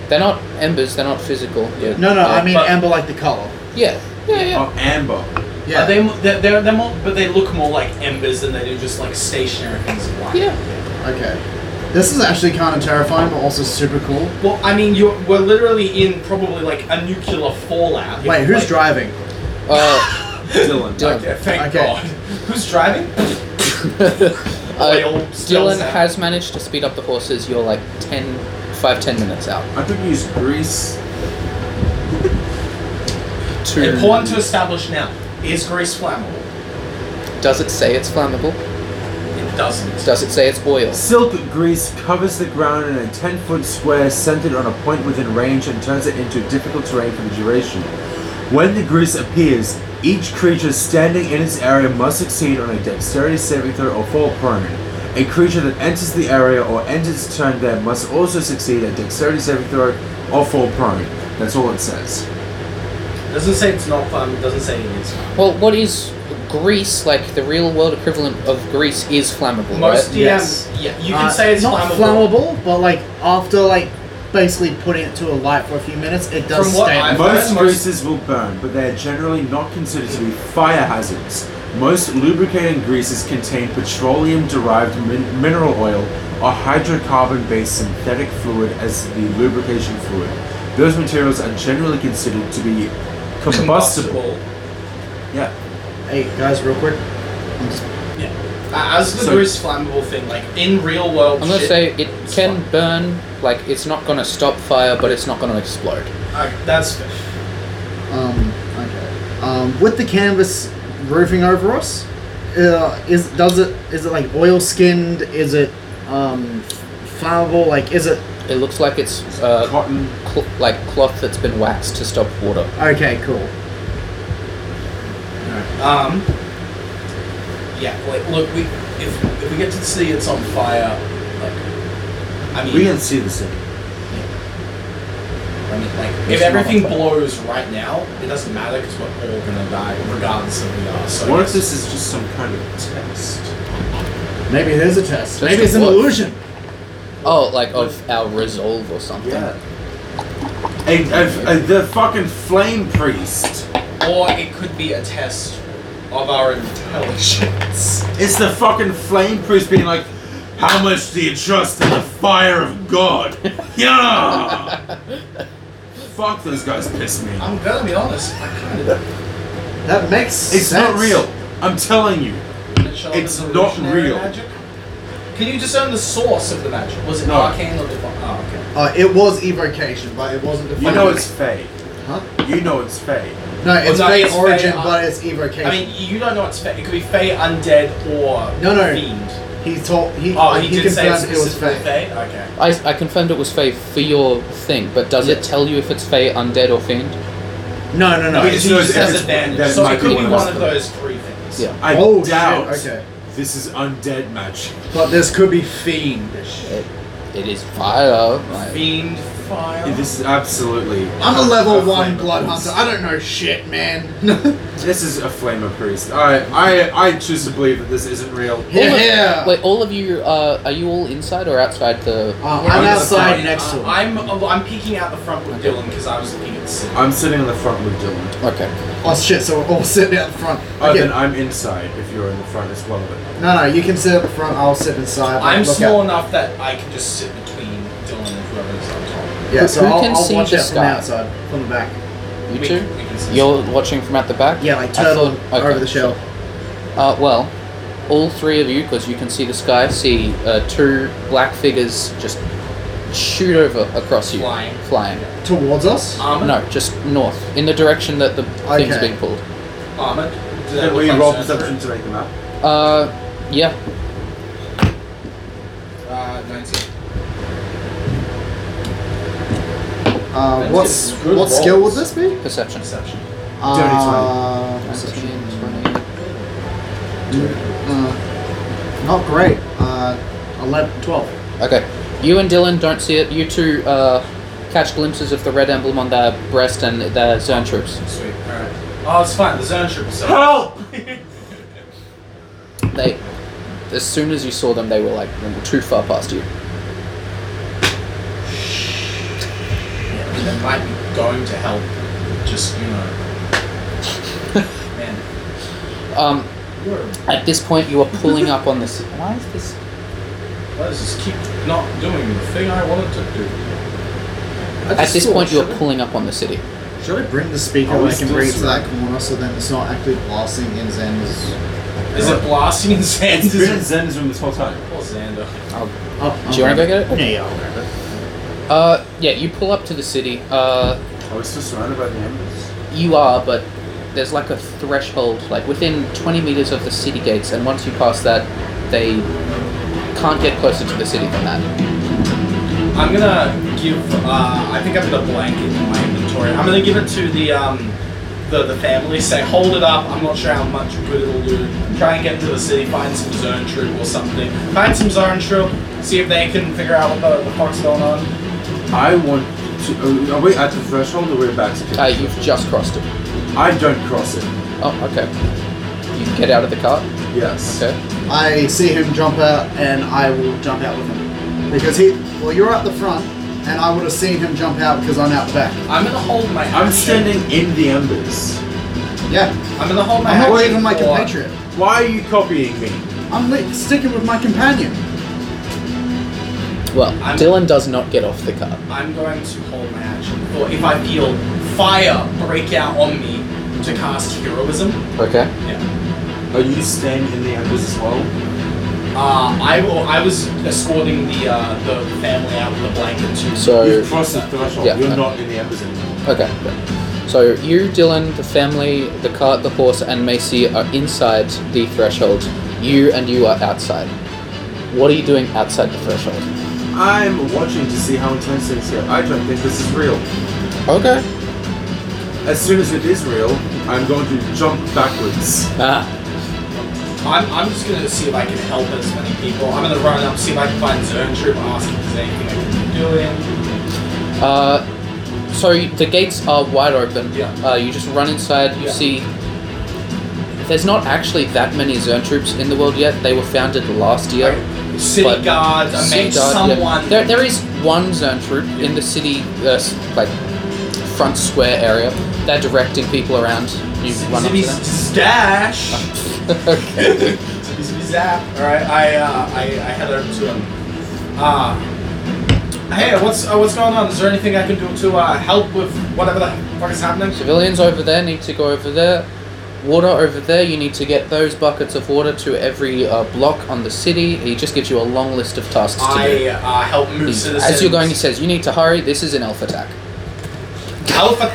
S5: they're not embers. They're not physical. Yeah.
S1: No, no,
S5: Yeah.
S1: I mean
S6: Oh, but-
S1: amber like the color.
S5: Yeah. Yeah. Yeah.
S4: Oh, Amber.
S6: Are they mo- they're, they're, they're more, but they look more like embers than they do just like stationary things of light.
S5: Yeah.
S1: Okay. This is actually kind of terrifying, but also super cool.
S6: Well, I mean, you're we're literally in probably like a nuclear fallout. If,
S1: Wait, who's
S6: like-
S1: driving?
S5: Uh,
S4: Dylan.
S5: Dylan.
S6: Okay, thank
S1: Okay.
S6: God. Who's driving?
S5: uh,
S6: Oil spills
S5: Dylan
S6: out.
S5: has managed to speed up the horses. You're like 10, 5, 10 minutes out.
S4: I could use grease.
S5: To
S6: Important to establish now is Greece flammable.
S5: does it say it's flammable?
S6: It doesn't.
S5: Does it say it's oil?
S4: Silk grease covers the ground in a 10 foot square centered on a point within range and turns it into difficult terrain for the duration. When the grease appears, each creature standing in its area must succeed on a dexterity saving throw or fall prone. A creature that enters the area or ends its turn there must also succeed at dexterity saving throw or fall prone. That's all it says.
S6: Doesn't say it's not fun. Doesn't say it is. Fun.
S5: Well, what is grease like? The real world equivalent of grease is flammable,
S6: Most DMs,
S5: right?
S7: Yes.
S6: yeah, you can
S7: Uh,
S6: say it's
S7: not
S6: flammable.
S7: but like after like basically putting it to a light for a few minutes, it does
S6: From what
S7: stay.
S6: I've
S4: Most
S6: heard,
S4: greases will burn, but they are generally not considered to be fire hazards. Most lubricating greases contain petroleum derived min- mineral oil or hydrocarbon based synthetic fluid as the lubrication fluid. Those materials are generally considered to be combustible.
S6: combustible.
S4: Yeah.
S7: Hey guys, real quick.
S6: Uh, as the
S4: So-
S6: grease flammable thing, like in real world.
S5: I'm gonna
S6: shit,
S5: say it
S6: it's
S5: can
S6: fine.
S5: burn. Like it's not gonna stop fire, but it's not gonna explode.
S6: Okay, that's fair.
S7: Um, okay. Um, with the canvas roofing over us, uh, is does it is it like oil skinned? Is it um flammable? Like is it
S5: It looks like it's uh,
S4: Cotton.
S5: cl- like cloth that's been waxed to stop water.
S7: okay? Cool.
S6: Um, yeah, like look, we if, if we get to see it's on fire, like I mean,
S4: We can see the city.
S6: I mean, like if
S4: It's not
S6: everything
S4: on fire.
S6: blows right now, it doesn't matter because we're all gonna die regardless of we are. So
S4: What if this is just some kind of test?
S7: Maybe it is a test. Maybe it's an
S5: What?
S7: illusion.
S5: Oh, like of our resolve or something.
S4: A, a, a, the fucking flame priest.
S6: or it could be a test of our intelligence.
S4: It's the fucking flame priest being like, How much do you trust in the fire of God? Yeah! Fuck, those guys piss me.
S6: I'm gonna be honest. I kind of.
S7: That makes
S4: It's
S7: sense.
S4: not real. I'm telling you. It's not real.
S6: Magic? Can you discern the source of the magic? Was it
S4: No.
S6: arcane or divine? Oh, okay.
S1: Uh, it was evocation, but it wasn't
S4: You
S1: defined.
S4: know it's fake.
S1: Huh?
S4: You know it's fake.
S1: No, it's
S6: Well, no,
S1: fey
S6: it's
S1: origin,
S6: fey, uh,
S1: but it's evocation.
S6: I mean, you don't know what's fey. It could be fey, undead, or
S1: No, no.
S6: fiend.
S1: he taught. He,
S6: Oh, he, did say
S1: confirmed
S6: it's
S1: it was fey.
S6: Okay.
S5: I, I confirmed it was Fae for your thing, but does it tell you if it's Fae, undead, or fiend?
S7: No, no, no.
S4: We
S6: he
S4: just
S6: just
S4: knows
S6: has
S4: it's-
S6: advantage.
S4: that it
S6: so
S4: might
S6: it could
S4: be
S6: be
S4: one
S6: one
S4: of
S6: of,
S4: those
S6: those three things.
S5: Yeah.
S4: I
S1: Oh
S4: doubt
S1: shit! Okay,
S4: this is undead magic.
S1: but this could be fiendish.
S5: It is fire. like-
S6: Fiend, fire.
S4: This is absolutely.
S1: I'm a level
S4: flame
S1: one
S4: of
S1: blood
S4: priest.
S1: hunter. I don't know shit, man.
S4: This is a flame of priest. I, I, I choose to believe that this isn't real.
S5: All of-
S1: Yeah.
S5: Wait, all of you, uh, are you all inside or outside the.
S7: Uh,
S6: We're
S7: I'm
S6: on the
S7: outside
S6: side.
S1: Ah.
S7: next to
S6: Uh,
S7: him.
S6: I'm oh, I'm peeking out the front with Dylan because I was looking at Sid.
S4: I'm sitting in the front with Dylan.
S5: Okay.
S1: oh shit! So we're all sitting out front.
S4: Oh,
S1: Okay.
S4: then I'm inside if you're in the front as well. But
S1: no, no, you can sit up front. I'll sit inside. but
S6: I'm
S1: look
S6: small
S1: Out.
S6: enough that I can just sit between Dylan and whoever's on top.
S1: Yeah.
S7: Who-
S1: So
S7: who
S1: I'll,
S5: can
S1: I'll
S5: see
S1: watch
S5: the
S1: it from
S5: sky?
S1: outside, from the back.
S5: You
S6: We-
S5: two?
S6: we can see
S5: You're watching from out the back?
S7: Yeah, like
S5: I
S7: turtle
S5: thought-
S7: over
S5: okay,
S7: the shell.
S5: Uh, well, all three of you, because you can see the sky, see uh, two black figures just shoot over across you.
S6: Flying.
S5: Flying.
S1: Towards us.
S6: Armored.
S5: No, just north, in the direction that the thing's
S1: Okay.
S5: being pulled.
S6: Armored. Does that
S4: Did
S6: look
S4: we
S6: like
S4: roll
S6: Xanathar?
S4: perception to make them up?
S5: Uh, yeah.
S6: Uh, 19.
S1: Uh,
S6: That's
S1: what's
S6: good.
S1: what
S6: Good
S1: skill would this
S6: rolls.
S1: be?
S5: Perception.
S6: Perception.
S1: Uh,
S5: Perception,
S1: perception.
S5: 20.
S1: Uh, not great. Uh, 11, 12.
S5: Okay. You and Dylan don't see it. You two uh, catch glimpses of the red emblem on their breast and their Zern troops.
S6: Sweet. Alright. Oh, it's fine. The Zern troops. are-
S4: Help!
S5: They, as soon as you saw them, they were like too far past you.
S6: that might be going to help. Just, you know. Man,
S5: Um,
S6: you're.
S5: at this point, you are pulling up on this. Why is this?
S6: Let's just keep not doing the thing I wanted to do.
S5: At this point, you are pulling up on the city.
S1: Should I bring the speaker
S4: Are we
S1: away and
S4: still
S1: bring it to that
S4: surrounded?
S1: corner so then it's not actually blasting in Zen's?
S6: Is it blasting in sand?
S4: It's been in Zen's room this whole time.
S6: Poor Xander.
S1: Oh,
S5: Do you want to go get it?
S1: Yeah, yeah, I'll grab it.
S5: Uh, yeah. You pull up to the city. Uh,
S4: Are we Oh, still surrounded by the embers?
S5: you are, but there's like a threshold, like within 20 meters of the city gates, and once you pass that, they can't get closer to the city than that.
S6: I'm gonna give. Uh, I think I've got a blanket in my inventory. I'm gonna give it to the um, the, the family. Say, hold it up. I'm not sure how much good it'll do. Try and get to the city. Find some zone troop or something. Find some zone troop. See if they can figure out what the, the fuck's going on.
S4: I want to. oh, Are we at the threshold or we're back to
S5: Uh, you've just crossed it.
S4: I don't cross it.
S5: Oh, okay. You get out of the cart.
S4: Yes.
S5: Okay.
S1: I see him jump out, and I will jump out with him because he. Well, you're at the front, and I would have seen him jump out because I'm out back.
S6: I'm gonna hold my.
S4: I'm
S6: action.
S4: standing in the embers.
S1: Yeah,
S6: I'm gonna hold my.
S1: I'm not
S6: action
S1: leaving my
S6: for-
S1: compatriot.
S4: Why are you copying me?
S1: I'm li- sticking with my companion.
S5: Well,
S6: I'm-
S5: Dylan does not get off the cart.
S6: I'm going to hold my action. Or if I feel fire break out on me to cast heroism.
S5: Okay.
S6: Yeah.
S12: Are you staying in the embers as well?
S6: Uh, I will. I was escorting the uh, the family out with a blanket too.
S5: So
S12: You've crossed the threshold.
S5: Yeah.
S12: You're not in the embers anymore.
S5: okay. So you, Dylan, the family, the cart, the horse, and Macy are inside the threshold. You and you are outside. What are you doing outside the threshold?
S4: I'm watching to see how intense things get. I don't think this is real.
S5: Okay.
S4: As soon as it is real, I'm going to jump backwards.
S5: Ah.
S6: I'm, I'm just gonna see if I can help as many people. I'm gonna run up, see if I can find Zern Troop, ask if there's anything I can be doing.
S5: Uh, so you- the gates are wide open.
S6: Yeah.
S5: Uh, you just run inside. You
S6: Yeah.
S5: see. There's not actually that many Zern troops in the world yet. They were founded last year.
S6: City
S5: But-
S6: guards, I made
S5: Sundar, yeah.
S6: someone.
S5: There, there is one Zern troop in the city, uh, s- like front square area. They're directing people around. You run up to
S6: Zibby
S5: them.
S6: Dash!
S5: okay.
S6: Zibby Zibby Zap. Alright, I, uh, I, I head over to him. Uh, hey, what's uh, what's going on? Is there anything I can do to uh, help with whatever the fuck is happening?
S5: Civilians over there need to go over there. Water over there. You need to get those buckets of water to every uh, block on the city. He just gives you a long list of tasks to do.
S6: I uh, help move
S5: He-
S6: citizens.
S5: as you're going, he says, "You need to hurry. This is an elf attack."
S6: Alpha.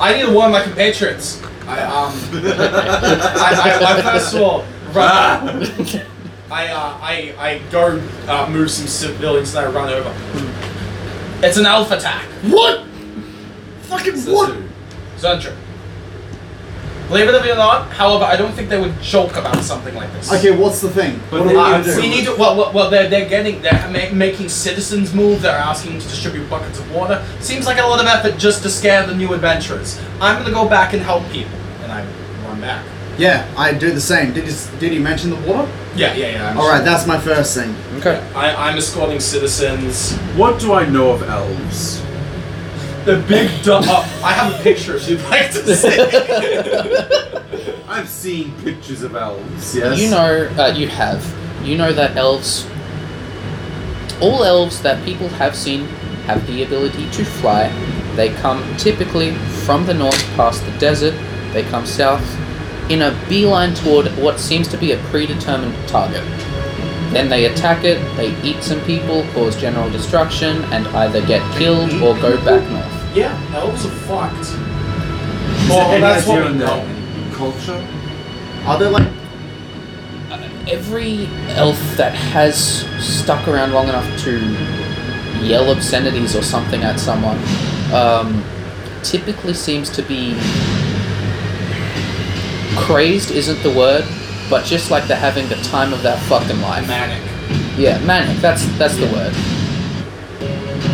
S6: I need to warn my compatriots. I um. I, I, I first of all run.
S5: Ah.
S6: I uh, I I go uh, move some civilians and I run over. It's an alpha attack.
S1: What? Fucking what?
S6: Zundra. Believe it or not, however, I don't think they would joke about something like this.
S1: Okay, what's the thing?
S12: But
S1: what
S12: they-
S1: are we
S6: Uh,
S1: gonna do?
S6: we need to. Well, well, well they're, they're getting. They're ma- making citizens move. They're asking to distribute buckets of water. Seems like a lot of effort just to scare the new adventurers. I'm gonna go back and help people, and I run back.
S1: Yeah, I do the same. Did you, did he mention the water?
S6: Yeah, yeah, yeah. I'm
S1: All right, that's my first thing.
S5: Okay.
S6: I, I'm escorting citizens.
S4: What do I know of elves?
S6: The big dumb. Oh, I have a picture if you'd like to see.
S4: I've seen pictures of elves, yes?
S5: You know, uh, you have. You know that elves. All elves that people have seen have the ability to fly. They come typically from the north past the desert. They come south in a beeline toward what seems to be a predetermined target. Then they attack it, they eat some people, cause general destruction, and either get killed or go back north.
S6: yeah, elves are fucked.
S4: Is there
S6: Well,
S4: any
S6: that's what we
S4: idea on
S6: know.
S4: their Culture?
S1: Are there like
S5: Every elf that has stuck around long enough to yell obscenities or something at someone um, typically seems to be crazed isn't the word but just like they're having the time of their fucking life
S6: Manic.
S5: yeah manic that's that's the word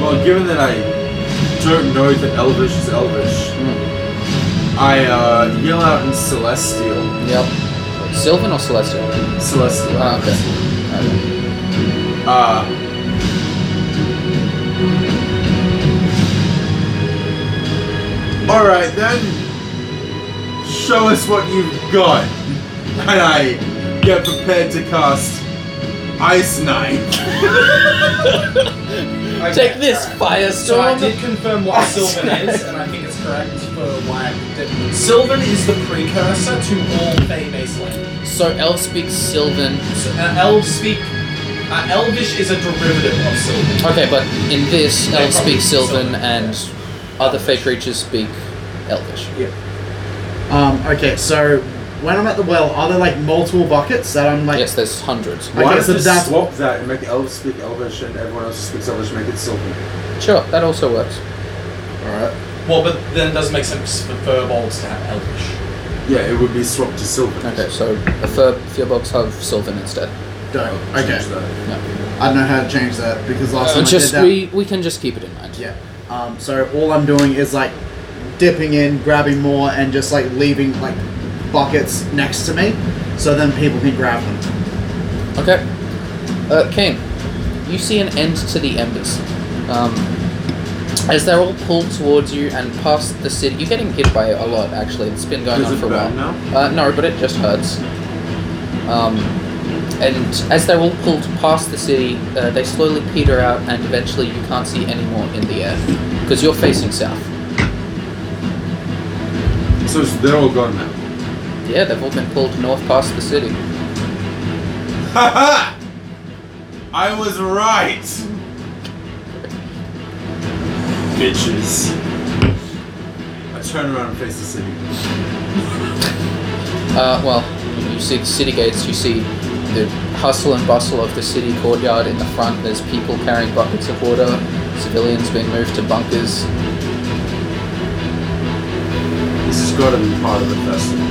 S4: Well, given that I don't know that elvish is elvish, I uh, yell out in celestial.
S5: yep sylvan or celestial
S4: Celestial.
S5: oh, okay. okay
S4: Uh, Alright then, show us what you've got. And I get prepared to cast Ice Knife.
S6: Okay,
S5: take this
S6: alright. So I
S5: firestorm
S6: did confirm what Sylvan is, and I think it's correct for why I did. Sylvan is the precursor to all Fey based languages.
S5: so elf speaks sylvan
S6: So, uh, elves speak. Uh, Elvish is a derivative of Sylvan.
S5: okay but in this
S6: Yeah,
S5: elf
S6: probably
S5: speaks
S6: Sylvan,
S5: sylvan and other fey creatures speak elvish
S1: Um, okay, so when I'm at the well, are there like multiple buckets that I'm like?
S5: Yes, there's hundreds.
S1: I
S15: Why
S1: guess
S15: does it
S1: that that's
S15: swap that and make the elves speak Elvish and everyone else speaks Elvish and make it Sylvan?
S5: Sure, that also works.
S15: Alright.
S6: Well, but then it doesn't make sense for furbolgs to have elvish.
S15: Yeah, it would be swapped to Sylvan.
S5: Okay, so the fur fear box have Sylvan instead.
S1: Don't. Okay.
S15: Change that.
S1: I don't know how to change that because last time
S5: And Uh, just
S1: I did that.
S5: we we can just keep it in mind.
S1: Yeah. Um, so all I'm doing is like dipping in, grabbing more, and just like leaving like buckets next to me, so then people can grab them.
S5: Okay. Uh, Kane, you see an end to the embers. Um, as they're all pulled towards you and past the city, you're getting hit by it a lot. Actually, it's been going
S15: Does
S5: on
S15: it
S5: for a while.
S15: burn
S5: Uh, no, but it just hurts. Um, and as they're all pulled past the city, uh, they slowly peter out, and eventually you can't see any more in the air because you're facing south.
S4: So it's- they're all gone now.
S5: Yeah, they've all been pulled north past the city.
S4: Haha! I was right! Bitches. I turn around and face the city.
S5: Uh, well, you see the city gates, you see the hustle and bustle of the city courtyard in the front. There's people carrying buckets of water, civilians being moved to bunkers.
S4: This has got to be part of the festival.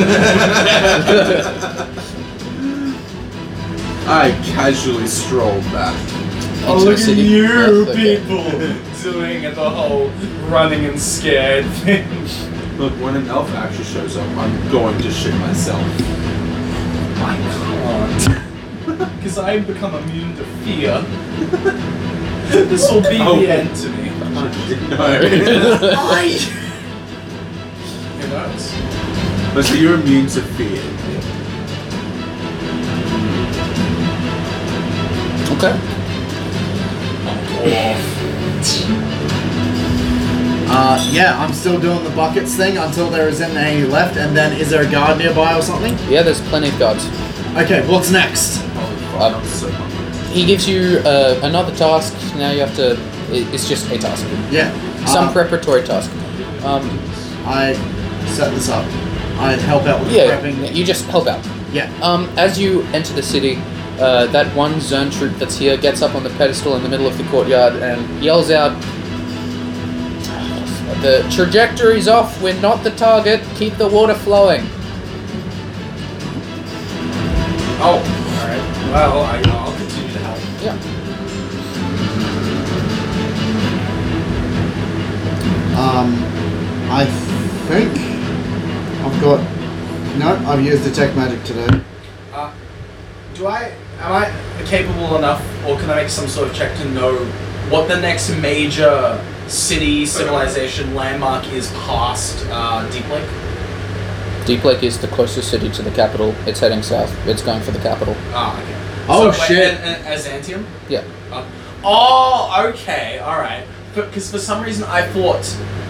S4: I casually stroll back.
S5: Oh, look at you,
S6: Doing the whole running and scared thing.
S4: Look, when an elf actually shows up, I'm going to shit myself.
S6: I can't. Because I've become immune to fear. this will be
S4: Oh.
S6: the end to me.
S4: No.
S6: Who knows?
S4: but so you're immune to fear.
S5: Okay.
S1: Uh, yeah, I'm still doing the buckets thing until there isn't any left, and then is there a guard nearby or something?
S5: Yeah, there's plenty of guards.
S1: Okay, what's next?
S5: Um, he gives you uh, another task. Now you have to. it- It's just a task.
S1: Yeah.
S5: Some
S1: uh,
S5: preparatory task. Um,
S1: I set this up. I help out with
S5: yeah,
S1: prepping.
S5: you just help out.
S1: Yeah.
S5: Um, as you enter the city, uh, that one Zern troop that's here gets up on the pedestal in the middle of the courtyard and yells out, "The trajectory's off. We're not the target. Keep the water flowing."
S6: Oh, alright. Well, I, I'll continue to help.
S5: Yeah.
S1: Um, I think I've got. No, I've used detect magic today.
S6: Uh, do I. Am I capable enough, or can I make some sort of check to know what the next major city, civilization, landmark is past uh, Deep Lake?
S5: Deep Lake is the closest city to the capital. It's heading south. It's going for the capital.
S6: Ah, okay.
S1: Oh,
S6: wait,
S1: shit.
S6: and- and Azantium?
S5: Yeah.
S6: Uh, oh, okay, alright. Because for some reason I thought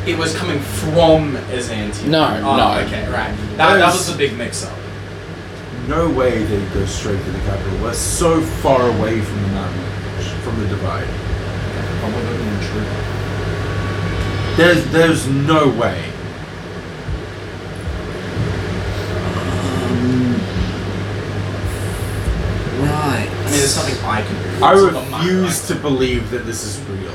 S6: it was coming from Azantium.
S5: No,
S6: oh,
S5: no.
S6: Okay, right. That, that was a big mix up.
S4: No way they go straight to the capital. We're so far away from the mountain, from the divide. There's, there's no way.
S6: I
S1: Right.
S6: mean, there's nothing I can do.
S4: I
S6: It's not my
S4: refuse
S6: right.
S4: to believe that this is real.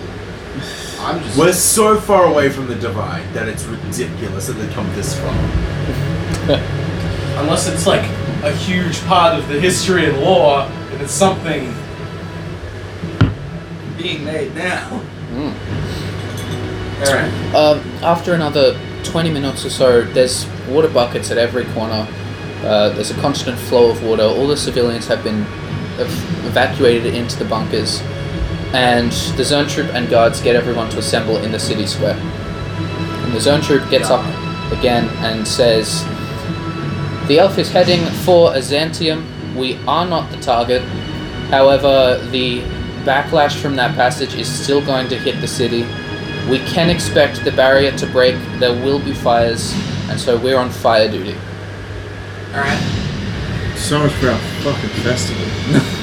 S16: I'm just.
S4: We're so far away from the divide that it's ridiculous that they come this far.
S6: Unless it's like a huge part of the history and lore, and it's something being made now.
S5: Hmm.
S6: Alright.
S5: Um, after another 20 minutes or so, there's water buckets at every corner. Uh, there's a constant flow of water. All the civilians have been ev- evacuated into the bunkers. And the Zone Troop and guards get everyone to assemble in the city square. And the Zone Troop gets up again and says, The elf is heading for Azantium. We are not the target. However, the backlash from that passage is still going to hit the city. We can expect the barrier to break. There will be fires, and so we're on fire duty.
S6: Alright.
S15: So much for our fucking festival.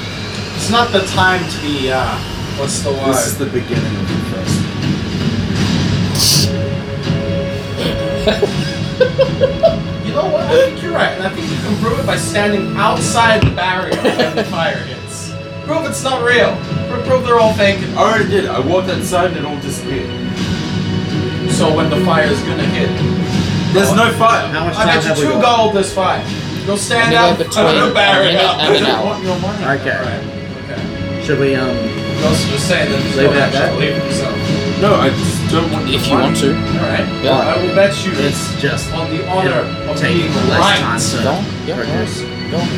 S6: It's not the time to be, uh, what's the word?
S4: This is the beginning of the festival.
S6: You know what? I think you're right, and I think you can prove it by standing outside the barrier when the fire hits. Prove it's not real. Pro- Prove they're all fake.
S4: I already did. I walked outside and it all disappeared.
S6: So when the fire's gonna hit,
S4: There's no fire.
S7: How much
S6: I
S7: time
S6: bet
S7: have
S6: you
S7: we
S6: two
S7: got?
S6: gold this fight. You'll stand
S5: Anywhere
S6: out in
S5: between
S6: front of
S5: a
S6: the barrier.
S5: minute and an
S4: I
S5: hour.
S4: want your money.
S7: Okay.
S6: Okay.
S7: Should we um?
S6: You also just say that you
S7: Leave
S6: don't
S7: it at
S6: actually leave yourself.
S4: No, I just don't want your
S5: If you want
S4: money.
S5: to.
S6: Alright.
S5: Yeah.
S6: I will bet you
S7: It's just
S6: on the honor of
S7: taking
S6: being
S7: less
S6: right.
S7: time to
S5: Don't. Yeah,
S7: produce.
S5: Don't.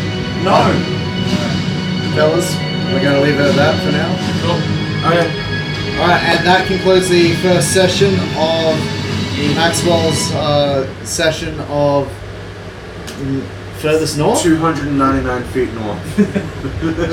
S4: No.
S1: Fellas, we're going to leave it at that for now.
S4: Okay.
S1: Alright, and that concludes the first session of Maxwell's uh, session of mm, Furthest North?
S4: 299 feet north.